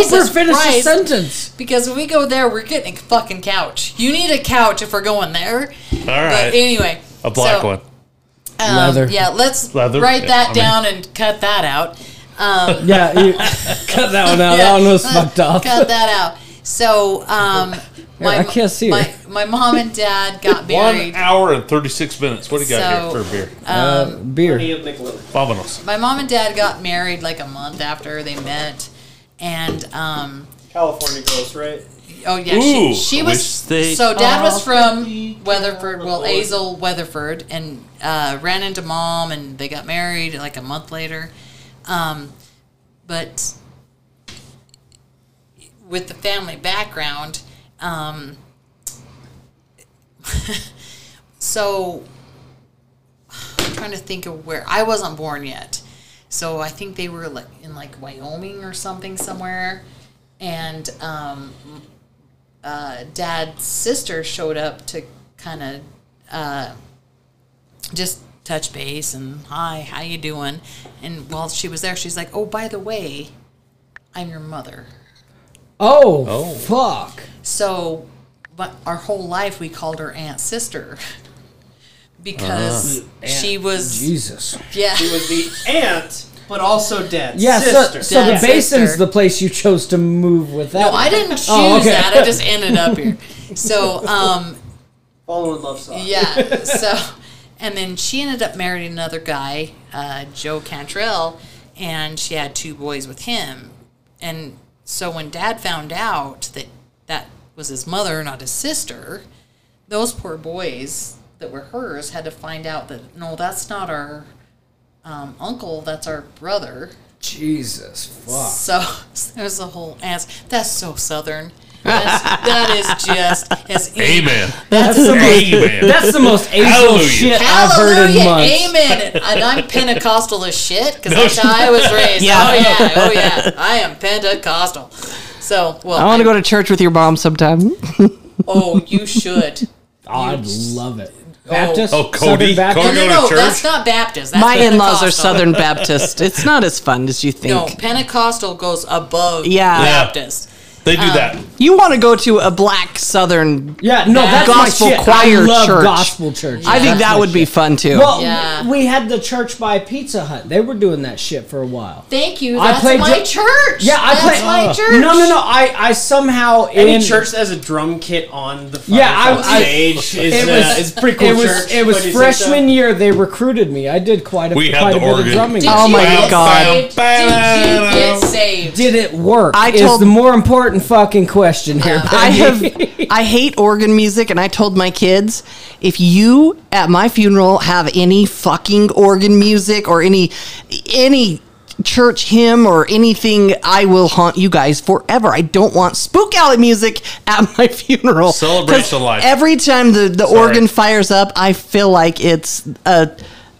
S6: her
S3: Jesus
S6: finish the
S3: Christ.
S6: sentence.
S3: because when we go there, we're getting a fucking couch. You need a couch if we're going there. All
S1: right.
S3: But anyway,
S1: a black
S3: so,
S1: one.
S3: Um,
S6: Leather.
S3: Yeah, let's
S1: Leather,
S3: write
S1: yeah,
S3: that
S1: I mean-
S3: down and cut that out.
S6: Yeah, you, cut that one out.
S3: Yeah.
S6: That one was fucked up.
S3: Cut that out. So, um, my,
S6: I can't see her.
S3: my, my mom and dad got
S1: One
S3: uh, married.
S1: hour and 36 minutes. What do you got
S3: So-
S1: here for a beer?
S6: Beer.
S1: Vamonos.
S3: My mom and dad got married like a month after they met. And, um,
S4: California girls, right?
S3: oh, yeah,
S1: Ooh,
S3: she, she
S1: I
S3: was.
S1: wish they-
S3: so, dad was
S4: Coffee,
S3: from Weatherford, well,
S4: Lord.
S3: Azel, Weatherford, and uh, ran into mom, and they got married like a month later. Um, but with the family background, um, so I'm trying to think of where I wasn't born yet. So I think they were like in like Wyoming or something somewhere, and um, uh, Dad's sister showed up to kind of uh, just touch base and hi, how you doing? And while she was there, she's like, oh, by the way, I'm your mother.
S6: Oh, fuck.
S3: So, but our whole life we called her Aunt Sister because she was
S6: Jesus.
S3: yeah.
S4: She was the aunt, but also dad's
S6: Yeah. So,
S4: sister.
S6: so the
S3: Dead
S6: basin's
S3: sister.
S6: the place you chose to move with that.
S3: No, I didn't choose
S6: Oh, okay.
S3: that. I just ended up here. So, um,
S4: Follow in love song.
S3: yeah. So, and then she ended up marrying another guy, uh, Joe Cantrell, and she had two boys with him. And so when Dad found out that that was his mother, not his sister, those poor boys that were hers had to find out that no, that's not our um, uncle. That's our brother.
S6: Jesus. Fuck.
S3: So there's a whole ass. That's so southern. That's, that is just as
S1: Amen.
S6: That's the most.
S1: Amen.
S6: That's the most Asian
S1: Hallelujah.
S6: shit I've heard in
S3: Hallelujah,
S6: months.
S3: amen. And I'm Pentecostal as shit because
S1: No
S3: that's how I was raised.
S5: Yeah.
S3: Oh yeah, oh yeah. I am Pentecostal. So well,
S5: I want to go to church with your mom sometime.
S3: Oh, you should.
S6: Oh, I'd love it. Baptist?
S1: Oh, Cody?
S6: Southern Baptist?
S3: No,
S1: Cody?
S3: no,
S1: go to
S3: no.
S1: church?
S3: That's not Baptist. That's
S5: My in-laws are
S3: Pentecostal.
S5: Southern Baptist. It's not as fun as you think.
S3: No, Pentecostal goes above
S5: Yeah. Yeah.
S3: Baptist.
S1: They do that.
S5: You want to go to a black Southern.
S6: Yeah, no, that's
S5: Gospel
S6: my shit.
S5: choir
S6: I love
S5: church.
S6: gospel church.
S5: I think
S6: That's
S5: that
S6: my
S5: would be
S6: shit.
S5: fun too.
S6: Well,
S3: Yeah.
S6: we had the church by Pizza Hut. They were doing that shit for a while.
S3: Thank you.
S6: I
S3: That's
S6: played
S3: my
S6: ju-
S3: church.
S6: Yeah, I
S3: that's
S6: played.
S3: my church.
S6: No, no, no. I, I somehow
S4: Any
S6: in
S4: church that has a drum kit on the fucking
S6: Yeah, I- I-
S4: stage is
S6: It
S4: uh,
S6: was-
S4: is pretty cool.
S6: It was
S4: church,
S6: it
S4: but
S6: was
S4: it's
S6: freshman
S4: like
S6: year they recruited me. I did quite a
S1: We had
S6: quite
S1: the
S6: a bit of
S1: organ.
S6: drumming.
S3: Did
S5: Oh
S3: you
S5: my
S3: get
S5: God.
S3: Saved? Did you get saved?
S6: Did it work?
S5: I
S6: is
S5: told-
S6: the more important
S2: important fucking question here.
S6: Uh,
S5: I
S2: Peggy.
S5: have I hate organ music and I told my kids if you at my funeral have any fucking organ music or any any church hymn or anything I will haunt you guys forever. I don't want spook alley music at my funeral.
S1: Celebration
S5: 'Cause
S1: life.
S5: Every time the the organ fires up, I feel like it's a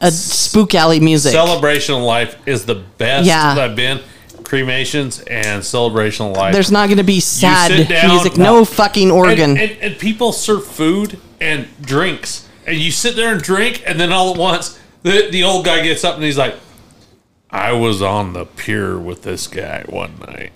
S5: a spook alley music.
S1: Celebration of life is the best
S5: Yeah.
S1: that I've been. Cremations and celebration of life.
S5: There's not going to be sad
S1: down-
S5: music.
S1: No.
S5: No, fucking
S1: and,
S5: organ.
S1: and, and people serve food and drinks, and you sit there and drink, and then all at once, the the old guy gets up and he's like, "I was on the pier with this guy one night,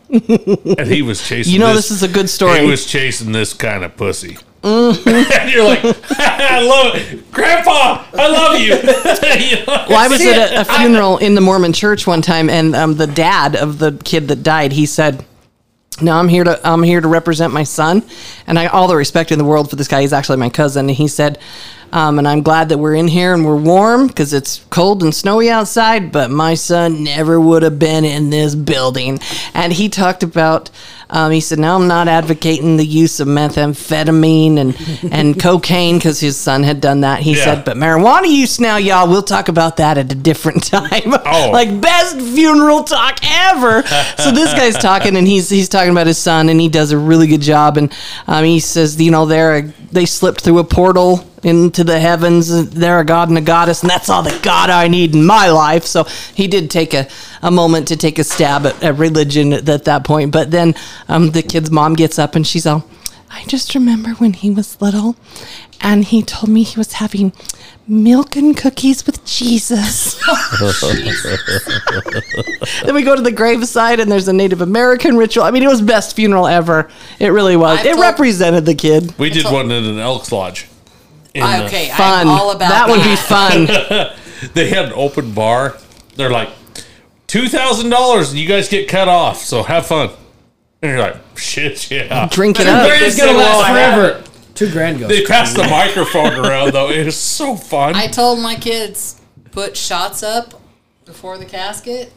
S1: and he was chasing.
S5: You know this is a good story.
S1: He was chasing this kind of pussy." and you're like, I love it, Grandpa. I love you. You know?
S5: Well, I was
S1: See
S5: at a, a
S1: it? I-
S5: funeral in the Mormon church one time, and um, the dad of the kid that died, he said, "No, I'm here to I'm here to represent my son," and I all the respect in the world for this guy. He's actually my cousin, and he said, um, "And I'm glad that we're in here and we're warm because it's cold and snowy outside." But my son never would have been in this building, and he talked about. Um, he said, "No, I'm not advocating the use of methamphetamine and and cocaine because his son had done that." He
S1: Yeah.
S5: said, "But marijuana use now, y'all. We'll talk about that at a different time.
S1: Oh.
S5: like best funeral talk ever. so this guy's talking, and he's he's talking about his son, and he does a really good job. And um, he says, you know, they're a, they slipped through a portal into the heavens. and They're a god and a goddess, and that's all the god I need in my life. So he did take a, a moment to take a stab at, at religion at, at that point. But then um, the kid's mom gets up, and she's all. I just remember when he was little and he told me he was having milk and cookies with Jesus. then we go to the graveside and there's a Native American ritual. I mean, it was best funeral ever. It really was.
S3: I've
S5: it
S3: told-
S5: represented the kid.
S1: we did
S3: told-
S1: one in an Elks Lodge. in, uh,
S3: Okay,
S5: Fun.
S3: I'm all about
S5: that
S3: that.
S5: would be fun.
S1: they had an open bar. They're like, two thousand dollars, and you guys get cut off. So have fun. And you're like, shit, yeah.
S5: Drink it
S4: uh,
S1: They're
S5: up.
S2: It's
S1: just
S2: gonna
S1: like,
S2: last
S1: "Well,
S2: forever. Two grand goes.
S1: They passed the microphone around though. It was so fun.
S3: I told my kids put shots up before the casket,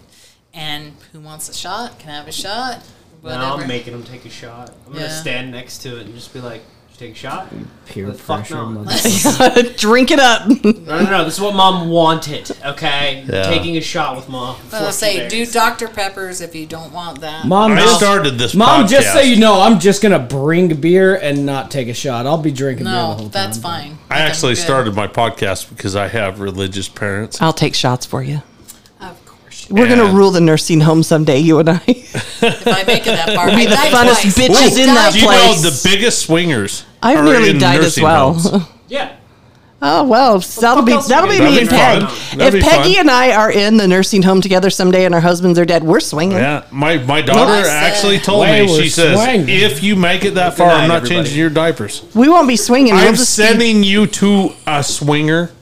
S3: and who wants a shot can have a shot. Whatever.
S4: Now I'm making them take a shot. I'm gonna
S3: Yeah.
S4: stand next to it and just be like, "Did you take a shot?
S2: Peer
S4: The fuck
S2: pressure,
S4: not.
S2: mother-
S5: Drink it up.
S4: No, no, no. This is what mom wanted. Okay,
S1: Yeah.
S4: taking a shot with mom. for
S3: I'll
S4: 14
S3: say
S4: days.
S3: do Dr Peppers if you don't want that.
S2: Mom,
S1: I
S2: just-
S1: started this.
S2: Mom, just so
S1: podcast.
S2: you know, I'm just gonna bring beer and not take a shot. I'll be drinking beer the
S3: no,
S2: whole
S3: that's
S2: time.
S3: fine.
S1: I
S3: Like, I'm
S1: actually
S3: good.
S1: started my podcast because I have religious parents.
S5: I'll take shots for you.
S3: Of course, you-
S5: We're going
S1: And-
S5: to rule the nursing home someday, you and I.
S3: if I make it that far,
S5: be
S3: I
S5: the
S3: die twice.
S5: funnest bitches in that
S1: Do you
S5: place.
S1: know the biggest swingers?
S5: I've
S1: are
S5: nearly
S1: in
S5: died as
S1: nursing
S5: well.
S1: homes?
S4: Yeah.
S5: Oh well, that'll
S4: fuck
S5: be
S4: else
S5: that'll
S4: we
S5: be
S4: can
S5: me
S4: do?
S5: and Peg.
S4: That'd be
S1: fun. That'd
S5: If
S1: be
S5: Peggy
S1: fun.
S5: and I are in the nursing home together someday, and our husbands are dead, we're swinging.
S1: Yeah, my my daughter
S3: I said-
S1: actually told me.
S2: Way we're
S1: She says,
S2: swinging.
S1: "If you make it that far,
S4: night,
S1: I'm not
S4: everybody.
S1: changing your diapers.
S5: We won't be swinging. We'll
S1: I'm
S5: just
S1: sending you to a swinger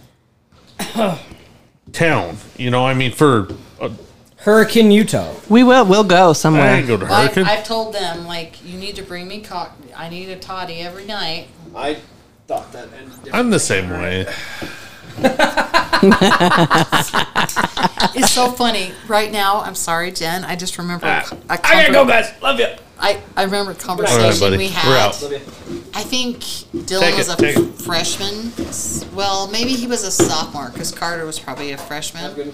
S1: town. You know, I mean, for uh,
S2: Hurricane Utah.
S5: be, we will. We'll go
S1: I
S5: somewhere.
S1: ain't go to
S3: Well, I've,
S1: Hurricane.
S3: I've told them like you need to bring me cock. I need a toddy every night.
S4: I thought that ended. different.
S1: I'm the same way.
S3: It's so funny. Right now, I'm sorry, Jen. I just remember.
S1: Ah.
S3: a co- a conver-
S1: guys. Love you.
S3: I, I remember a
S1: All
S3: conversation
S1: right, buddy.
S3: we had.
S1: We're out.
S3: I think
S1: Take
S3: Dylan
S1: it,
S3: was a
S1: take it.
S3: freshman. S- Well, maybe he was a sophomore because Carter was probably a freshman.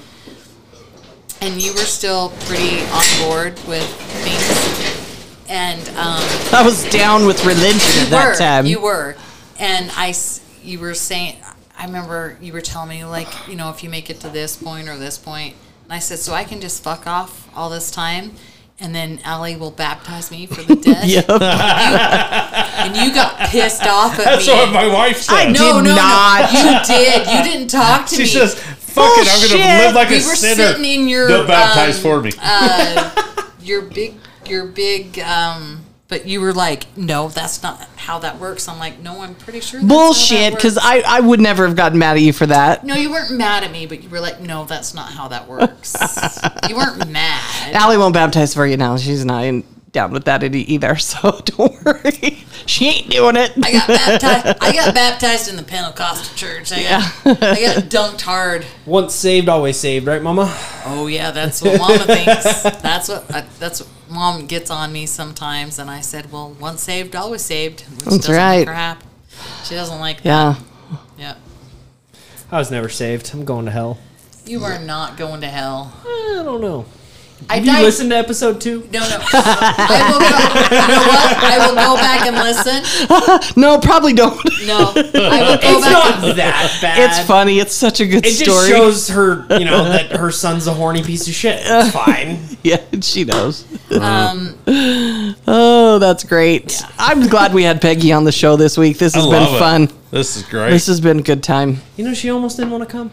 S3: And you were still pretty on board with things. And um,
S5: I was down with religion at that
S3: were,
S5: time.
S3: You were, and I, s- you were saying. I remember you were telling me like, you know, if you make it to this point or this point, and I said, so I can just fuck off all this time, and then Allie will baptize me for the dead.
S5: Yep.
S3: And you got pissed off at
S1: That's
S3: me.
S1: what my wife said.
S5: I
S3: no,
S5: Did
S3: no,
S5: not.
S3: no, you did. You didn't talk to
S1: She
S3: me.
S1: says, "Fuck it, I'm gonna
S5: Bullshit.
S1: live like
S3: we
S1: a
S3: were
S1: sinner."
S3: sitting in your
S1: They'll baptize
S3: um,
S1: for me.
S3: your big your big um but you were like no that's not how that works i'm like no i'm pretty sure that's how that
S5: Bullshit. Because
S3: works."
S5: I, I would never have gotten mad at you for that.
S3: no you weren't mad at me but you were like no that's not how that works you weren't mad
S5: Allie won't baptize for you now. She's not in, down with that any- either. So don't worry. She ain't doing it.
S3: I got baptized. I got baptized in the Pentecostal church. I got, I got dunked hard.
S2: Once saved, always saved, right, Mama?
S3: Oh yeah, that's what Mama thinks. That's what. I, that's what mom gets on me sometimes, and I said, "Well, once saved, always saved," which
S5: That's
S3: doesn't
S5: right.
S3: make her happy. She doesn't like that.
S5: Yeah.
S3: Yeah.
S2: I was never saved. I'm going to hell.
S3: You are not going to hell.
S2: Eh, I don't know.
S3: I
S2: Have you
S3: died-
S2: listened to episode two?
S3: No, no. I will go. You know what? I will go back and listen.
S5: No, probably don't.
S3: No, I will go
S4: It's
S3: back.
S4: not that bad.
S5: It's funny. It's such a good
S4: It just
S5: story.
S4: shows her, you know, that her son's a horny piece of shit. It's fine.
S5: yeah, she knows.
S3: Um,
S5: Oh, that's great.
S3: Yeah.
S5: I'm glad we had Peggy on the show this week. This
S1: I
S5: has
S1: love
S5: been
S1: it.
S5: fun.
S1: This is great.
S5: This has been a good time.
S4: You know, she almost didn't want to come.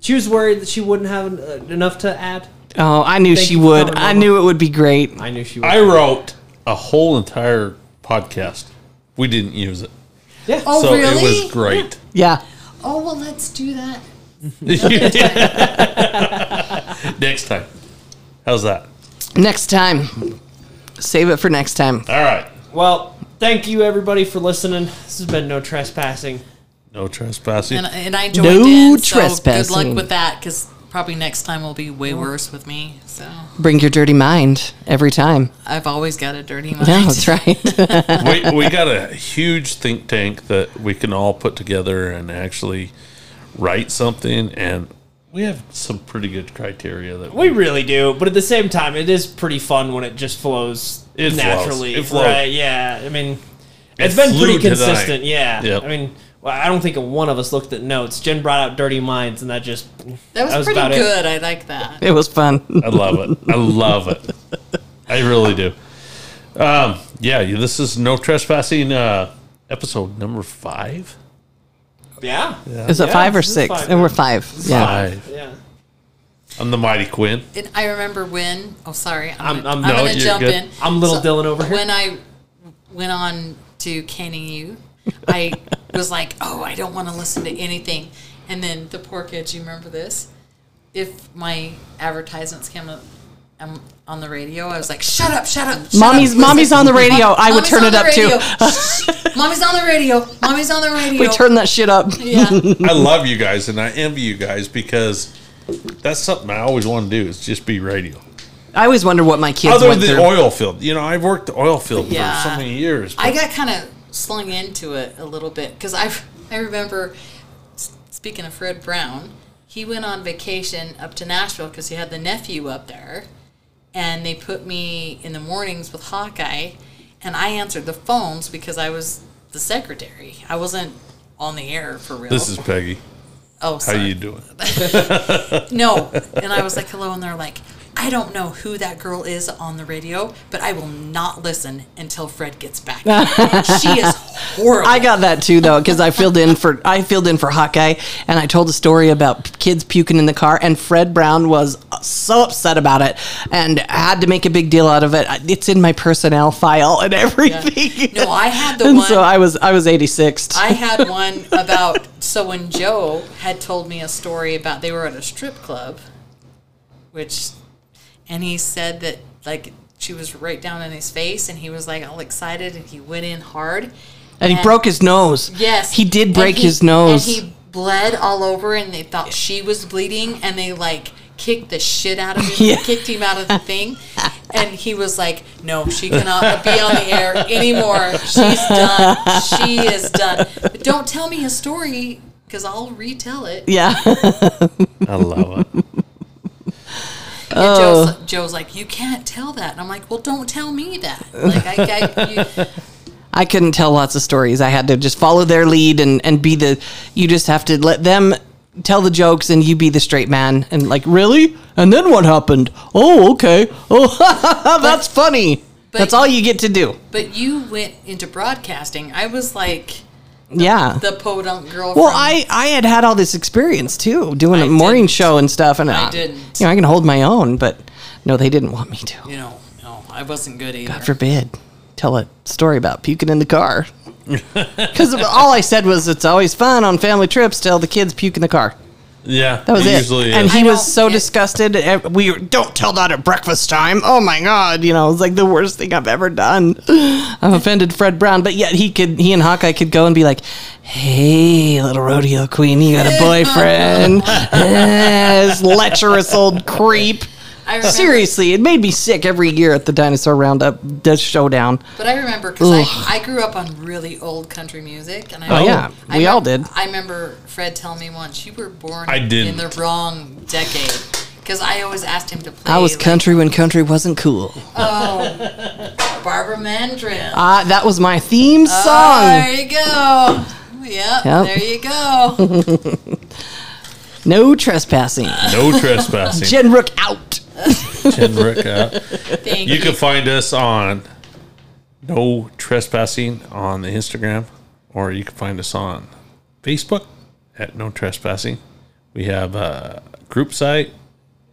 S4: She was worried that she wouldn't have uh, enough to add.
S5: Oh, I knew
S4: Thank
S5: she
S4: you for
S5: would.
S4: coming
S5: I
S4: over.
S5: knew it would be great.
S4: I knew she would.
S1: I wrote a whole entire podcast. We didn't use it.
S4: yeah.
S3: oh,
S1: so
S3: really?
S1: it was great.
S5: Yeah.
S3: Oh, well, let's do that.
S1: Next time. How's that?
S5: Next time. Save it for next time.
S1: All right.
S4: Well, thank you everybody for listening. This has been no trespassing.
S1: No trespassing.
S3: And, and I joined
S5: No
S3: in. So good
S5: trespassing.
S3: luck with that, because probably next time will be way worse with me. So
S5: Bring your dirty mind every time.
S3: I've always got a dirty mind.
S5: Yeah, that's right.
S1: we, we got a huge think tank that we can all put together and actually write something. And we have some pretty good criteria that
S4: We really do, but at the same time, it is pretty fun when it just flows
S1: It flows.
S4: naturally.
S1: It flows.
S4: Right? Yeah. I mean, it's
S1: It
S4: been
S1: flew
S4: pretty
S1: tonight.
S4: consistent. Yeah.
S1: Yep.
S4: I mean, well, I don't think one of us looked at notes. Jen brought out Dirty Minds, and that just
S3: That was,
S4: That was about
S3: pretty
S4: it.
S3: good. I like that.
S5: it was fun.
S1: I love it. I love it. I really do. Um, yeah, this is no trespassing uh, episode number five.
S4: yeah.
S5: Is it
S4: Yeah,
S5: five or
S4: this is
S5: six?
S4: five.
S5: And we're five. Yeah.
S1: Five.
S4: Yeah.
S1: I'm the mighty Quinn.
S3: And I remember when. Oh, sorry.
S4: I'm-
S3: I'm, gonna-
S4: I'm-
S3: I'm,
S1: no,
S3: going to
S1: you're
S3: jump
S1: good.
S3: in.
S4: I'm little Dylan over here.
S3: When I went on to canning you, I was like, oh, I don't want to listen to anything. And then the poor kids, you remember this? If my advertisements came up um, on the radio, I was like, shut up, shut up. Shut
S5: Mommy's
S3: up,
S5: mommy's
S3: listen.
S5: on the radio.
S3: Mom-
S5: I would
S3: mommy's
S5: turn
S3: on
S5: it
S3: the
S5: up too.
S3: radio. Shh, shh. mommy's on the radio. Mommy's on the radio.
S5: We turn that shit up.
S3: yeah.
S1: I love you guys and I envy you guys because that's something I always want to do is just be radio.
S5: I always wonder what my kids
S1: Other
S5: went
S1: than
S5: through.
S1: the oil field. You know, I've worked the oil field
S3: Yeah.
S1: for so many years.
S3: I got kind of slung into it a little bit because I I remember s- speaking of Fred Brown, he went on vacation up to Nashville because he had the nephew up there, and they put me in the mornings with Hawkeye, and I answered the phones because I was the secretary. I wasn't on the air for real.
S1: this is Peggy.
S3: oh,
S1: How
S3: sorry.
S1: you doing?
S3: No. And I was like, hello. And they're like, I don't know who that girl is on the radio, but I will not listen until Fred gets back. she is horrible.
S5: I got that too though because I filled in for I filled in for Hawkeye and I told a story about kids puking in the car and Fred Brown was uh, so upset about it and had to make a big deal out of it. I- It's in my personnel file and everything.
S3: No, I had the
S5: and
S3: one.
S5: so I was I was 86th.
S3: I had one about so when Joe had told me a story about they were at a strip club, which, and he said that like she was right down in his face, and he was like all excited, and he went in hard.
S5: and he broke his nose.
S3: Yes,
S5: He did
S3: And
S5: break
S3: he-
S5: his nose.
S3: And he bled all over, and they thought she was bleeding, and they like kicked the shit out of him,
S5: Yeah.
S3: kicked him out of the thing, and he was like, "No, she cannot be on the air anymore. She's done. She is done." But don't tell me his story because I'll retell it.
S5: yeah.
S1: I love it.
S3: And
S5: Oh.
S3: Joe's, Joe's like, "You can't tell that," and I'm like, "Well, don't tell me that." Like, I, I you,
S5: I couldn't tell lots of stories. I had to just follow their lead and, and be the, you just have to let them tell the jokes and you be the straight man. And like, really? And then what happened? Oh, okay. Oh, that's funny.
S3: but-
S5: that's all you get to do.
S3: but you went into broadcasting. I was like
S5: Yeah.
S3: the podunk girl.
S5: well,
S3: from-
S5: I, I had had all this experience too, doing a
S3: I
S5: morning
S3: didn't.
S5: show and stuff. And
S3: I
S5: uh,
S3: didn't.
S5: You know, I can hold my own, but no, they didn't want me to.
S3: you know, no, I wasn't good either.
S5: God forbid, tell a story about puking in the car. Because all I said was, it's always fun on family trips to tell the kids puke in the car.
S1: Yeah.
S5: That was it.
S1: Usually
S5: and
S1: is.
S5: he
S3: I
S5: was
S3: don't
S5: so
S3: get-
S5: disgusted. Eh, We were, don't tell that at breakfast time. Oh my god! You know, it was like the worst thing I've ever done. I've offended Fred Brown, but yet he could. He and Hawkeye could go and be like, "Hey, little rodeo queen, you got a boyfriend? Eh, this lecherous old creep."
S3: I remember,
S5: Seriously, it made me sick every year at the dinosaur roundup the showdown.
S3: But I remember because I,
S5: Ugh.
S3: I grew up on really old country music, and
S5: Oh,
S3: I
S5: yeah.
S3: I
S5: We
S3: remem-
S5: all did.
S3: I remember Fred telling me once you were born
S1: I
S3: in the
S1: didn't.
S3: wrong decade because I always asked him to play.
S5: I was
S3: like,
S5: country when country wasn't cool.
S3: Barbara Mandrin.
S5: Uh, that was my theme song.
S3: There you go. Yep,
S5: Yep.
S3: There you go.
S5: No trespassing.
S1: No trespassing.
S5: Jen Rook out.
S1: Jen Rick out.
S3: Thank
S1: You
S3: you.
S1: can find us on No Trespassing on the Instagram, or you can find us on Facebook at No Trespassing. We have a group site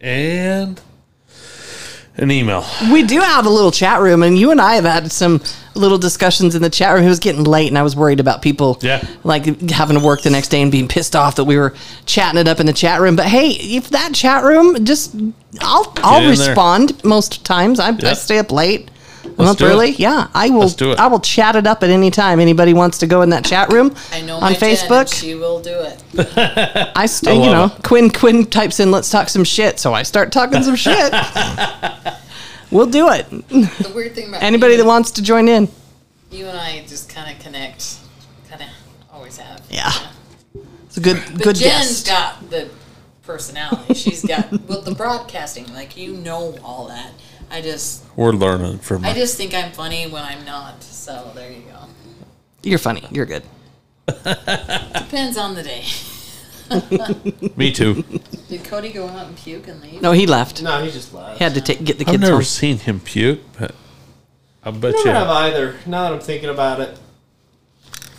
S1: and an email.
S5: We do have a little chat room, and you and I have had some little discussions in the chat room. It was getting late, and I was worried about people,
S1: Yeah.
S5: like having to work the next day and being pissed off that we were chatting it up in the chat room. But hey, if that chat room, just I'll I'll
S1: in there.
S5: respond most times. I, I
S1: Yeah.
S5: stay up late. I'm
S1: Let's
S5: up
S1: do it.
S5: early. Yeah, I will.
S1: Let's do it.
S5: I will chat it up at any time. Anybody wants to go in that chat room
S3: I know my
S5: on
S3: Jen,
S5: Facebook?
S3: she will do it.
S5: I, st- you know,
S1: love
S5: Quinn Quinn types in "Let's talk some shit," so I start talking some shit. we'll do it.
S3: The weird thing about
S5: Anybody
S3: you,
S5: that wants to join in.
S3: you and I just kind of connect, kind of always have.
S5: Yeah. It's a good
S3: But
S5: good
S3: Jen's
S5: guess.
S3: got the personality. She's got well the broadcasting. Like you know all that. I just
S1: We're learning from
S3: I just think I'm funny when I'm not. So there you go.
S5: You're funny. You're good.
S3: Depends on the day.
S1: me too.
S3: Did Cody go out and puke and leave?
S5: No, he left.
S4: No, he just left.
S5: He had to take, get the
S1: I've
S5: kids
S1: never
S5: home.
S1: seen him puke, but I bet
S4: Never have
S1: you.
S4: either. Now that I'm thinking about it,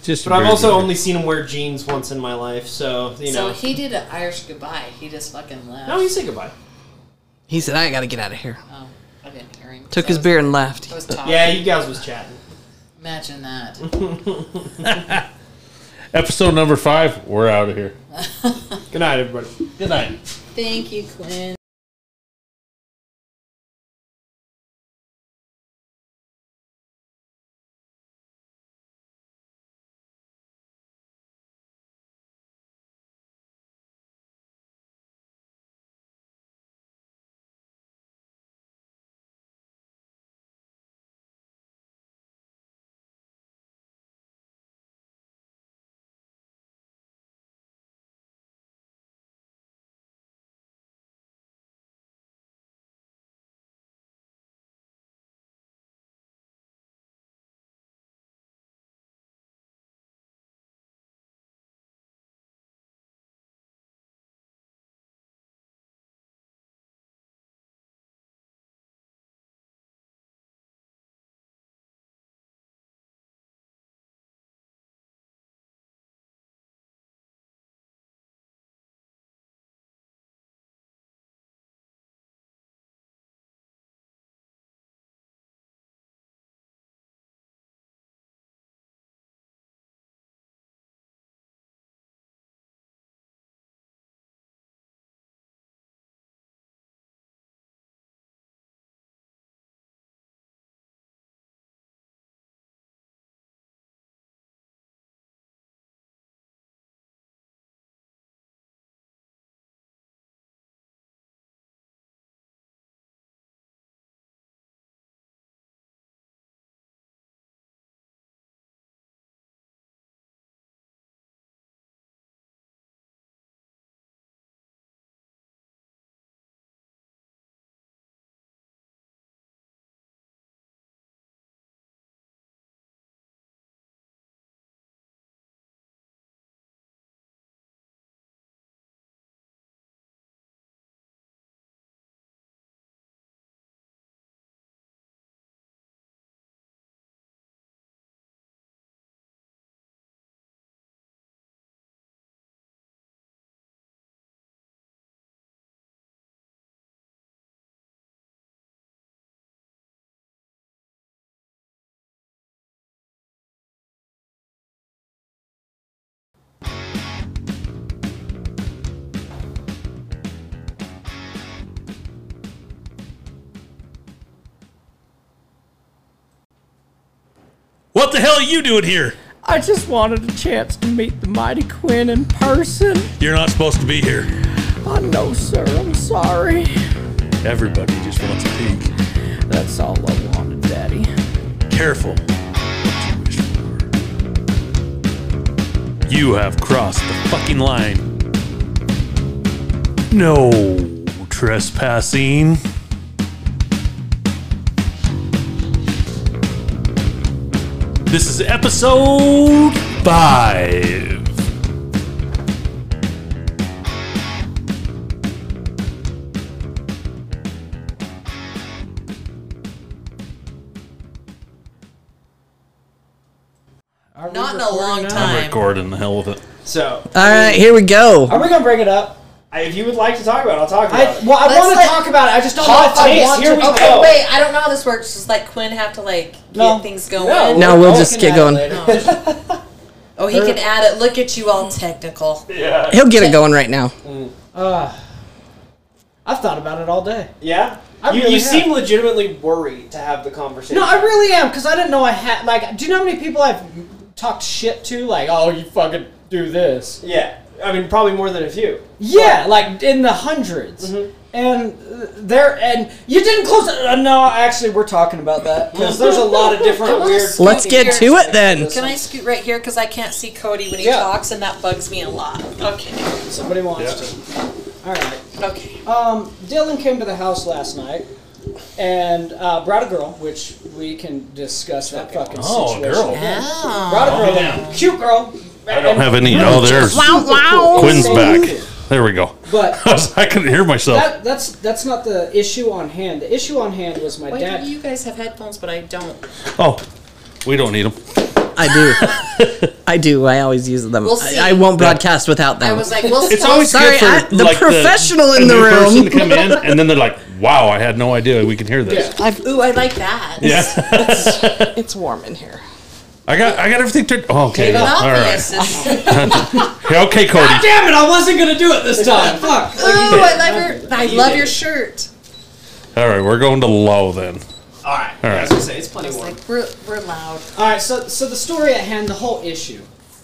S1: Just
S4: but I've
S1: very
S4: also
S1: good.
S4: only seen him wear jeans once in my life, so you
S3: so
S4: know.
S3: he did an Irish goodbye. He just fucking left.
S4: no, he said goodbye.
S5: He said, "I got to get out of here."
S3: Oh, I didn't hear him.
S5: Took
S3: I
S5: his
S3: was-
S5: beer and left.
S3: I was talking.
S4: Yeah, you guys was chatting.
S3: Imagine that.
S5: Mm-hmm.
S1: episode number five. We're out of here.
S4: Good night, everybody.
S1: Good night.
S3: Thank you, Quinn.
S1: What the hell are you doing here?
S2: I just wanted a chance to meet the mighty Quinn in person.
S1: You're not supposed to be here.
S2: I know, sir. I'm sorry.
S1: Everybody just wants a peek.
S2: That's all I wanted, Daddy.
S1: Careful what you wish for. You have crossed the fucking line. No trespassing. This is episode five.
S2: Are we
S3: Not in a
S2: recording
S3: long
S2: now?
S3: time.
S1: I'm recording the hell with it.
S4: So,
S5: All right, here we go.
S2: Are we gonna bring it up?
S4: I, if you would like to talk about it, I'll talk about
S2: I
S4: it.
S2: well, I
S3: Let's
S2: want to
S3: let-
S2: talk about it. I just don't know
S4: Hot
S2: if I
S4: takes,
S2: want
S4: here
S2: to.
S4: we
S2: Okay.
S4: go.
S3: Okay, wait. I don't know how this works. Just let Quinn have to like get
S2: No.
S3: things going.
S5: No, we'll
S2: we're
S5: just
S2: looking
S5: get
S2: at it
S5: going.
S2: later.
S3: Oh, he can add it. Look at you all technical.
S4: Yeah.
S5: He'll get it going right now.
S2: Ah. I've thought about it all day.
S4: Yeah?
S2: I
S4: you
S2: really
S4: you
S2: have.
S4: seem legitimately worried to have the conversation.
S2: No, I really am because I didn't know I had. Like, do you know how many people I've talked shit to? Like, oh, you fucking do this.
S4: Yeah. I mean, probably more than a few.
S2: Yeah, like in the 100s And uh, there, and you didn't close it. Uh, no, actually, we're talking about that because there's a lot of different weird.
S5: Let's get to it then.
S3: Can I scoot right here because I can't see Cody when he
S2: Yeah.
S3: talks, and that bugs me a lot. Okay.
S2: Somebody wants to. All right.
S3: Okay.
S2: Um, Dylan came to the house last night and uh, brought a girl, which we can discuss that fucking
S1: Oh, a
S2: situation.
S1: girl.
S2: again. Brought a girl,
S1: Yeah.
S2: cute girl. I
S1: Don't have any. Oh, there's
S5: wow.
S1: Quinn's back. There we go.
S2: But
S1: I couldn't hear myself.
S2: that, that's that's not the issue on hand. The issue on hand was my
S3: Why
S2: dad.
S3: do you guys have headphones, but I don't?
S1: Oh, we don't need them.
S5: I do. I do. I always use them.
S3: We'll see.
S5: I, I won't broadcast without them.
S3: I was like, well,
S1: It's
S3: well,
S1: always
S5: Oh, sorry,
S1: good for
S5: I- the
S1: like,
S5: professional in
S1: a
S5: the
S1: new
S5: room.
S1: person to come in, and then they're like, "Wow, I had no idea we could hear this."
S3: Ooh, I like that.
S1: Yeah,
S5: it's warm in here.
S1: I got I got everything turned. Oh, okay,
S3: Even
S1: all right,
S3: obvious. It's-
S1: okay, Cody.
S2: Damn it! I wasn't gonna do it this time. Fuck.
S3: Ooh, Oh, I love your, I love your shirt.
S1: All right, we're going to low then.
S4: All
S1: All
S4: right. Yeah, I
S1: right.
S4: was gonna say, it's plenty
S3: It's
S4: warm.
S3: like we're, we're loud.
S2: All right, so so the story at hand, the whole issue.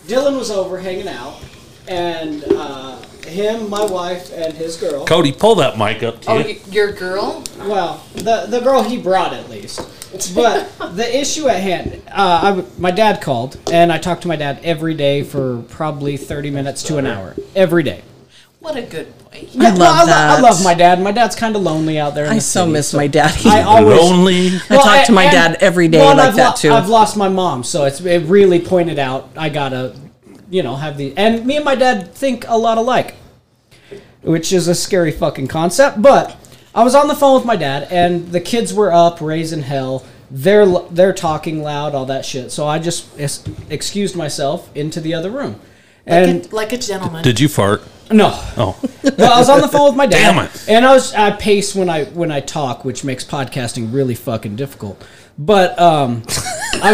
S2: Dylan was over hanging out, and uh, him, my wife, and his girl.
S1: Cody, pull that mic up to
S3: Oh,
S1: you.
S3: y- your girl?
S2: Well, the the girl he brought at least. But the issue at hand, uh, I w my dad called, and I talked to my dad every day for probably thirty minutes to an hour every day.
S3: What a good boy.
S5: I love
S2: no, I, lo-
S5: that.
S2: I love my dad. My dad's kind of lonely out there. In
S5: I
S2: the
S5: so
S2: city,
S5: miss
S2: so
S5: my daddy.
S2: I always
S1: Lonely.
S5: I talk to my dad every day
S2: one,
S5: like
S2: I've
S5: that,
S2: lo-
S5: too.
S2: I've lost my mom, so it's it really pointed out I gotta, you know, have the and me and my dad think a lot alike, which is a scary fucking concept. But I was on the phone with my dad, and the kids were up raising hell. They're l- they're talking loud, all that shit. So I just es- excused myself into the other room, and
S3: Good- like a gentleman.
S1: Did you fart?
S2: no,
S1: Oh,
S2: well, I was on the phone with my dad.
S1: Damn it.
S2: And I was I pace when I when I talk, which makes podcasting really fucking difficult. But um, I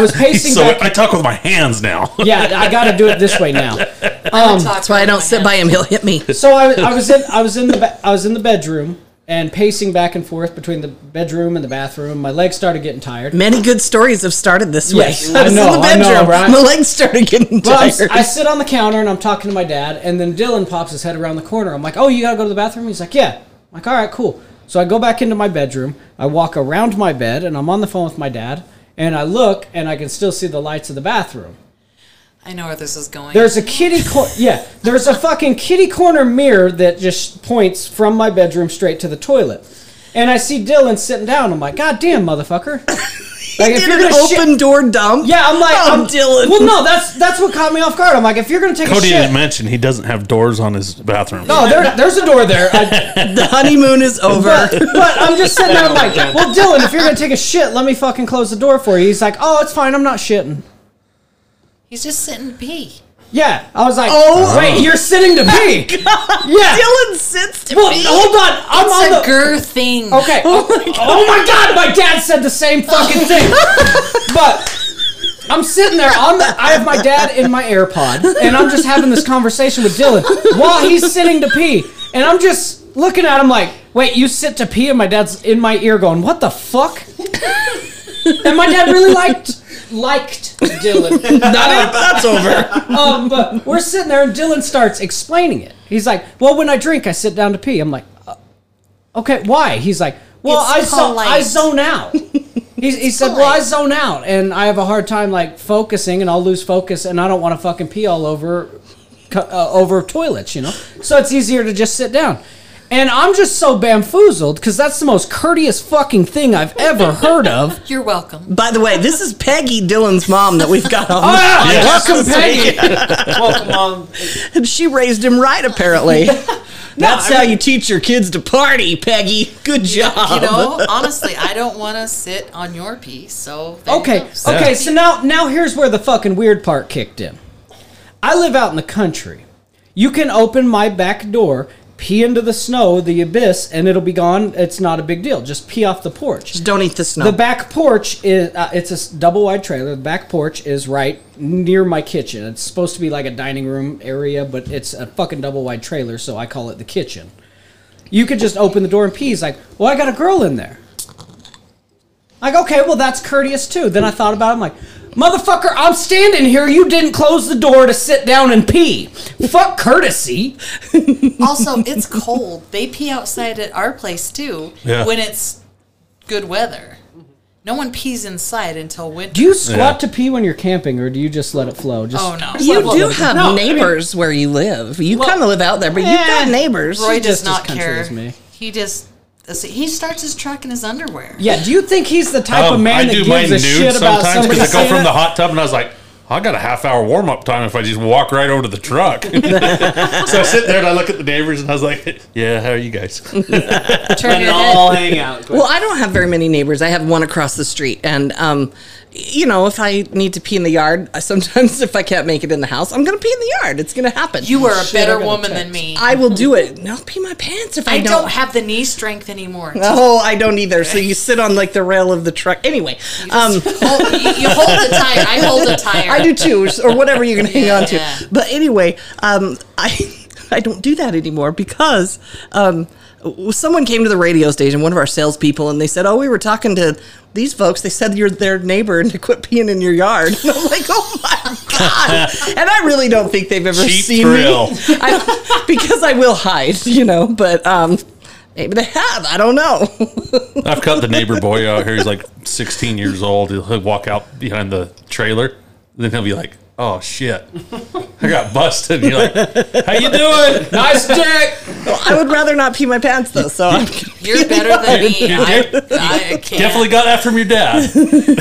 S2: was pacing
S1: so
S2: back.
S1: I talk with my hands now.
S2: yeah, I got to do it this way now.
S5: That's why I don't sit by him. He'll hit me.
S2: So I, I was in I was in the ba- I was in the bedroom and pacing back and forth between the bedroom and the bathroom. My legs started getting tired.
S5: Many good stories have started this
S2: Yes,
S5: way.
S2: I
S5: was
S2: know,
S5: in the
S2: I know,
S5: bedroom.
S2: right?
S5: My legs started getting
S2: Well, I'm, s-
S5: tired.
S2: I sit on the counter and I'm talking to my dad, and then Dylan pops his head around the corner. I'm like, "Oh, you gotta go to the bathroom." He's like, "Yeah." I'm like, "All right, cool." So I go back into my bedroom. I walk around my bed, and I'm on the phone with my dad. And I look, and I can still see the lights of the bathroom.
S3: I know where this is going.
S2: There's a kitty cor- yeah. There's a fucking kitty corner mirror that just points from my bedroom straight to the toilet. And I see Dylan sitting down. I'm like, "God damn, motherfucker!" Like,
S5: Did an open door dump.
S2: yeah, I'm like,
S5: oh,
S2: I'm
S5: Dylan.
S2: Well, no, that's that's what caught me off guard. I'm like, if you're gonna take a
S1: Cody
S2: shit,
S1: didn't mention he doesn't have doors on his bathroom.
S2: No, there, there's a door there. I,
S5: the honeymoon is over.
S2: but, but I'm just sitting there like, well, Dylan, if you're gonna take a shit, let me fucking close the door for you. He's like, oh, it's fine. I'm not shitting.
S3: He's just sitting to pee.
S2: Yeah, I was like,
S5: Oh.
S2: wait, you're sitting to pee? yeah.
S5: Dylan sits to
S2: well,
S5: me.
S2: hold on. I'm
S3: It's a
S2: on the.
S3: girl thing.
S2: okay. Oh my, god, my dad said the same fucking thing. but. I'm sitting there on the. I have my dad in my AirPod, and I'm just having this conversation with Dylan while he's sitting to pee, and I'm just looking at him like, "Wait, you sit to pee?" And my dad's in my ear going, "What the fuck?" and my dad really liked liked Dylan.
S5: That's over.
S2: Um, but we're sitting there, and Dylan starts explaining it. He's like, "Well, when I drink, I sit down to pee." I'm like, uh, okay, why? He's like, well, I,
S3: It's
S2: zo- I
S3: polite.
S2: zone out. He, he said, well, I
S3: polite.
S2: zone out and I have a hard time like focusing and I'll lose focus and I don't want to fucking pee all over co- uh, over toilets, you know? So it's easier to just sit down. And I'm just so bamfoozled because that's the most courteous fucking thing I've ever heard of.
S3: You're welcome.
S5: By the way, this is Peggy Dillon's mom that we've got on.
S2: Oh, yeah,
S1: Yes.
S2: welcome, Peggy.
S4: Welcome, mom.
S5: And she raised him right, apparently. That's
S4: I
S5: how
S4: mean-
S5: you teach your kids to party, Peggy. Good job.
S3: You know, honestly, I don't want to sit on your piece, so there you
S2: Okay.
S3: go. So
S2: Okay. So now, now here's where the fucking weird part kicked in. I live out in the country. You can open my back door, pee into the snow, the abyss, and it'll be gone. It's not a big deal. Just pee off the porch.
S5: Just don't eat the snow.
S2: The back porch is uh, it's a s- double wide trailer. The back porch is right near my kitchen. It's supposed to be like a dining room area, but it's a fucking double wide trailer, so I call it the kitchen. You could just open the door and pee. He's like, "Well, I got a girl in there." Like, okay, well, that's courteous too. Then I thought about it. I'm like, motherfucker, I'm standing here. You didn't close the door to sit down and pee. Fuck courtesy.
S3: also, it's cold. They pee outside at our place too
S1: Yeah.
S3: when it's good weather. No one pees inside until winter.
S2: Do you squat
S1: Yeah.
S2: to pee when you're camping, or do you just let it flow? Just
S3: oh no,
S5: you do have
S2: No, I mean-
S5: neighbors where you live. You kind of live out there, but you've got
S2: Eh.
S5: neighbors.
S3: Roy
S2: just
S3: does
S2: as
S3: not
S2: country
S3: care.
S2: as me.
S3: He just he starts his truck in his underwear.
S2: Yeah. Do you think he's the type of
S1: Um,
S2: man
S1: I
S2: that
S1: do
S2: gives
S1: mine
S2: a
S1: nude
S2: shit about
S1: sometimes
S2: somebody
S1: because I go
S2: saying
S1: from the
S2: it?
S1: hot tub and I was like, "Oh, I got a half hour warm up time if I just walk right over to the truck. so I sit there and I look at the neighbors and I was like, Yeah, how are you guys?
S3: Turn
S4: And
S3: your
S4: all
S3: head.
S4: hang out.
S5: Well, I don't have very many neighbors. I have one across the street, and um, you know, if I need to pee in the yard, I- sometimes if I can't make it in the house, I'm going to pee in the yard. It's going to happen.
S3: You are a
S2: Shit, I
S3: better
S2: gotta
S3: woman
S2: check.
S3: than me. I,
S5: I will do it. And I'll pee my pants if I,
S3: don't, have the knee strength anymore.
S5: Oh, I don't either. So you sit on like the rail of the truck. Anyway, um,
S3: Hold- you, you hold the tire. I hold the tire.
S5: I do too, or whatever you can hang on to.
S3: Yeah.
S5: But anyway, um, I I don't do that anymore because um, w- someone came to the radio station, one of our salespeople, and they said, "Oh, we were talking to these folks. They said you're their neighbor and to quit peeing in your yard." And I'm like, "Oh my god!" and I really don't think they've ever
S1: Cheap
S5: seen
S1: thrill.
S5: me I, because I will hide, you know. But um, maybe they have. I don't know.
S1: I've cut the neighbor boy out here. He's like 16 years old. He'll, he'll walk out behind the trailer. Then he'll be like, Oh shit, I got busted. And you're like, How you doing?
S2: Nice dick.
S5: I would rather not pee my pants though. So I'm
S3: You're better than me. I, I can't.
S1: Definitely got that from your dad.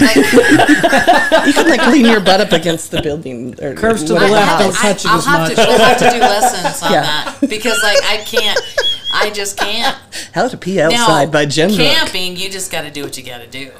S3: I,
S5: you can like lean your butt up against the building. Or
S2: Curves to the
S3: I,
S5: whatever.
S2: left, don't
S3: I,
S2: touch it
S3: I'll
S2: as
S3: have
S2: much.
S3: to. We'll have to do lessons on
S5: Yeah.
S3: that because, like, I can't. I just can't.
S5: How to Pee Outside by Jen Rook.
S3: Camping, you just got to do what you got to do.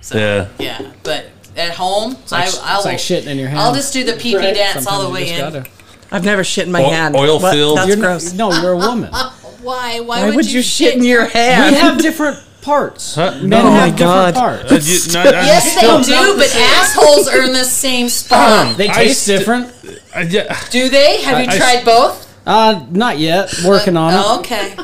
S3: So,
S1: Yeah.
S3: yeah. But at home, I,
S2: sh-
S3: I'll,
S2: it's like shitting in your
S3: I'll
S2: hand.
S3: just do the pee pee dance all the way in.
S5: I've never shit in my
S1: Oil-
S5: hand.
S1: oil
S5: What?
S1: filled.
S5: That's
S2: You're
S5: gross.
S2: No, you're a woman.
S3: Why? Why,
S5: Why would you shit in your hand?
S2: We have different parts.
S1: Huh?
S2: Men
S1: No.
S5: Oh my
S2: have different
S5: God.
S2: parts.
S1: Uh, you- no, I-
S3: Yes,
S2: Still
S3: they do,
S2: not
S3: but assholes are in the same
S5: Um,
S3: spot.
S2: They
S1: I
S2: taste
S1: st-
S2: different.
S1: I- yeah,
S3: Do they? Have you
S1: I- I-
S3: tried both?
S2: Uh, not yet. Working on it.
S3: Oh, okay.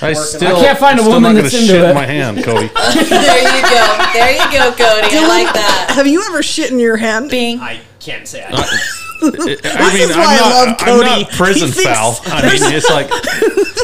S1: I still
S2: I can't find a
S1: still
S2: woman
S1: not
S2: that's
S1: gonna
S2: into
S1: shit
S2: it.
S1: my hand, Cody.
S3: There you go. There you go, Cody. I like that.
S5: Have you ever shit in your hand?
S3: Bing.
S4: I can't say I.
S1: I mean,
S5: is
S1: I'm
S5: why I
S1: not,
S5: love
S1: I'm
S5: Cody.
S1: not prison
S5: He thinks-
S1: foul. I mean, it's like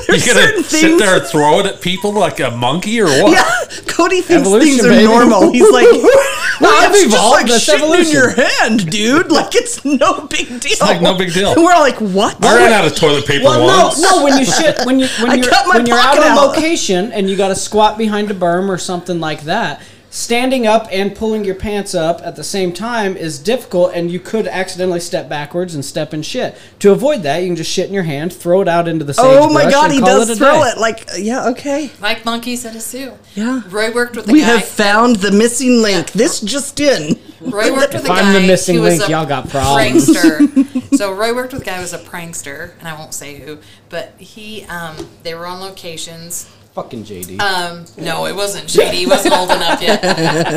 S1: you gonna
S5: certain
S1: sit
S5: things-
S1: there and throw it at people like a monkey or what?
S5: Yeah, Cody thinks
S2: Evolution,
S5: things are
S2: baby.
S5: normal. He's like,
S2: I've
S5: it's just
S2: evolved,
S5: like
S2: that's
S5: shitting in
S2: evolution."
S5: your hand, dude. Like it's no big deal. It's
S1: like no big deal.
S5: We're all like, what?
S1: I ran out of toilet paper
S2: Well,
S1: once.
S2: no, no. When you shit, when you when
S5: I
S2: you're
S5: cut my
S2: when you're out
S5: pocket
S2: on
S5: out.
S2: location and you got to squat behind a berm or something like that, standing up and pulling your pants up at the same time is difficult, and you could accidentally step backwards and step in shit. To avoid that, you can just shit in your hand, throw it out into the sagebrush.
S5: Oh my god,
S2: and
S5: he
S2: call
S5: does
S2: it a
S5: throw
S2: day.
S5: it. Like, yeah, okay.
S3: Like monkeys at a zoo.
S5: Yeah.
S3: Roy worked with a
S5: We
S3: guy.
S5: have found the missing link. This just in.
S3: Roy worked with a guy.
S2: I'm the missing
S3: who was
S2: link,
S3: a
S2: y'all got problems.
S3: Prankster. so Roy worked with a guy who was a prankster, and I won't say who, but he, um, they were on locations.
S2: Fucking JD.
S3: Um, no, it wasn't shady. He wasn't old enough yet.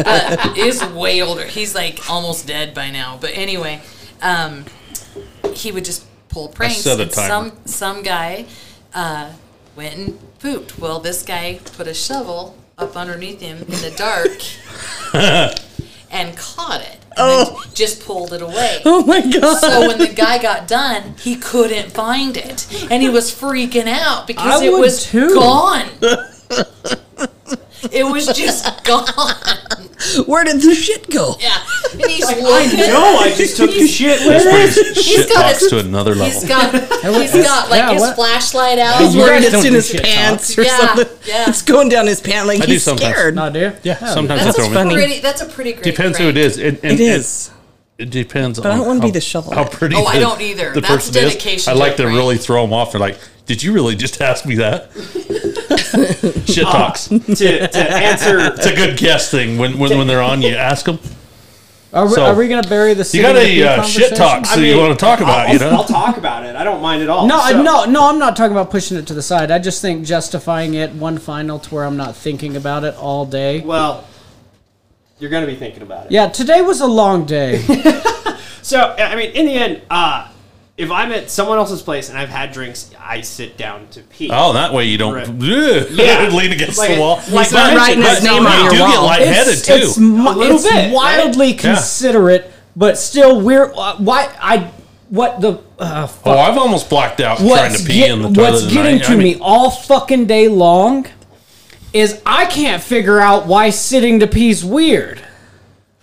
S3: But he's way older. He's like almost dead by now. But anyway, um, he would just pull pranks.
S1: set a
S3: and
S1: timer.
S3: some some guy uh, went and pooped. Well, this guy put a shovel up underneath him in the dark and caught it. And
S5: Oh.
S3: then just pulled it away.
S5: Oh my god.
S3: So when the guy got done, he couldn't find it, and he was freaking out because
S2: I
S3: it
S2: would
S3: was
S2: too.
S3: gone. It was just gone.
S5: Where did the shit go?
S3: Yeah. And he's walking.
S4: No, I just took the shit. with me.
S1: Shit
S3: got
S1: talks
S3: his-
S1: to another level.
S3: He's got, he's got like
S6: Yeah,
S3: his
S6: what?
S3: flashlight
S5: He's
S3: out.
S6: You
S5: wearing
S6: guys
S5: it
S6: don't
S5: in
S6: do
S5: his
S6: shit
S5: pants
S6: talks.
S5: or
S3: Yeah,
S5: something.
S3: yeah.
S5: It's going down his pant like
S1: do
S5: he's
S1: sometimes.
S5: scared.
S6: No, do you?
S1: yeah, sometimes
S5: that's
S1: I throw
S5: what's
S1: him.
S5: funny.
S3: Pretty, that's a pretty great
S1: Depends who it
S3: prank.
S1: is. And, and,
S5: It is.
S1: It depends.
S5: I don't
S1: on
S5: wanna be
S1: how-
S5: the shovel.
S1: How pretty.
S3: Oh, I
S1: the-
S3: don't either.
S1: The
S3: That's
S1: person Is.
S3: dedication
S1: I
S3: to
S1: like
S3: a
S1: to
S3: prank.
S1: really throw them off. They're like, "Did you really just ask me that?" Shit talks. It's
S4: to, to answer
S1: a good guess thing. When when, when they're on, you ask them.
S6: Are we,
S1: So-
S6: are we gonna bury the?
S1: You
S6: city
S1: got
S6: in the
S1: any
S6: pea
S1: uh, shit
S6: conversation?
S1: talks that you
S4: mean,
S1: want to talk about?
S4: I'll,
S1: you know,
S4: I'll talk about it. I don't mind at all.
S6: No, I,
S4: So-
S6: no, no. I'm not talking about pushing it to the side. I just think justifying it one final to where I'm not thinking about it all day.
S4: Well, you're gonna be thinking about it.
S6: yeah, today was a long day.
S4: So I I mean, in the end, uh, if I'm at someone else's place and I've had drinks, I sit down to pee.
S1: Oh, that way you don't
S4: Right.
S1: yeah. lean against
S4: Like-
S1: the wall.
S4: like
S1: But-
S5: writing his
S1: but
S5: name
S1: you
S5: on your
S1: do get
S5: wall.
S1: lightheaded too.
S6: It's, mi-
S4: A little
S6: it's
S4: bit, right?
S6: wildly considerate, but still we're uh, why I what the uh, fuck.
S1: oh, I've almost blacked out trying
S6: what's
S1: to pee
S6: get-
S1: in the toilet.
S6: what's getting
S1: tonight.
S6: to
S1: I mean,
S6: me all fucking day long is I can't figure out why sitting to pee's weird.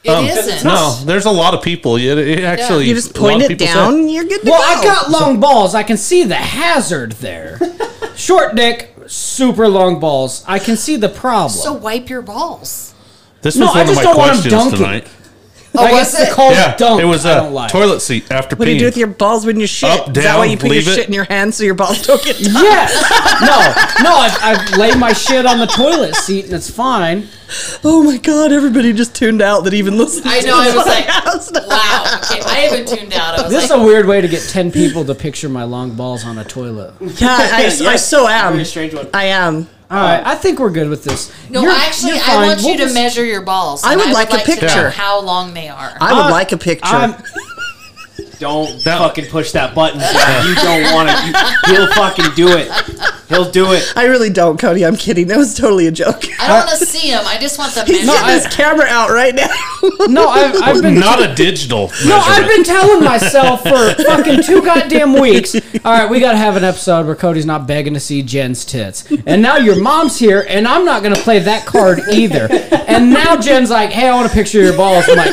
S3: It
S1: Um,
S3: isn't.
S1: No, there's a lot of people. It, it actually,
S5: You just
S1: a lot
S5: point
S1: of
S5: it
S1: people say-
S5: down, you're good to
S6: Well,
S5: go.
S6: I got long balls. I can see the hazard there. Short dick, super long balls. I can see the problem.
S3: So wipe your balls.
S1: This
S6: No,
S1: was
S6: I
S1: one of
S6: just
S1: my
S6: don't want 'em
S1: questions
S6: dunking.
S1: tonight.
S6: I
S3: oh, was
S6: guess the
S3: it?
S6: call
S1: Yeah,
S6: Oh, dunk.
S1: it was
S6: I don't
S1: a
S6: like.
S1: toilet seat after
S5: what do
S1: peeing.
S5: you do with your balls when you shit?
S1: Up,
S5: Is that why
S1: down,
S5: you put your
S1: leave it.
S5: shit in your hands so your balls don't get touched?
S6: Yes. No. No. I've, I've laid my shit on the toilet seat and it's fine.
S5: Oh my god, everybody just tuned out that even listened
S3: I
S5: to
S3: know, I
S5: the
S3: was like,
S5: podcast.
S3: Wow. Okay, I haven't tuned out. I was
S6: This is
S3: like,
S6: a weird way to get ten people to picture my long balls on a toilet. All
S5: Yeah, I, I so am.
S4: Very strange one.
S5: I am.
S6: right. I think we're good with this.
S3: no,
S6: You're-
S3: actually,
S6: you're
S3: I
S6: fine.
S3: want you
S6: We'll
S3: to
S6: just-
S3: measure your balls.
S5: I
S3: and
S5: would like
S3: to
S5: a
S3: know
S5: picture.
S3: how long they are.
S5: I
S1: Uh,
S5: would like a picture.
S6: I'm-
S4: Don't
S1: That-
S4: fucking push that button. Sam. you don't want to. He'll fucking do it. He'll do it.
S5: I really don't, Cody. I'm kidding. That was totally a joke.
S3: I don't want to see them. I just want the
S5: He's
S3: measure.
S5: getting his camera out right now.
S6: No, I've, I've been
S1: Not a digital.
S6: No, I've
S1: measurement.
S6: been telling myself for fucking two goddamn weeks. All right, we gotta have an episode where Cody's not begging to see Jen's tits, and now your mom's here, and I'm not gonna play that card either. And now Jen's like, "Hey, I want a picture of your balls." I'm like,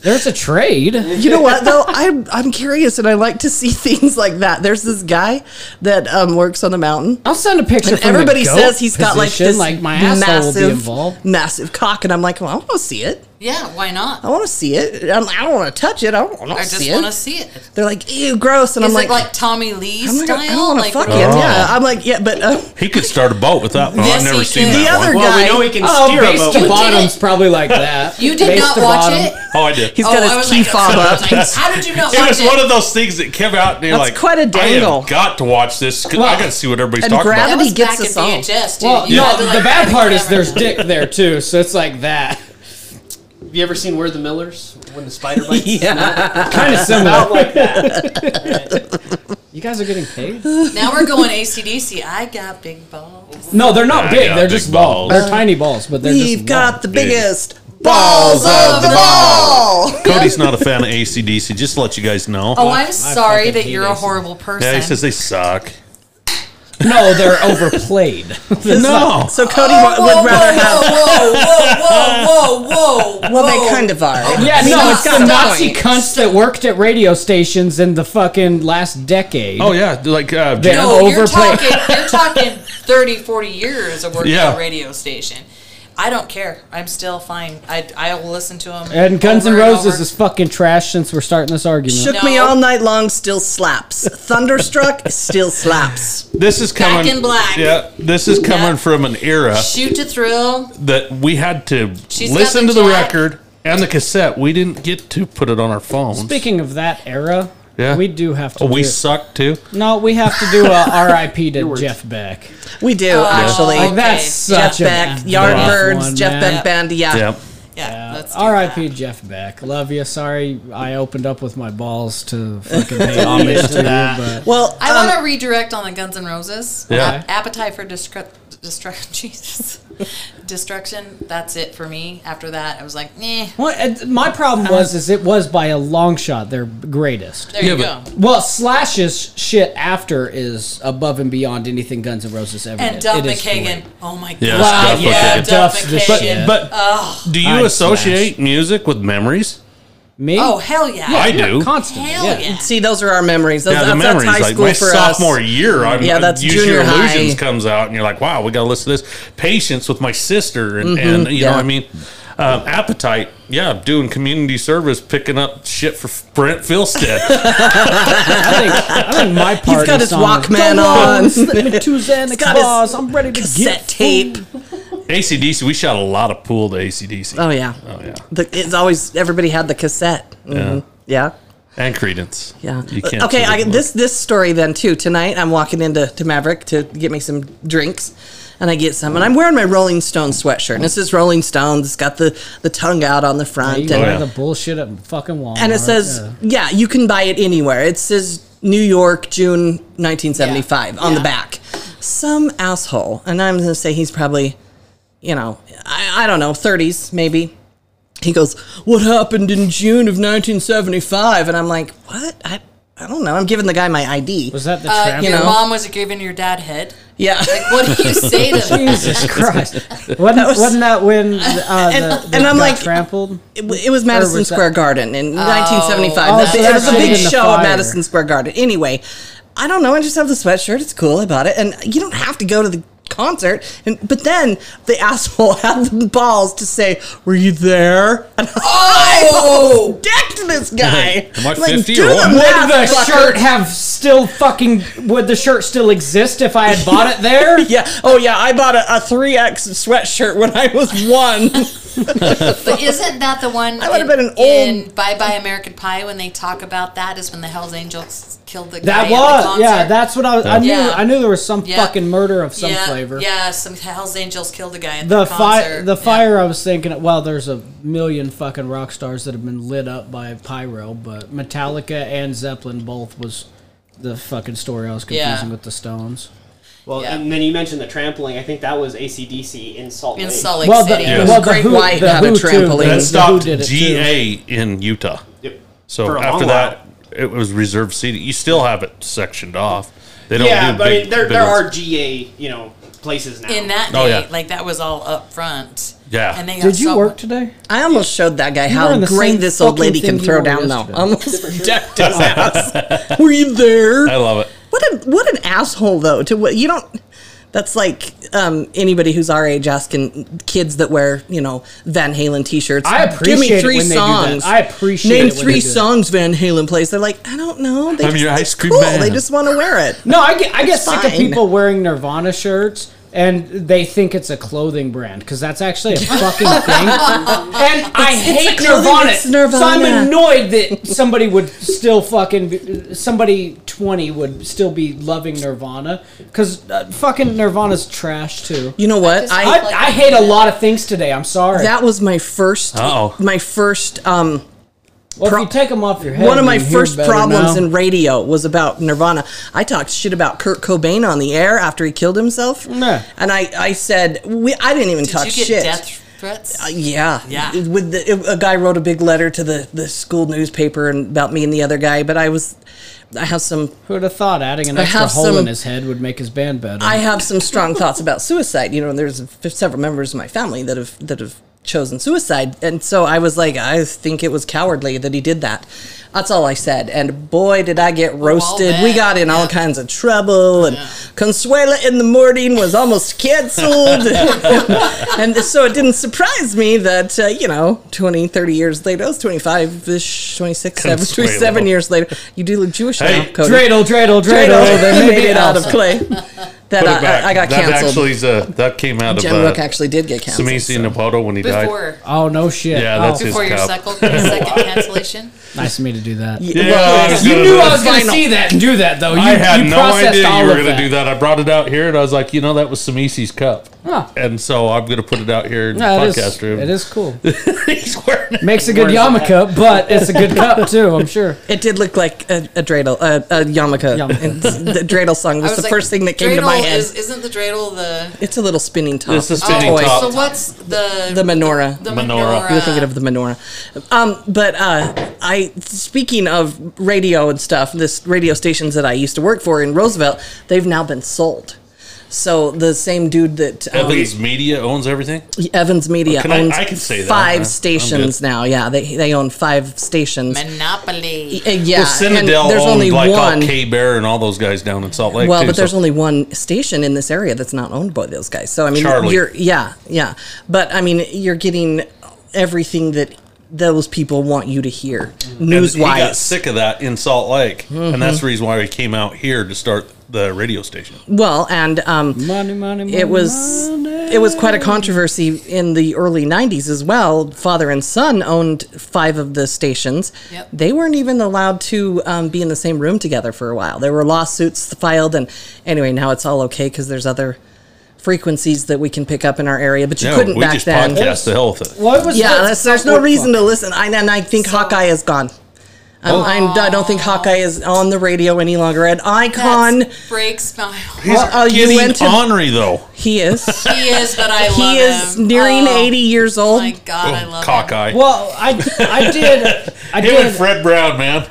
S6: "There's a trade."
S5: you know what though? I'm I'm curious and I like to see things like that. There's this guy that um, works on the mountain.
S6: I'll send a picture.
S5: And
S6: from the
S5: everybody
S6: goat
S5: says he's got like
S6: position,
S5: this
S6: like my asshole will be
S5: massive,
S6: involved.
S5: massive cock, and I'm like, well, I want to see it.
S3: yeah, why not?
S5: I want to see it. I'm, I don't want to touch it. I don't want
S3: I
S5: to
S3: just
S5: see
S3: want to
S5: it.
S3: see it.
S5: They're like, ew, gross, and
S3: Is
S5: I'm like,
S3: it like Tommy Lee
S5: I'm like, I
S3: style?
S5: don't want to
S3: Like,
S5: fuck
S3: what-
S5: it. Yeah, I'm like, yeah, but uh,
S1: He could start a boat with that one.
S3: Yes,
S1: I've
S3: he
S1: never seen
S3: could.
S5: the
S1: that
S5: other
S1: one.
S4: Well,
S5: guy.
S4: we know he can
S6: Oh,
S4: steer a
S6: base to
S4: boat.
S6: bottom's probably like that.
S3: you did
S6: Base
S3: not
S6: to
S3: watch
S6: bottom.
S3: it.
S1: Oh, I did.
S5: He's got
S3: I
S5: his
S3: was
S5: key
S3: like,
S5: fob
S3: I was
S5: up.
S3: like, How did you not
S1: it
S3: watch
S1: was
S3: it?
S1: one of those things that came out, and you're
S5: That's
S1: like,
S5: quite a
S1: I
S5: dangle."
S1: have got to watch this. 'cause I
S6: Well,
S1: got to see what everybody's
S5: and
S1: talking
S5: grab-
S1: about.
S3: that
S5: Nobody
S3: was
S5: gets
S3: back in
S5: us all.
S3: VHS, dude.
S6: Well,
S3: You had
S6: no,
S3: to, like,
S6: the bad
S3: grab
S6: part
S3: the
S6: is
S3: camera.
S6: there's dick there too, so it's like that.
S4: Have you ever seen Where the Millers when the spider bites?
S6: kind of similar.
S4: About like that.
S6: You guys are getting paid?
S3: Now we're going ACDC. I got big balls.
S6: No, they're not
S1: I
S6: big.
S1: got
S6: They're
S1: big
S6: just balls.
S1: balls.
S6: They're tiny balls, but they're
S5: We've
S6: just
S5: got the
S1: Big.
S5: biggest balls of them all.
S1: Cody's not a fan of ACDC. Just to let you guys know.
S3: Oh, I'm sorry
S6: fucking
S3: that
S6: hate
S3: you're a
S6: AC/DC.
S3: horrible person.
S1: yeah, he says they suck.
S6: balls. No, they're overplayed.
S1: No,
S5: So Cody
S3: Whoa,
S5: wa-
S3: whoa,
S5: would rather
S3: whoa,
S5: have.
S3: whoa, whoa, whoa, whoa, whoa.
S5: Well, they kind of are.
S6: yeah, no, it's
S5: got
S6: the
S5: a
S6: Nazi
S5: point.
S6: cunts that worked at radio stations in the fucking last decade.
S1: oh yeah, like uh,
S6: They're
S1: Jan-
S3: No, you're
S6: overplayed.
S3: talking, you're talking 30, 40 years of working
S1: Yeah.
S3: at a radio station. I don't care. I'm still fine. I, I will listen to them.
S6: And Guns N' Roses is fucking trash since we're starting this argument.
S5: Shook
S3: No.
S5: me all night long, still slaps. Thunderstruck still slaps.
S1: This is
S3: Back
S1: coming
S3: in black.
S1: Yeah, this is coming
S3: Yeah.
S1: from an era
S3: Shoot to thrill.
S1: that we had to
S3: She's got
S1: listen
S3: the
S1: to the
S3: jack.
S1: record and the cassette. We didn't get to put it on our phones.
S6: Speaking of that era,
S1: Yeah.
S6: we do have to.
S1: Oh, we
S6: do-
S1: suck too.
S6: no, we have to do a RIP to Jeff Beck.
S5: We do actually.
S3: Okay.
S6: That's
S5: Jeff
S6: such a
S5: Beck,
S6: rough
S5: Yardbirds,
S6: one,
S5: Jeff
S6: man.
S5: Beck Band. Yeah.
S1: Yeah.
S3: Yeah, let's do
S6: R.I.P. Jeff Beck. Love you. Sorry, I opened up with my balls to fucking pay homage to you, but
S5: Well,
S3: I
S5: um,
S3: want to redirect on the Guns N' Roses.
S1: Yeah.
S3: Ap- appetite for Discre- destruction. Jesus, destruction. That's it for me. After that, I was like, eh.
S2: Well, and my problem was is it was by a long shot their greatest.
S3: There
S1: Yeah,
S3: you
S1: but-
S3: go.
S2: Well, Slash's shit after is above and beyond anything Guns N' Roses ever
S3: And
S2: did.
S3: Duff
S2: It is
S3: McKagan.
S2: great.
S3: Oh my god.
S1: Yeah,
S2: Wow,
S1: Duff
S3: yeah,
S1: McKagan.
S3: Duff
S2: Duff's the
S3: McKagan.
S1: But
S2: shit.
S1: but do you
S2: I'd
S1: associate music with memories?
S2: Me?
S3: Oh hell yeah.
S1: I do.
S2: Constantly.
S3: Hell
S2: yeah.
S3: yeah.
S5: See, those are our memories. Those,
S1: yeah, the
S5: that's,
S1: memories.
S5: that's high
S1: Like
S5: school
S1: my
S5: for
S1: sophomore
S5: us.
S1: year, I
S5: Yeah, that's
S1: Use Your
S5: junior high.
S1: Illusions comes out, and you're like, wow, we got to listen to this. Patience with my sister, and, and you know,
S5: Mm-hmm. yeah.
S1: what I mean, um, appetite. Yeah, doing community service, picking up shit for Brent Filstead.
S2: I think, I think my part
S5: He's got
S2: is
S5: his
S2: on
S5: Walkman
S2: Go
S5: on.
S2: slip me two Xanax
S5: got his
S2: bars. I'm ready to
S5: Cassette
S2: get
S5: tape.
S1: ACDC. We shot a lot of pool to ACDC.
S5: Oh yeah.
S1: Oh yeah,
S5: The, it's always everybody had the cassette. Mhm. Yeah.
S1: and Credence.
S5: Yeah.
S1: you can't.
S5: okay,
S1: say
S5: I,
S1: that.
S5: this this story then too. Tonight I'm walking into to Maverick to get me some drinks, and I get some, and I'm wearing my Rolling Stones sweatshirt. And it says Rolling Stones. It's got the the tongue out on the front,
S2: You
S5: and,
S1: Oh, yeah.
S2: know the bullshit at fucking Walmart.
S5: and it says
S2: yeah.
S5: yeah. you can buy it anywhere. It says New York, June 1975 on the
S3: Yeah.
S5: back. Some asshole, and I'm gonna say he's probably, you know, I, I don't know, 30s maybe. He goes, "What happened in June of 1975?" And I'm like, "What? I." I don't know. I'm giving the guy my ID.
S2: Was that the
S3: Uh,
S2: tramp?
S5: you
S3: your
S5: know.
S3: mom was giving your dad head.
S5: Yeah.
S3: Like, what do you say to them?
S2: Jesus Christ! Wasn't,
S5: was-
S2: wasn't that when uh, the,
S5: And-
S2: the
S5: and I'm
S2: got
S5: like-
S2: trampled?
S5: It, w- it was Madison
S2: was that-
S5: Square Garden in 1975.
S2: Oh,
S5: That's-
S2: so
S5: it was a
S2: that's
S5: big
S2: in the
S5: show
S2: fire.
S5: at Madison Square Garden. Anyway, I don't know. I just have the sweatshirt. It's cool. I bought it, and you don't have to go to the concert. And but then the asshole had the balls to say, "Were you there?" And oh, decked this guy.
S1: Am I
S5: Like,
S1: 50
S5: do
S1: or
S5: the
S1: what?
S2: Would
S5: math,
S2: the
S5: fucker.
S2: shirt have still fucking? Would the shirt still exist if I had bought it there?
S5: Yeah. Oh, yeah. I bought a, a 3X sweatshirt when I was one.
S3: But isn't that the one?
S5: I would've
S3: in-
S5: been an
S3: in Bye Bye American Pie when they talk about that is when the Hell's Angels killed the guy
S2: That
S3: at the
S2: was
S3: concert.
S2: yeah. That's what I was. I knew.
S3: Yeah.
S2: I knew there was some
S3: Yeah.
S2: fucking murder of some
S3: yeah,
S2: flavor.
S3: Yeah, some Hell's Angels killed a guy at the,
S2: The fire.
S3: concert.
S2: The
S3: Yeah.
S2: fire. I was thinking. Well, there's a million fucking rock stars that have been lit up by pyro, but Metallica and Zeppelin both was the fucking story I was
S3: Yeah.
S2: confusing with the Stones.
S4: Well,
S3: Yeah.
S4: and then you mentioned the trampling. I think that was ACDC in Salt Lake.
S3: in Salt Lake
S2: Well, the,
S3: City.
S1: Yeah.
S2: well, the
S5: Great
S2: who,
S5: White
S2: the
S5: had a
S2: Who too.
S5: trampoline.
S2: The
S1: that
S5: Who
S1: stopped
S2: Who did it too.
S1: GA in Utah.
S4: Yep. For
S1: So
S4: a
S1: after
S4: long
S1: that,
S4: while.
S1: it was reserved seating. You still have it sectioned off. They don't
S4: yeah,
S1: do
S4: but I
S1: big,
S4: mean, there
S1: big
S4: there
S1: ones.
S4: are GA you know places now.
S3: in that day,
S1: Oh, yeah.
S3: like that was all up front.
S1: Yeah.
S3: And they got
S2: Did you
S3: so-
S2: work today?
S5: I almost showed that guy
S2: were
S5: how
S2: in the
S5: great
S2: same
S5: this old
S2: fucking
S5: lady can
S2: thing you
S5: throw
S2: wore
S5: down, though.
S2: yesterday.
S5: Almost decked his ass. Were you there?
S1: I love it.
S5: What a what an asshole, though. To what you don't. That's like um, anybody who's our age asking kids that wear, you know, Van Halen T-shirts.
S2: I appreciate it
S5: Give me three
S2: when they do that.
S5: songs.
S2: I appreciate
S5: Name
S2: it when they
S5: three
S2: do that.
S5: songs Van Halen plays. They're like, I don't know. They
S1: I'm
S5: just,
S1: your
S5: it's
S1: ice cream
S5: cool.
S1: man.
S5: They just want to wear it.
S2: No, I get I get sick of
S5: fine.
S2: people wearing Nirvana shirts and they think it's a clothing brand because that's actually a fucking thing. and I
S5: it's
S2: hate
S5: a clothing-
S2: Nirvana,
S5: it's Nirvana.
S2: so I'm annoyed that somebody would still fucking be- somebody twenty would still be loving Nirvana because uh, fucking Nirvana's trash too.
S5: You know what?
S3: just-
S5: I,
S2: I, I hate a lot of things today. I'm sorry.
S5: that was my 1st
S1: Uh-oh.
S5: my first um,
S2: well,
S5: pro-
S2: if you take them off your head,
S5: One of my
S2: you hear
S5: first
S2: better
S5: problems
S2: now.
S5: in radio was about Nirvana. I talked shit about Kurt Cobain on the air after he killed himself.
S2: Nah.
S5: And I, I said, we, I didn't even
S3: Did
S5: talk
S3: you get
S5: shit. Uh,
S3: death threats?
S5: Yeah,
S3: Yeah.
S5: With the, a guy wrote a big letter to the, the school newspaper and about me and the other guy, but I was, I have some,
S2: Who'd have thought adding an
S5: I
S2: extra
S5: have
S2: hole
S5: some-
S2: in his head would make his band better?
S5: I have some strong thoughts about suicide. You know, there's f- several members of my family that have that have chosen suicide, and so I was like, I think it was cowardly that he did that. That's all I said, and boy, did I get roasted. We
S3: bet.
S5: got in all kinds of trouble, and Consuela in the morning was almost canceled, and so it didn't surprise me that uh, you know, 20, 30 years later, I was twenty five ish, 26, 7,
S1: Consuelo.
S5: 27 years later. You do look Jewish
S1: Hey,
S5: now, Cody.
S2: dreidel, dreidel, dreidel.
S5: Dreidel,
S2: They
S5: they made it out of clay. That
S1: Put it
S5: I,
S1: back.
S5: I, I got
S1: that
S5: canceled.
S1: actually is a, that came out
S5: Jen
S1: of
S5: Rook
S1: uh,
S5: actually did get canceled.
S1: Samisi Napoto when he died.
S3: Before.
S2: Oh no shit!
S1: Yeah,
S2: Oh,
S1: that's his
S3: Before your
S1: cup.
S3: second, second cancellation?
S2: nice of me to do that.
S5: Yeah,
S1: Yeah,
S5: well,
S1: I was
S2: You
S1: gonna-
S2: knew I was going to
S5: Final.
S2: see that and do that though. You,
S1: I had
S2: you
S1: no
S2: processed
S1: idea
S2: all
S1: you were
S2: of
S1: going to do that. I brought it out here and I was like, you know, that was Samisi's cup.
S2: Huh.
S1: and so I'm going to put it out here in
S2: Yeah,
S1: the
S2: it,
S1: podcast
S2: is,
S1: room.
S2: it is cool.
S1: He's wearing it.
S2: Makes a good yarmulke, but it's a good cup too. I'm sure.
S5: It did look like a, a dreidel, a, a yarmulke.
S2: Yarmulke.
S5: And the dreidel song was,
S3: was
S5: the
S3: like,
S5: first thing that came to
S3: dreidel
S5: my head.
S3: Is, isn't the dreidel the
S5: it's a little spinning top.
S1: It's a spinning Toy. top.
S3: So what's the
S5: The menorah.
S3: the
S1: Menorah.
S3: menorah?
S5: You're thinking of the menorah. Um, but uh, I, speaking of radio and stuff, this radio stations that I used to work for in Roosevelt, they've now been sold. So the same dude that um,
S1: Evans Media owns everything.
S5: Evans Media
S1: Oh, Can I-
S5: owns
S1: I can say that.
S5: five
S1: I'm good.
S5: stations now. Yeah, they they own five stations.
S3: Monopoly.
S5: Uh, yeah,
S1: Well,
S5: and
S1: Citadel
S5: there's
S1: owned
S5: only
S1: like
S5: one.
S1: all K Bear and all those guys down in Salt Lake.
S5: Well,
S1: too,
S5: but there's
S1: so-
S5: only one station in this area that's not owned by those guys. So I mean,
S1: Charlie.
S5: you're yeah, yeah. But I mean, you're getting everything that those people want you to hear
S1: and
S5: news
S1: He got
S5: wise.
S1: sick of that in Salt Lake, and that's the reason why he came out here to start the radio station.
S5: Well, and um,
S2: Money, money, money.
S5: it was it was quite a controversy in the early '90s as well. Father and son owned five of the stations.
S3: Yep.
S5: They weren't even allowed to um, be in the same room together for a while. There were lawsuits filed, and anyway, now it's all okay because there's other frequencies that we can pick up in our area, but you
S1: No,
S5: couldn't
S1: we
S5: back
S1: just
S5: then.
S1: podcast the hell with it.
S2: Well, Oh, it was
S5: Yeah, that's, there's no reason to listen. I, and I think Hawkeye is gone. I'm, I'm, I don't think Hawkeye is on the radio any longer. At Icon,
S3: That's- breaks my heart.
S5: well, uh, you
S1: Getting
S5: went to-
S1: ornery
S3: Oh,
S1: though.
S5: he is.
S3: He is, but I love
S5: he is
S3: him.
S5: nearing
S3: Oh,
S5: 80 years old.
S3: My God,
S1: Oh,
S3: I love him.
S1: Cockeye.
S2: Well, I I did I
S1: Him and
S2: did
S1: Fred Brown, man.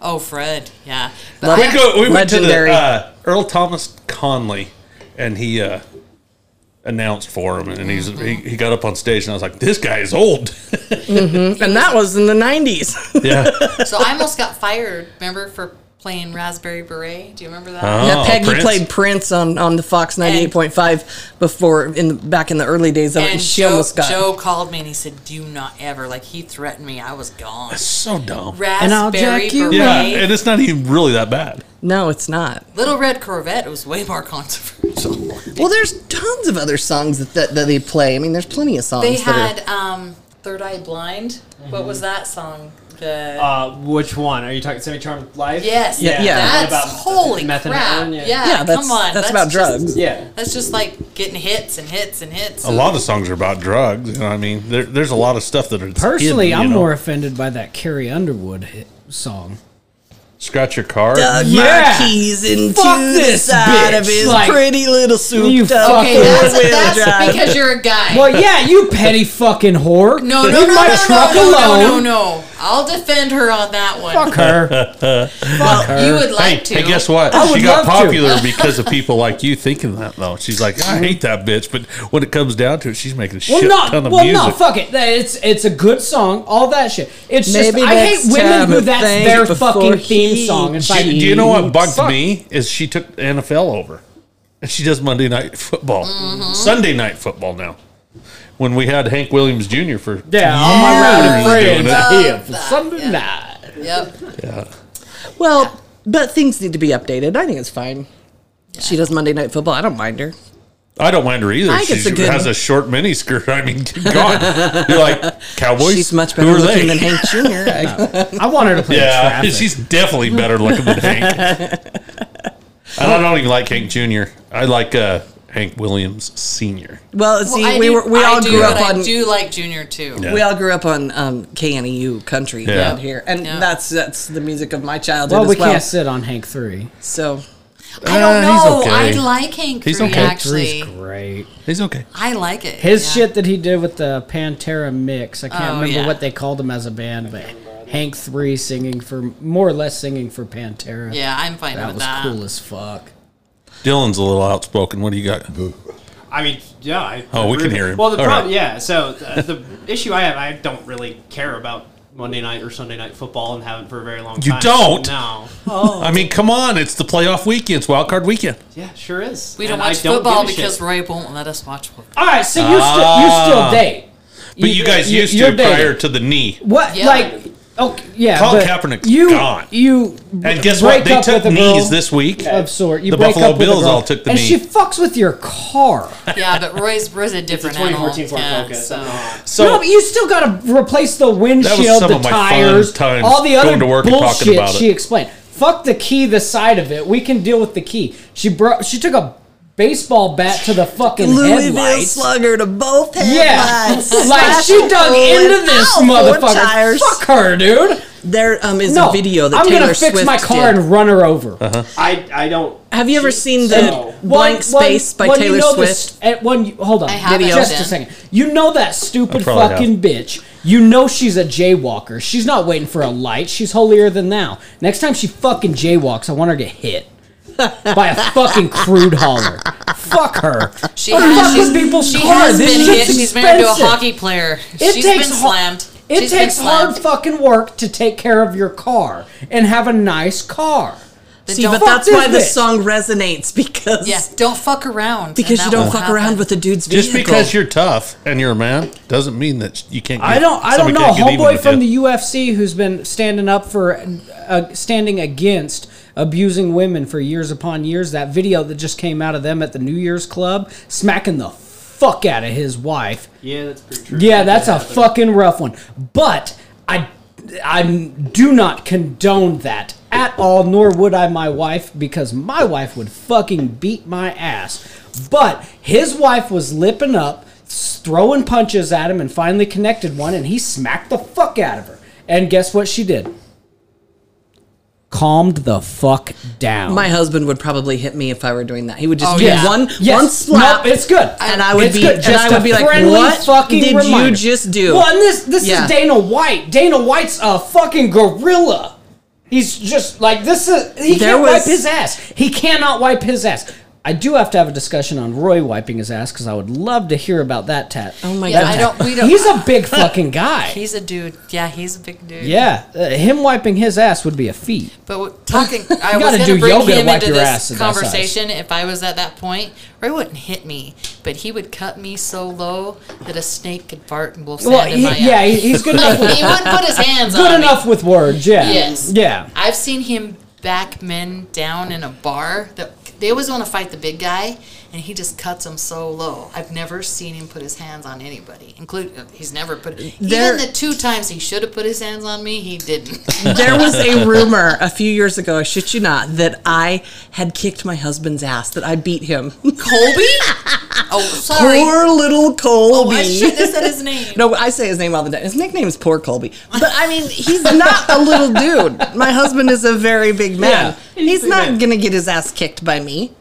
S3: Oh, Fred. Yeah. But
S1: We
S3: I-
S1: go. We went to the
S5: Legendary.
S1: uh, Earl Thomas Conley, and he uh, announced for him, and he's he, he got up on stage, and I was like, "This guy is old."
S5: and that was in the 90s.
S1: yeah,
S3: So I almost got fired. Remember for playing Raspberry Beret? Do you remember that?
S1: Uh-huh.
S5: yeah,
S1: Oh,
S5: Peggy
S1: Prince.
S5: played Prince on, on the Fox 98.5 before, in the, back in the early days of it.
S3: And
S5: and she
S3: Joe,
S5: almost got.
S3: Joe called me and he said, "Do not ever." Like he threatened me. I was gone.
S1: so dumb.
S2: I'll
S3: Raspberry
S2: jack you
S3: Beret.
S1: Yeah, and it's not even really that bad.
S5: No, it's not.
S3: Little Red Corvette was way more controversial.
S5: Well, there's tons of other songs that, that, that they play. I mean, there's plenty of songs.
S3: They
S5: that
S3: had
S5: are-
S3: um, Third Eye Blind. What was that song? The
S4: Uh, which one are you talking? Semi Charmed Life?
S3: yes,
S5: yeah, yeah.
S3: That's
S4: About
S3: holy crap.
S4: methadone,
S3: yeah,
S4: yeah.
S5: yeah, that's,
S3: come on.
S5: that's, about
S3: just-
S5: drugs.
S4: Yeah.
S3: That's just like getting hits and hits and hits.
S1: A lot of songs are about drugs. You know, what I mean, there, there's a lot of stuff that are
S2: personally.
S1: hidden,
S2: I'm
S1: you know.
S2: more offended by that Carrie Underwood hit song.
S1: scratch your car.
S5: Dug
S2: Yeah.
S5: my keys into
S2: Fuck
S5: the
S2: this
S5: side
S2: bitch.
S5: of his
S2: Like,
S5: pretty little
S2: you
S5: souped up
S2: fucking-
S3: okay, that's,
S5: four-wheel
S3: that's
S5: drive.
S3: because you're a guy.
S2: Well, yeah, you petty fucking whore.
S3: no, no, no,
S2: Leave
S3: no,
S2: my
S3: no,
S2: truck
S3: no,
S2: alone.
S3: no, no, no. I'll defend her on that one.
S2: Fuck her. Fuck her.
S3: You would like
S1: Hey,
S3: to.
S1: hey, guess what?
S2: I
S1: she
S2: would
S1: got
S2: love to.
S1: popular because of people like you thinking that, though. She's like, I hate that bitch, but when it comes down to it, she's making a
S2: Well,
S1: shit
S2: not
S1: ton of
S2: well,
S1: music.
S2: no. Fuck it. That- It's it's a good song. All that shit. It's
S5: Maybe
S2: just I
S5: next
S2: hate women
S5: time
S2: who
S5: I
S2: that's
S5: think
S2: their
S5: before
S2: fucking
S5: he
S2: theme song. It's
S1: Do,
S2: like,
S1: do you know what bugged
S2: fuck.
S1: me is she took the NFL over, and she does Monday night football,
S5: Mm-hmm.
S1: Sunday night football now. When we had Hank Williams Jr. for
S2: Yeah, all my
S1: Yeah.
S2: rowdy friends
S1: Yeah.
S2: are here for Sunday night.
S3: Yep.
S5: Well, but things need to be updated. I think it's fine. She does Monday Night Football. I don't mind her.
S1: I don't mind her either.
S5: I think
S1: She
S5: it's a good-
S1: has a short mini skirt. I mean, God, you're like Cowboys.
S5: She's much
S1: Who
S5: better
S1: are
S5: looking
S1: they?
S5: than Hank Jr. I-
S2: I want her to play
S1: Yeah,
S2: traffic.
S1: she's definitely better looking than Hank. And I don't even like Hank Jr. I like uh, Hank Williams Senior.
S5: well, see,
S3: I
S5: we
S3: do-
S5: were,
S3: I
S5: we all
S3: do,
S5: grew
S3: but
S5: up on
S3: I do like Junior too.
S1: Yeah.
S5: we all grew up on um, KNEU country
S1: Yeah.
S5: down here, and
S3: Yeah.
S5: that's that's the music of my childhood
S2: well, we
S5: as well.
S2: can't sit on Hank three.
S5: So
S3: I don't
S1: Uh, he's
S3: know.
S1: okay.
S3: I like Hank
S1: He's
S3: Three
S1: okay.
S2: Three's
S3: actually.
S2: great.
S1: He's okay.
S3: I like it.
S2: His
S3: yeah.
S2: shit that he did with the Pantera mix. I can't
S3: Oh,
S2: remember
S3: yeah.
S2: what they called him as a band, but Hank three singing for more or less singing for Pantera.
S3: Yeah, I'm fine
S2: that
S3: with
S2: was
S3: that.
S2: cool as fuck.
S1: Dylan's a little outspoken. What do you got?
S4: I mean, yeah. I,
S1: Oh, we
S4: agree
S1: can
S4: with-
S1: hear him.
S4: Well, the
S1: All
S4: problem,
S1: right.
S4: yeah. So uh, the issue I have, I don't really care about Monday night or Sunday night football, and haven't for a very long
S1: You
S4: time.
S1: don't?
S4: No.
S1: I mean, come on! It's the playoff weekend. It's wild card weekend.
S4: Yeah, sure is.
S3: We don't
S4: And I
S3: watch
S4: give
S3: football
S4: a shit.
S3: because Roy won't let us watch football.
S2: All right, so you still you still date,
S1: Ah. But you guys used
S2: you're
S1: to prior
S2: dating.
S1: to the knee.
S2: What
S3: Yeah.
S2: like? Okay, yeah.
S1: Colin
S2: but
S1: Kaepernick's
S2: you,
S1: gone.
S2: You
S1: And guess what? They took knees this week.
S2: of sort. You
S1: the
S2: break
S1: Buffalo
S2: up with a
S1: Bills
S2: girl,
S1: all took the
S2: and
S1: knee.
S2: she fucks with your car.
S3: Yeah, but Roy's Roy's a
S4: It's a
S3: different animal.
S4: 2014 Ford
S3: Yeah,
S4: Focus.
S3: so-
S1: So
S2: no, but you still got to replace the windshield,
S1: some
S2: the
S1: of my fun
S2: tires,
S1: times
S2: all the other
S1: going to work and talking
S2: bullshit
S1: about it.
S2: she explained. Fuck the key, the side of it. We can deal with the key. She brought. She took a
S6: baseball bat to the fucking
S5: Louisville
S6: headlights.
S5: Slugger to both
S6: yeah,
S5: headlights.
S6: like she dug into this motherfucker.
S5: Tires.
S6: Fuck her, dude.
S5: There um, is
S6: No
S5: a video that
S6: I'm
S5: Taylor
S6: gonna fix
S5: Swift
S6: my car
S5: did.
S6: and run her over.
S1: Uh-huh.
S4: I I don't.
S5: Have you ever seen the
S4: No.
S5: Blank Space by
S6: you
S5: Taylor
S6: know
S5: Swift?
S6: This, at one, you- hold on,
S3: I haven't
S6: video. just a
S3: been.
S6: second. You know that
S1: I
S6: stupid
S1: probably
S6: fucking
S1: have.
S6: bitch. You know she's a jaywalker. She's not waiting for a light. She's holier than thou. Next time she fucking jaywalks, I want her to get hit by a fucking crude hauler. Fuck her.
S3: She
S6: Or
S3: has,
S6: fucking
S3: she's,
S6: people's
S3: she
S6: cars.
S3: has
S6: This
S3: been hit.
S6: shit's
S3: She's married to a
S6: expensive.
S3: hockey player.
S6: It
S3: She's
S6: takes
S3: been
S6: har-
S3: slammed.
S6: It
S3: She's
S6: takes
S3: been slammed.
S6: hard fucking work to take care of your car and have a nice car.
S3: They
S5: See,
S3: don't
S5: but
S3: fuck-
S5: that's
S6: this
S5: why the
S6: bitch.
S5: song resonates because
S3: yeah, don't fuck around.
S5: because you
S3: and that
S5: don't
S3: won't
S5: fuck
S3: happen.
S5: around with the dude's
S1: Just
S5: vehicle.
S1: because you're tough and you're a man doesn't mean that you can't. Get,
S6: I don't. I don't
S1: somebody
S6: know.
S1: can't get even
S6: Homeboy
S1: with
S6: from
S1: you.
S6: the UFC who's been standing up for, uh, standing against abusing women for years upon years. That video that just came out of them at the New Year's club, smacking the fuck out of his wife.
S4: Yeah, that's pretty true.
S6: Yeah, that's a fucking rough one. But I, I do not condone that at all. Nor would I my wife because my wife would fucking beat my ass. But his wife was lipping up, s- throwing punches at him, and finally connected one, and he smacked the fuck out of her. And guess what she did? Calmed the fuck down.
S5: my husband would probably hit me if I were doing that. He would just
S3: Oh,
S5: do
S3: yeah.
S5: one
S6: Yes.
S5: one slap.
S6: Nope, it's good.
S5: and I would
S6: It's
S5: be
S6: good.
S5: and
S6: Just
S5: I would
S6: a
S5: be like,
S6: friendly
S5: what
S6: fucking
S5: did you
S6: reminder."
S5: just do?
S6: Well, and this this
S5: Yeah.
S6: is Dana White. Dana White's a fucking gorilla. He's just like this is he
S5: There
S6: can't
S5: was-
S6: wipe his ass. He cannot wipe his ass. I do have to have a discussion on Roy wiping his ass because I would love to hear about that tat. Oh
S5: my
S3: Yeah,
S5: God.
S3: I don't. We don't.
S6: He's a big fucking guy.
S3: He's a dude. Yeah, he's a big dude.
S6: Yeah, uh, him wiping his ass would be a feat.
S3: But w- talking, I was
S6: gotta
S3: going
S6: do
S3: to bring
S6: yoga to
S3: him
S6: wipe
S3: into
S6: your
S3: this
S6: ass at that size.
S3: conversation. If I was at that point, Roy wouldn't hit me, but he would cut me so low that a snake could fart and wolf sand
S6: Well,
S3: in
S6: he-
S3: my
S6: yeah,
S3: eye.
S6: he- he's good enough.
S3: Like,
S6: With,
S3: he wouldn't put his hands
S6: good
S3: on
S6: enough
S3: Me.
S6: with words. Yeah.
S3: Yes.
S6: Yeah.
S3: I've seen him back men down in a bar. That they always want to fight the big guy, and he just cuts them so low. I've never seen him put his hands on anybody, including he's never put.
S5: There-
S3: even the two times he should have put his hands on me, he didn't.
S5: there was a rumor a few years ago, I shit you not, that I had kicked my husband's ass, that I beat him.
S3: Colby. Oh, sorry. Oh,
S5: Poor little Colby.
S6: Oh,
S3: I should have said his name.
S5: No, I say his name all the time. His nickname is Poor Colby. But I mean, he's not a little dude. My husband is a very big man.
S6: Yeah,
S5: he's
S6: he's a big
S5: not
S6: man.
S5: going to get his ass kicked by me.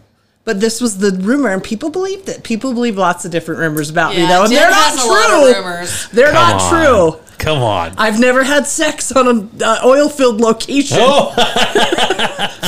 S5: But this was the rumor, and people believed it. People believe lots of different rumors about me,
S3: Yeah,
S5: though, and
S3: Jen
S5: they're not
S3: has a lot
S5: true.
S3: of rumors.
S5: They're
S1: Come
S5: not
S1: on.
S5: true.
S1: Come on.
S5: I've never had sex on an uh, oil-filled location
S1: oh,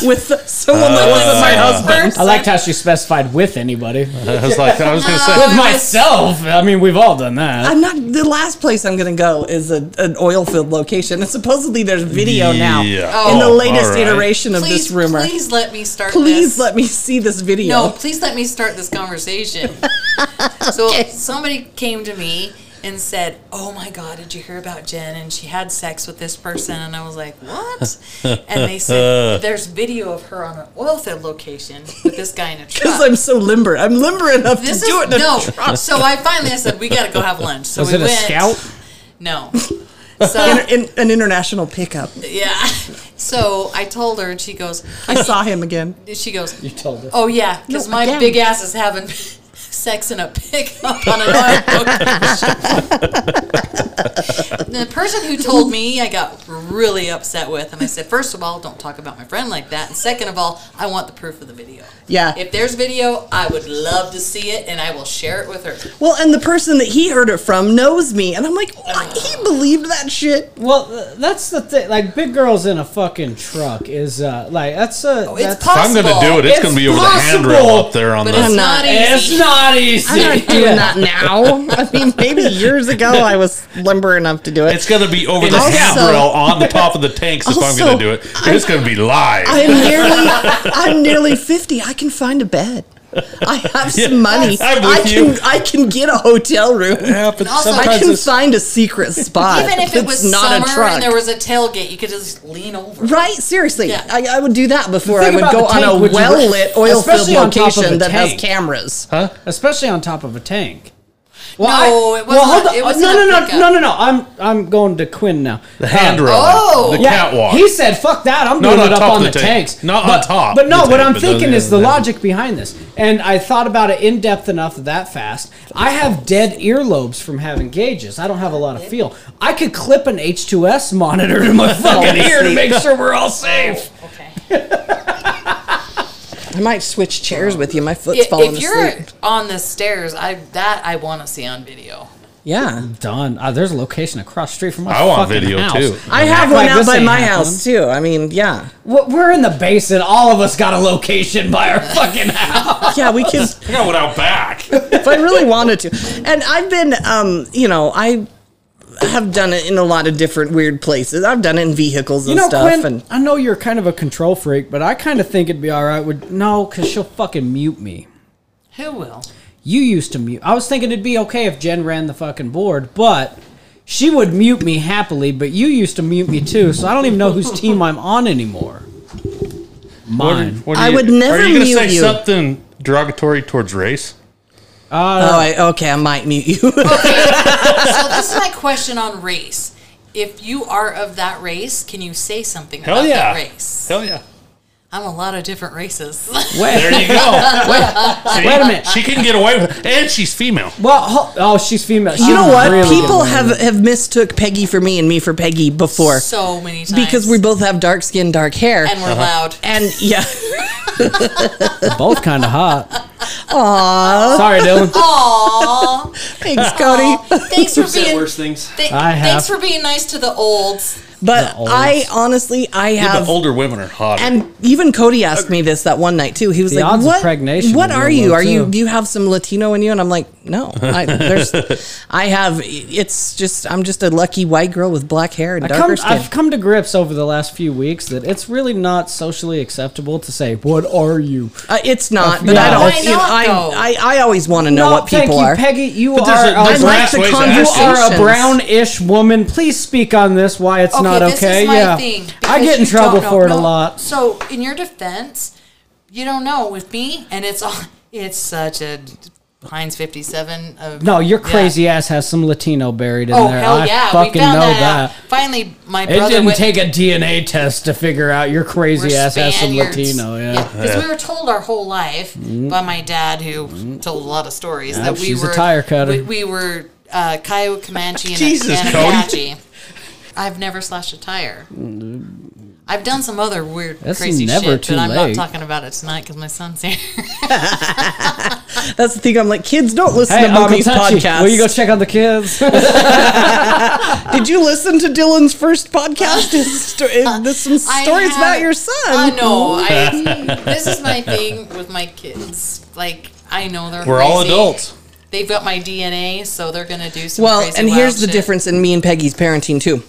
S5: with someone that wasn't my
S1: Uh.
S5: husband.
S6: I liked how she specified with anybody.
S1: I was like, I was gonna say.
S3: Uh,
S6: with myself. I mean, we've all done that.
S5: I'm not. The last place I'm going to go is a, an oil-filled location, and supposedly there's video now
S1: Yeah.
S5: in the
S1: Oh,
S5: latest
S1: all right.
S5: iteration of
S3: please,
S5: this rumor.
S3: Please let me start.
S5: please
S3: this.
S5: let me see this video.
S3: No, please let me start this conversation. so somebody came to me and said, "Oh my God, did you hear about Jen? And she had sex with this person." And I was like, "What?" and they said, "There's video of her on an oil field location with this guy in a truck."
S5: Because I'm so limber. I'm limber enough
S3: this
S5: to do
S3: is
S5: it. in a
S3: no.
S5: truck.
S3: So I finally I said, "We got to go have lunch." So
S6: Was
S3: we
S6: it a
S3: went.
S6: scout?
S3: No. So
S5: In, in- an international pickup.
S3: yeah. So I told her, and she goes,
S5: I saw him again.
S3: she goes,
S6: You told her.
S3: Oh yeah, because
S5: No,
S3: my
S5: again.
S3: big ass is having sex in a pickup on an oil boat. the person who told me, I got really upset with, and I said, first of all, don't talk about my friend like that, and second of all, I want the proof of the video.
S5: Yeah.
S3: If there's video, I would love to see it, and I will share it with her.
S5: Well, and the person that he heard it from knows me, and I'm like, "What? he believed that shit.
S6: Well, th- that's the thing. Like, big girls in a fucking truck is uh, like that's a.
S5: Oh,
S3: it's
S6: that's-
S1: If I'm gonna do it, it's,
S6: It's
S1: gonna be over the handrail
S6: possible,
S1: up there on
S3: But
S1: the.
S3: it's not,
S5: not-
S6: It's
S3: easy.
S6: not easy.
S5: I'm not doing that now. I mean, maybe years ago I was limber enough to do it.
S1: It's gonna be over the
S5: Also-
S1: handrail on the top of the tanks if I'm
S5: Also,
S1: gonna do it. It's gonna be live.
S5: I'm nearly, I'm nearly fifty. I can find a bed. I have some
S1: Yeah,
S5: money.
S1: I'm
S5: I
S1: with
S5: can,
S1: you.
S5: I can get a hotel room.
S1: yeah, but
S3: Also,
S5: I
S1: sometimes
S5: can
S1: it's,
S5: find a secret spot.
S3: Even if it
S5: that's
S3: was summer and there was a tailgate, you could just lean over.
S5: Right, seriously.
S3: Yeah.
S5: I, I would do that before I
S6: thing
S5: would
S6: about
S5: go
S6: the tank,
S5: on a
S6: would you-
S5: well lit oil filled
S6: especially on top of
S5: location
S6: a
S5: that has
S6: tank.
S5: cameras.
S6: especially on top of a tank.
S3: No,
S6: I-
S3: Oh, it wasn't
S6: Well, hold
S3: a-
S6: on.
S3: it wasn't
S6: no,
S3: a
S6: no, no,
S3: pickup.
S6: no, no, no. I'm I'm going to Quinn now.
S1: The hand rubber,
S3: Oh!
S1: the
S6: Yeah,
S1: catwalk.
S6: He said, "Fuck that! I'm
S1: Not
S6: doing
S1: on
S6: it up
S1: top
S6: on
S1: of
S6: the,
S1: the tank.
S6: tanks,
S1: Not on
S6: but,
S1: top
S6: But no,
S1: of the
S6: what
S1: tank,
S6: I'm
S1: but
S6: thinking
S1: doesn't-
S6: is the
S1: doesn't-
S6: logic behind this, and I thought about it in depth enough that fast. I have dead earlobes from having gauges. I don't have a lot of feel. I could clip an H2S monitor to my fucking ear to make sure we're all safe.
S3: Okay.
S5: I might switch chairs with you. My foot's
S3: If,
S5: falling
S3: you're
S5: asleep.
S3: on the stairs, I that I want to see on video.
S5: Yeah.
S6: Done. Uh, there's a location across the street from my
S1: I want
S6: fucking
S1: video,
S6: house.
S1: too.
S5: I have
S6: Act
S5: one
S6: like
S5: out
S6: this
S5: by
S6: ain't
S5: my
S6: happening.
S5: house too. I mean, yeah,
S6: We're we're in the basement. All of us got a location by our fucking house.
S5: yeah, we could
S1: I got one out back.
S5: if I really wanted to. And I've been, um, you know, I have done it in a lot of different weird places. I've done it in vehicles
S6: You
S5: and
S6: know,
S5: stuff.
S6: Quinn,
S5: and
S6: I know you're kind of a control freak, but I kind of think it'd be all right with no, because she'll fucking mute me.
S3: Who will?
S6: You used to mute. I was thinking it'd be okay if Jen ran the fucking board, but she would mute me happily. But you used to mute me too, so I don't even know whose team I'm on anymore. Mine.
S1: What
S5: I would never
S1: Are you gonna
S5: mute
S1: say
S5: you.
S1: something derogatory towards race?
S5: oh, I, okay, I might mute you.
S3: So this is my question on race. If you are of that race, can you say something
S1: Hell
S3: about
S1: yeah.
S3: that race?
S1: Hell yeah.
S3: I'm a lot of different races.
S6: Wait,
S1: There you go. See?
S6: wait a minute.
S1: She can get away with And she's female.
S6: well, ho- oh, she's female.
S5: you know
S6: She's
S5: what?
S6: really good
S5: People
S6: looking.
S5: have have mistook Peggy for me and me for Peggy before
S3: so many times
S5: because we both have dark skin, dark hair.
S3: and
S1: Uh-huh.
S3: we're loud.
S5: And yeah,
S6: both kind of hot. Oh, Aww. Sorry, Dylan.
S3: Aw,
S5: thanks, Cody.
S3: thanks for
S4: Said
S3: being.
S4: worse things.
S3: Th-
S6: I have-
S3: thanks for being nice to the olds.
S5: But
S6: The
S5: I honestly, I
S1: The
S5: have
S1: older women are hotter.
S5: And even Cody asked me this that one night too. He was
S6: The
S5: like,
S6: odds of
S5: "What?
S6: pregnation
S5: what
S6: are
S5: are
S6: real
S5: you?
S6: low,
S5: Are you?
S6: too."
S5: Do you have some Latino in you?" And I'm like, "No, I, there's, I have. It's just I'm just a lucky white girl with black hair and
S6: I
S5: darker
S6: come,
S5: skin."
S6: I've come to grips over the last few weeks that it's really not socially acceptable to say, "What are you?"
S5: Uh, it's not,
S6: I've-
S5: but I
S6: yeah.
S5: don't.
S6: Why
S5: you know,
S3: not, though?
S5: I, I I always want to know
S6: No,
S5: what people
S6: thank you,
S5: are.
S6: Peggy. You
S1: But there's
S6: are
S1: a-
S6: a,
S1: there's
S5: I like
S1: Brass
S5: the
S1: ways of
S6: you are a
S5: conversations.
S6: brown-ish woman. Please speak on this. Why it's
S3: Okay,
S6: not
S3: this
S6: okay?
S3: is my
S6: yeah,
S3: thing.
S6: I
S3: because
S6: get in
S3: you don't
S6: trouble
S3: know-
S6: for it a
S3: no,
S6: lot.
S3: So, in your defense, you don't know with me, and it's all it's such a Heinz fifty seven. Of
S6: No, your
S3: Yeah.
S6: crazy ass has some Latino buried in
S3: Oh
S6: there.
S3: hell
S6: I
S3: yeah!
S6: fucking
S3: we found
S6: know
S3: that,
S6: that.
S3: out. Finally, my
S6: It
S3: brother
S6: didn't
S3: went,
S6: take a DNA test to figure out your crazy ass has some
S3: Spaniards.
S6: Latino. Yeah. Mm-hmm.
S3: because we were told our whole life by my dad, who told a lot of stories,
S6: Yeah,
S3: that we
S6: she's a
S3: were
S6: tire cutter.
S3: We, we were uh, Coyote, Comanche, and,
S1: Jesus,
S3: and
S1: Cody.
S3: Apache. I've never slashed a tire. I've done some other weird,
S6: That's
S3: crazy
S6: never
S3: shit,
S6: too
S3: but I'm
S6: late.
S3: not talking about it tonight because my son's here.
S5: That's the thing. I'm like, kids, don't listen
S6: Hey,
S5: to
S6: Uncle
S5: mommy's
S6: Touchy,
S5: podcast.
S6: will you go check on the kids?
S5: Did you listen to Dylan's first podcast? Is- There's some
S3: I
S5: stories
S3: have-
S5: about your son.
S3: I know. I, this is my thing with my kids. Like I know they're
S1: We're all
S3: crazy.
S1: adults.
S3: They've got my DNA, so they're gonna do some.
S5: Well,
S3: crazy,
S5: and
S3: wild
S5: here's the
S3: shit.
S5: difference in me and Peggy's parenting too.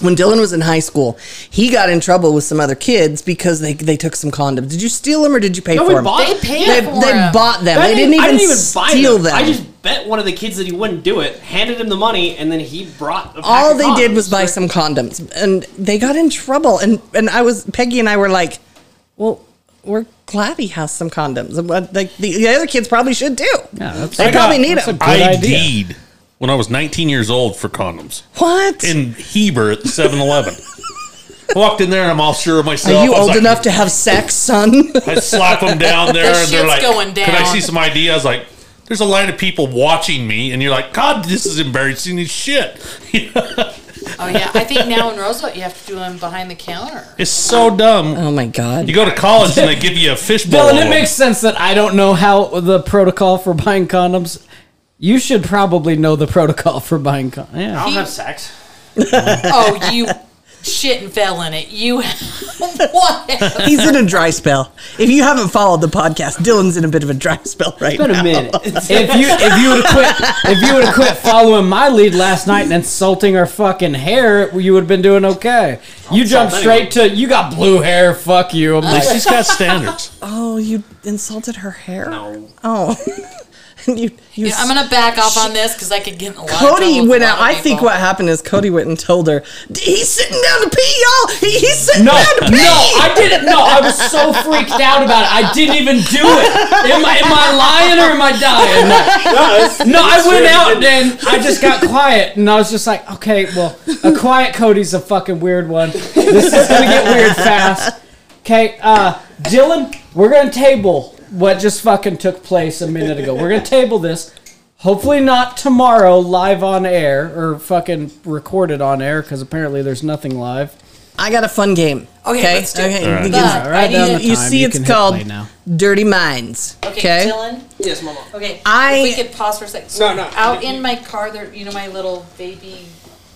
S5: When Dylan was in high school, he got in trouble with some other kids because they, they took some condoms. Did you steal them or did you pay
S4: No,
S5: for
S4: we
S5: them?
S4: bought
S3: They
S4: them.
S3: paid
S5: they,
S3: for
S5: they
S3: 'em.
S5: bought them.
S4: I
S5: They didn't, even,
S4: I
S5: steal them.
S4: I just bet one of the kids that he wouldn't do it, handed him the money, and then he brought. A pack
S5: all
S4: of
S5: they did was
S4: condoms.
S5: buy some condoms, and they got in trouble. and And I was Peggy and I were like, "Well, we're glad he has some condoms. And what- Like the, the other kids probably should too.
S6: Yeah, that's-
S5: they
S6: I
S5: probably
S1: got-
S5: need
S6: that's
S5: them.
S6: a- Good
S1: I
S6: idea.
S1: deed when I was 19 years old for condoms
S5: what?
S1: in Heber at 7 Eleven. Walked in there and I'm all sure of myself.
S5: Are you
S1: I was
S5: old
S1: like,
S5: enough to have sex, son?
S1: I slap them down there
S3: This
S1: and they're like,
S3: shit's going
S1: Can I
S3: down."
S1: see some ID? I was like, There's a line of people watching me and you're like, God, this is embarrassing as shit.
S3: Oh yeah, I think now in Roosevelt you have to do them behind the counter.
S1: It's so dumb.
S5: oh my god!
S1: You go to college and they give you a fishbowl.
S6: Dylan,
S1: of
S6: it makes sense that I don't know how the protocol for buying condoms. You should probably know the protocol for buying condoms.
S4: I
S6: Yeah.
S4: don't have sex.
S3: Oh, you shit and fell in it. You what?
S5: He's in a dry spell. If you haven't followed the podcast, Dylan's in a bit of a dry spell right
S6: Wait
S5: now.
S6: a minute. if you if you would have quit if you would have quit following my lead last night and insulting her fucking hair, you would have been doing okay. You jumped
S4: insult
S6: straight to you got blue hair. Fuck you. I'm
S1: At
S6: like,
S1: least he's got standards.
S5: Oh, you insulted her hair?
S4: No.
S5: Oh. you, you
S3: You know, I'm gonna back off on this because I could get in a lot. of
S5: Cody
S3: trouble with
S5: went
S3: a lot
S5: out.
S3: of
S5: I think
S3: people.
S5: what happened is Cody went and told her, he's sitting down to pee, y'all. He, he's sitting
S6: No, no,
S5: down to pee.
S6: I didn't. No, I was so freaked out about it. I didn't even do it. Am I, am I lying or am I dying? No, I went out and I just got quiet and I was just like, okay, well, a quiet Cody's a fucking weird one. This is gonna get weird fast. Okay, uh, Dylan, we're gonna table what just fucking took place a minute ago. We're gonna table this. Hopefully not tomorrow, live on air or fucking recorded on air, because apparently there's nothing live.
S5: I got a fun game.
S3: Okay, let's do it. All
S5: okay. you
S1: right.
S5: can-
S3: But I
S6: Write down
S3: need-
S6: the
S5: you
S6: time,
S5: see,
S6: you
S5: it's
S6: can hit play
S5: called
S6: now.
S5: Dirty Minds.
S3: Okay,
S5: Okay.
S3: Dylan.
S4: Yes, Mama.
S3: Okay,
S5: I-
S3: If we could pause for a second.
S4: No, no.
S3: Out in my car, there. You know my little baby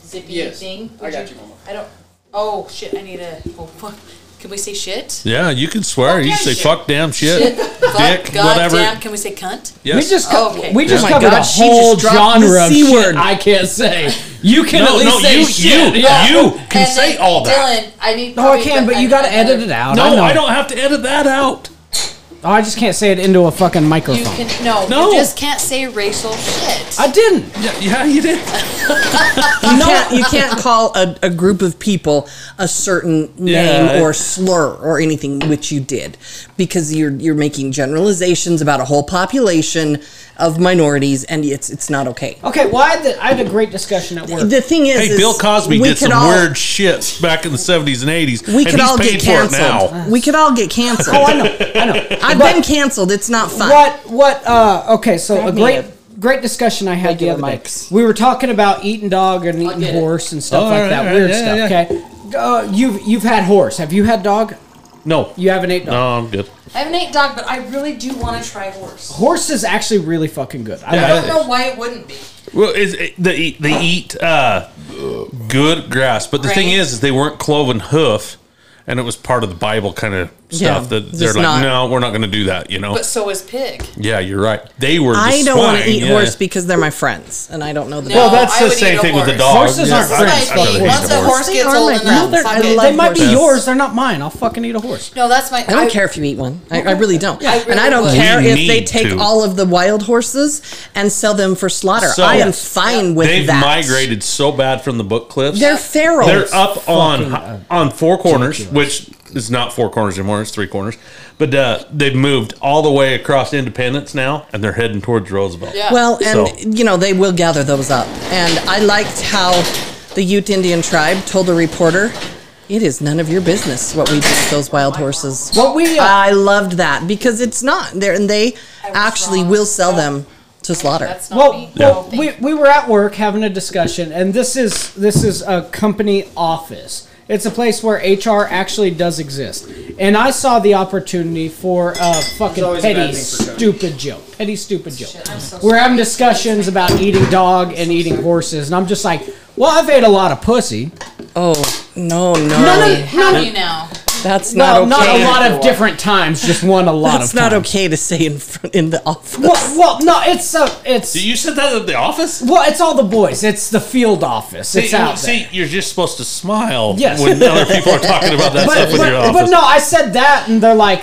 S3: zippy
S4: Yes,
S3: thing.
S4: I got you, Mama.
S3: I don't. Oh shit! I need a. Oh, fuck. Can we say shit?
S1: Yeah, you can swear. you can
S3: Okay,
S1: say
S3: shit.
S1: fuck, damn, shit,
S3: Fuck,
S1: dick,
S3: God
S1: whatever.
S3: damn! Can we say cunt?
S1: Yes.
S6: We just co-
S3: Okay.
S6: we just
S1: Oh my
S6: covered
S5: God,
S6: a
S5: she just
S6: whole
S5: dropped
S6: genre
S5: the
S6: of
S5: C
S6: shit
S5: word.
S6: I can't say. You can
S1: no,
S6: at
S1: no,
S6: least say
S1: you,
S6: shit.
S1: you,
S6: Yeah.
S1: you can
S3: And
S1: say
S3: then,
S1: all that.
S3: Dylan, I need.
S6: No, I
S3: probably
S6: can,
S3: the-
S6: but you
S3: need
S6: gotta
S3: another-
S6: edit it out.
S1: No,
S6: I, know.
S1: I don't have to edit that out.
S6: Oh, I just can't say it into a fucking
S3: You
S6: microphone.
S3: can no.
S1: No.
S3: You just can't say racial shit.
S6: I didn't.
S1: Yeah, yeah you did.
S5: You can't, you can't call a, a group of people a certain name
S1: Yeah.
S5: or slur or anything, which you did, because you're you're making generalizations about a whole population of minorities, and it's it's not okay.
S6: Okay, well, I had, the, I had a great discussion at work.
S5: The thing is,
S1: Hey,
S5: is
S1: Bill Cosby
S5: we
S1: did
S5: could
S1: some
S5: all-
S1: weird shit back in the 70s and 80s.
S5: We
S1: and
S5: could
S1: he's
S5: all
S1: paid
S5: get
S1: for it now.
S5: canceled. We could all get canceled.
S6: Oh, I know. I know.
S5: I've
S6: But
S5: been canceled. It's not fun.
S6: What? What? Uh, okay, so
S5: Grab
S6: a
S5: me
S6: great,
S5: a
S6: great discussion I had the
S5: regular
S6: other
S5: mics.
S6: day. We were talking about eating dog and eating
S5: get it.
S6: horse and stuff
S1: Oh,
S6: like
S1: all
S6: that.
S1: right,
S6: weird
S1: yeah,
S6: stuff.
S1: yeah.
S6: Okay. Uh, you've you've had horse. Have you had dog?
S1: No.
S6: You haven't ate dog.
S1: no, I'm good.
S3: I have an eight dog, but I really do want to try horse.
S6: Horse is actually really fucking good. I
S1: Yeah,
S6: like
S3: I don't
S1: it.
S3: know why it wouldn't be.
S1: Well, is it, they eat, they eat uh, good grass, but the thing
S3: Right.
S1: is, is they weren't cloven hoof, and it was part of the Bible kind of
S5: Yeah,
S1: stuff that they're
S5: just
S1: like,
S5: not-
S1: no, we're not going to do that. You know?
S3: But so is pig.
S1: yeah, you're right. They were.
S5: I
S1: just
S5: don't want to
S1: fine,
S5: eat
S1: yeah.
S5: horse because they're my friends, and I don't know the.
S3: No.
S1: Well, that's
S3: I
S1: the
S3: would eat
S1: same
S3: a
S1: thing with the
S3: horse.
S1: dog.
S6: Horses aren't
S1: I'd-
S6: friends,
S1: I'd rather
S6: fuck horses.
S1: eat a
S3: Once a horse
S5: They
S3: gets
S5: are
S3: old
S5: like-
S3: enough,
S5: no, they're-
S3: fuck
S5: I
S3: it.
S5: love-
S6: They might be
S5: horses.
S6: yours. They're not mine. I'll fucking eat a horse.
S3: No, that's my.
S5: I don't care if you eat one. I, I really don't.
S3: I
S5: and I
S3: really
S5: don't
S3: would.
S5: care
S1: We
S5: if they
S1: need
S5: take
S1: to.
S5: all of the wild horses and sell them for slaughter.
S1: So-
S5: I am
S1: Yes.
S5: fine with
S1: They've
S5: that.
S1: migrated so bad from the book cliffs.
S5: They're feral.
S1: They're up on
S6: uh,
S1: on four corners, which is not four corners anymore; it's three corners. But uh, they've moved all the way across Independence now, and they're heading towards Roosevelt.
S3: Yeah.
S5: Well, and
S1: So-
S5: you know they will gather those up. And I liked how the Ute Indian tribe told a reporter, "It is none of your business what we do with those wild horses."
S6: What we, uh,
S5: I loved that because it's not there, and they
S3: was
S5: actually
S3: wrong.
S5: will sell
S3: No.
S5: them to slaughter.
S3: That's not
S6: well,
S3: me.
S6: well
S3: No,
S6: we,
S3: thank you.
S6: we were at work having a discussion and this is this is a company office it's a place where hr actually does exist and i saw the opportunity for a fucking
S4: always a bad
S6: petty
S4: thing for Cody.
S6: stupid joke petty stupid joke
S3: Shit, I'm so
S6: we're
S3: sorry.
S6: having discussions about eating dog and eating horses and i'm just like well i've ate a lot of pussy
S5: oh no, no,
S6: No, no,
S3: How do you know?
S5: that's not
S6: well
S5: okay.
S6: not a lot of different times just one a lot
S5: That's
S6: of
S5: not
S6: times.
S5: okay to say in fr- in the office.
S6: well, well no it's a it's
S1: You said that at the office.
S6: well it's all the boys it's the field office it's
S1: see,
S6: out there.
S1: see, you're just supposed to smile
S6: Yes.
S1: when other people are talking about that
S6: but,
S1: stuff in your
S6: but,
S1: office.
S6: but no, I said that, and they're like,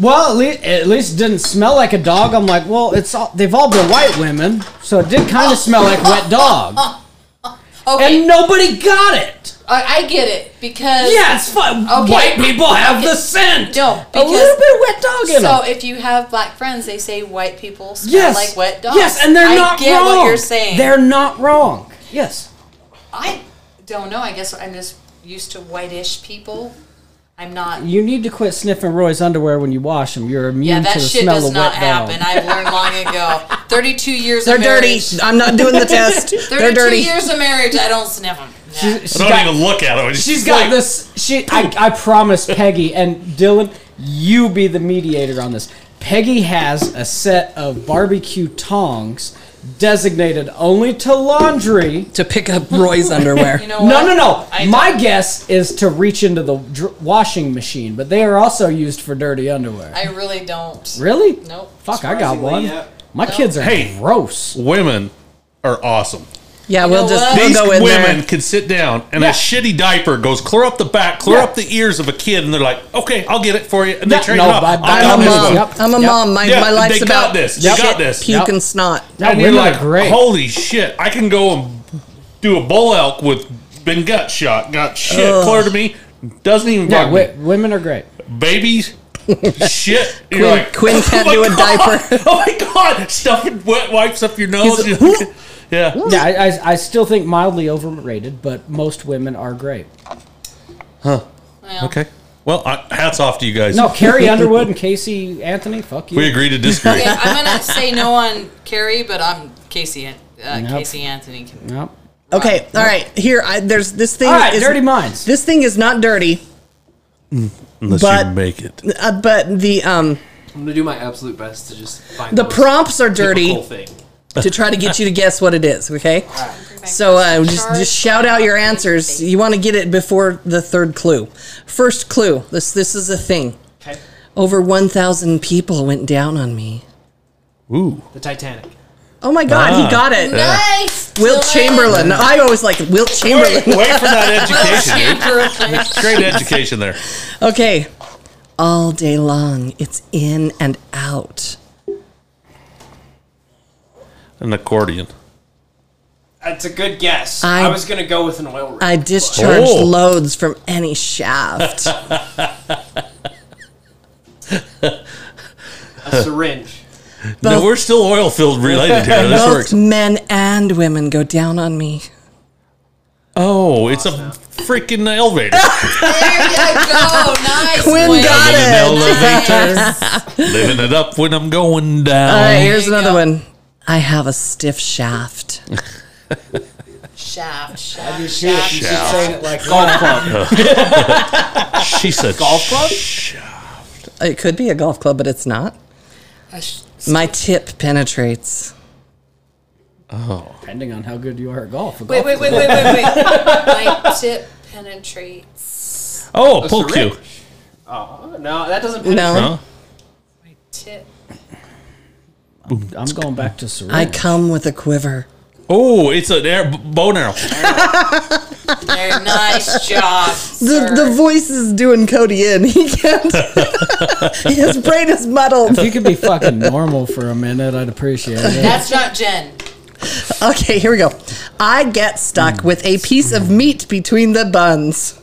S6: "Well, at least, at least it didn't smell like a dog." I'm like, "Well, it's all, they've all been white women, so it did kind of smell like wet dog,"
S3: Okay,
S6: and nobody got it.
S3: I, I get it because
S6: Yeah, it's fun.
S3: Okay.
S6: White people have the scent.
S3: No,
S6: a
S3: because-
S6: little bit of wet dog in
S3: So
S6: them.
S3: if you have black friends, they say white people smell
S6: Yes,
S3: like wet dogs.
S6: Yes, and they're
S3: I
S6: not
S3: get
S6: wrong.
S3: what you're saying.
S6: They're not wrong. Yes.
S3: I don't know. I guess I'm just used to whitish people. I'm not.
S6: You need to quit sniffing Roy's underwear when you wash him. You're immune
S3: Yeah,
S6: to
S3: that
S6: the
S3: shit
S6: smell
S3: does
S6: of
S3: not
S6: wet dog.
S3: happen. I've learned long ago. 32 years
S5: They're
S3: of
S5: dirty.
S3: marriage.
S5: I'm not doing the test. They're
S3: 32
S5: dirty.
S3: years of marriage, I don't sniff them.
S6: She's- she's
S1: I don't
S6: got-
S1: even look at it.
S6: She's got this. She, I, I promise, Peggy and Dylan, you be the mediator on this. Peggy has a set of barbecue tongs designated only to laundry.
S5: To pick up Roy's underwear.
S3: You know
S6: No,
S3: what?
S6: no, no.
S3: I
S6: My guess is to reach into the dr- washing machine, but they are also used for dirty underwear.
S3: I really don't.
S6: really?
S3: Nope.
S6: Fuck, I got
S4: Surprisingly,
S6: one.
S4: yeah.
S6: My kids are
S1: Hey.
S6: gross.
S1: Women are awesome.
S5: Yeah,
S3: You
S5: we'll
S3: know
S5: just
S3: what?
S5: we'll
S4: uh,
S1: These
S5: go in
S1: women
S5: there.
S1: can sit down, and
S2: Yeah.
S1: a shitty diaper goes clear up the back, clear
S2: Yeah.
S1: up the ears of a kid, and they're like, "Okay, I'll get it for you." And
S2: Yeah,
S1: they train
S2: no,
S1: it up.
S2: but-
S1: I
S2: but
S1: got
S5: I'm a
S1: this
S2: Yep.
S5: mom.
S1: one.
S2: Yep.
S5: I'm a
S2: Yep.
S5: mom. My,
S1: Yeah,
S5: my life's
S1: they got
S5: about
S1: this. They
S5: shit,
S1: got this.
S5: puke,
S2: Yep.
S5: and snot.
S2: No,
S1: and you're
S2: women are
S1: like,
S2: great.
S1: "Holy shit! I can go and do a bull elk with been gut shot, got shit clear to me." Doesn't even
S2: Yeah,
S1: bug
S2: wi-
S1: me.
S2: women are great.
S1: Babies, shit. You're
S5: Quinn,
S1: like,
S5: Quinn can't
S1: "Oh my
S5: do a
S1: God.
S5: diaper.
S1: Oh my god! Stuff and wet wipes up your nose.
S5: He's-
S1: yeah.
S2: Yeah, I, I, I still think mildly overrated, but most women are great.
S3: Well,
S1: Okay. Well, I, hats off to you guys.
S2: No, Carrie Underwood and Casey Anthony, fuck you.
S1: We agree to disagree.
S3: Okay, I'm gonna say no on Carrie, but I'm Casey. An- Uh,
S2: Nope.
S3: Casey Anthony. Can,
S2: No.
S5: Okay, all right. Here, I, there's this thing.
S2: All right,
S5: is,
S2: Dirty Minds.
S5: This thing is not dirty,
S1: Unless
S5: But-
S1: you make it.
S5: uh, but the um
S4: I'm gonna do my absolute best to just find
S5: the
S4: most
S5: prompts are dirty
S4: typical thing.
S5: to try to get you to guess what it is. Okay, so uh, just just shout out your answers. You want to get it before the third clue. First clue. This this is a thing.
S4: Okay.
S5: Over 1,000 people went down on me.
S1: Ooh.
S4: The Titanic.
S5: Oh my God,
S1: Ah.
S5: he got it.
S3: Nice.
S5: Wilt Chamberlain. I always like
S1: Wait,
S5: Wilt Chamberlain.
S1: wait for that education,
S3: Chamberlain.
S1: dude. Great education there.
S5: Okay. All day long, it's in and out.
S1: An accordion.
S4: That's a good guess.
S5: I-
S4: I, was gonna go with an oil rig.
S5: I discharged
S1: Oh.
S5: loads from any shaft.
S4: a syringe.
S1: no, we're still oil field related here. This
S5: Both
S1: works.
S5: men and women go down on me.
S1: Oh, it's a freaking elevator.
S3: There you go. Nice.
S5: Quinn
S3: Quinn.
S5: got
S1: An
S5: it.
S1: elevator.
S3: Nice.
S1: Living it up when I'm going
S5: All right,
S1: down.
S5: here's
S3: There you
S5: another
S3: go.
S5: one. I have a stiff shaft.
S3: Shaft. Shaft.
S2: You should,
S3: shaft,
S2: you should
S1: Shaft.
S2: say it like golf club.
S5: Uh,
S1: She said golf club.
S5: It could be a golf club, but it's not.
S3: A sh-
S5: My tip penetrates.
S2: Depending on how good you are at golf. a
S3: Wait, wait,
S2: golf
S3: wait, wait, wait, wait. My tip penetrates.
S1: Oh, a pull
S4: syringe.
S1: cue.
S4: Oh no, that doesn't.
S5: No.
S1: Huh?
S3: My tip.
S2: club- I'm going back to syringe.
S5: I come with a quiver.
S1: Oh, it's an air bone arrow.
S3: Very nice job.
S5: The,
S3: sir.
S5: the voice is doing Cody in. He can't. His brain is muddled.
S2: if you could be fucking normal for a minute, I'd appreciate it.
S3: That's not Jen.
S5: Okay, here we go. I get stuck
S3: Hmm.
S5: with a piece of meat between the buns.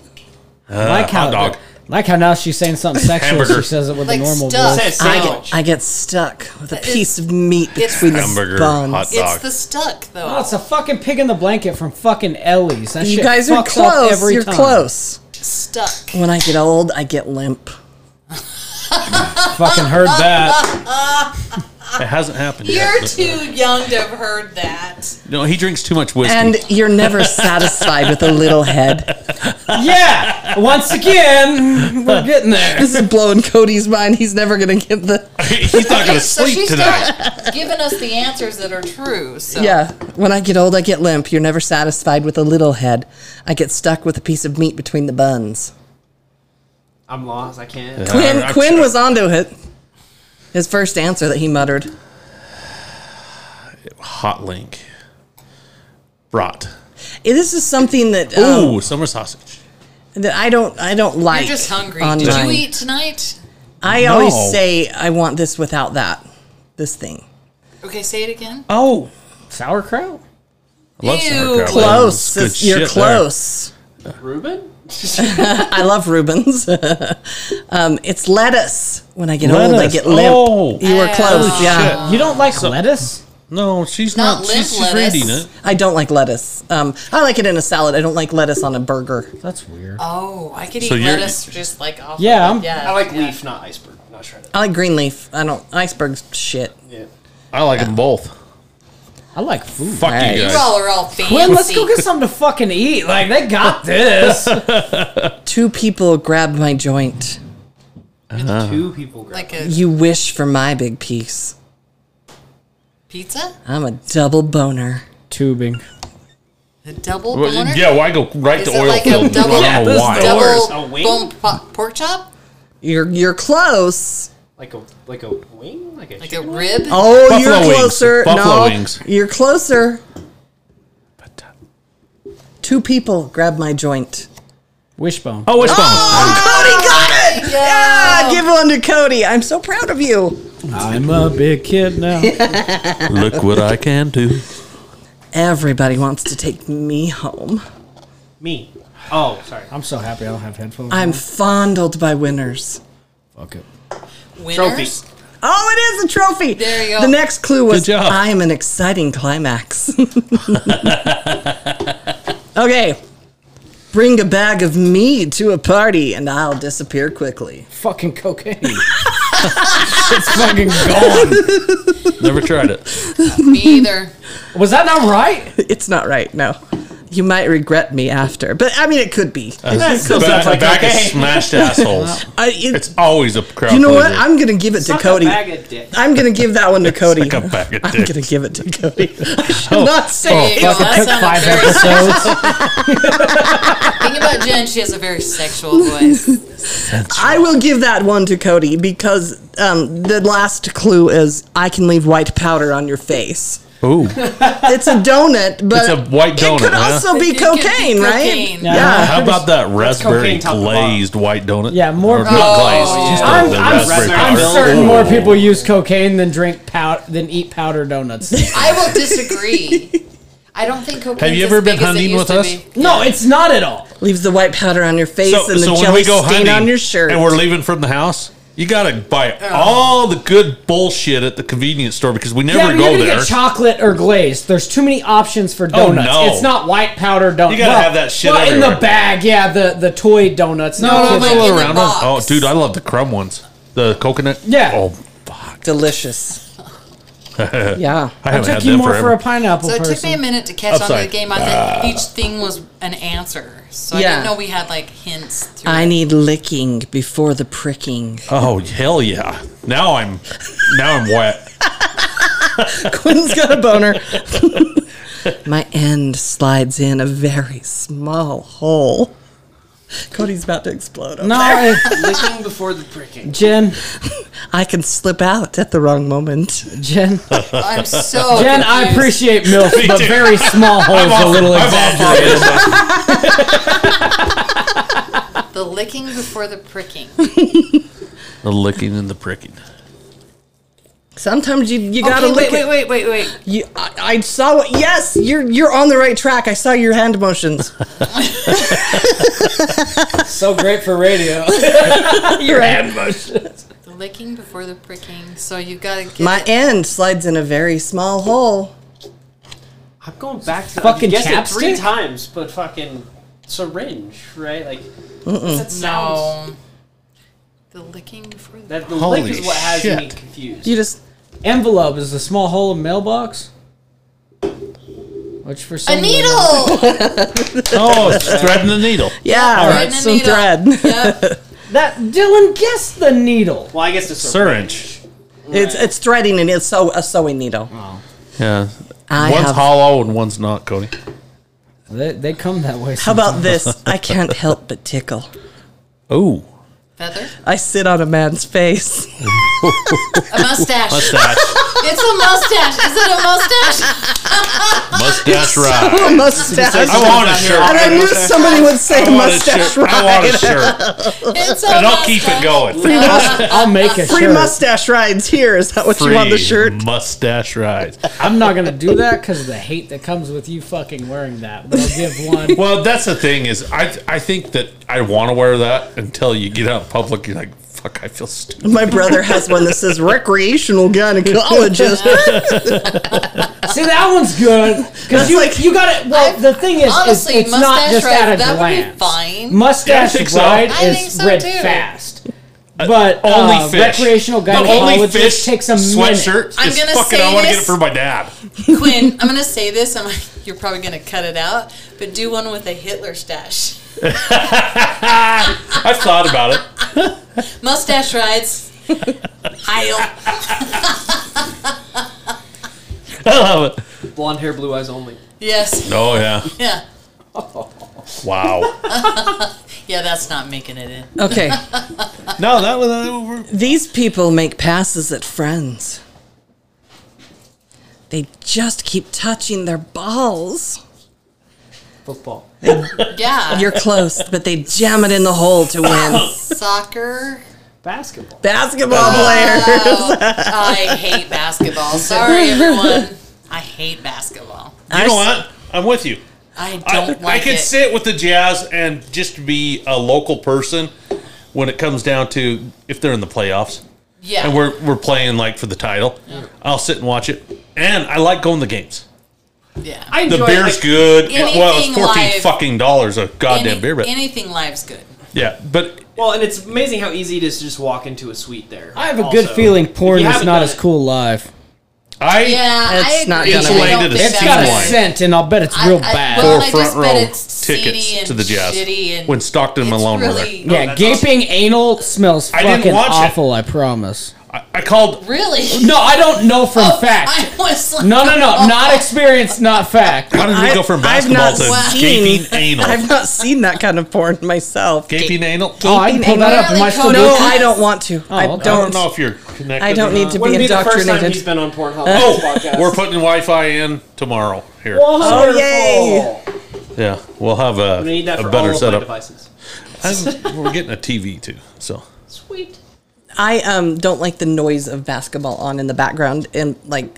S2: like how,
S1: Uh, hot dog.
S2: like how now she's saying something sexual.
S1: Hamburger.
S2: She says it with
S3: Like
S2: a normal
S3: stuff.
S2: voice.
S4: Says
S5: I
S4: sandwich.
S5: get, I get stuck with a piece of meat
S3: it's-
S5: between the
S1: Hamburger,
S5: buns.
S1: hot
S3: It's
S1: Dog.
S3: the stuck though.
S2: Oh, it's a fucking pig in the blanket from fucking Ellie's. That
S5: You
S2: shit
S5: guys are
S2: fucks up
S5: close.
S2: every
S5: You're
S2: time.
S5: close.
S3: stuck.
S5: When I get old, I get limp.
S2: Fucking heard that.
S1: It hasn't happened yet. uh,
S3: You're too young to have heard that.
S1: No, he drinks too much whiskey.
S5: And you're never satisfied with a little head.
S2: yeah. Once again, we're getting there.
S5: This is blowing Cody's mind. He's never going to get the.
S1: He's not going to
S3: So
S1: sleep
S3: she's
S1: tonight.
S3: not giving us the answers that are true. So
S5: Yeah. When I get old, I get limp. You're never satisfied with a little head. I get stuck with a piece of meat between the buns.
S4: I'm lost. I can't.
S5: Quinn,
S1: I- I-
S5: Quinn was onto it. His first answer that he muttered.
S1: Hot link. Brat.
S5: Eh, This is something that um,
S1: Ooh, summer sausage.
S5: that I don't I don't like.
S3: you're just hungry.
S5: on
S3: Did
S5: mine.
S3: you eat tonight?
S5: I always
S1: No.
S5: say I want this without that. This thing.
S3: Okay, say it again.
S1: Oh,
S2: Sauerkraut.
S1: I love
S3: Ew.
S1: sauerkraut.
S5: Close.
S1: It's good
S5: This- you're
S1: shit there.
S5: close.
S4: Reuben.
S5: I love Rubens. um, it's lettuce. When I get old, I
S1: Lettuce.
S5: get limp.
S1: Oh.
S5: You were close. yeah.
S2: You don't like lettuce?
S1: No, she's
S3: Not
S1: not.
S3: limp
S1: she's, she's
S3: lettuce.
S1: reading it.
S5: I don't like lettuce. Um, I like it in a salad. I don't like lettuce on a burger.
S2: That's weird.
S3: Oh, I could eat
S1: So you're-
S3: lettuce just like off.
S2: Yeah,
S3: of
S2: I'm-
S3: it. yeah.
S4: I like leaf, not iceberg. Not shredded.
S5: I like green leaf. I don't icebergs. Shit.
S4: Yeah.
S1: I like them both.
S2: I like food.
S1: Fuck
S5: Right.
S1: you
S3: You
S1: guys.
S3: all are all fancy.
S2: Glenn, let's go get something to fucking eat. Like they got this.
S5: Two people grabbed my joint.
S4: Two people. Grab.
S3: like a
S5: You wish for my big piece.
S3: pizza,
S5: I'm a double boner.
S2: Tubing.
S3: a double
S1: Well,
S3: boner.
S1: yeah, why go right
S3: Is
S1: to
S3: it
S1: oil
S3: like
S1: field?
S3: a double,
S1: I don't know
S2: Yeah,
S1: why.
S2: this is
S4: Doors.
S3: double
S4: A wing?
S3: bone po- pork chop,
S5: You're you're close.
S4: Like a like a wing. Like a.
S3: like a
S4: chicken wing?
S3: rib?
S5: Oh,
S1: Buffalo
S5: you're
S1: wings.
S5: closer.
S1: Buffalo
S5: no,
S1: wings.
S5: you're closer.
S1: uh,
S5: Two people grabbed my joint.
S2: Wishbone.
S1: Oh, wishbone.
S3: Ah!
S5: Cody got it! Yeah, give one to Cody. I'm so proud of you.
S2: I'm a big kid now.
S1: Look what I can do.
S5: Everybody wants to take me home.
S4: Me. Oh, sorry.
S2: I'm so happy I don't have headphones.
S5: I'm
S2: on.
S5: fondled by winners.
S2: fuck it.
S4: Trophy.
S3: Winners.
S5: Oh, it is a trophy.
S3: There you go.
S5: The next clue was
S1: Good job.
S5: I am an exciting climax. okay. Bring a bag of me to a party and I'll disappear quickly.
S2: Fucking cocaine. it's fucking gone.
S1: Never tried it.
S3: Me either.
S2: Was that not right?
S5: It's not right, no. You might regret me after, but I mean, it could be.
S1: Back,
S5: still
S4: sounds like
S1: back
S4: okay.
S1: is smashed assholes.
S5: I- it-
S1: It's always a crowd.
S5: you know what?
S1: pleaser.
S5: I'm going to give it to
S4: Suck a
S5: Cody.
S4: bag of dick.
S5: I'm going to give that one to Cody.
S1: like a bag of
S5: I'm
S1: dicks. Oh,
S5: going to give it to Cody. I should not
S3: There
S5: say
S3: you
S5: it.
S3: go.
S2: Fucking
S3: That
S2: took
S3: sounded
S2: five
S3: very-
S2: episodes.
S3: Think about Jen. She has a very sexual voice.
S5: I will give that one to Cody because um, the last clue is I can leave white powder on your face.
S1: Ooh.
S5: It's a donut, but
S1: It's a white donut,
S5: It could
S1: huh?
S5: also be
S3: It could be
S5: cocaine, right?
S3: cocaine.
S5: Yeah.
S1: How about that raspberry
S4: cocaine top to bottom.
S1: glazed white donut?
S2: Yeah, more-
S1: Or
S2: Oh,
S1: not glazed. just the- Oh.
S2: I'm-
S1: the
S2: I'm-
S1: raspberry
S2: I'm
S1: powder.
S2: certain
S1: Ooh.
S2: more people use cocaine than drink pow- than eat powder donuts.
S3: I will disagree. I don't think cocaine.
S1: Have you
S3: is
S1: ever
S3: as
S1: been
S3: big as it
S1: hunting
S3: used
S1: with
S3: to
S1: us?
S3: be.
S2: no, it's not at all.
S5: Leaves the white powder on your face and the jelly stain on your shirt.
S1: and we're leaving from the house, you gotta buy all the good bullshit at the convenience store because we
S2: Yeah,
S1: never
S2: but you're
S1: go
S2: gonna
S1: there. Oh,
S2: get chocolate or glazed. There's too many options for donuts.
S1: no.
S2: It's not white powder donuts.
S1: gotta have that shit
S2: Well, in the
S1: everywhere.
S2: bag, yeah, the the toy donuts.
S1: no, no,
S2: kids-
S1: no,
S3: like in
S1: no,
S3: the
S1: round
S3: box.
S1: one. Oh, dude, I love the crumb ones. The coconut.
S2: Yeah.
S1: Oh,
S5: Delicious. yeah.
S1: I
S2: I
S1: haven't
S2: took
S1: had
S2: you
S1: them
S2: more
S1: forever.
S2: for a pineapple
S3: So it
S2: person.
S3: took me a minute to catch
S1: Oh,
S3: on to
S1: sorry.
S3: the game. I thought each thing was an answer, so I
S5: Yeah.
S3: didn't know we had like hints. Through
S5: I
S3: it.
S5: need licking before the pricking.
S1: oh hell yeah! Now I'm, now I'm wet.
S5: Quinn's got a boner. My end slides in a very small hole. Cody's about to explode.
S2: no, I-
S4: Licking before the pricking.
S2: Jen,
S5: I can slip out at the wrong moment.
S2: Jen,
S5: Ah.
S3: I'm so.
S2: Jen. I
S3: confused.
S2: appreciate milk, but
S1: too.
S2: very small
S1: I'm
S2: holes. Oh, A little
S1: I'm
S2: exaggerated.
S1: off for
S3: the licking before the pricking.
S1: it. the licking and the pricking.
S5: Sometimes you, you gotta
S3: Okay,
S5: lick
S3: wait,
S5: it.
S3: wait, wait, wait, wait.
S5: You, I, I saw what. Yes, you're you're on the right track. I saw your hand motions.
S2: So great for radio.
S5: your hand motions.
S3: The licking before the pricking. So you gotta get
S5: My
S3: it.
S5: end slides in a very small hole.
S4: I'm going back to
S2: Fucking
S4: I guessed it three
S2: chapstick?
S4: times, but fucking syringe, right? Like that sounds.
S3: no. The licking before the.
S4: That the
S1: Holy
S4: lick is what has me
S1: shit.
S4: confused.
S5: You just
S2: Envelope is the small hole in mailbox. Which for some
S3: a
S2: reason-
S3: needle.
S1: Oh, it's threading the needle.
S5: yeah,
S3: All
S5: right,
S3: right.
S5: some
S3: Needle.
S5: thread.
S3: Yep.
S2: that Dylan guessed the needle.
S4: Well, I guess the
S1: Syringe.
S5: It's it's threading and it's so a sewing needle.
S1: Oh. Yeah.
S5: I
S1: one's
S5: have-
S1: hollow and onene's not, Cody.
S2: They, they come that way.
S5: How about this? I can't help but tickle.
S1: Oh,
S3: Feather.
S5: I sit on a man's face.
S3: A mustache.
S1: mustache,
S3: It's a mustache. Is it a mustache?
S1: mustache ride.
S5: A mustache.
S1: I want a shirt.
S5: and I knew somebody would say
S1: I want a
S5: mustache.
S1: shirt. I want a shirt.
S3: It's a
S1: And I'll
S3: mustache.
S1: keep it going.
S2: sometimes I'll make a
S5: Free
S2: shirt.
S5: mustache rides here. Is that what you want the shirt?
S1: mustache rides.
S2: I'm not gonna do that because of the hate that comes with you fucking wearing that. But I'll give one.
S1: Well, that's the thing is, I I think that I want to wear that until you get out in public. You're like, fuck, I feel stupid.
S5: My brother has one that says recreational gynecologist.
S2: See, that one's good because you
S5: like-
S2: you got it. Well,
S3: I-
S2: the thing is, is
S3: honestly,
S2: it's not
S3: mustache
S2: just
S3: ride,
S2: at a
S3: that would be
S2: glance.
S3: fine.
S2: Mustache
S1: Yeah, I think so.
S2: ride
S3: I think
S2: is
S3: so,
S2: red
S3: too.
S2: fast, but
S1: Only
S2: uh,
S1: fish.
S2: recreational
S1: The only fish
S2: gynecologist takes a minute.
S1: sweatshirt.
S3: I'm
S1: is
S3: gonna
S1: fucking.
S3: say
S1: I want to get it
S3: this.
S1: for my dad.
S3: Quinn, I'm gonna say this, and you're probably gonna cut it out, but do one with a Hitler stash.
S1: I've thought about it.
S3: Mustache rides. Heil.
S1: I love it.
S4: Blonde hair, blue eyes only.
S3: Yes.
S1: Oh yeah.
S3: Yeah.
S1: Wow.
S3: Yeah, that's not making it in.
S5: okay,
S1: No, that was over.
S5: these people make passes at friends. They just keep touching their balls.
S4: Football.
S3: Yeah.
S5: You're close, but they jam it in the hole to win.
S3: soccer.
S4: Basketball.
S5: Basketball player.
S3: Oh, I hate basketball. Sorry, everyone. I hate basketball.
S1: You know what? I'm with you.
S3: I
S1: I,
S3: don't
S1: I
S3: like
S1: could
S3: it.
S1: sit with the Jazz and just be a local person when it comes down to if they're in the playoffs
S3: yeah.
S1: and we're we're playing like for the title. I'll sit and watch it, and I like going to the games.
S3: yeah.
S4: I
S1: The
S4: enjoy
S1: beer's
S4: like,
S1: good. well,
S3: Anything
S1: it's fourteen
S3: live.
S1: fucking dollars a goddamn
S3: Any-
S1: beer, but
S3: anything live's good.
S1: yeah, but
S4: Well, and it's amazing how easy it is to just walk into a suite there.
S2: I have a
S4: also.
S2: good feeling
S4: If
S2: porn
S4: you
S2: is
S4: haven't
S2: not
S4: done
S2: as
S4: it-
S2: cool live.
S1: I
S3: Yeah, I
S5: It's
S3: agree.
S1: gonna
S3: I
S5: not
S1: be-
S3: don't
S1: It's
S3: think
S2: It's
S1: Team
S2: got a
S3: that's-
S1: wine.
S2: scent, and I'll bet it's
S3: I-
S2: real
S3: I-
S2: bad.
S3: well,
S1: four
S3: I just
S1: front
S3: bet
S1: row
S3: it's seedy
S1: tickets
S3: and
S1: to the Jazz
S3: shitty and
S1: when Stockton
S3: it's
S1: Malone were there.
S3: really,
S2: yeah,
S4: that's awesome.
S2: gaping anal smells
S1: I didn't
S2: fucking
S1: watch it.
S2: awful. I promise.
S1: I, I called.
S3: Really?
S2: No, I don't know from
S3: Oh, I
S2: fact.
S3: was like,
S2: No, no, no, not experience, not fact.
S1: How did we
S5: I-
S1: go from
S5: I've
S1: basketball
S5: not
S1: to
S5: seen-
S1: gaping anal?
S5: I've not seen that kind of porn myself. Oh,
S1: gaping anal.
S2: Oh, I can pull that up. Am I still
S5: No,
S2: doing
S5: I don't want to. I
S2: okay.
S1: I
S5: don't.
S1: don't know if you're connected.
S5: I don't
S1: or
S5: need
S1: not.
S5: to be
S4: Wouldn't be the first time he's
S5: indoctrinated.
S4: been on Pornhub. oh,
S1: We're putting Wi-Fi in tomorrow here.
S5: Oh, yay.
S1: Yeah, we'll have a,
S4: We need that
S1: a
S4: for
S1: better
S4: all of my
S1: setup.
S4: devices.
S1: I'm- we're getting a TV too, so
S4: Sweet.
S5: I um don't like the noise of basketball on in the background and like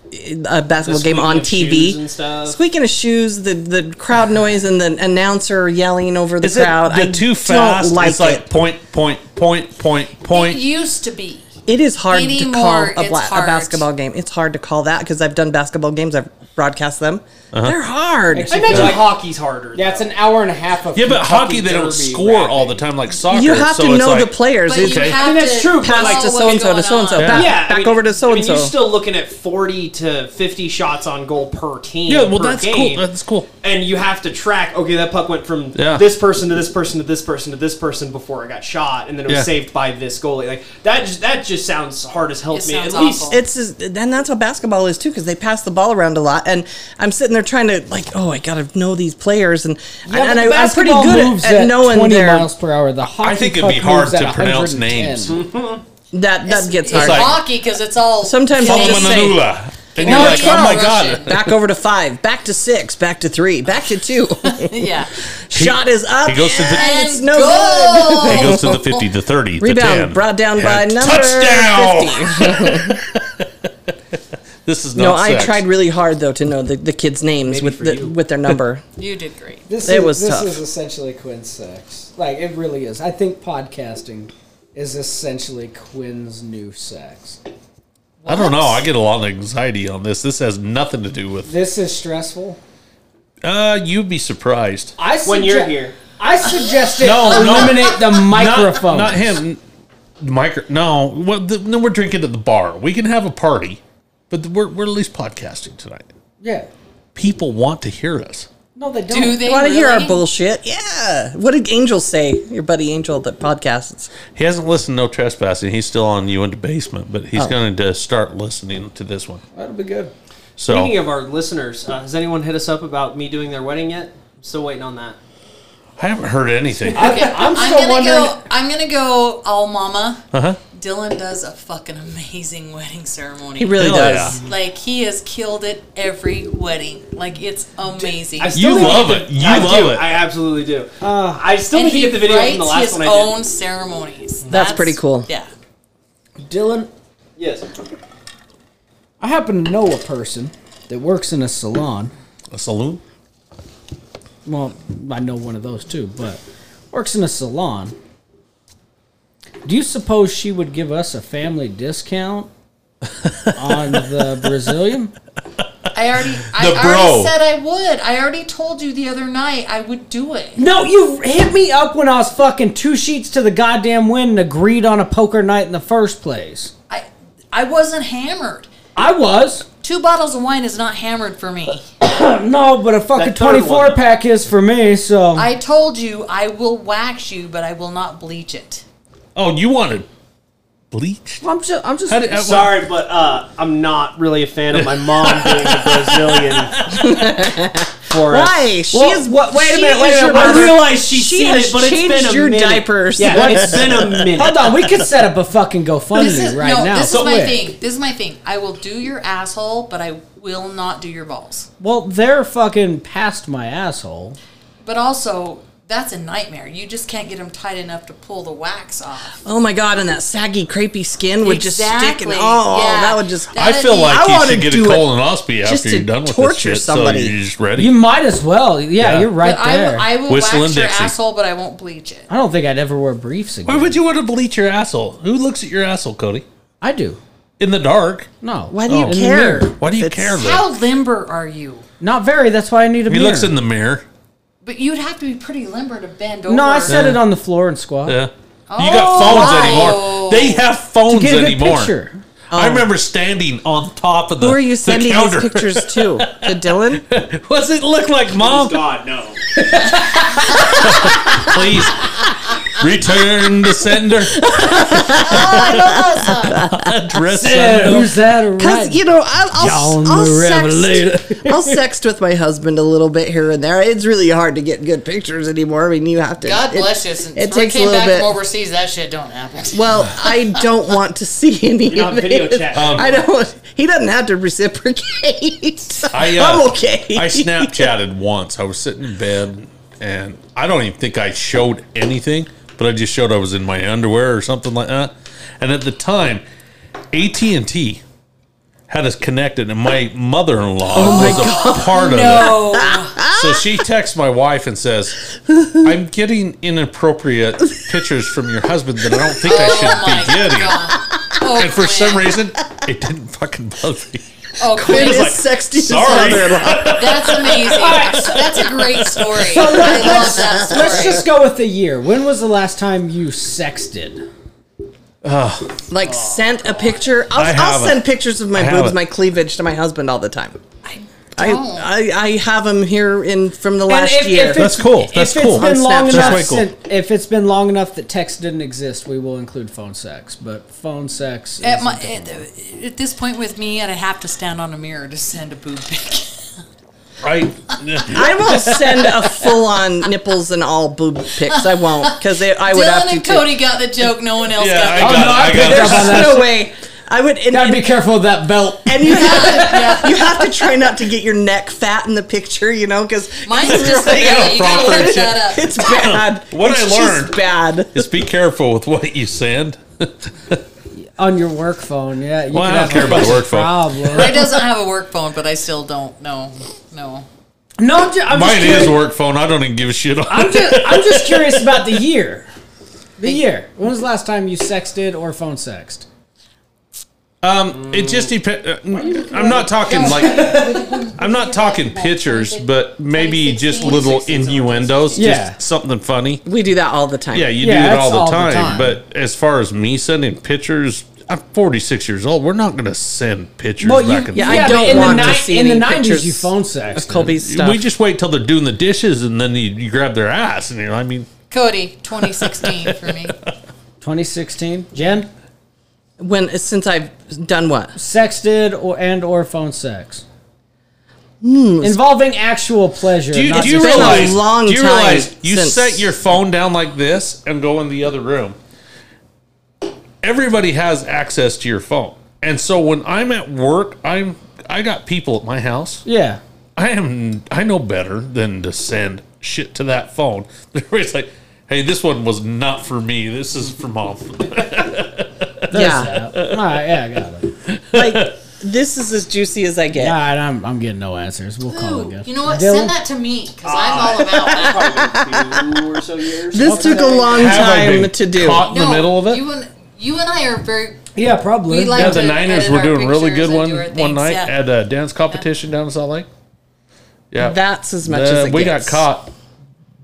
S5: a basketball
S4: The
S5: game on
S4: squeaking of
S5: TV.
S4: shoes and stuff.
S5: Squeaking of shoes, the the crowd noise, and the announcer yelling over the crowd. I
S1: too
S5: don't
S1: fast?
S5: Like
S1: it's like
S5: it.
S1: point, point, point, point,
S3: It
S1: point.
S3: used to be.
S5: It is hard to call
S3: Anymore,
S5: a,
S3: it's
S5: bla- a
S3: hard.
S5: basketball game. It's hard to call that because I've done basketball games. I've broadcast them. They're hard.
S4: I imagine hockey's harder.
S2: Yeah, it's an hour and a half of
S1: Yeah, but hockey they
S2: Derby
S1: don't score
S2: rap.
S1: all the time like soccer.
S5: you have
S1: so
S5: to
S1: it's
S5: know
S1: like,
S5: the players.
S3: But
S5: It's
S3: you
S1: Okay.
S3: have
S4: And
S3: to
S4: that's true, but
S3: know
S5: like to
S3: what's
S5: so and so to
S3: going
S5: so and so
S3: on.
S5: back,
S4: Yeah, I
S5: back
S4: mean,
S5: over to so and
S4: I mean, you're
S5: so.
S4: still looking at 40 to 50 shots on goal per team.
S1: Yeah, well
S4: per
S1: that's
S4: game,
S1: cool. That's cool.
S4: And you have to track, okay, that puck went from
S1: Yeah.
S4: this person to this person to this person to this person before it got shot, and then it was
S1: Yeah.
S4: saved by this goalie. Like, that just, that just sounds hard as hell
S3: It
S4: to me. At
S3: sounds
S4: least.
S3: awful.
S5: It's just, and that's what basketball is too because they pass the ball around a lot. And I'm sitting there trying to like, oh, I gotta know these players, and and I, I'm pretty good at, at knowing
S2: twenty
S5: their
S2: miles per hour. The hockey
S1: I think it'd
S2: puck
S1: be hard
S2: moves at
S1: to pronounce
S2: 110.
S1: names.
S5: that that gets
S3: it's
S5: hard.
S1: like-
S3: hockey because it's all
S5: Sometimes I'll just say-
S1: Romanula. And
S5: No,
S1: you're like,
S5: it's
S1: oh my
S3: not
S1: god,
S3: Russian.
S5: back over to five, back to six, back to three, back to two.
S3: yeah.
S5: Shot is up.
S1: he goes to the
S5: and it's
S3: And
S5: no
S3: goal!
S5: good.
S1: he goes to the fifty to thirty to
S5: Oh. Rebound
S1: ten.
S5: brought down by
S1: And
S5: number
S1: touchdown.
S5: 50.
S1: This is not
S5: No, I
S1: sex.
S5: tried really hard though to know the, the kids' names with
S4: for
S5: the,
S4: you.
S5: with their number.
S3: You did great.
S2: This
S5: It
S2: is-
S5: was
S2: this
S5: tough.
S2: is essentially Quinn's sex. Like it really is. I think
S1: Mm-hmm.
S2: podcasting is essentially Quinn's new sex.
S1: I don't know. I get a lot of anxiety on this. This has nothing to do with.
S2: This is stressful.
S1: Uh, you'd be surprised.
S2: I
S4: When you're
S2: sugge-
S4: here.
S2: I suggested
S1: No, no.
S2: eliminate the microphone.
S1: Not, not him. Micro. No. Well, the, no, we're drinking at the bar. We can have a party, but we're we're at least podcasting tonight.
S2: Yeah.
S1: People want to hear us.
S2: No, they don't.
S3: Do they
S5: Want to hear our
S3: really?
S5: bullshit? Yeah. What did Angel say? Your buddy Angel that podcasts.
S1: He hasn't listened to No Trespassing. He's still on You in the Basement, but
S4: Oh.
S1: he's going to start listening to this one.
S2: That'll be good.
S1: So
S4: Speaking of our listeners, uh, has anyone hit us up about me doing their wedding yet? I'm still waiting on that.
S1: I haven't heard anything.
S2: I,
S3: I'm
S2: I'm still
S3: gonna
S2: wondering.
S3: go. I'm gonna go. All mama.
S1: Uh-huh.
S3: Dylan does a fucking amazing wedding ceremony.
S5: He really
S1: Hell
S5: does.
S3: like he has killed it every wedding. Like it's amazing.
S4: I
S3: And
S4: still
S1: You
S4: need to
S1: love
S4: get
S1: it. You
S4: I
S1: love
S4: do.
S1: it.
S4: I absolutely do. I still need to
S3: he
S4: get the video
S3: writes
S4: from the last
S3: his
S4: one I did.
S3: own ceremonies. That's,
S5: pretty cool.
S3: Yeah.
S2: Dylan,
S4: Yes.
S2: I happen to know a person that works in a salon.
S1: a saloon?
S2: Well, I know one of those too, but works in a salon. Do you suppose she would give us a family discount on the Brazilian?
S3: I already. I
S1: The bro.
S3: already said I would. I already told you the other night I would do it.
S2: No, you hit me up when I was fucking two sheets to the goddamn wind and agreed on a poker night in the first place.
S3: I I wasn't hammered.
S2: I was.
S3: Two bottles of wine is not hammered for me.
S2: No, but a fucking
S4: That third
S2: 24
S4: one.
S2: pack is for me, so.
S3: I told you I will wax you, but I will not bleach it.
S1: Oh, you wanted bleached?
S2: I'm just. I'm just.
S1: How did- uh,
S4: Sorry, but uh, I'm not really a fan of my mom being a Brazilian for us.
S5: Why? She
S2: Well,
S5: is
S2: what- wait a
S5: she
S2: minute, wait a
S5: is your
S2: minute, wait
S4: I
S2: a
S5: mother.
S2: minute.
S4: realize she's
S5: She
S4: seen
S5: has
S4: it, but it's been
S5: changed
S4: a
S5: your
S4: minute.
S5: diapers.
S4: Yeah, it's been a minute.
S2: Hold on, we could set up a fucking
S3: This
S2: GoFundMe
S3: is
S2: right
S3: no.
S2: now.
S3: This is my
S2: quick.
S3: thing. This is my thing. I will do your asshole, but I will not do your balls.
S2: Well, they're fucking past my asshole.
S3: But also, that's a nightmare. You just can't get them tight enough to pull the wax off.
S5: Oh my god, and that saggy, crepey skin would just stick, and
S3: Exactly,
S5: oh,
S3: yeah.
S5: that would just.
S3: That-
S1: I feel like
S5: I
S1: you
S5: wanna
S1: should get a
S5: do it
S1: colonoscopy after
S5: to
S1: you're done with this
S5: torture
S1: shit.
S5: somebody.
S1: So you're just ready.
S2: You might as well. Yeah,
S1: Yeah.
S2: you're right
S3: but I
S2: there. I
S3: I,
S2: w- I,
S3: will
S1: Whistle
S3: wax
S1: and
S3: your
S1: Dixie.
S3: asshole, but I won't bleach it.
S2: don't think I'd ever wear briefs
S1: Why
S2: again.
S1: would you want to bleach your asshole? Who looks at your asshole, Cody?
S2: I do.
S1: In the dark.
S2: No.
S5: Why do you
S2: In the
S5: care?
S2: mirror.
S1: Why do you
S5: It's-
S1: care though?
S3: How limber are you?
S2: Not very. That's why I need a
S1: He
S2: mirror.
S1: looks in the mirror.
S3: But you'd have to be pretty limber to bend over.
S2: no, I set it on the floor and squat.
S1: Yeah. you
S5: Oh,
S1: got phones anymore. They have phones
S2: Get a good
S1: anymore.
S2: picture.
S1: I remember standing on top of the
S5: Oh. Who are you
S1: the
S5: sending these
S1: counter.
S5: pictures to? To Dylan?
S1: What's it look like, mom?
S4: God, no.
S1: Please return the sender.
S5: Oh,
S1: Address
S2: Yeah,
S1: unknown.
S2: who's that?
S5: Because
S2: Right.
S5: you know, I'll, I'll,
S2: Down
S5: I'll,
S2: the
S5: sext,
S2: revelator.
S5: I'll sext with my husband a little bit here and there. It's really hard to get good pictures anymore. I mean, you have to.
S3: God
S5: it-
S3: bless you. Since
S5: It
S3: we
S5: takes a
S3: came
S5: little
S3: back
S5: bit.
S3: from overseas, that shit don't happen.
S5: Well, I don't want to see any
S4: You're
S5: of
S4: not video
S5: it.
S4: chat.
S5: I
S1: Um,
S5: don't. He doesn't have to reciprocate.
S1: I, uh,
S5: am okay.
S1: I Snapchatted once. I was sitting in bed, and I don't even think I showed anything, but I just showed I was in my underwear or something like that. And at the time, AT and T had us connected, and my mother-in-law was a part of
S3: no.
S1: it. So she texts my wife and says, "I'm getting inappropriate pictures from your husband that I don't think I should be getting."
S3: Oh,
S1: And for some
S3: Clint.
S1: reason, it didn't fucking bother me.
S3: Oh,
S5: It
S3: Clint,
S5: is
S1: like,
S5: sexting his
S1: sorry.
S5: mother-in-law.
S3: that's amazing. That's, that's a great story. I love that story.
S2: Let's just go with the year. When was the last time you sexted?
S5: Like sent a picture. I'll,
S1: I
S5: I'll
S1: haven't.
S5: send pictures of my
S1: I
S5: boobs,
S1: haven't.
S5: my cleavage to my husband all the time.
S3: I
S5: I,
S3: don't.
S5: I, I have them here in from the last
S2: if,
S5: year.
S2: if
S1: That's
S2: it's-
S1: cool. That's
S2: if
S1: cool.
S2: It's been
S5: On
S2: long
S5: Snapchat.
S2: enough
S1: That's way cool.
S2: sin- if it's been long enough that text didn't exist, we will include phone sex. But phone sex.
S3: At,
S2: is-
S3: my, at, the- at this point with me, I'd have to stand on a mirror to send a boob pic.
S1: I
S5: I won't send a full on nipples and all boob pics. I won't because I would have
S3: Dylan
S5: to.
S3: and
S5: too.
S3: Cody got the joke. Oh, No one else
S1: Yeah,
S3: got
S1: I
S3: it.
S1: got it. I got it.
S5: There's
S2: on that.
S5: no way. I would. And,
S2: Gotta be
S5: and,
S2: careful of that belt.
S5: and you have to you have to try not to get your neck fat in the picture, you know, because
S3: Mine's just
S5: Right.
S3: yeah, you gotta
S1: Proper
S3: look
S1: shit.
S3: that up.
S5: it's bad.
S1: What
S5: it's
S1: I
S5: just
S1: learned.
S5: bad.
S1: Just be careful with what you send.
S2: on your work phone. Yeah, you
S1: Well, I
S2: could
S1: don't
S2: have
S1: care
S2: a
S1: about the work phone.
S2: Problem.
S3: Ray doesn't have a work phone, but I still don't. No, no.
S2: no, I'm just, I'm
S1: Mine
S2: just
S1: is
S2: curious.
S1: work phone. I don't even give a shit on
S2: I'm
S1: it.
S2: just, I'm just curious about the year. The year. When was the last time you sexted or phone sexed?
S1: Um, it just depends. I'm not talking like I'm not talking pictures, but maybe just little innuendos.
S2: Yeah.
S1: just something funny.
S5: We do that all the time.
S1: Yeah, you
S2: Yeah,
S1: do it
S2: that's
S1: all, the,
S2: all the
S1: time,
S2: time.
S1: But as far as me sending pictures, I'm 46 years old. We're not gonna send pictures
S2: Well,
S1: back
S2: you,
S1: and
S5: yeah,
S1: forth.
S5: I
S2: but
S5: don't
S2: in
S5: want
S2: the
S5: to
S2: ni-
S5: see
S2: in the
S5: any
S2: nineties. You
S5: pictures
S2: phone sexed.
S5: Colby's stuff.
S1: We just wait till they're doing the dishes, and then you, you grab their ass, and you're. I mean,
S3: Cody, 2016 for me.
S2: 2016. Jen
S5: when since I've done what?
S2: sexted or and or phone sex.
S5: Hmm.
S2: Involving actual pleasure.
S1: Do you,
S2: not
S1: do you
S5: It's been a
S2: just-
S1: realize?
S5: long
S1: do you
S5: time
S1: realize you
S5: since-
S1: set your phone down like this and go in the other room? Everybody has access to your phone, and so when I'm at work, I'm I got people at my house.
S2: Yeah.
S1: I am I know better than to send shit to that phone. It's like, hey, this one was not for me. This is for mom.
S5: Yeah,
S1: Uh,
S2: All right. Yeah, I got it.
S5: like this is as juicy as I get.
S2: All right, I'm, I'm getting no answers. We'll call it
S3: Ooh,
S2: good.
S3: you know what?
S2: Dylan?
S3: Send that to me because I'm all about that.
S4: Probably two or so years.
S5: This took a long
S1: Have I
S5: time
S1: been
S5: to do.
S1: caught in the middle of it?
S3: You and, you and I are very.
S2: Yeah, probably.
S3: We like
S1: yeah, the
S3: to
S1: Niners
S3: edit
S1: were
S3: our
S1: doing really good
S3: pictures and
S1: one
S3: do our
S1: one
S3: things,
S1: night
S3: yeah.
S1: at a dance competition down in Salt Lake. Yeah,
S5: That's as much
S1: Uh,
S5: as it
S1: we
S5: gets.
S1: got caught.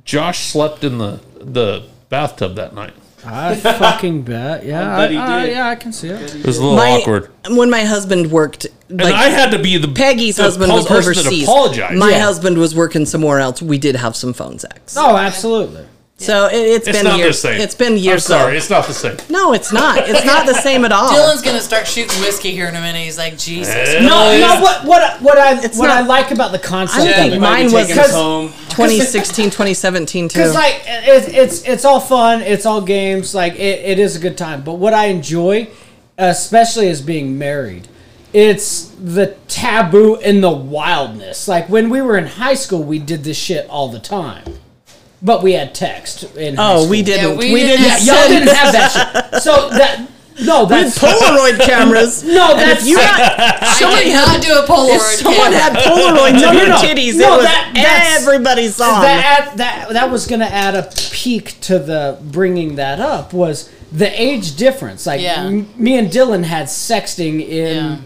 S1: Josh slept in the the bathtub that night.
S2: I fucking bet. Yeah, I,
S4: bet he
S2: I-
S4: did.
S2: yeah, I can see it.
S1: It was a little
S5: My-
S1: awkward,
S5: When my husband worked,
S1: and
S5: like
S1: I had to be the
S5: Peggy's
S1: the
S5: husband
S1: pol-
S5: was
S1: person
S5: overseas.
S1: That apologized.
S5: My
S2: Yeah.
S5: husband was working somewhere else. We did have some phone sex.
S2: Oh, absolutely.
S5: So it, it's
S1: it's
S5: been
S1: not
S5: years.
S1: the same.
S5: It's been years.
S1: I'm sorry,
S5: though.
S1: it's not the same.
S5: No, it's not. It's not the same at all.
S3: Dylan's gonna start shooting whiskey here in a minute. He's like, Jesus.
S2: No, no. What what I- what I
S5: It's
S2: what I
S5: not-
S2: like about the concept
S5: I
S2: of
S5: think
S2: it.
S5: mine was
S4: taking us
S2: Cause-
S4: home.
S5: 2016, 2017 too.
S2: Because like it, it's it's all fun, it's all games. Like it, it is a good time. But what I enjoy, especially as being married, it's the taboo and the wildness. Like when we were in high school, we did this shit all the time.
S6: But we had text. In high
S5: Oh, we
S6: school.
S5: didn't.
S3: Yeah,
S5: we,
S3: we
S5: didn't.
S3: didn't
S6: Yeah, y'all
S5: send-
S6: didn't have that shit. So that no,
S5: we had
S6: that's
S5: Polaroid cameras.
S6: No,
S5: And if
S6: that's-
S5: you got,
S3: I
S5: somebody
S3: did
S5: had,
S3: not do a
S5: if
S3: Polaroid.
S5: someone
S3: camera.
S5: had Polaroids
S6: No,
S5: of
S6: no,
S5: your
S6: no.
S5: titties,
S6: No,
S5: it was
S6: that- that's-
S5: everybody's on.
S6: that add- that that was going to add a peak to the bringing that up was the age difference. Like
S3: Yeah.
S6: m- me and Dylan had sexting in.
S3: Yeah.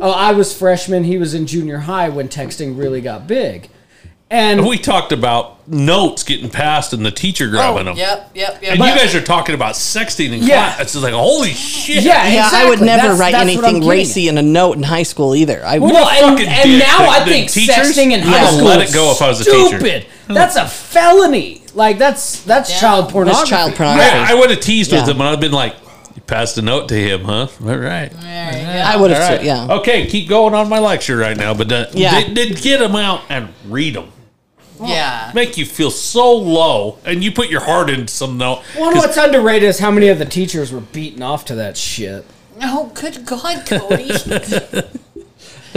S6: Oh, I was freshman. He was in junior high when texting really got big, and
S1: We talked about notes getting passed and the teacher
S3: Oh,
S1: grabbing them.
S3: yep, yep, yep.
S1: And
S3: But-
S1: you guys are talking about sexting in
S6: Yeah.
S1: class. It's just like, holy shit.
S6: yeah,
S5: yeah, I would
S6: exactly.
S5: never
S6: That's-
S5: write
S6: that's what I'm
S5: anything
S6: getting
S5: racy
S6: at.
S5: in a note in high school either. I would
S6: Well, and,
S1: fucking
S6: and
S1: dick
S6: now
S1: that-
S6: I
S1: that
S6: think
S1: teachers-
S6: sexting in
S1: I'd
S6: high
S1: have
S6: school
S1: let
S6: is
S1: it go if I was a teacher.
S6: stupid. That's a felony. Like that's that's
S3: Yeah.
S6: child pornography.
S5: That's child pornography.
S1: I, I would have teased
S5: Yeah.
S1: with him and I'd have been like, you passed a note to him, huh? All right.
S3: There you go.
S5: I would
S1: All
S5: have,
S1: right.
S5: said yeah.
S1: Okay, keep going on my lecture right now, but uh,
S5: Yeah.
S1: they did get them out and read them.
S3: yeah.
S1: Make you feel so low, and you put your heart into some note.
S6: One what's underrated is how many of the teachers were beating off to that shit.
S3: Oh, good God, Cody.
S6: No,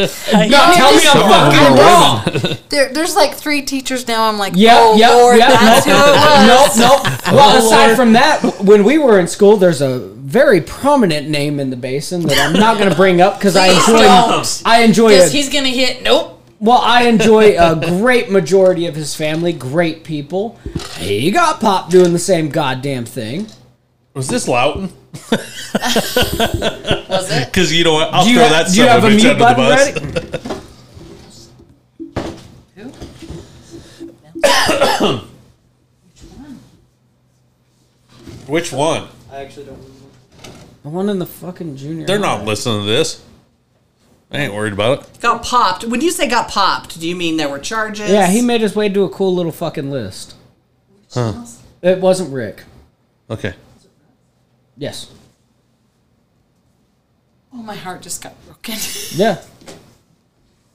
S6: tell
S1: Uh, Some
S6: me
S1: of
S6: I'm
S1: them
S6: fucking
S1: were
S6: wrong.
S1: women.
S3: there, there's like three teachers now. I'm like,
S6: Yep,
S3: oh,
S6: yep,
S3: Lord,
S6: yep.
S3: that's who it was.
S6: Nope, nope. Well,
S1: Oh,
S6: aside
S1: Lord.
S6: from that, w- when we were in school, there's a very prominent name in the basin that I'm not going to bring up because I
S3: Please
S6: enjoy.
S3: don't.
S6: I enjoy.
S3: Because
S6: A,
S3: he's going to hit, nope.
S6: well, I enjoy a great majority of his family. Great people. He got pop doing the same goddamn thing.
S1: Was this Loughton?
S3: Was it?
S1: Because you know what? I'll
S6: Do you,
S1: throw
S6: ha-
S1: that
S6: do you
S1: son of
S6: have a
S1: a bitch
S6: mute
S1: under the
S6: button
S1: bus.
S6: ready?
S3: Who?
S1: Which one?
S6: I actually don't. Remember. The one in the fucking junior.
S1: They're
S6: high.
S1: not listening to this. I ain't worried about it.
S5: Got popped. When you say got popped, do you mean there were charges?
S6: Yeah, he made his way to a cool little fucking list. It wasn't Rick.
S1: Okay.
S6: Yes.
S3: Oh, my heart just got broken.
S6: Yeah.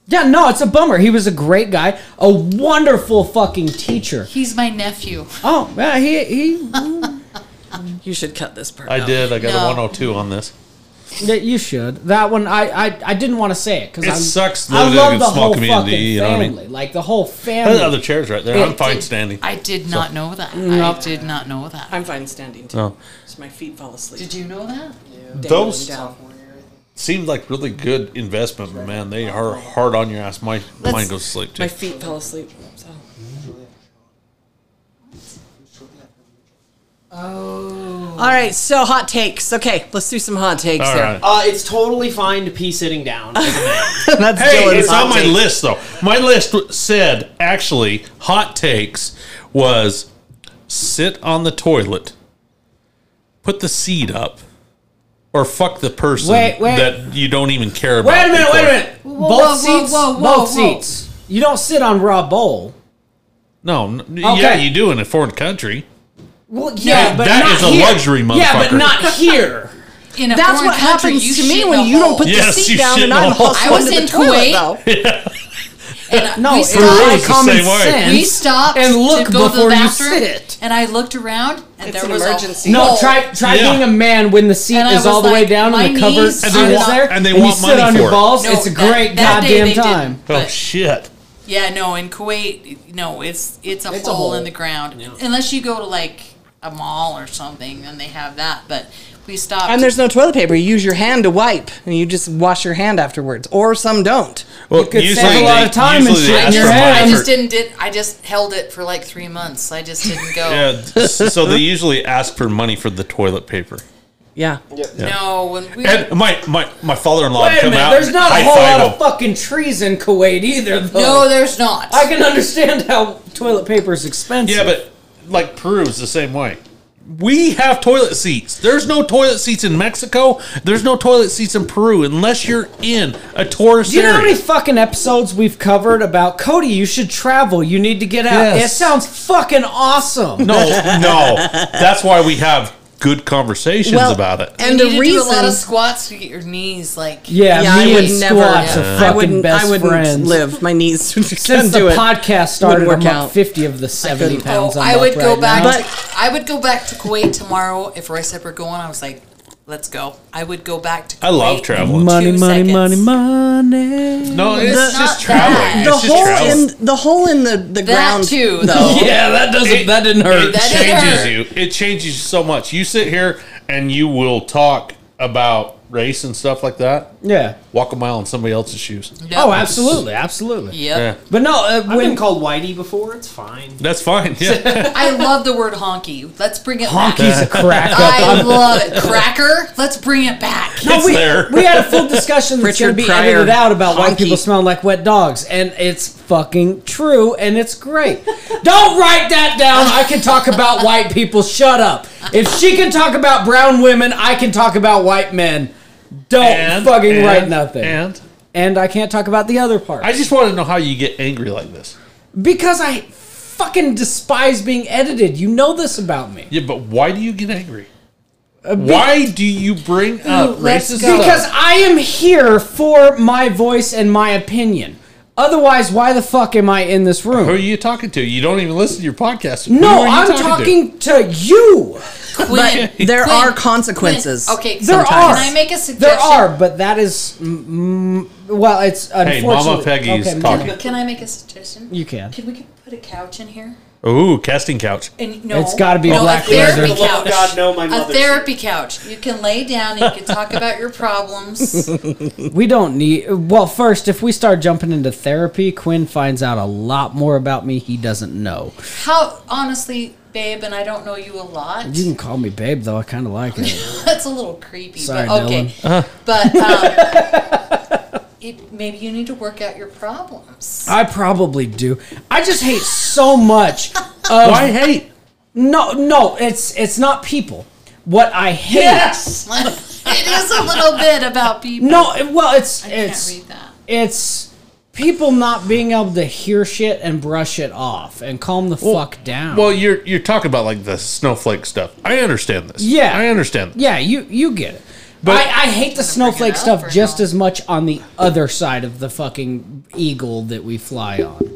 S6: Yeah, no, it's a bummer. He was a great guy, a wonderful fucking teacher.
S3: He's my nephew.
S6: Oh, yeah, he he
S5: You should cut this part.
S1: I
S5: out.
S1: did. I got
S3: No.
S1: a 102 on this.
S6: yeah, you should. That one I I, I didn't want to say it cuz
S1: It
S6: I
S1: sucks
S6: I
S1: living
S6: love
S1: in
S6: the
S1: a small
S6: whole
S1: community,
S6: fucking
S1: you know what I
S6: family.
S1: mean?
S6: Like the whole
S1: There's
S6: family.
S1: other chairs right there. I'm fine
S3: Did-
S1: standing.
S3: I did not know that. I did not know that.
S5: I'm fine standing too.
S1: No.
S5: Just my feet fall asleep.
S3: Did you know that?
S5: Dangling
S1: Those-
S5: down.
S1: Seemed like really good investment, but man. They are hard on your ass. My mine goes to sleep too.
S5: My feet fell asleep. So.
S3: Oh.
S5: All right, so hot takes. Okay, let's do some hot takes
S1: All
S5: there.
S1: right.
S4: Uh, it's totally fine to pee sitting down.
S5: That's
S1: Hey,
S5: Dylan's
S1: it's
S5: hot
S1: on my
S5: take.
S1: list though. My list w- said actually hot takes was sit on the toilet, put the seat up, or fuck the person
S6: Wait, wait.
S1: that you don't even care about.
S6: Wait a minute,
S1: before.
S6: wait a minute.
S3: Whoa,
S6: both
S3: whoa, whoa,
S6: seats.
S3: whoa, whoa,
S6: both
S3: whoa.
S6: seats. You don't sit on raw bowl.
S1: No, n-
S6: Okay.
S1: yeah, you do in a foreign country.
S6: Well, yeah,
S1: That-
S6: but
S1: that
S6: not
S1: is a
S6: here.
S1: luxury,
S6: Yeah, but
S1: motherfucker.
S6: not here.
S3: In a
S5: That's
S3: foreign
S5: what
S3: country,
S5: happens
S3: you
S5: to me
S3: shit
S5: when
S3: in a
S5: you don't
S3: hole.
S5: put
S1: Yes,
S5: the
S1: you
S5: seat down
S1: shit
S5: and
S1: in a
S5: I'm
S1: hole.
S5: hustling
S3: I was
S5: to the
S3: in
S5: toilet,
S3: Kuwait.
S5: though.
S3: And
S6: No,
S3: we
S6: it's
S1: Peru
S3: stopped.
S1: is the same way.
S3: We stopped
S6: and look
S3: to go to
S6: before
S3: the
S6: you
S3: bathroom,
S6: sit.
S3: and I looked around, and
S5: It's
S3: there
S5: an
S3: was
S5: emergency.
S3: A
S6: No,
S3: hole.
S6: try try
S1: Yeah.
S6: being a man when the seat
S3: And I
S6: is
S3: was
S6: all the way
S3: like,
S6: down
S3: my
S6: and the cover
S3: knees
S6: is
S1: And they want-
S6: there,
S1: and they
S6: you
S1: want
S6: sit
S1: money
S6: on
S1: for
S6: your
S1: it.
S6: balls.
S3: No,
S6: it's a
S3: that-
S6: great
S3: that day
S6: goddamn
S3: they didn't.
S6: time.
S1: Oh
S3: But-
S1: shit!
S3: Yeah, no, in Kuwait, no, it's it's a,
S6: It's a
S3: hole,
S6: hole.
S3: in the ground. Unless you go to like a mall or something, then they have that. But we stopped.
S5: And there's no toilet paper. You use your hand to wipe, and you just wash your hand afterwards. Or some don't.
S1: Well,
S6: could save a lot of time and
S1: usually they
S6: shit in
S1: ask
S6: your
S1: for
S6: head.
S1: money
S3: I
S1: for-
S3: just didn't did. I just held it for like three months. I just didn't go.
S1: Yeah, s- so they usually ask for money for the toilet paper.
S5: Yeah.
S3: No, when we
S1: And my my, my father in law
S6: Wait a
S1: come
S6: minute,
S1: out.
S6: there's not a
S1: high
S6: whole lot of
S1: five
S6: fucking trees in Kuwait either, though.
S1: uh,
S3: no, there's not.
S6: I can understand how toilet paper is expensive.
S1: Yeah, but like Peru's the same way. We have toilet seats. There's no toilet seats in Mexico. There's no toilet seats in Peru unless you're in a tourist
S6: do you know how
S1: area.
S6: many fucking episodes we've covered about Cody? You should travel. You need to get out.
S1: Yes.
S6: It sounds fucking awesome.
S1: no, no. That's why we have good conversations
S5: Well,
S1: about it.
S3: You
S5: And the
S3: need to do a lot
S5: reason-
S3: of squats to get your knees like.
S6: Yeah,
S5: Yeah, I
S6: me
S5: would
S6: and
S5: never.
S6: squats are
S5: I
S6: fucking
S5: wouldn't.
S6: best
S5: I wouldn't
S6: friends.
S5: live. My knees would
S6: Since the
S5: do it.
S6: podcast started, I'm
S5: Wouldn't work
S6: up
S5: out.
S6: 50 of the 70 pounds.
S3: Oh,
S6: I'm
S3: I
S6: up
S3: would go
S6: right
S3: back.
S6: now.
S5: But-
S3: to, I would go back to Kuwait tomorrow if Roy said we're going. I was like, Let's go. I would go back to.
S1: I love
S3: Kuwait.
S1: traveling.
S3: Mon-
S1: No,
S3: Money,
S6: Money,
S3: Two
S6: money,
S3: money,
S6: money,
S3: seconds.
S6: money.
S1: it's
S5: The-
S1: just
S3: not that.
S1: traveling.
S5: The
S1: It's just
S5: hole
S1: traveling.
S5: in the hole in the the ground
S3: too.
S5: Though.
S2: Yeah, that doesn't.
S1: It-
S2: that didn't hurt.
S1: It
S3: That didn't
S1: changes
S3: hurt.
S1: you. It changes you so much. You sit here and you will talk about race and stuff like that.
S6: Yeah.
S1: Walk a mile in somebody else's shoes.
S3: Yep.
S6: Oh, absolutely, absolutely.
S3: Yep.
S1: Yeah,
S6: But no, uh,
S4: I've been
S6: when
S4: called Whitey before. It's fine.
S1: that's fine. Yeah,
S3: I love the word honky. Let's bring it back.
S6: honky's a crack up.
S3: I love it. Cracker. Let's bring it back.
S1: it's there.
S6: we had a full discussion that's going
S5: Richard
S6: to be
S5: Pryor,
S6: edited out about why
S5: honky.
S6: people smell like wet dogs, and it's fucking true, and it's great. Don't write that down. I can talk about white people. Shut up. If she can talk about brown women, I can talk about white men. Don't
S1: And-
S6: fucking
S1: and-
S6: write nothing.
S1: And
S6: And I can't talk about the other part
S1: I just want to know how you get angry like this.
S6: because I fucking despise being edited. You know this about me.
S1: Yeah, but why do you get angry? Why do you bring up
S3: let's
S1: racist
S3: go.
S6: Uh, Because
S1: stuff?
S6: I am here for my voice and my opinion. Otherwise, why the fuck am I in this room?
S1: Who are you talking to? You don't even listen to your podcast. Who
S6: No,
S1: are you
S6: I'm
S1: to?
S6: talking to, you.
S3: Quinn.
S5: But there
S3: Quinn,
S5: are consequences.
S3: Quinn. Okay.
S6: There
S3: so
S6: are.
S3: Can I make a suggestion?
S6: There are, but that is, mm, well, it's
S1: Hey,
S6: unfortunate.
S1: Mama Peggy's
S6: Okay,
S1: talking.
S3: Can I make a suggestion?
S6: You can.
S3: Can we put a couch in here?
S1: Ooh, casting couch.
S3: And no,
S6: It's gotta be
S3: no,
S6: black
S3: a therapy
S6: leather.
S3: couch.
S4: Oh, God, no, my
S3: a
S4: mother's-
S3: therapy couch. You can lay down and you can talk about your problems.
S6: We don't need. Well, first, if we start jumping into therapy, Quinn finds out a lot more about me he doesn't know.
S3: How honestly, babe, and I don't know you a lot.
S6: You can call me babe, though. I kind of like it.
S3: That's a little creepy,
S6: Sorry,
S3: but okay. But um, it, maybe you need to work out your problems.
S6: I probably do. I just hate so much. Of,
S1: Why hate?
S6: No, no, it's it's not people. What I hate.
S3: it is a little bit about people.
S6: No, it- well, it's
S3: I can't
S6: it's
S3: read that.
S6: it's people not being able to hear shit and brush it off and calm the fuck down.
S1: Well, you're you're talking about like the snowflake stuff. I understand this.
S6: Yeah.
S1: I understand.
S6: yeah, you you get it. But
S1: But-
S6: I, I hate the
S3: bring it
S6: snowflake
S3: up
S6: stuff
S3: or
S6: just
S3: no?
S6: as much on the other side of the fucking eagle that we fly on.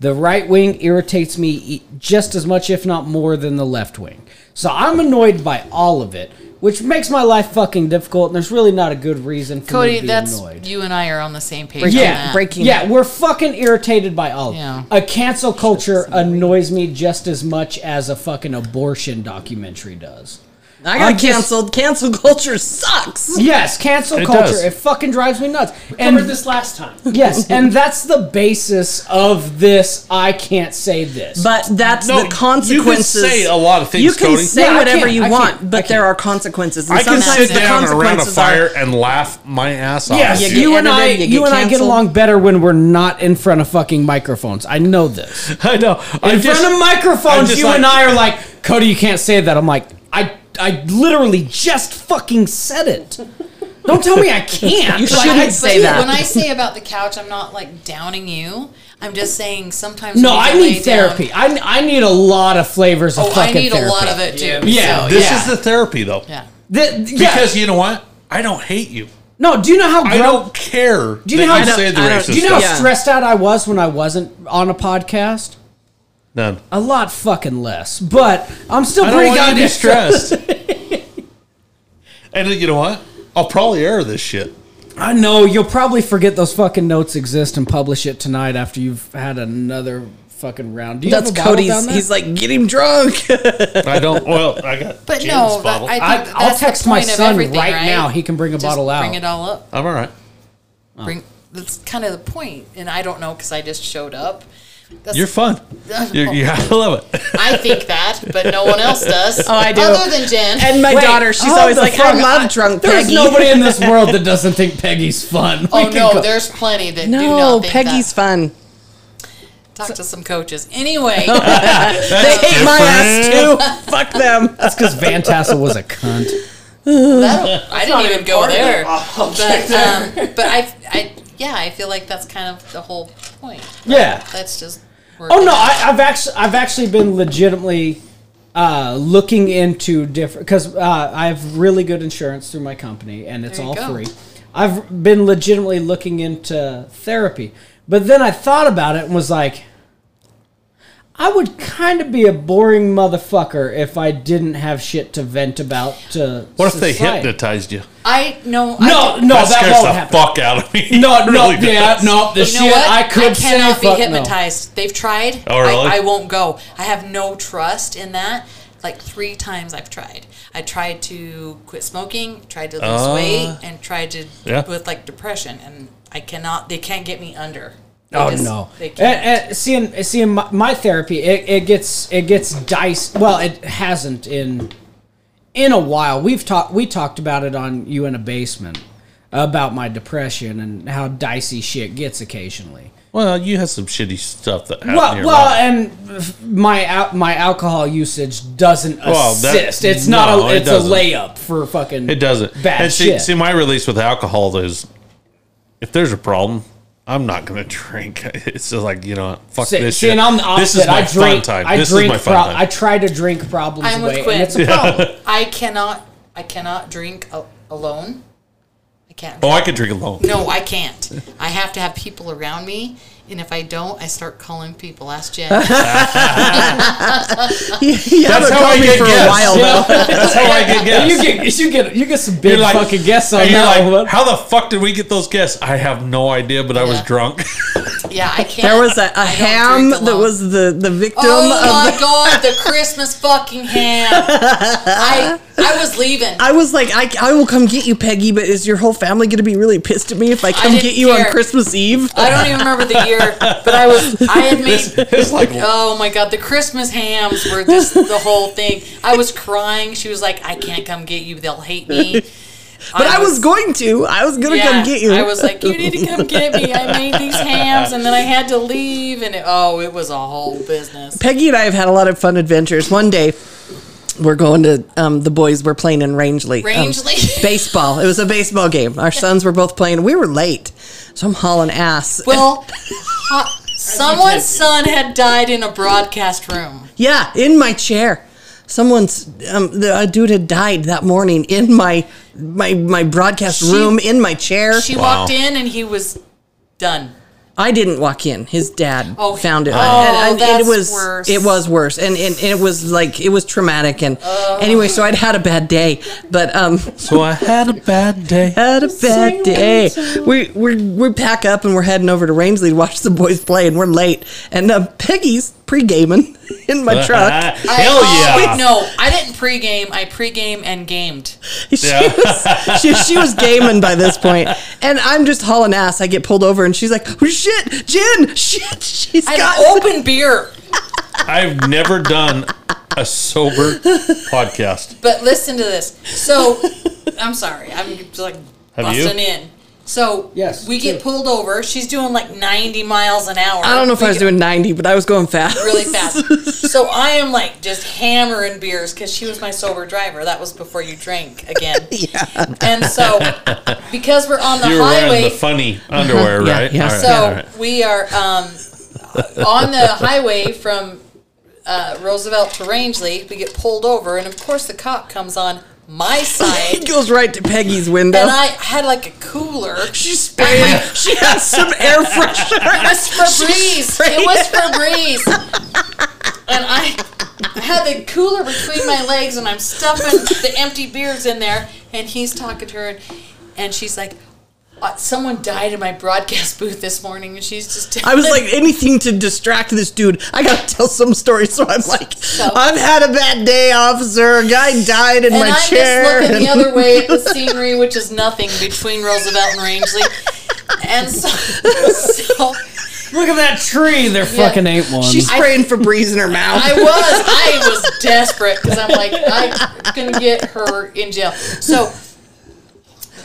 S6: The right wing irritates me e- just as much, if not more, than the left wing. So I'm annoyed by all of it, which makes my life fucking difficult. And there's really not a good reason for me
S3: Cody,
S6: to be
S3: that's
S6: annoyed.
S3: you and I are on the same page.
S5: Breaking-
S3: on
S6: Yeah,
S3: that.
S5: breaking.
S6: Yeah, we're fucking irritated by all. of it.
S3: Yeah.
S6: A cancel culture annoys me just as much as a fucking abortion documentary does.
S5: I
S6: I'm
S5: got
S6: just-
S5: canceled. Cancel culture sucks.
S6: Yes, cancel
S1: It
S6: culture.
S1: does.
S6: It fucking drives me nuts.
S4: Remember
S6: And
S4: this last time.
S6: yes, and that's the basis of this. I can't say this.
S5: But that's
S1: No,
S5: the consequences.
S1: You can say a lot of things,
S5: You can
S1: Cody.
S5: say
S6: Yeah, I
S5: whatever
S6: can't,
S5: you
S6: I
S5: want,
S6: can't, I
S5: but there
S6: can't.
S5: are consequences. And
S1: I can
S5: sometimes
S1: sit
S5: the
S1: down around a
S5: consequences are-
S1: fire and laugh my ass off.
S6: yes,
S5: you
S1: dude.
S5: get
S6: you and I,
S5: edited, you
S6: you,
S5: get
S6: and I get
S5: canceled.
S6: along better when we're not in front of fucking microphones. I know this. In
S1: I know. I'm just-
S6: front
S1: I'm
S6: of microphones,
S1: just
S6: you
S1: like-
S6: and I are like, Cody, you can't say that. I'm like, I, I literally just fucking said it. Don't tell me I can't.
S5: You
S6: Like,
S5: shouldn't
S6: I-
S5: say that.
S3: When I say about the couch, I'm not like downing you. I'm just saying sometimes.
S6: No,
S3: when
S6: I
S3: you lay
S6: need therapy.
S3: down-
S6: I, I need a lot of flavors of
S3: oh, I
S6: fucking
S3: need
S6: therapy.
S3: a lot of it too.
S6: Yeah,
S3: so,
S1: This
S6: yeah.
S1: is the therapy, though.
S3: yeah.
S6: Th- yeah.
S1: Because you know what? I don't hate you.
S6: no, do you know how
S1: I
S6: grown-
S1: don't care. Do
S6: you know how- I
S1: you
S6: don't-
S1: say the
S5: I don't-
S1: racist
S6: do you know how
S1: stuff?
S5: Yeah.
S6: stressed out I was when I wasn't on a podcast?
S1: None.
S6: A lot fucking less, but I'm still
S1: I don't
S6: pretty
S1: want you to
S6: goddamn
S1: be stressed. and uh, you know what? I'll probably air this shit.
S6: I know you'll probably forget those fucking notes exist and publish it tonight after you've had another fucking round. Do you
S5: That's
S6: have a bottle
S5: Cody's.
S6: down there?
S5: He's like, get him drunk.
S1: I don't. Well, I got.
S3: But
S1: James
S3: no, that,
S1: bottle.
S3: I think
S6: I,
S3: that's
S6: I'll
S3: the
S6: text my
S3: point of
S6: son right,
S3: everything, right
S6: now. He can bring a
S3: Just
S6: bottle out.
S3: Bring it all up.
S1: I'm all right.
S3: Bring. That's kind of the point, and I don't know because I just showed up. That's,
S1: You're fun. You're, you I love it.
S3: I think that, but no one else does.
S5: Oh, I do.
S3: Other than Jen.
S5: And my
S6: Wait,
S5: daughter, she's
S6: hold
S5: always
S6: the
S5: like,
S6: fuck
S5: I
S6: up.
S5: love drunk
S6: There's
S5: Peggy.
S6: nobody in this world that doesn't think Peggy's fun. We
S3: oh
S6: can
S3: no,
S6: go-
S3: there's plenty that do
S5: no,
S3: not think
S5: Peggy's
S3: that.
S5: fun.
S3: Talk to some coaches. Anyway,
S5: They hate my ass too. Fuck them.
S6: That's because Van Tassel was a cunt.
S3: that, I didn't even go there. But, um, but I, I, yeah, I feel like that's kind of the whole point.
S6: Yeah.
S3: That's just.
S6: Oh no, I, I've actually I've actually been legitimately uh, looking into different because uh, I have really good insurance through my company and it's
S3: There you
S6: all
S3: go.
S6: free. I've been legitimately looking into therapy, but then I thought about it and was like,
S2: I would kind of be a boring motherfucker if I didn't have shit to vent about. To
S1: What if they
S2: society.
S1: hypnotized you?
S3: I no.
S2: No,
S3: I,
S2: no, that,
S1: scares
S2: won't
S1: the
S2: happen.
S1: fuck out of me.
S2: No,
S1: It
S2: no,
S1: really
S2: yeah,
S1: does.
S2: no. The
S3: You
S2: shit
S3: know what?
S2: I could
S3: I cannot
S2: say,
S3: be
S2: fuck no.
S3: hypnotized. They've tried.
S1: Oh, really?
S3: I, I won't go. I have no trust in that. Like three times I've tried. I tried to quit smoking, tried to lose
S1: Uh,
S3: weight, and tried to
S1: yeah.
S3: with like depression, and I cannot. They can't get me under. They
S2: Oh
S3: just-
S2: no! eh.
S3: They can't.
S2: And, and seeing seeing my, my therapy, it, it gets it gets diced. Well, it hasn't in in a while. We've talked we talked about it on you in a basement about my depression and how dicey shit gets occasionally.
S1: Well, you had some shitty stuff that happened
S2: Well,
S1: here.
S2: well, and my al- my alcohol usage doesn't
S1: Well, that-
S2: assist. it's not
S1: no,
S2: a
S1: it
S2: it's a
S1: doesn't.
S2: layup for fucking.
S1: it doesn't.
S2: bad
S1: and see,
S2: shit.
S1: see, my release with alcohol is if there's a problem, I'm not going to drink. It's just like, you know, what, fuck
S2: See,
S1: this
S2: see,
S1: shit.
S2: and I'm the
S1: this
S2: opposite.
S1: is my
S2: I drink.
S1: fun time.
S2: I
S1: this
S2: drink.
S1: is my fun
S2: pro-
S1: time.
S2: I try to drink problems
S3: I'm
S2: away,
S3: with
S2: and
S3: Quinn.
S2: it's a problem.
S3: I cannot. I cannot drink a- alone. I can't.
S1: oh, I could drink alone.
S3: No, I can't. I have to have people around me, and if I don't, I start calling people. Ask Jen.
S5: you haven't
S1: how I
S5: called me
S1: get
S5: for a
S1: guests.
S5: while though.
S1: That's how I get guests.
S2: You get you get you get some big
S1: You're like-
S2: fucking guests on
S1: and you're
S2: that
S1: like,
S2: one.
S1: How the fuck did we get those guests? I have no idea, but I was
S3: Yeah.
S1: drunk.
S3: Yeah, I can't.
S5: There was a, a
S3: I don't
S5: ham
S3: drink
S5: that
S3: alone.
S5: was the the victim
S3: Oh
S5: of.
S3: my
S5: The,
S3: god, the Christmas fucking ham! I I was leaving.
S5: I was like, I, I will come get you, Peggy, but is your whole family going to be really pissed at me if I come
S3: didn't
S5: get you on
S3: care.
S5: Christmas Eve?
S3: I don't even remember the year, but I was I had made.
S1: it's like,
S3: Oh my god, the Christmas hams were just the whole thing. I was crying. She was like, "I can't come get you. They'll hate me."
S5: But I was going to. I was going to come get you.
S3: I was like, you need to come get me. I made these hams, and then I had to leave, and it, oh, it was a whole business.
S5: Peggy and I have had a lot of fun adventures. One day, we're going to um, the boys were playing in Rangeley. um,
S3: Rangeley.
S5: baseball. It was a baseball game. Our sons were both playing. We were late, so I'm hauling ass.
S3: Well, ha- someone's son had died in a broadcast room.
S5: yeah, in my chair. Someone's um, the, a dude had died that morning in my my my broadcast
S3: She-
S5: room in my chair.
S3: She
S1: Wow.
S3: walked in, and he was done.
S5: I didn't walk in. His dad
S3: Oh,
S5: found it.
S3: oh,
S5: and, and
S3: that's
S5: it was
S3: worse.
S5: it was worse, and, and, and it was like it was traumatic. And anyway, so I'd had a bad day, but um,
S1: so I had a bad day.
S5: had a bad day. We we we pack up and we're heading over to Rangeley to watch the boys play, and we're late. And um, Peggy's pre gaming in my truck.
S1: Hell
S3: I-
S1: yeah.
S3: oh, No, I didn't pregame. I pregame and gamed.
S5: She was she, she was gaming by this point, and I'm just hauling ass. I get pulled over, and she's like, oh, "Shit, Jen, shit, she's
S3: I
S5: got
S3: had open beer.
S1: I've never done a sober podcast.
S3: But listen to this. So, I'm sorry. I'm just like
S1: Have you?
S3: busting in. So
S2: Yes,
S3: we get
S2: sure.
S3: pulled over. She's doing like 90 miles an hour.
S5: I don't know if
S3: We
S5: I was
S3: get
S5: doing 90, but I was going fast.
S3: really fast. so I am like just hammering beers because she was my sober driver. That was before you drank again. yeah. And so because we're on the
S1: You were
S3: highway,
S1: wearing the funny underwear,
S5: Yeah,
S1: right?
S5: yeah.
S1: All right,
S3: so
S1: all right.
S3: we are um, on the highway from uh, Roosevelt to Rangeley. We get pulled over, and of course the cop comes on my
S5: It
S3: side.
S5: goes right to Peggy's window.
S3: And I had like a cooler.
S5: she sprayed. She had some air freshener.
S3: It was Febreze. It was Febreze. and I I had the cooler between my legs, and I'm stuffing the empty beers in there. And he's talking to her, and, and she's like, "Uh, "Someone died in my broadcast booth this morning," and she's just.
S5: I was like, anything to distract this dude. I gotta tell some story. So I'm like,
S3: So-
S5: I've had a bad day, officer. A guy died in
S3: and
S5: my
S3: I'm
S5: chair.
S3: just looking the
S5: and-
S3: other way at the scenery, which is nothing between Roosevelt and Rangeley. And so, so
S2: Look at that tree. There fucking ain't one.
S5: She's spraying Febreze in her mouth.
S3: I was. I was desperate because I'm like, I can get her in jail. So,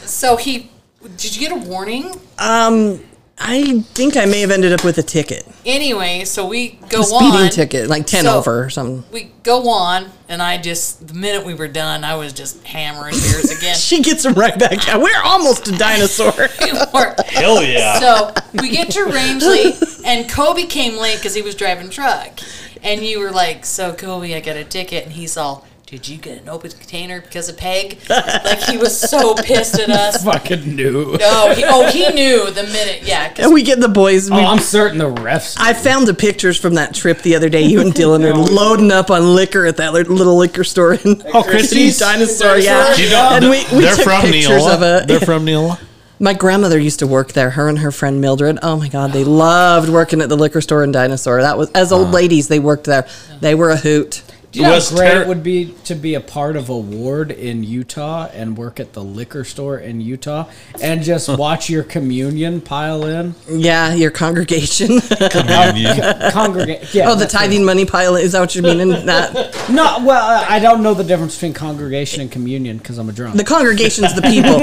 S3: so he. Did you get a warning?
S5: um, I think I may have ended up with a ticket,
S3: Anyway, so we go
S5: a speeding
S3: on.
S5: ticket, like ten
S3: So-
S5: over or something.
S3: We go on, and I just the minute we were done, I was just hammering beers again.
S5: She gets him right back out. We're almost a dinosaur.
S3: It worked.
S1: Hell yeah.
S3: So we get to Rangeley, and Kobe came late because he was driving truck. And you were like, "So Kobe, I got a ticket," and he's all, Did you get an open container because of Peg? like he was so pissed at us.
S2: Fucking new.
S3: No, he, oh, he knew the minute. Yeah, 'cause
S5: And we get the boys. We,
S2: Oh, I'm certain the refs.
S5: I found the pictures from that trip the other day. You and Dylan are loading up on liquor at that little liquor store in
S1: Oh, Christie's.
S5: Dinosaur. Yeah,
S1: You know,
S5: and we, we
S1: they're
S5: took
S1: from
S5: pictures
S1: Neola.
S5: of it.
S1: They're from Neola.
S5: My grandmother used to work there. Her and her friend Mildred. Oh my God, they loved working at the liquor store in Dinosaur. That was as old ladies. They worked there. They were a hoot.
S2: Do you know how
S1: Was
S2: great
S1: ter-
S2: it would be to be a part of a ward in Utah and work at the liquor store in Utah and just watch your communion pile in?
S5: Yeah, your congregation.
S1: Oh,
S2: Congregate. Yeah.
S5: oh, the tithing money pile. Is that what you mean? in that
S2: No, well, I I don't know the difference between congregation and communion because I'm a drunk.
S5: the congregation's the people.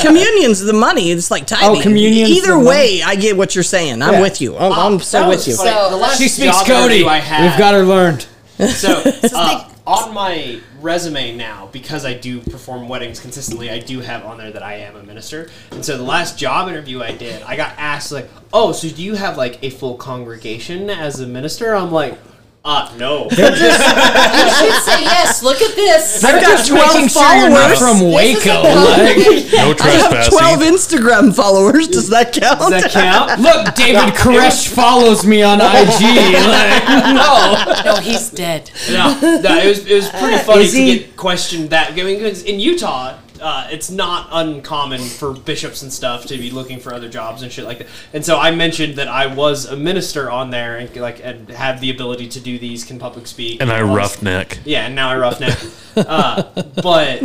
S5: Communion's the money. It's like
S1: Oh,
S5: tithing.
S2: communion's
S5: Either
S2: the money.
S5: way, I get what you're saying. I'm
S2: Yeah.
S5: with you. I'm, I'm so
S4: That
S5: with
S4: was
S5: you.
S4: funny.
S3: So-
S4: the last
S2: she speaks
S4: job
S2: Cody.
S4: interview I had,
S2: We've got her learned.
S4: So uh, on my resume now, because I do perform weddings consistently, I do have on there that I am a minister. And so the last job interview I did, I got asked like, "Oh, so do you have like a full congregation as a minister?" I'm like, "Uh, no."
S3: you should say yes. Look at this.
S2: They're
S5: got 12 followers.
S3: This
S2: from
S3: is
S2: Waco.
S3: a
S2: Like,
S3: congregation.
S1: No
S5: I have 12
S1: trespassing.
S5: Instagram followers. Does that count?
S4: Does that count?
S2: look, David Koresh follows me on IG. Like, no.
S3: No, he's dead.
S4: no, no, it was it was pretty funny
S5: Is
S4: to
S5: he-
S4: get questioned that. I mean, 'cause in Utah, uh, it's not uncommon for bishops and stuff to be looking for other jobs and shit like that. And so I mentioned that I was a minister on there and like and had the ability to do these, can public speak,
S1: And I
S4: all this-
S1: roughneck.
S4: Yeah, and now I roughneck. uh, but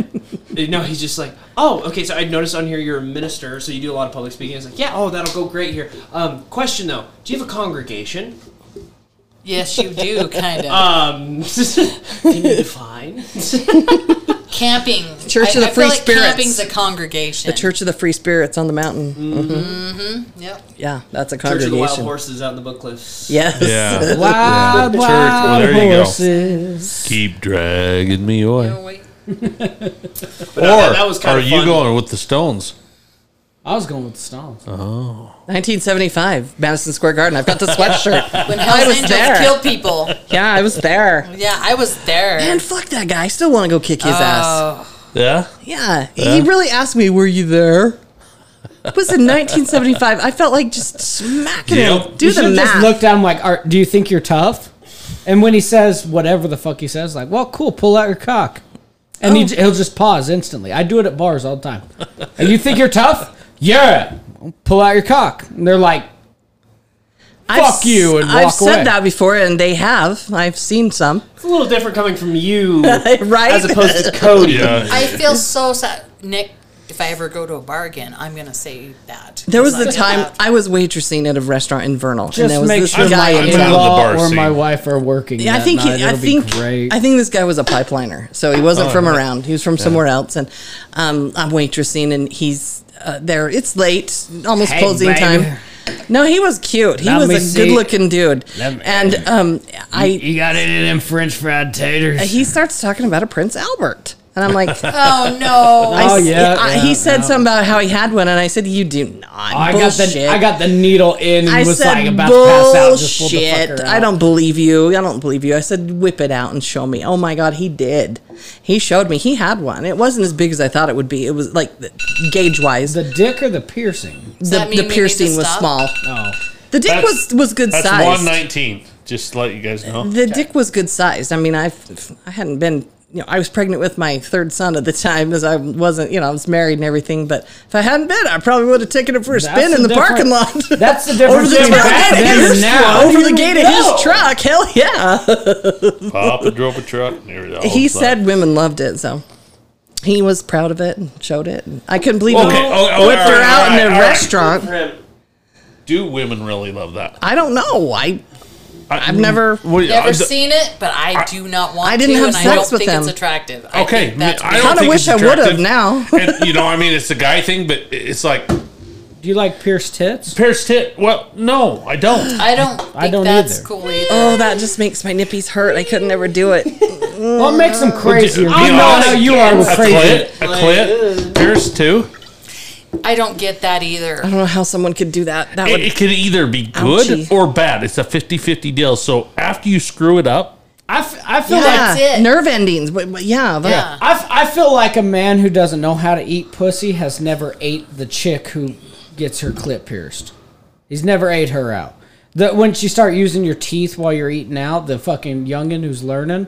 S4: you know, he's just like, oh, okay. So I noticed on here you're a minister, so you do a lot of public speaking. It's like, yeah, oh, that'll go great here. Um, question though, do you have a congregation?
S3: Yes, you do, kind of.
S4: Um, can you define?
S3: camping.
S5: Church of the
S3: I
S5: Free
S3: feel like
S5: Spirits.
S3: Camping's a congregation.
S5: The Church of the Free Spirits on the mountain.
S3: Yep.
S5: Yeah, that's a
S4: Church of the
S5: congregation.
S4: Wild Horses out in the book cliffs.
S5: Yes.
S1: Yeah.
S2: Wild,
S1: Church- well,
S2: wild
S1: there you go.
S2: horses.
S1: Keep dragging me
S3: No,
S1: away.
S3: wait.
S4: But
S1: Or
S4: no, that, that was kind
S1: are
S4: of
S1: you
S4: fun.
S1: going with the Stones?
S2: I was going with the Stones.
S1: Uh-huh.
S5: 1975, Madison Square Garden. I've got the sweatshirt.
S3: When Hell's
S5: was
S3: Angels
S5: there.
S3: killed people.
S5: yeah, I was there.
S3: Oh, Yeah, I was there.
S5: And fuck that guy. I still want to go kick his ass.
S3: Oh,
S1: Yeah.
S5: Yeah. He really asked me, were you there? It was in 1975. I felt like just smacking him.
S1: Yep.
S5: Do
S2: you
S5: the
S2: should just
S5: math.
S2: look down like, Are, do you think you're tough? And when he says whatever the fuck he says, like, well, cool, pull out your cock. And
S5: Oh.
S2: he, he'll just pause instantly. I do it at bars all the time. "Uh, you think you're tough? Yeah. Pull out your cock. And they're like,
S5: I've
S2: fuck you and
S5: I've
S2: walk away.
S5: said that before, and they have. I've seen some.
S4: It's a little different coming from you
S5: right?
S4: as opposed to Cody.
S1: Yeah.
S3: I feel so sad, Nick. If I ever go to a bar again, I'm gonna say that.
S5: There was
S3: It's
S5: the
S3: like
S5: time
S3: that.
S5: I was waitressing at a restaurant in Vernal, and
S2: just
S5: there was
S2: make
S5: this
S2: sure
S5: guy.
S2: my
S1: I'm out
S5: in-
S1: of the
S2: in-law
S1: bar
S2: or my
S1: scene.
S2: wife are working.
S5: Yeah, I
S2: that
S5: think
S2: night.
S5: he, I
S2: It'll be
S5: think
S2: great. Oh,
S5: I think this guy was a pipeliner, so he wasn't from around. He was from somewhere else, and um, I'm waitressing, and he's uh, there. It's late, almost
S2: Hey,
S5: closing
S2: baby.
S5: time. No, he was cute. He
S2: Let me
S5: was a
S2: see.
S5: good-looking dude,
S2: Let me-
S5: and um, I
S2: you got any of them French fried taters?
S5: Uh, he starts talking about a Prince Albert, and I'm like.
S3: Oh no!
S5: I
S2: Oh,
S5: s-
S2: yeah,
S5: I-
S2: yeah,
S5: he said
S2: yeah.
S5: something about how he had one, and I said, "You do not."
S2: I got the
S5: Bullshit.
S2: I got the needle in. And
S5: I
S2: was
S5: said,
S2: like about to pass out. Just pulled the
S5: bullshit.
S2: fucker out.
S5: I don't believe you. I don't believe you. I said, whip it out and show me. Oh my God, he did. He showed me. He had one. It wasn't as big as I thought it would be. It was like gauge wise. The,
S2: The dick or the piercing?
S3: Does
S5: the,
S3: that mean we need to
S5: piercing was
S3: stop?
S5: small.
S2: Oh,
S5: The dick was, was good
S1: That's
S5: sized.
S1: 119. Just to let you guys know.
S5: The dick was good sized. I mean, I I hadn't been, you know, I was pregnant with my third son at the time, as I wasn't, you know, I was married and everything. But if I hadn't been, I probably would have taken it for a
S2: That's
S5: spin in
S2: the
S5: the parking lot.
S2: difference- that's the difference
S5: over the
S2: between back
S5: tailgate
S2: then
S5: of his
S2: and now.
S5: over the
S2: Here
S5: gate
S2: we
S5: of his
S2: go.
S5: truck. Hell yeah!
S1: Papa drove a truck. and they were all
S5: he
S1: upset.
S5: said women loved it, so. He was proud of it and showed it. and I couldn't believe
S1: Okay,
S5: he
S1: oh, oh,
S5: whipped
S1: all
S5: her
S1: right,
S5: out
S1: all right,
S5: in
S1: all right.
S5: a restaurant.
S1: "Do women really love that?"
S5: I don't know. I
S1: I,
S5: I've never.
S1: Well, yeah,
S3: Never
S1: I-
S3: seen it, but I do not want.
S5: I didn't
S3: to,
S5: have
S3: and I
S5: sex
S3: don't
S5: with
S3: think it's
S5: them.
S3: attractive. I
S1: Okay,
S3: think that's
S1: I don't
S5: Kinda
S1: think
S5: wish
S1: it's
S5: I would've
S1: attractive.
S5: now.
S1: and, you know, I mean, it's a guy thing, but it's like
S2: do you like pierced tits?
S1: pierced tit. Well, no, I don't.
S3: I don't. Think
S2: don't
S3: that's
S2: either.
S3: cool either.
S5: Oh, that just makes my nippies hurt. I could never do it.
S2: Well, it makes them crazier.
S1: Be
S2: I know
S1: honest,
S2: how Oh, you are
S1: a
S2: with crazy.
S1: clit, a clit, pierced too.
S3: I don't get that either.
S5: I don't know how someone could do that. That
S1: It,
S5: would
S1: it could either be good
S5: Ouchie.
S1: or bad. It's a 50-50 deal. So after you screw it up,
S2: I, f- I feel like
S5: yeah,
S3: That's it.
S5: nerve endings. But, but yeah, but
S3: Yeah.
S2: I, f- I feel like a man who doesn't know how to eat pussy has never ate the chick who gets her clit pierced. He's never ate her out. The, once you start using your teeth while you're eating out, the fucking youngin who's learning,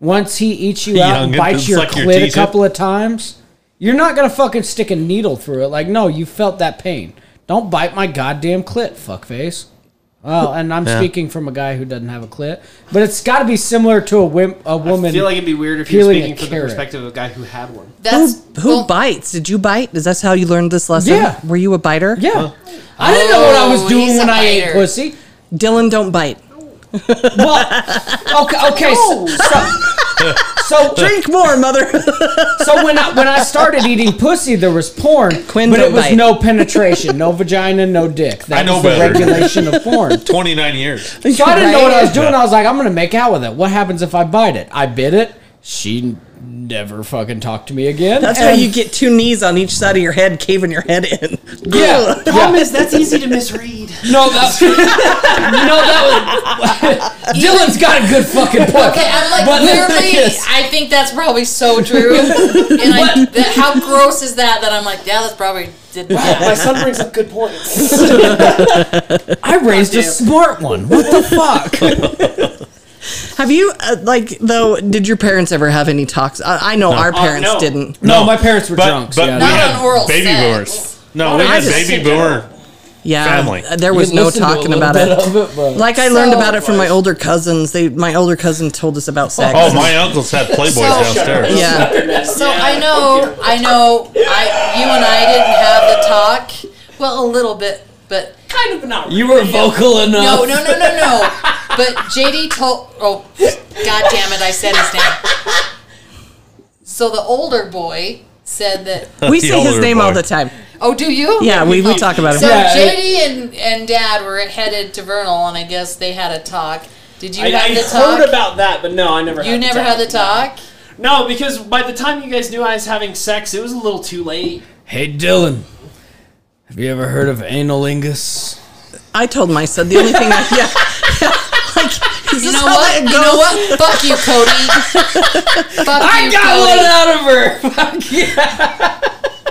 S2: once he eats you out and
S1: Youngin,
S2: bites
S1: it's
S2: your
S1: like your
S2: clit a
S1: teeth in.
S2: couple of times, you're not gonna fucking stick a needle through it. Like, no, you felt that pain. Don't bite my goddamn clit, fuckface. Oh, and I'm speaking from a guy who doesn't have a clit, but it's got to be similar to a, wim- a woman.
S4: I feel like it'd be weird if you're
S2: peeling a
S4: speaking from the
S2: carrot.
S4: perspective of a guy who had one.
S5: who,
S3: That's
S5: who
S3: well,
S5: bites? Did you bite? Is that how you learned this lesson?
S2: Yeah.
S5: Were you a biter?
S2: Yeah. I didn't know what I was
S3: Oh,
S2: doing
S3: he's
S2: when
S3: a
S2: I ate
S3: biter.
S2: pussy.
S5: Dylan, don't bite.
S2: Well, okay, okay. So,
S3: Oh.
S2: so- so,
S5: Drink more, mother.
S2: so when I when I started eating pussy, there was porn,
S5: Quinn,
S2: but it
S5: don't
S2: was
S5: bite.
S2: no penetration, no vagina, no dick. That
S1: I know
S2: was the
S1: better.
S2: regulation of porn.
S1: 29 years.
S2: So I didn't know what I was
S5: Right?
S2: doing. I was like, I'm gonna make out with it. What happens if I bite it? I bit it. She never fucking talked to me again.
S5: That's why
S2: And-
S5: you get two knees on each side of your head, caving your head in.
S2: Yeah.
S4: Problem is, that's easy to misread.
S2: No, that no, that was Dylan's got a good fucking point.
S3: Okay, I'm like
S2: But the
S3: literally.
S2: thing is-
S3: I think that's probably so true. and I, that, how gross is that? That I'm like, yeah, that's probably did that.
S4: My son brings up good points.
S2: I raised a smart one. What the fuck?
S5: Have you, uh, like, though, did your parents ever have any talks? I, I know
S1: Uh,
S5: our parents
S4: no.
S5: didn't.
S2: No, my parents were drunks, yeah.
S1: we
S2: Not
S1: had
S3: on oral
S1: baby
S3: sex.
S1: boomers. No, we
S5: I
S1: had
S5: just-
S1: baby boomer.
S5: Yeah.
S1: Family.
S5: uh, There was no talking about it. Like, I learned
S3: So-
S5: about it from my older cousins. They, My older cousin told us about sex.
S1: Oh, my uncles had Playboys
S3: So-
S1: downstairs.
S5: Yeah.
S3: So I know, I know, I you and I didn't have the talk. Well, a little bit, but
S4: kind of not.
S2: You were vocal enough.
S3: no, no, no, no, no. But JD told. Oh, god damn it! I said his name. So the older boy said that.
S5: We
S1: The
S5: say his
S1: older
S5: name
S1: boy.
S5: all the time.
S3: Oh, do you?
S5: Yeah, we, we talk about
S3: So
S5: him.
S2: Yeah,
S3: JD and, and Dad were headed to Vernal, and I guess they had a talk. Did you
S4: I,
S3: have
S4: I
S3: the
S4: heard
S3: talk?
S4: about that, but no, I never.
S3: you
S4: had
S3: never
S4: the
S3: had the
S4: talk.
S3: talk.
S4: No, because by the time you guys knew I was having sex, it was a little too late.
S2: Hey, Dylan. Have you ever heard of analingus?
S5: I told my son the only thing I, yeah. Like, is
S3: You
S5: this
S3: know
S5: how
S3: what?
S5: that
S3: You
S5: goes?
S3: know what? Fuck you, Cody. Fuck you, Cody.
S2: out of her. Fuck yeah.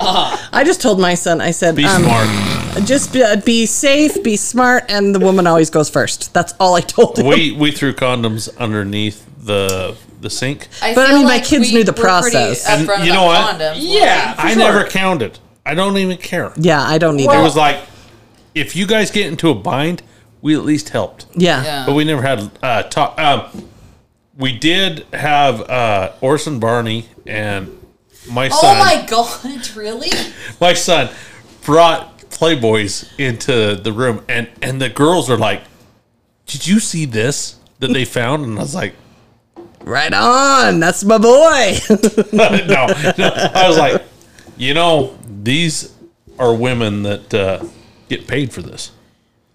S5: I just told my son, I said,
S1: Be
S5: um,
S1: smart.
S5: just be, uh, be safe, be smart, and the woman always goes first. That's all I told him.
S1: We we threw condoms underneath the the sink.
S5: But I
S3: feel
S5: mean, my kids
S3: we
S5: knew the
S3: were pretty
S5: process.
S3: upfront
S1: And you know what?
S3: about condoms, weren't we?
S4: Yeah, for
S1: I
S4: sure.
S1: never counted. I don't even care.
S5: yeah, I don't either.
S1: It was like if you guys get into a bind, we at least helped.
S5: yeah.
S3: Yeah.
S1: But we never had uh, talk. Um, we did have uh, Orson Barney and my
S3: Oh
S1: son.
S3: my god, really?
S1: my son brought Playboys into the room, and and the girls were like, "Did you see this that they found?" And I was like,
S5: Right on. That's my boy.
S1: "No, no." I was like, "You know, these are women that uh, get paid for this."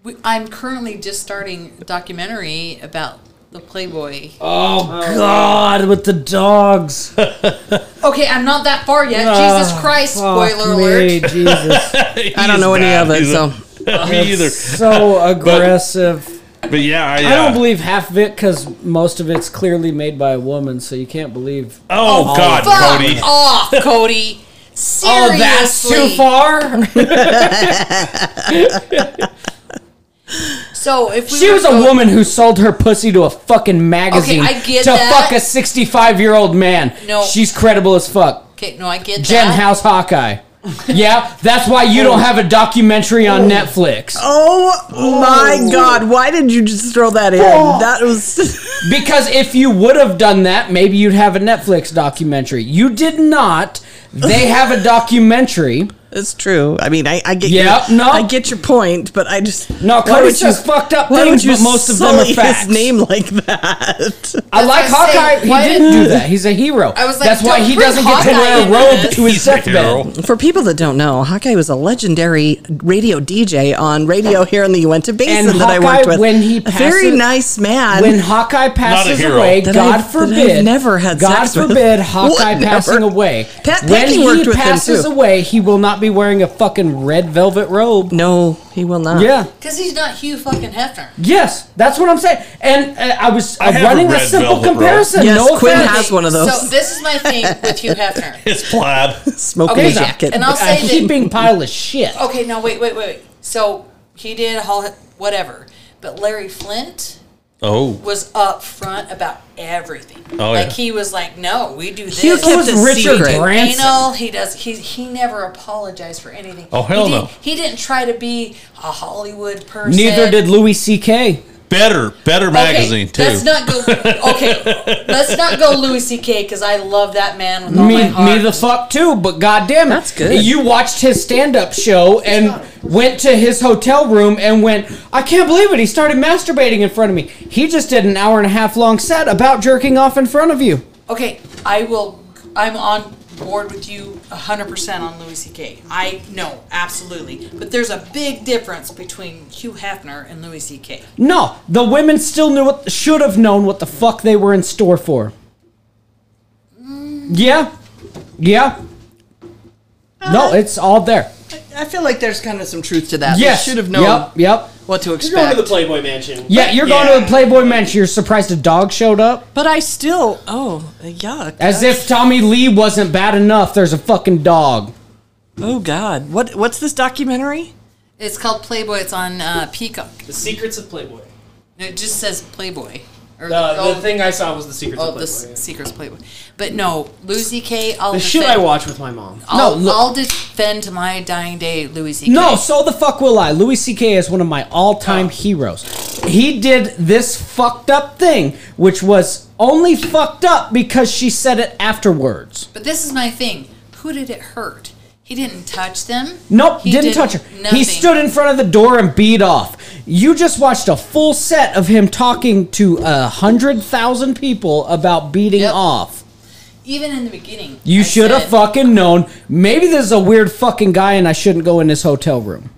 S3: We- I'm currently just starting a documentary about the Playboy.
S2: Oh, God, with the dogs. Ah,
S3: Okay, I'm not that far yet. Jesus Christ,
S2: Fuck
S3: spoiler
S2: me,
S3: alert.
S2: Jesus.
S5: I don't know any of it, so
S1: me either.
S2: So aggressive.
S1: But yeah, I,
S2: I
S1: uh,
S2: don't believe half of it because most of it's clearly made by a woman, so you can't believe.
S1: Oh, God,
S3: Fuck
S1: Cody.
S3: off, Cody. Seriously.
S2: Oh, far.
S3: So if we
S2: She
S3: were
S2: was a
S3: go-
S2: woman who sold her pussy to a fucking magazine
S3: Okay, I get
S2: to
S3: that.
S2: fuck a 65 year old man.
S3: No.
S2: She's credible as fuck.
S3: Okay, no, I get
S2: Jen
S3: that.
S2: House Hawkeye. yeah, that's why you don't have a documentary on Netflix.
S5: Oh my god, why did you just throw that in?
S1: Oh.
S5: That was
S2: Because if you would have done that, maybe you'd have a Netflix documentary. You did not. They have a documentary.
S5: It's true. I mean I, I get
S2: Yeah,
S5: your,
S2: no.
S5: I get your point, but I just
S2: No,
S5: why would
S2: Cody's
S5: you-
S2: just fucked up
S5: why would
S2: things,
S5: you
S2: but most of them are
S5: sully
S2: facts.
S5: his name like that?
S2: I like
S3: what I'm saying.
S2: Hawkeye.
S3: Why
S2: he didn't do that. He's a hero.
S3: I was like,
S2: that's why
S3: don't
S2: he
S3: bring
S2: doesn't get
S3: Hawkeye
S2: to wear a
S3: into
S2: robe
S3: this.
S2: to his
S1: He's a
S2: deathbed.
S1: hero.
S5: For people that don't know, Hawkeye was a legendary radio DJ on radio here in the Uinta Basin
S2: And
S5: that I worked
S2: Hawkeye,
S5: with.
S2: when he
S5: a very
S2: passes-
S5: nice man.
S2: when Hawkeye passes
S1: hero.
S2: away,
S5: That
S2: God
S5: I've- that I've
S2: forbid,
S5: never had
S2: God
S5: sex with.
S2: forbid,
S5: What?
S2: Hawkeye
S5: Never.
S2: passing away.
S5: Pat
S2: when
S5: Pecky
S2: he
S5: worked with him,
S2: passes
S5: too.
S2: away, he will not be wearing a fucking red velvet robe.
S5: No, he will not.
S2: Yeah.
S3: Because he's not Hugh fucking Hefner.
S2: Yes, that's what I'm saying. And uh, I was
S1: I
S2: I'm
S1: have a
S2: running a
S1: red
S2: simple
S1: velvet robe.
S2: comparison.
S5: Yes,
S2: no
S5: Quinn
S2: offense.
S5: has one of those.
S3: So this is my thing with Hugh Hefner.
S1: It's plaid.
S5: Smoking
S2: Okay,
S5: jacket.
S3: and I'll
S2: I
S3: say that
S2: keep being pile of shit.
S3: Okay, no, wait, wait, wait. So he did all whatever, but Larry Flint
S1: Oh,
S3: was up front about everything.
S1: Oh,
S3: like
S1: yeah.
S3: he was like, "No, we do this."
S5: Hugh
S2: So
S5: kept
S2: was
S5: it
S2: Richard
S5: secret.
S2: Grant.
S3: You
S2: Branson.
S3: know, he does. He he never apologized for anything.
S1: Oh, hell
S3: he
S1: no.
S3: Did, he didn't try to be a Hollywood person.
S2: Neither did Louis C.K.
S1: better, better magazine
S3: okay,
S1: too.
S3: Let's not go. Okay, let's not go Louis C.K. because I love that man with all Oh my
S2: Me,
S3: heart.
S2: me the fuck too, but goddamn,
S5: That's good.
S2: You watched his stand-up show and went to his hotel room and went, I can't believe it. He started masturbating in front of me. He just did an hour and a half long set about jerking off in front of you.
S3: Okay, I will. I'm on board with you 100% on Louis C.K. I know, absolutely. But there's a big difference between Hugh Hefner and Louis C.K.
S2: No, the women still knew what should have known what the fuck they were in store for. Yeah, yeah. No, it's all there.
S5: I feel like there's kind of some truth to that.
S2: Yes,
S5: They should have known
S2: Yep, yep.
S5: what to
S4: You're going
S5: expect.
S4: to the Playboy Mansion.
S2: Yeah, you're going to the Playboy Mansion. You're surprised a dog showed up.
S5: but I still, oh, yuck.
S2: As if Tommy Lee wasn't bad enough. There's a fucking dog.
S5: Oh God, what what's this documentary?
S3: It's called Playboy. It's on uh, Peacock.
S4: The Secrets of Playboy.
S3: It just says Playboy. Or,
S4: Uh,
S3: oh,
S4: The thing I saw was The Secrets
S3: oh,
S4: of
S3: the
S4: Playboy.
S3: s-
S4: yeah.
S3: Secrets Playboy. But no, Louis C.K. I'll
S4: The shit I
S3: defend,
S4: watch with my mom.
S3: I'll,
S2: No, look-
S3: I'll defend to my dying day Louis C.K.
S2: No, so the fuck will I? Louis C.K. is one of my
S5: Oh.
S2: all-time heroes. He did this fucked up thing, which was only fucked up because she said it afterwards.
S3: But this is my thing. Who did it hurt? He didn't touch them.
S2: Nope,
S3: He
S2: didn't
S3: did
S2: touch her.
S3: nothing.
S2: He stood in front of the door and beat off. You just watched a full set of him talking to a hundred thousand people about beating
S3: Yep.
S2: off.
S3: Even in the beginning.
S2: You
S3: I
S2: should have
S3: said-
S2: fucking known. Maybe this is a weird fucking guy, and I shouldn't go in his hotel room.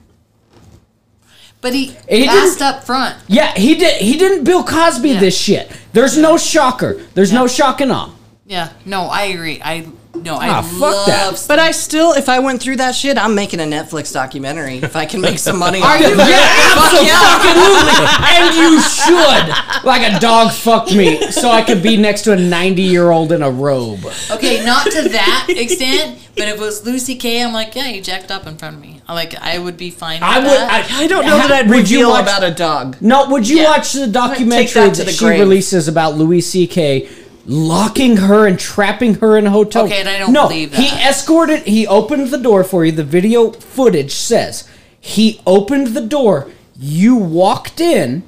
S3: But he,
S2: didn't-
S3: asked up front.
S2: Yeah, he did. He didn't Bill Cosby
S3: Yeah.
S2: this shit. There's no shocker. There's no shock and awe.
S3: Yeah. No, I agree. I no,
S2: Ah,
S3: I
S2: fuck
S3: love.
S2: that.
S5: But I still, if I went through that shit, I'm making a Netflix documentary if I can make some money. Are
S2: Yeah, absolutely. and you should. Like a dog fucked me, so I could be next to a 90 year old in a robe.
S3: okay, not to that extent. But if it was Lucy K, I'm like, yeah, you jacked up in front of me. I like, I would be fine. With
S2: I would.
S3: That.
S2: I,
S5: I don't know that I'd
S2: Would you
S5: reveal
S2: watch-
S5: about a dog.
S2: no, would you
S3: Yeah.
S2: watch the
S5: Take
S2: documentary
S5: that
S2: that,
S5: to the
S2: she
S5: grave.
S2: releases about Louis C.K. locking her and trapping her in a hotel?
S3: Okay, and I don't
S2: no,
S3: believe
S2: He
S3: that.
S2: escorted. He opened the door for you. The video footage says he opened the door. You walked in.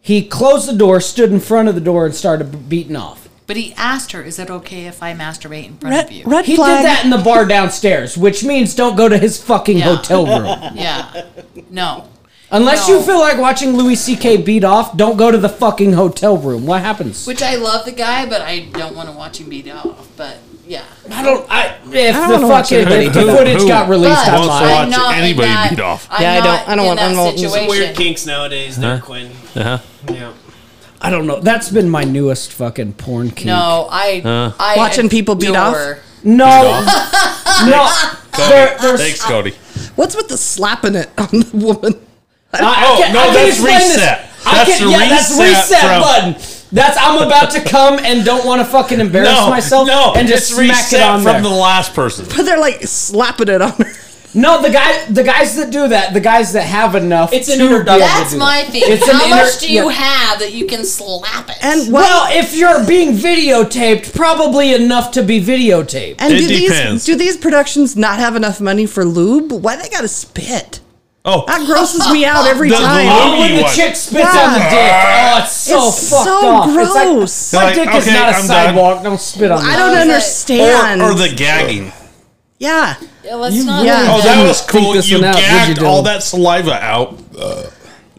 S2: He closed the door, stood in front of the door, and started beating off.
S3: but he asked her, "Is it okay if I masturbate in front of you?"
S5: Red, red
S2: He
S5: flag.
S2: did that in the bar downstairs, which means don't go to his fucking
S3: Yeah.
S2: hotel room.
S3: Yeah. No.
S2: Unless
S3: No.
S2: you feel like watching Louis C.K. beat off, don't go to the fucking hotel room. What happens?
S3: Which I love the guy, but I don't want to watch him beat off. But yeah.
S2: I don't. I if
S5: I don't
S2: the
S5: wanna watch
S2: fucking
S5: anybody
S2: if
S1: do
S2: the
S1: it.
S2: footage
S1: Who-
S2: got released,
S3: But
S1: wants to
S2: I'm lying.
S1: watch anybody
S3: in that-
S1: beat off.
S3: I'm
S5: Yeah, I don't-
S3: not
S5: I don't
S3: in
S5: want- I
S3: that
S5: don't want-
S3: situation.
S4: Weird kinks nowadays, there, Quinn.
S1: Uh-huh.
S4: Yeah.
S2: I don't know. That's been my newest fucking porn kink.
S3: No, I, I
S5: Watching people beat off?
S3: adore-
S2: no, no. There-
S1: Cody.
S2: there's-
S1: Thanks, Cody.
S5: What's with the slapping it on the woman?
S2: I- I
S1: Oh,
S2: can't-
S1: no,
S2: I can't
S1: that's
S2: explain this.
S1: reset.
S2: I
S1: That's
S2: can
S1: the
S2: yeah, that's
S1: reset
S2: reset
S1: from-
S2: button. That's I'm about to come and don't want to fucking embarrass myself and just
S1: it's
S2: smack it
S1: reset
S2: on
S1: from
S2: there.
S1: the last person.
S5: But they're like slapping it on her.
S2: No, the guy, the guys that do that, the guys that have enough.
S4: It's an
S2: to
S4: inner-
S2: be able to
S3: That's
S2: do
S3: my
S2: that.
S3: thing.
S2: It's an
S3: How
S2: inner-
S3: much do you
S2: yeah.
S3: have that you can slap it?
S5: And what?
S2: Well, if you're being videotaped, probably enough to be videotaped.
S5: and
S1: It
S5: do
S1: depends.
S5: these do these productions not have enough money for lube? Why they gotta spit?
S1: Oh,
S5: That grosses me out every
S1: The
S5: time.
S1: lube-
S2: Oh, when the
S1: one.
S2: chick spits on
S5: Yeah.
S2: the dick. Oh, it's so
S5: It's
S2: fucked
S5: so
S2: off.
S5: gross.
S2: It's like, my
S1: Like,
S2: dick is
S1: okay,
S2: not a
S1: I'm done.
S2: sidewalk. Don't spit on
S5: I
S2: me.
S5: don't
S3: Or-
S5: understand.
S1: or, or the gagging.
S5: yeah.
S3: Yeah, let's not.
S5: really
S1: Oh, that
S2: didn't
S1: was
S2: think
S1: cool.
S2: this
S1: You
S2: one out, did you,
S1: gagged
S2: Dylan?
S1: all that saliva out. Uh,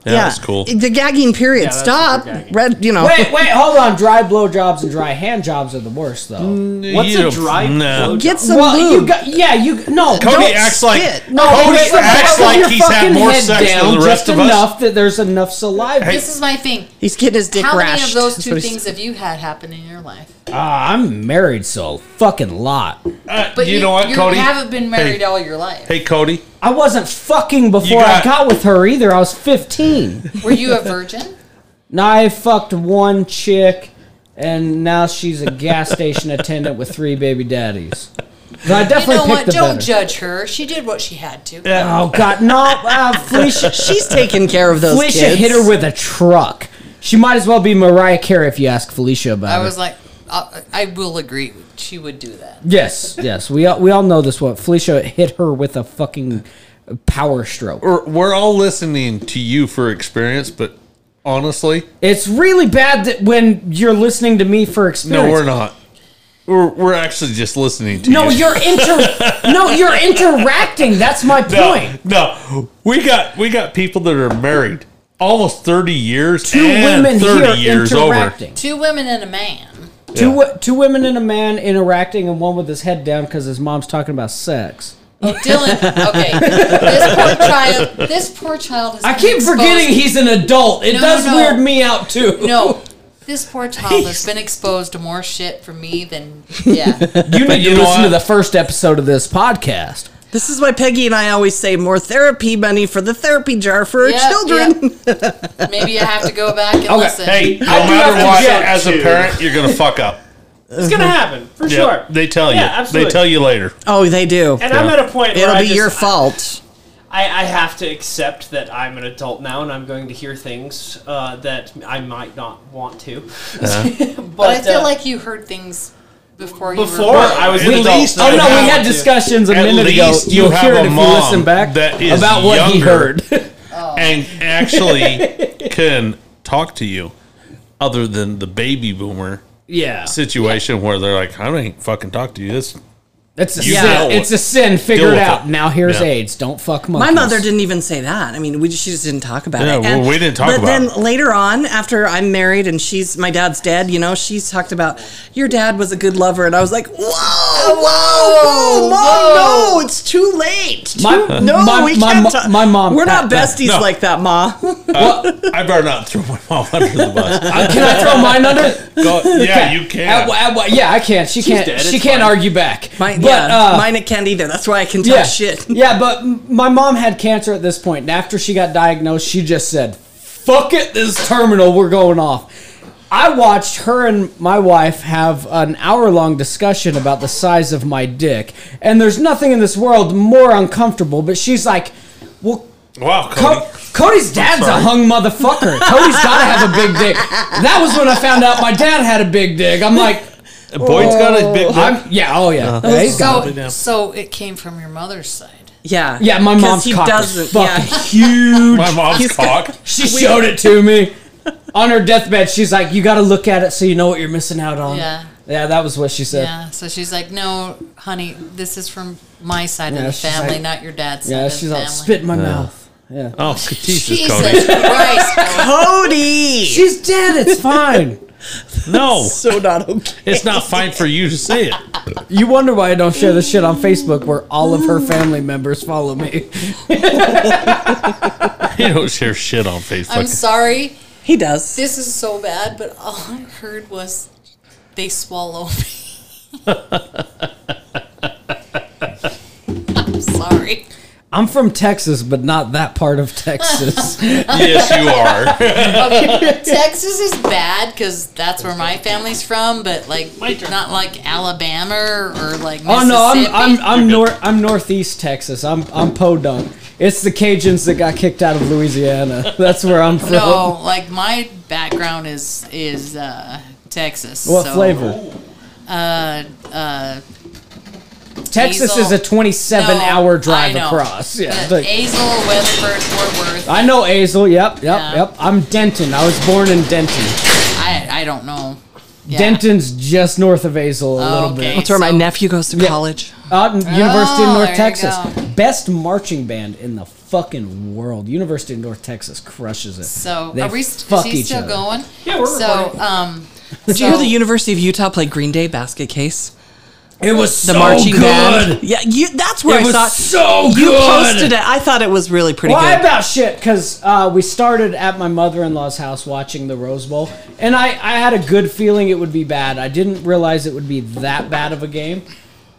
S1: yeah, that was cool.
S5: The gagging period.
S4: that's
S5: Stop.
S4: super gagging.
S5: Red. You know.
S2: Wait, wait, hold on. Dry blowjobs and dry hand jobs are the worst, though.
S4: What's
S1: You-
S4: a dry
S1: nah.
S4: blowjob?
S5: Get some
S2: Well,
S5: lube.
S2: you got yeah, you no.
S1: Cody
S5: Don't
S1: acts like
S5: spit.
S2: No,
S1: Cody
S2: put the back
S1: acts
S2: of
S1: like
S2: your
S1: he's had
S2: fucking
S1: more
S2: head
S1: sex
S2: down
S1: than the rest
S2: just
S1: of us.
S2: enough that there's enough saliva.
S3: This is my thing.
S5: He's getting his dick
S3: How
S5: rashed.
S3: many of those
S5: That's
S3: two
S5: what he's-
S3: things have you had happen in your life?
S2: Ah, I'm married, so fucking lot.
S1: Uh,
S3: But
S1: you, know what,
S3: you
S1: Cody?
S3: haven't been married
S1: Hey.
S3: all your life.
S1: Hey, Cody.
S2: I wasn't fucking before I
S1: got-
S2: got with her either. I was 15.
S3: Were you a virgin?
S2: now I fucked one chick, and now she's a gas station attendant with three baby daddies. So I
S3: You
S2: definitely
S3: know
S2: picked
S3: what?
S2: the
S3: Don't
S2: better.
S3: judge her. She did what she had to.
S2: Oh God, no! Uh, Felicia,
S5: She's taking care of those
S2: Felicia
S5: kids.
S2: hit her with a truck. She might as well be Mariah Carey if you ask Felicia about
S3: I
S2: it.
S3: was like, I, I will agree. She would do that.
S2: yes, yes, we all, we all know this one. Felicia hit her with a fucking power stroke.
S1: We're, we're all listening to you for experience, but honestly,
S2: It's really bad that when you're listening to me for experience.
S1: no, we're not. We're, we're actually just listening to
S2: No,
S1: you.
S2: you're inter. no, you're interacting. That's my
S1: no,
S2: point.
S1: no. We got we got people that are married almost thirty years,
S2: Two
S1: and
S2: women
S1: thirty
S2: here
S1: years over.
S2: interacting.
S3: Two women and a man.
S2: Two wo- two women and a man interacting, and one with his head down because his mom's talking about sex.
S3: Dylan, okay. This poor child. This poor child has.
S2: I
S3: been
S2: keep
S3: exposed-
S2: forgetting he's an adult. It
S3: No,
S2: does
S3: no.
S2: weird me out too.
S3: No, this poor child has been exposed to more shit from me than yeah.
S2: You need
S1: you
S2: to
S1: know
S2: listen
S1: what?
S2: to the first episode of this podcast.
S5: This is why Peggy and I always say more therapy money for the therapy jar for
S3: Yeah,
S5: our children.
S3: yeah. Maybe I have to go back and listen.
S1: Hey, no
S4: do have
S1: matter
S4: to
S1: what,
S4: object
S1: as a
S4: to-
S1: parent, you're gonna fuck up.
S4: It's gonna happen for
S1: Mm-hmm. Yeah,
S4: sure.
S1: They tell you.
S4: Yeah, absolutely.
S1: They tell you later.
S5: Oh, they do.
S4: and I'm
S1: Yeah.
S4: at a point where
S5: It'll
S4: I
S5: be
S4: just-
S5: your fault.
S4: I, I have to accept that I'm an adult now, and I'm going to hear things uh, that I might not want to.
S1: Uh-huh.
S4: but,
S3: but I feel
S4: uh,
S3: like you heard things before. You
S4: before
S3: were
S4: I was
S1: At
S4: an adult.
S1: least
S4: so
S1: I
S2: Oh no, we
S1: have
S2: had
S1: to.
S2: discussions a
S1: At
S2: minute ago.
S1: least you
S2: You'll
S1: have
S2: hear
S1: a
S2: it if you
S1: mom
S2: listen back
S1: that is
S2: about what he
S1: younger.
S2: heard.
S1: and actually can talk to you other than the baby boomer
S2: yeah,
S1: situation where they're like, I ain't fucking talk to you. This
S2: it's a
S1: You deal
S2: sin.
S1: with-
S2: It's a sin. Figure
S1: deal
S2: it
S1: with
S2: out.
S1: it.
S2: Now here's
S1: Yeah.
S2: AIDS. Don't fuck monkeys.
S5: My mother didn't even say that. I mean, we just, she just didn't talk about
S1: Yeah,
S5: it.
S1: well, we didn't talk
S5: but
S1: about
S5: then
S1: it.
S5: later on, after I'm married and she's my dad's dead, you know, she's talked about your dad was a good lover, and I was like, whoa, whoa, whoa, mom,
S2: Oh,
S3: whoa.
S5: no, it's too late. Too-
S2: My-
S5: no,
S2: my-
S5: we
S2: my
S5: can't.
S2: mo-
S5: talk-
S2: my mom-
S5: We're not
S2: uh, uh,
S5: besties
S1: no.
S5: like that, ma.
S1: Uh, I better not throw my mom under the bus.
S2: Can I throw mine under?
S1: Go, yeah, you Uh,
S2: At
S1: can.
S2: wha- at wha- yeah, I can't. She can't.
S4: dead,
S2: she
S4: it's
S2: can't
S4: fine.
S2: argue back.
S5: Mine,
S2: but
S5: yeah,
S2: uh,
S5: mine it can't either. That's why I can talk
S2: yeah,
S5: shit.
S2: yeah. But m- my mom had cancer at this point, and after she got diagnosed, she just said, "Fuck it, this terminal. We're going off." I watched her and my wife have an hour-long discussion about the size of my dick, and there's nothing in this world more uncomfortable. But she's like, "Well."
S1: Wow, Cody.
S2: Co- Cody's dad's a
S1: sorry.
S2: hung motherfucker. Cody's gotta have a big dick. That was when I found out my dad had a big dick. I'm like,
S1: Boyd's got a big
S2: I'm, yeah, oh
S1: Uh-huh.
S2: yeah. Hey, God.
S3: So, so it came from your mother's side.
S5: Yeah,
S2: yeah, my
S5: 'Cause
S2: mom's
S5: he
S2: cock
S5: doesn't.
S2: is fucking
S5: yeah.
S2: huge.
S1: My mom's
S5: He's got-
S1: cock.
S2: she showed it to me. On her deathbed, she's like, "You got to look at it so you know what you're missing out on."
S3: Yeah.
S2: yeah, that was what she said.
S3: Yeah. So she's like, "No, honey, this is from my side
S2: Yeah,
S3: of the
S2: she's
S3: family,
S2: like-
S3: not your dad's side
S2: Yeah,
S3: of the
S2: she's
S3: family."
S2: all spit in my mouth. Yeah,
S1: Oh, Jesus, Cody.
S3: Jesus Christ!
S5: Cody.
S2: she's dead. It's fine.
S1: No,
S5: so not okay.
S1: it's not fine for you to say it.
S2: you wonder why I don't share this shit on Facebook, where all of her family members follow me.
S1: You don't share shit on
S3: I'm
S1: Facebook.
S3: sorry.
S5: He does.
S3: This is so bad, but all I heard was they swallow me. I'm sorry.
S2: I'm from Texas, but not that part of Texas.
S1: yes, you are.
S3: Texas is bad because that's where my family's from, but like not like Alabama or like Mississippi.
S2: oh no, I'm I'm I'm north I'm northeast Texas. I'm I'm Podunk. It's the Cajuns that got kicked out of Louisiana. That's where I'm from.
S3: no, like my background is is uh, Texas.
S2: What
S3: so,
S2: flavor?
S3: Uh, uh,
S2: Texas is a
S3: Hazel.
S2: 27
S3: no,
S2: hour
S3: I
S2: drive
S3: know.
S2: across. Yeah.
S3: Uh,
S2: like-
S3: Hazel, Weatherford, Fort Worth.
S2: I know Hazel. Yep, yep,
S3: Yeah.
S2: yep. I'm Denton. I was born in Denton.
S3: I I don't know. Yeah.
S2: Denton's just north of Hazel a little
S3: okay.
S2: bit.
S5: That's where my nephew goes to college.
S2: Out in University of
S3: Oh,
S2: North
S3: there you
S2: Texas.
S3: go.
S2: Best marching band in the fucking world. University of North Texas crushes it.
S3: So
S2: They
S3: are we st-
S2: fuck
S3: is he
S2: each
S3: still
S2: other.
S3: going?
S4: Yeah, we're
S3: So
S4: recording.
S3: um,
S5: Did you
S3: so-
S5: hear the University of Utah play Green Day basket case?
S1: It was
S5: The
S1: so
S5: marching
S1: good.
S5: band. Yeah, you, that's where
S1: It
S5: I
S1: was
S5: saw
S1: so
S5: You
S1: good.
S5: posted it. I thought it was really pretty
S2: Well, I
S5: good.
S2: about shit because uh, we started at my mother in law's house watching the Rose Bowl, and I, I had a good feeling it would be bad. I didn't realize it would be that bad of a game.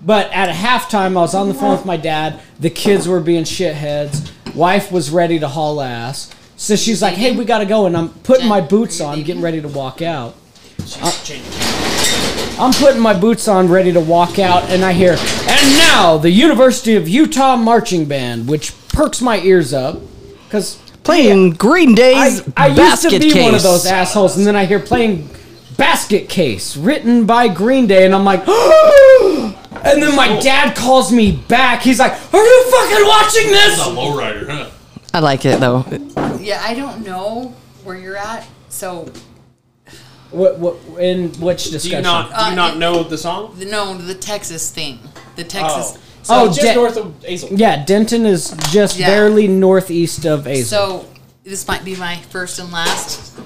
S2: But at halftime, I was on the phone with my dad. The kids were being shitheads. Wife was ready to haul ass. So she's like, hey, we got to go. And I'm putting my boots on, getting ready to walk out. Uh, I'm putting my boots on, ready to walk out, and I hear, and now the University of Utah Marching Band, which perks my ears up. Because
S5: Playing Green
S2: I,
S5: Day's
S2: I used
S5: basket
S2: to be
S5: case.
S2: one of those assholes, and then I hear playing Basket Case, written by Green Day, and I'm like, and then my dad calls me back. He's like, Are you fucking watching
S1: A
S2: this?
S1: lowrider, huh?
S5: I like it though.
S3: Yeah, I don't know where you're at. So
S2: What, what, in which
S4: Do you
S2: discussion?
S4: not do
S3: Uh,
S4: you not
S3: it-
S4: know the song?
S3: the- no, the Texas thing. The Texas.
S4: so
S2: Oh,
S4: just
S2: de-
S4: north of Azle.
S2: yeah, Denton is just
S3: Yeah.
S2: barely northeast of Azle.
S3: So this might be my first and last.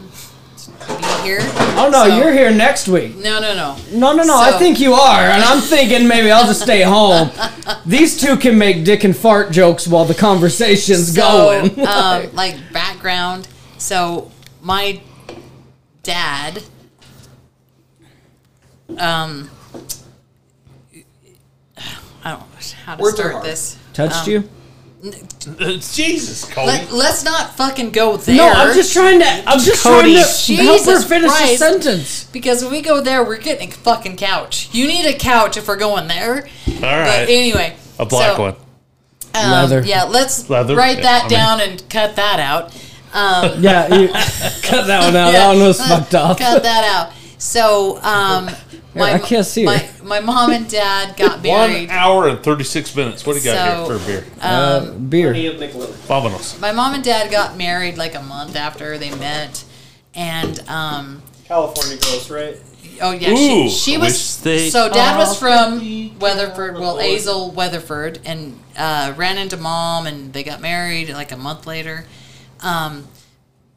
S3: Be here.
S2: oh no,
S3: So-
S2: you're here next week.
S3: No, no, no.
S2: No, no, no. I
S3: So-
S2: think you are, and I'm thinking maybe I'll just stay home. These two can make dick and fart jokes while the conversation's going.
S3: um, like background. So my dad, um, I don't know how to
S4: Words are
S3: start
S4: hard.
S3: this.
S2: Touched
S3: um,
S2: you?
S1: Jesus, Cody.
S3: Let, us not fucking go there.
S2: No, I'm just trying to. I'm just trying
S5: Cody,
S2: to help her
S3: Jesus
S2: finish the
S3: Christ.
S2: sentence.
S3: because when we go there, we're getting a fucking couch. You need a couch if we're going there.
S1: All
S3: But
S1: right,
S3: anyway,
S1: a black
S3: so,
S1: one.
S3: um,
S2: Leather.
S3: Yeah, let's
S1: Leather,
S3: write
S1: yeah,
S3: that
S1: I mean-
S3: down and cut that out. Um,
S2: Yeah, you, cut that one out.
S3: Yeah.
S2: That one was fucked up.
S3: Cut that out. So, um, my,
S2: I can't see
S3: my,
S2: her.
S3: my mom and dad got
S1: One
S3: married.
S1: hour and thirty six minutes. What do you got here
S3: So-
S1: for a beer?
S2: Uh, beer.
S1: Vamonos.
S3: My mom and dad got married like a month after they met. And, um,
S4: California girls, right?
S3: oh, yeah, she,
S1: Ooh,
S3: she
S1: I
S3: was.
S1: wish they
S3: So, dad
S1: all
S3: was
S1: be
S3: from Weatherford, well, Azle, Weatherford, and uh, ran into mom, and they got married like a month later. Um,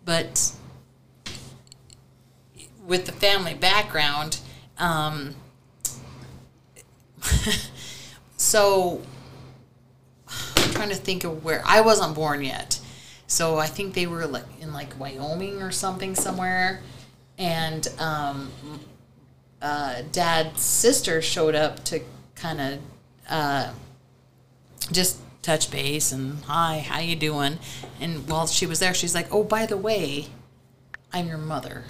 S3: but with the family background, um, so I'm trying to think of where I wasn't born yet. So I think they were like in like Wyoming or something somewhere, and um, uh, Dad's sister showed up to kind of uh, just touch base and hi, how you doing? And while she was there, she's like, oh, by the way, I'm your mother.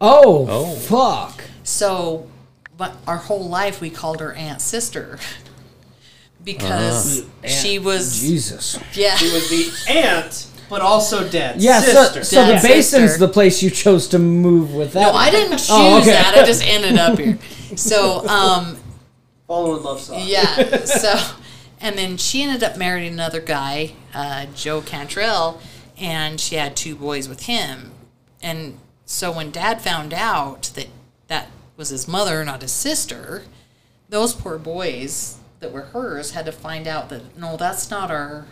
S2: Oh,
S1: Oh.
S2: fuck.
S3: So, but our whole life we called her Aunt Sister because she was
S2: Jesus.
S3: yeah.
S4: She was the aunt, but also dad's
S2: Yeah. So,
S4: sister.
S2: so the
S3: Dad's
S2: basin's
S3: sister.
S2: the place you chose to move with that.
S3: No, I didn't choose
S2: Oh, okay.
S3: that. I just ended up here. So, um,
S4: Follow in love song.
S3: yeah. So, and then she ended up marrying another guy, uh, Joe Cantrell, and she had two boys with him. And so when Dad found out that that was his mother, not his sister, those poor boys that were hers had to find out that no, that's not our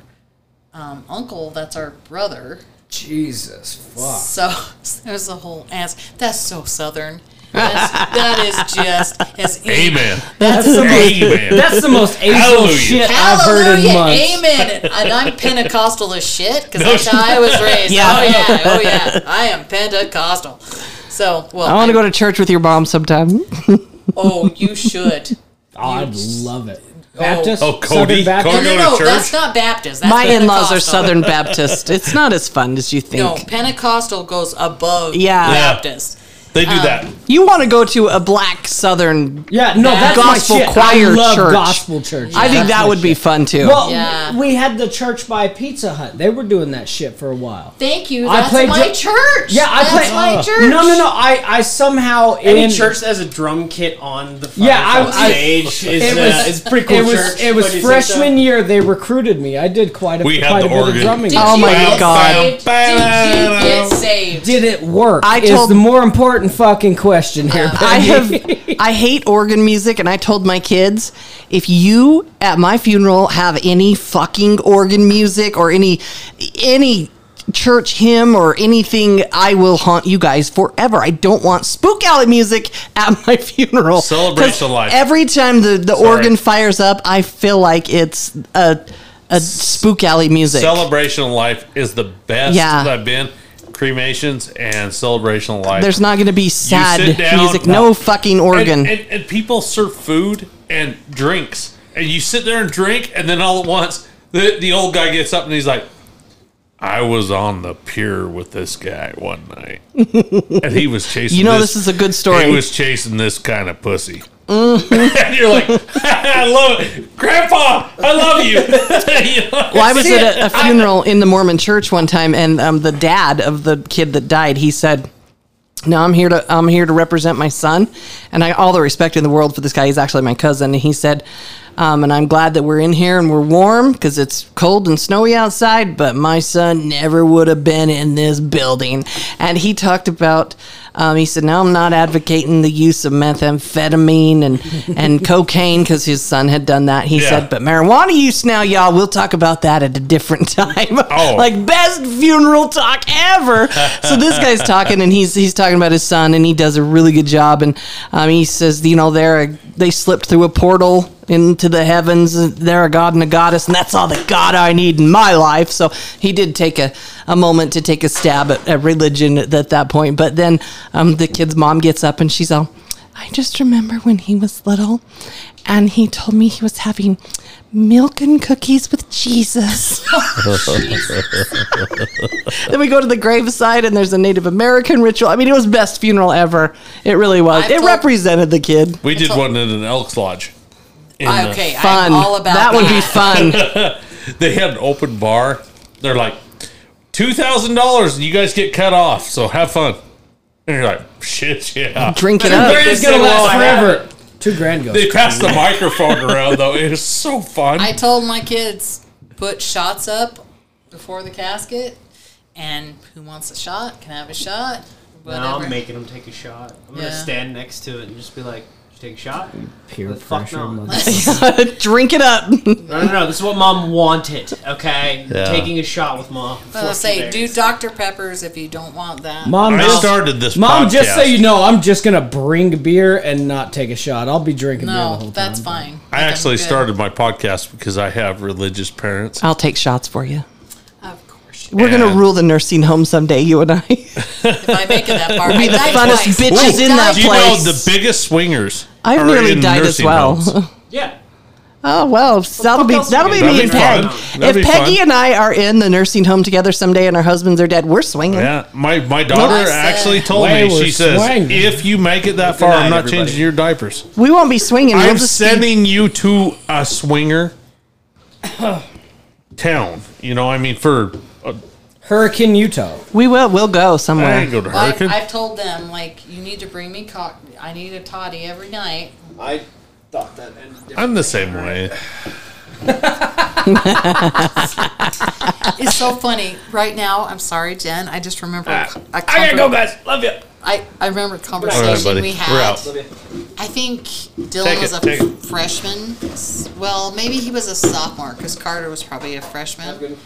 S3: um, uncle. That's our brother.
S2: Jesus. Fuck.
S3: So there's a whole ass. That's so southern. That's, that is just as
S1: Amen.
S2: That's the most.
S1: Amen.
S2: That's the most Asian
S1: Hallelujah.
S2: shit I've heard in
S3: Hallelujah,
S2: months.
S3: amen. And I'm Pentecostal as shit because
S1: No,
S3: that's how I was raised.
S5: Yeah.
S3: Oh yeah, oh yeah. I am Pentecostal. So well,
S5: I want to go to church with your mom sometime.
S3: Oh, you should.
S2: I'd love it. Baptist?
S1: Oh, Cody,
S2: Southern Baptist?
S3: No,
S1: Cody.
S3: no,
S1: Go to
S3: no.
S1: church?
S3: That's not Baptist. That's
S5: My in-laws are
S3: Pentecostal.
S5: Southern Baptist. It's not as fun as you think.
S3: No, Pentecostal goes above
S5: Yeah. Yeah.
S3: Baptist.
S1: They
S2: Uh,
S1: do that.
S5: You want to go to a black Southern.
S2: Yeah, no, that's
S5: Gospel
S2: my shit.
S5: choir
S2: I love
S5: church.
S2: gospel church.
S5: I think
S2: That's
S5: that
S2: my
S5: would be
S2: shit.
S5: fun too.
S2: Well,
S3: Yeah.
S2: we had the church by Pizza Hut. They were doing that shit for a while.
S3: Thank you.
S2: I
S3: That's
S2: played
S3: my
S2: ju-
S3: church.
S2: Yeah, I
S3: that's
S2: played.
S3: my church.
S2: No, no, no. I, I somehow
S4: Any
S2: in
S4: church that has a drum kit on the fucking
S2: Yeah, I- I-
S4: stage is
S2: It
S4: uh,
S2: was.
S4: it's pretty cool.
S2: It was.
S4: church,
S2: it
S4: but uh,
S2: was
S4: you think
S2: freshman
S4: so?
S2: year. They recruited me. I did quite a
S1: We had
S2: quite
S1: the
S2: a bit of
S1: organ.
S2: drumming.
S3: Did
S5: Oh
S3: you
S5: my
S3: get
S5: God.
S3: saved? Did you get saved?
S2: Did it work?
S5: I
S2: is
S5: told- Uh,
S2: the more important fucking question here.
S5: I
S2: Peggy.
S5: have I hate organ music and I told my kids if you at my funeral have any fucking organ music or any any church hymn or anything, I will haunt you guys forever. I don't want spook alley music at my funeral.
S1: Celebration
S5: 'Cause
S1: life.
S5: Every time the, the organ fires up, I feel like it's a, a spook alley music.
S1: Celebration of life is the best
S5: Yeah.
S1: that I've been. Cremations and celebration of life.
S5: There's not going to be sad
S1: down-
S5: music.
S1: No.
S5: No, fucking
S1: and,
S5: organ.
S1: and, and people serve food and drinks, and you sit there and drink, and then all at once, the, the old guy gets up and he's like, "I was on the pier with this guy one night, and he was chasing.
S5: You know this is a good story. Mm.
S1: He was chasing this kind of pussy." and you're like, I love it, Grandpa. I love you. You know?
S5: Well, I was
S1: See
S5: at a, a funeral in the Mormon church one time, and um, the dad of the kid that died, he said, "No, I'm here to I'm here to represent my son," and I all the respect in the world for this guy. He's actually my cousin, and he said. Um, and I'm glad that we're in here and we're warm because it's cold and snowy outside. But my son never would have been in this building. And he talked about, um, he said, "No, I'm not advocating the use of methamphetamine and and cocaine because his son had done that." He
S1: Yeah.
S5: said, "But marijuana use now, y'all. We'll talk about that at a different time.
S1: Oh.
S5: like best funeral talk ever. so this guy's talking, and he's he's talking about his son, and he does a really good job. And um, he says, you know, they're a, they slipped through a portal into the heavens. and They're a god and a goddess, and that's all the god I need in my life. So he did take a, a moment to take a stab at, at religion at, at that point. But then um, the kid's mom gets up, and she's all. I just remember when he was little and he told me he was having milk and cookies with Jesus. then we go to the graveside and there's a Native American ritual. I mean, it was best funeral ever. It really was.
S3: I've
S5: it
S3: told-
S5: represented the kid.
S1: We did
S3: all-
S1: one in an Elks Lodge. In
S5: Ah,
S3: I-
S1: the-
S3: okay,
S5: Fun.
S3: I'm all about
S5: that
S3: that.
S5: would be fun.
S1: they had an open bar. They're like, two thousand dollars, and you guys get cut off. So have fun. And you're like, shit, yeah.
S5: Drink it
S2: Two
S5: up.
S2: grand's gonna last forever. Two grand goes.
S1: They passed the microphone around though. It was so fun.
S3: I told my kids put shots up before the casket, and who wants a shot can have a shot. Whatever.
S4: Now I'm making him take a shot. I'm gonna
S3: Yeah.
S4: stand next to it and just be like, "Did you "Take a shot."
S2: Peer
S4: The fuck
S2: pressure,
S4: not.
S2: mother-
S5: Drink it up.
S4: No, no, no. This is what mom wanted. Okay,
S1: Yeah.
S4: taking a shot with mom.
S3: I was gonna say, do
S4: dude.
S3: Dr. Peppers if you don't want that.
S2: Mom,
S1: I
S2: just,
S1: started this.
S2: Mom, just so
S1: podcast.
S2: you know, I'm just gonna bring beer and not take a shot. I'll be drinking beer the
S3: no,
S2: whole
S3: that's
S2: time.
S3: fine.
S1: I
S3: Like,
S1: actually
S3: I'm good.
S1: started my podcast because I have religious parents.
S5: I'll take shots for you.
S3: Of course, you-
S5: We're going
S1: And-
S5: to rule the nursing home someday, you and I.
S3: if I make it that far,
S5: be
S3: I
S5: the
S3: die
S5: funnest
S3: twice.
S5: bitches
S3: I
S5: in that
S3: die
S1: You know
S5: place.
S1: the biggest swingers.
S5: I've
S1: are
S5: nearly
S1: in
S5: died as
S1: nursing
S5: well.
S1: homes.
S4: Yeah.
S5: Oh well, that'll
S4: fuck
S5: be
S4: else we
S5: that'll
S4: can
S5: be
S4: do?
S5: me
S1: That'd be
S5: and Peg.
S1: fun. That'd
S5: If
S1: be
S5: Peggy
S1: fun.
S5: and I are in the nursing home together someday, and our husbands are dead, we're swinging.
S1: Yeah, my my daughter
S3: I said-
S1: actually told
S2: Way
S1: me.
S2: we're
S1: She says,
S2: swinging.
S1: "If you make it that far,
S4: night,
S1: I'm not
S4: everybody.
S1: changing your diapers.
S5: We won't be swinging. We'll
S1: I'm
S5: just be-
S1: sending you to a swinger town. You know, I mean, for uh,
S2: Hurricane Utah.
S5: we will. We'll go
S1: I
S5: somewhere.
S1: ain't go to
S3: Well, I've,
S1: Hurricane.
S3: I've told them like you need to bring me cock. I need a toddy every night.
S4: I thought that. Ended
S1: I'm the same way.
S3: It's so funny right now. I'm sorry, Jen. I just remember.
S1: Ah.
S3: a co- a
S4: I gotta
S3: conver-
S4: go, guys. Love you.
S3: I, I remember a
S1: All
S3: conversation
S1: right, buddy,
S3: we had.
S1: we're out.
S4: Love you.
S3: I think Dylan
S1: Take
S3: was
S1: it,
S3: a
S1: take it.
S3: freshman. S- Well, maybe he was a sophomore because Carter was probably a freshman.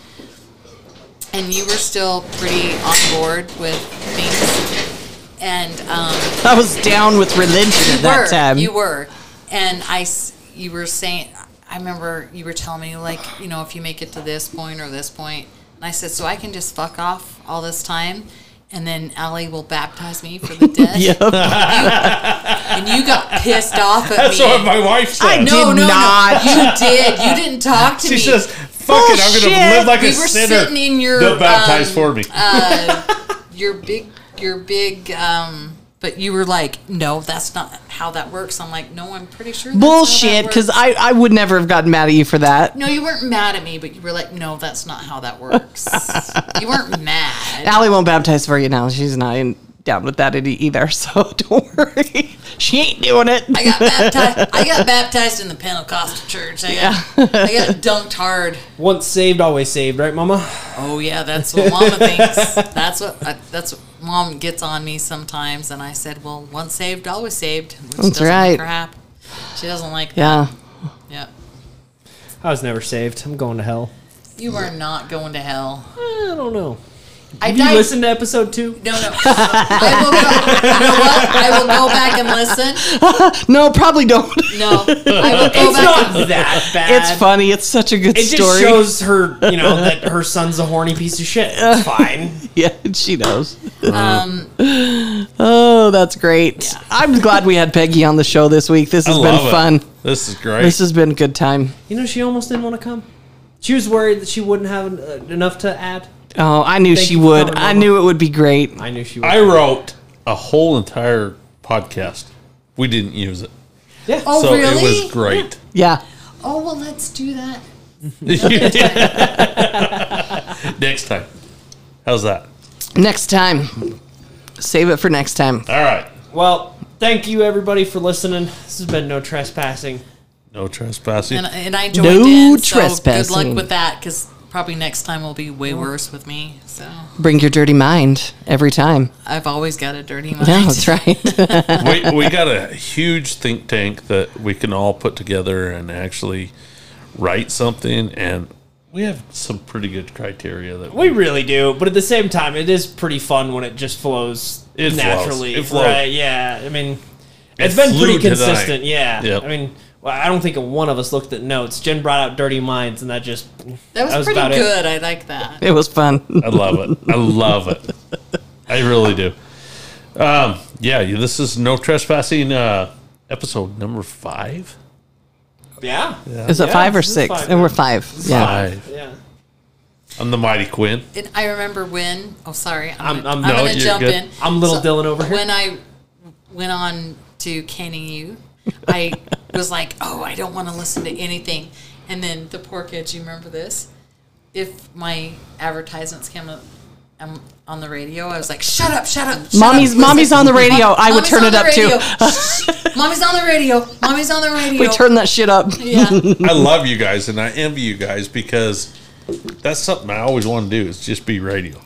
S3: And you were still pretty on board with things. And um,
S5: I was down with religion at
S3: you
S5: that um,
S3: were,
S5: time.
S3: You were, and I, s- you were saying, I remember you were telling me like, you know, if you make it to this point or this point, and I said, so I can just fuck off all this time, and then Allie will baptize me for the dead.
S5: Yep.
S3: And you got pissed off at
S1: That's
S3: me.
S1: what my wife said.
S5: I
S3: no,
S5: Did
S3: no,
S5: not.
S3: no, you did. You didn't talk to
S1: She
S3: me.
S1: says, "Fuck it, I'm gonna
S5: Bullshit.
S1: live like a
S3: We were
S1: sinner."
S3: sitting in your,
S1: They'll baptize
S3: um,
S1: for me.
S3: your big, your big. um but you were like, no, that's not how that works. I'm like, no, I'm pretty sure. That's how that
S5: Bullshit. Because
S3: works."
S5: I I would never have gotten mad at you for that.
S3: No, you weren't mad at me, but you were like, no, that's not how that works. you weren't mad.
S5: Allie won't baptize for you now. She's not in, down with that any- either. So don't worry. She ain't doing it.
S3: I got baptized. I got baptized in the Pentecostal church. I got, I got dunked hard.
S2: Once saved, always saved, right, Mama?
S3: Oh yeah, that's what Mama thinks. That's what I, that's what Mom gets on me sometimes. And I said, well, once saved, always saved. Which doesn't
S5: right.
S3: Make her happy. She doesn't like. Yeah.
S5: yeah.
S3: Yep.
S2: I was never saved. I'm going to hell.
S3: You are not going to hell.
S2: I don't know.
S3: I
S2: Did you
S3: dived-
S2: listen to episode two?
S3: No, no. I will go. You know what? I will go back and listen.
S5: No, probably don't.
S3: No, I will go
S4: It's
S3: back. and-
S4: not that bad.
S5: It's funny. It's such a good
S4: It just
S5: story.
S4: shows her, you know, that her son's a horny piece of shit. It's fine.
S5: yeah, she knows.
S3: Um,
S5: Oh, that's great.
S3: Yeah.
S5: I'm glad we had Peggy on the show this week. This has been
S1: love it.
S5: fun.
S1: This is great.
S5: This has been a good time.
S4: You know, she almost didn't want to come. She was worried that she wouldn't have uh, enough to add.
S5: Oh, I knew
S4: Thank
S5: she
S4: you for
S5: would.
S4: coming
S5: I
S4: over.
S5: knew it would be great.
S4: I knew she would.
S1: I wrote a whole entire podcast. We didn't use it.
S3: oh,
S1: so
S3: really?
S1: it was great.
S5: Yeah.
S3: Oh well, let's do that.
S1: next time. How's that?
S5: Next time. Save it for next time.
S1: All right.
S4: Well, thank you everybody for listening. This has been no trespassing.
S1: No trespassing.
S3: And, and I joined
S5: No
S3: in. So good
S5: trespassing.
S3: luck with that, because probably next time will be way worse with me. So
S5: Bring your dirty mind every time.
S3: I've always got a dirty mind.
S5: Yeah, that's right.
S1: we, we got a huge think tank that we can all put together and actually write something. And we have some pretty good criteria that
S4: We really do, but at the same time, it is pretty fun when it just flows
S1: It flows.
S4: naturally.
S1: It flows.
S4: Right? Yeah. I mean, it's
S1: It
S4: been
S1: flew
S4: pretty
S1: tonight.
S4: consistent. Yeah.
S1: Yep.
S4: I mean, well, I don't think one of us looked at notes. Jen brought out Dirty Minds, and that just
S3: That was,
S4: That was about
S3: pretty
S4: it.
S3: good. I like that.
S5: it was fun.
S1: I love it. I love it. I really do. Um, yeah, this is no trespassing uh, episode number five.
S4: yeah.
S5: Is it
S4: Yeah,
S5: five or
S4: this is
S5: six?
S4: five.
S5: And we're five. Yeah.
S1: Five.
S4: Yeah.
S1: I'm the mighty Quinn.
S3: And I remember when. Oh, sorry.
S4: I'm-
S3: I'm,
S4: I'm-
S3: gonna- I'm,
S4: no,
S3: going to
S1: you're
S3: jump
S1: good.
S3: in.
S4: I'm little Dylan over here.
S3: When I went on to canning you, I was like, oh, I don't want to listen to anything. And then the poor kids, you remember this? If my advertisements came up um, on the radio, I was like, shut up, shut up. shut
S5: Mommy's
S3: up, listen.
S5: mommy's on the radio. I would
S3: Mommy's
S5: turn
S3: on
S5: it
S3: the
S5: up too.
S3: radio. Shh. mommy's on the radio. Mommy's on the radio.
S5: We turn that shit up.
S3: yeah.
S1: I love you guys and I envy you guys because that's something I always want to do is just be radio.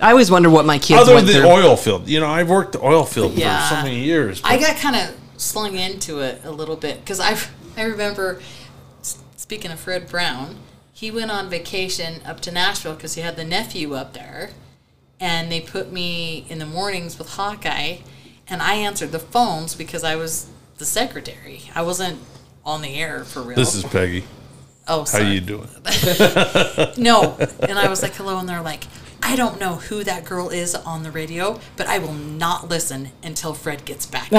S5: I always wonder what my kids
S1: Other
S5: went
S1: than
S5: through.
S1: oil field. You know, I've worked the oil field
S3: Yeah.
S1: for so many years.
S3: I got kind of slung into it a little bit because I I remember s- speaking of Fred Brown, he went on vacation up to Nashville because he had the nephew up there, and they put me in the mornings with Hawkeye, and I answered the phones because I was the secretary. I wasn't on the air for real.
S1: this is Peggy.
S3: oh,
S1: How
S3: sorry.
S1: you doing?
S3: No. And I was like, hello. And they're like, I don't know who that girl is on the radio, but I will not listen until Fred gets back.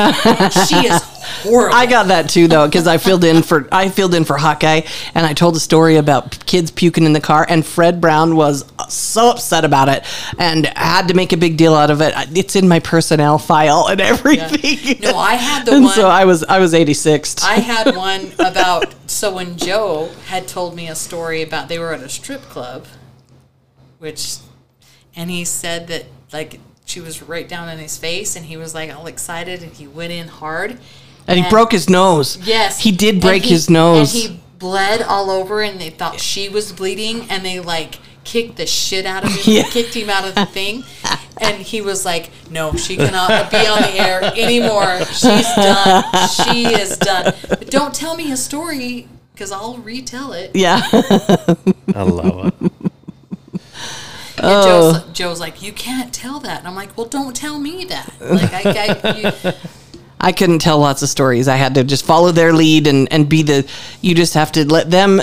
S3: she is horrible.
S5: I got that too though because I filled in for I filled in for Hawkeye and I told a story about p- kids puking in the car and Fred Brown was uh, so upset about it and had to make a big deal out of it. I- It's in my personnel file and everything.
S3: No, I had the
S5: and
S3: one.
S5: so
S3: I,
S5: I was I was 86th.
S3: had one about. So when Joe had told me a story about they were at a strip club, which, and he said that like she was right down in his face, and he was like all excited, and he went in hard.
S5: and he broke his nose.
S3: Yes,
S5: He did
S3: And
S5: break
S3: he-
S5: his nose.
S3: And he bled all over, and they thought she was bleeding, and they like kicked the shit out of him,
S5: Yeah.
S3: kicked him out of the thing, and he was like, "No, she cannot be on the air anymore. She's done. She is done." But don't tell me a story because I'll retell it.
S5: yeah.
S1: I love it.
S3: And
S5: Oh.
S3: Joe's, Joe's like, "You can't tell that," and I'm like, "Well, don't tell me that." Like, I, I you,
S5: I couldn't tell lots of stories. I had to just follow their lead and, and be the, you just have to let them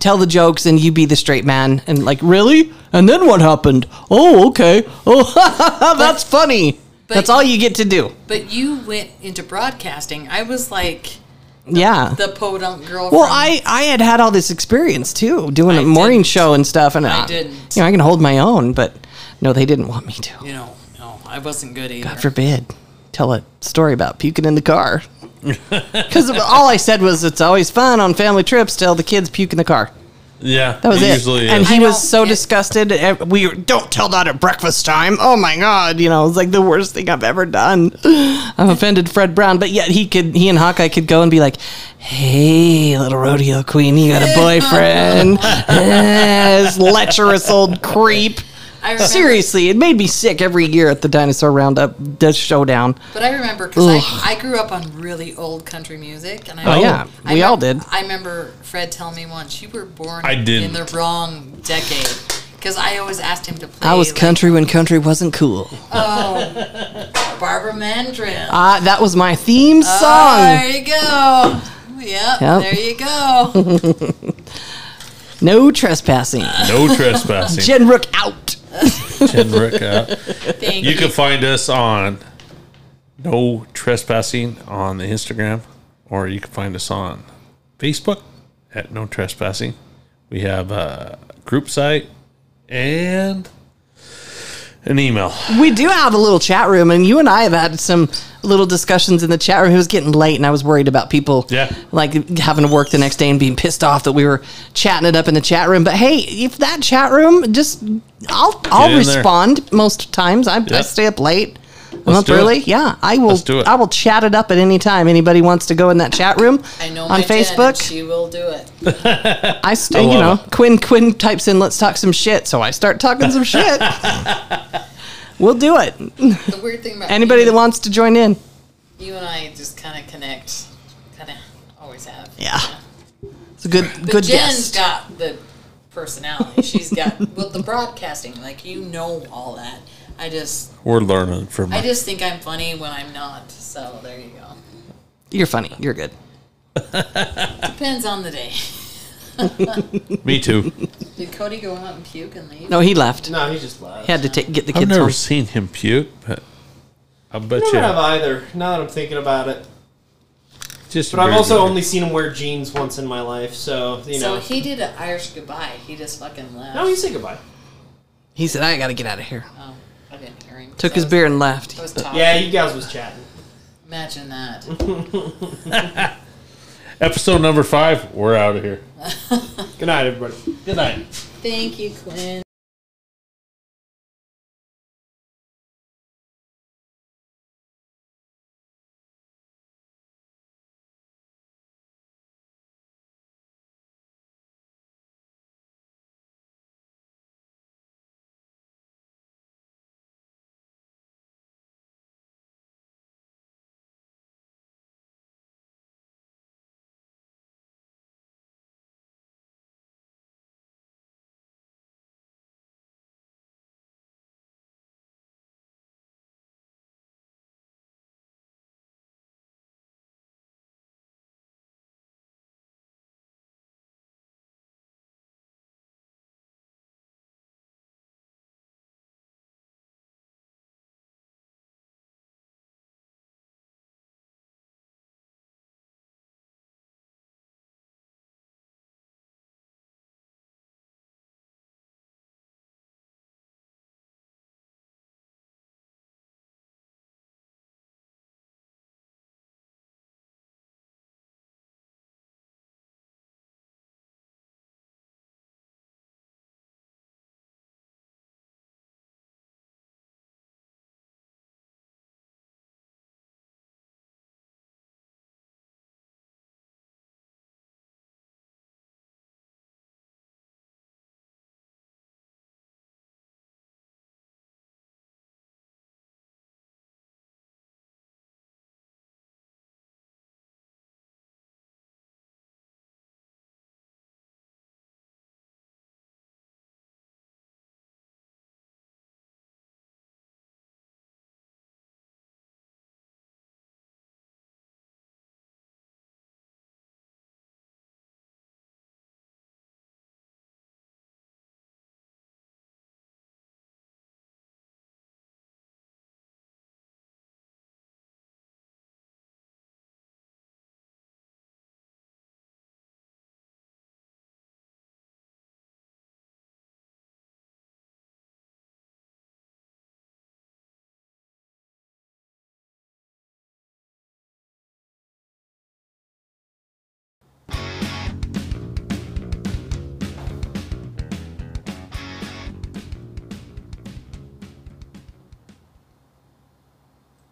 S5: tell the jokes and you be the straight man. And like, really? And then what happened? Oh, okay. Oh, that's funny.
S3: but-
S5: that's all you get to do.
S3: but you went into broadcasting. I was like
S5: Yeah.
S3: the podunk girl.
S5: Well,
S3: from-
S5: I, I had had all this experience too, doing a
S3: I
S5: morning
S3: didn't.
S5: show and stuff. And
S3: I
S5: uh,
S3: didn't.
S5: You know, I can hold my own, but no, they didn't want me to.
S3: you know, no, I wasn't good either.
S5: God forbid. Tell a story about puking in the car. Because all I said was, it's always fun on family trips till the kids puke in the car.
S1: Yeah.
S5: That was it.
S1: Usually
S5: and
S1: is.
S5: he
S3: I
S5: was
S3: don't-
S5: so
S3: it-
S5: disgusted. Eh, We were, don't tell that at breakfast time. Oh my god, you know, it was like the worst thing I've ever done. I've offended Fred Brown, but yet he could, he and Hawkeye could go and be like, "Hey, little rodeo queen, you got a boyfriend?" Eh, this lecherous old creep.
S3: I remember,
S5: Seriously, it made me sick every year at the dinosaur roundup, the showdown.
S3: But I remember because
S5: Ugh.
S3: I, I grew up on really old country music, and I
S5: Oh, yeah.
S3: I
S5: We all
S3: mem-
S5: did.
S3: I remember Fred telling me once, "You were born
S1: I
S3: in
S1: didn't."
S3: the wrong decade." because I always asked him to play.
S5: I was
S3: like,
S5: country when country wasn't cool.
S3: Barbara Mandrin.
S5: Ah, that was my theme song.
S3: There you go. Yep,
S5: Oh. Yep.
S3: there you go.
S5: no trespassing.
S1: No trespassing.
S5: Jen Rook out.
S1: Jen Rick out.
S3: Thank you.
S1: You can find us on No Trespassing on the Instagram, or you can find us on Facebook at No Trespassing. We have a group site and an email.
S5: We do have a little chat room, and you and I have had some little discussions in the chat room. It was getting late, and I was worried about people,
S1: Yeah.
S5: like having to work the next day and being pissed off that we were chatting it up in the chat room. But hey, if that chat room, just I'll I'll
S1: in there.
S5: respond most times. I, I
S1: Yeah.
S5: stay up late. I'm
S1: Let's
S5: up
S1: do it.
S5: early. Yeah, I will.
S1: Let's do it.
S5: I will chat it up at any time. Anybody wants to go in that chat room
S3: I know my
S5: on
S3: Jen, and
S5: Facebook?
S3: she will do it.
S5: I still, you know,
S1: Oh, love
S5: Quinn Quinn types in "Let's talk some shit," so I start talking some shit. we'll do it.
S3: The weird thing about
S5: Anybody
S3: you,
S5: that wants to join in.
S3: you and I just kind of connect, kind of always have.
S5: Yeah. It's a good
S3: But
S5: good
S3: Jen's
S5: guess.
S3: got the personality. She's got well the broadcasting. Like you know all that. I just
S1: We're learning from
S3: I just think I'm funny when I'm not. So there you go.
S5: You're funny. You're good.
S3: Depends on the day.
S1: me too.
S3: Did Cody go out and puke and leave?
S5: No, he left.
S4: No, he just left.
S5: He had to take, get the
S1: I've
S5: kids
S1: never
S5: home.
S1: seen him puke, but I bet
S4: Never have
S1: you.
S4: either. Now that I'm thinking about it,
S1: Just a
S4: but I've
S1: very
S4: also
S1: good-
S4: only seen him wear jeans once in my life, so you
S3: so
S4: know.
S3: he did an Irish goodbye. He just fucking left.
S4: no, he said goodbye.
S5: He said, "I got to get out of here."
S3: Oh, I didn't hear him.
S5: Took
S3: I
S5: his
S3: was-
S5: beer and left.
S3: I was talking.
S4: Yeah, you guys was chatting.
S3: Imagine that.
S5: Mm-hmm.
S1: episode number five. We're out of here.
S4: Good night, everybody.
S1: Good night.
S3: Thank you, Quinn.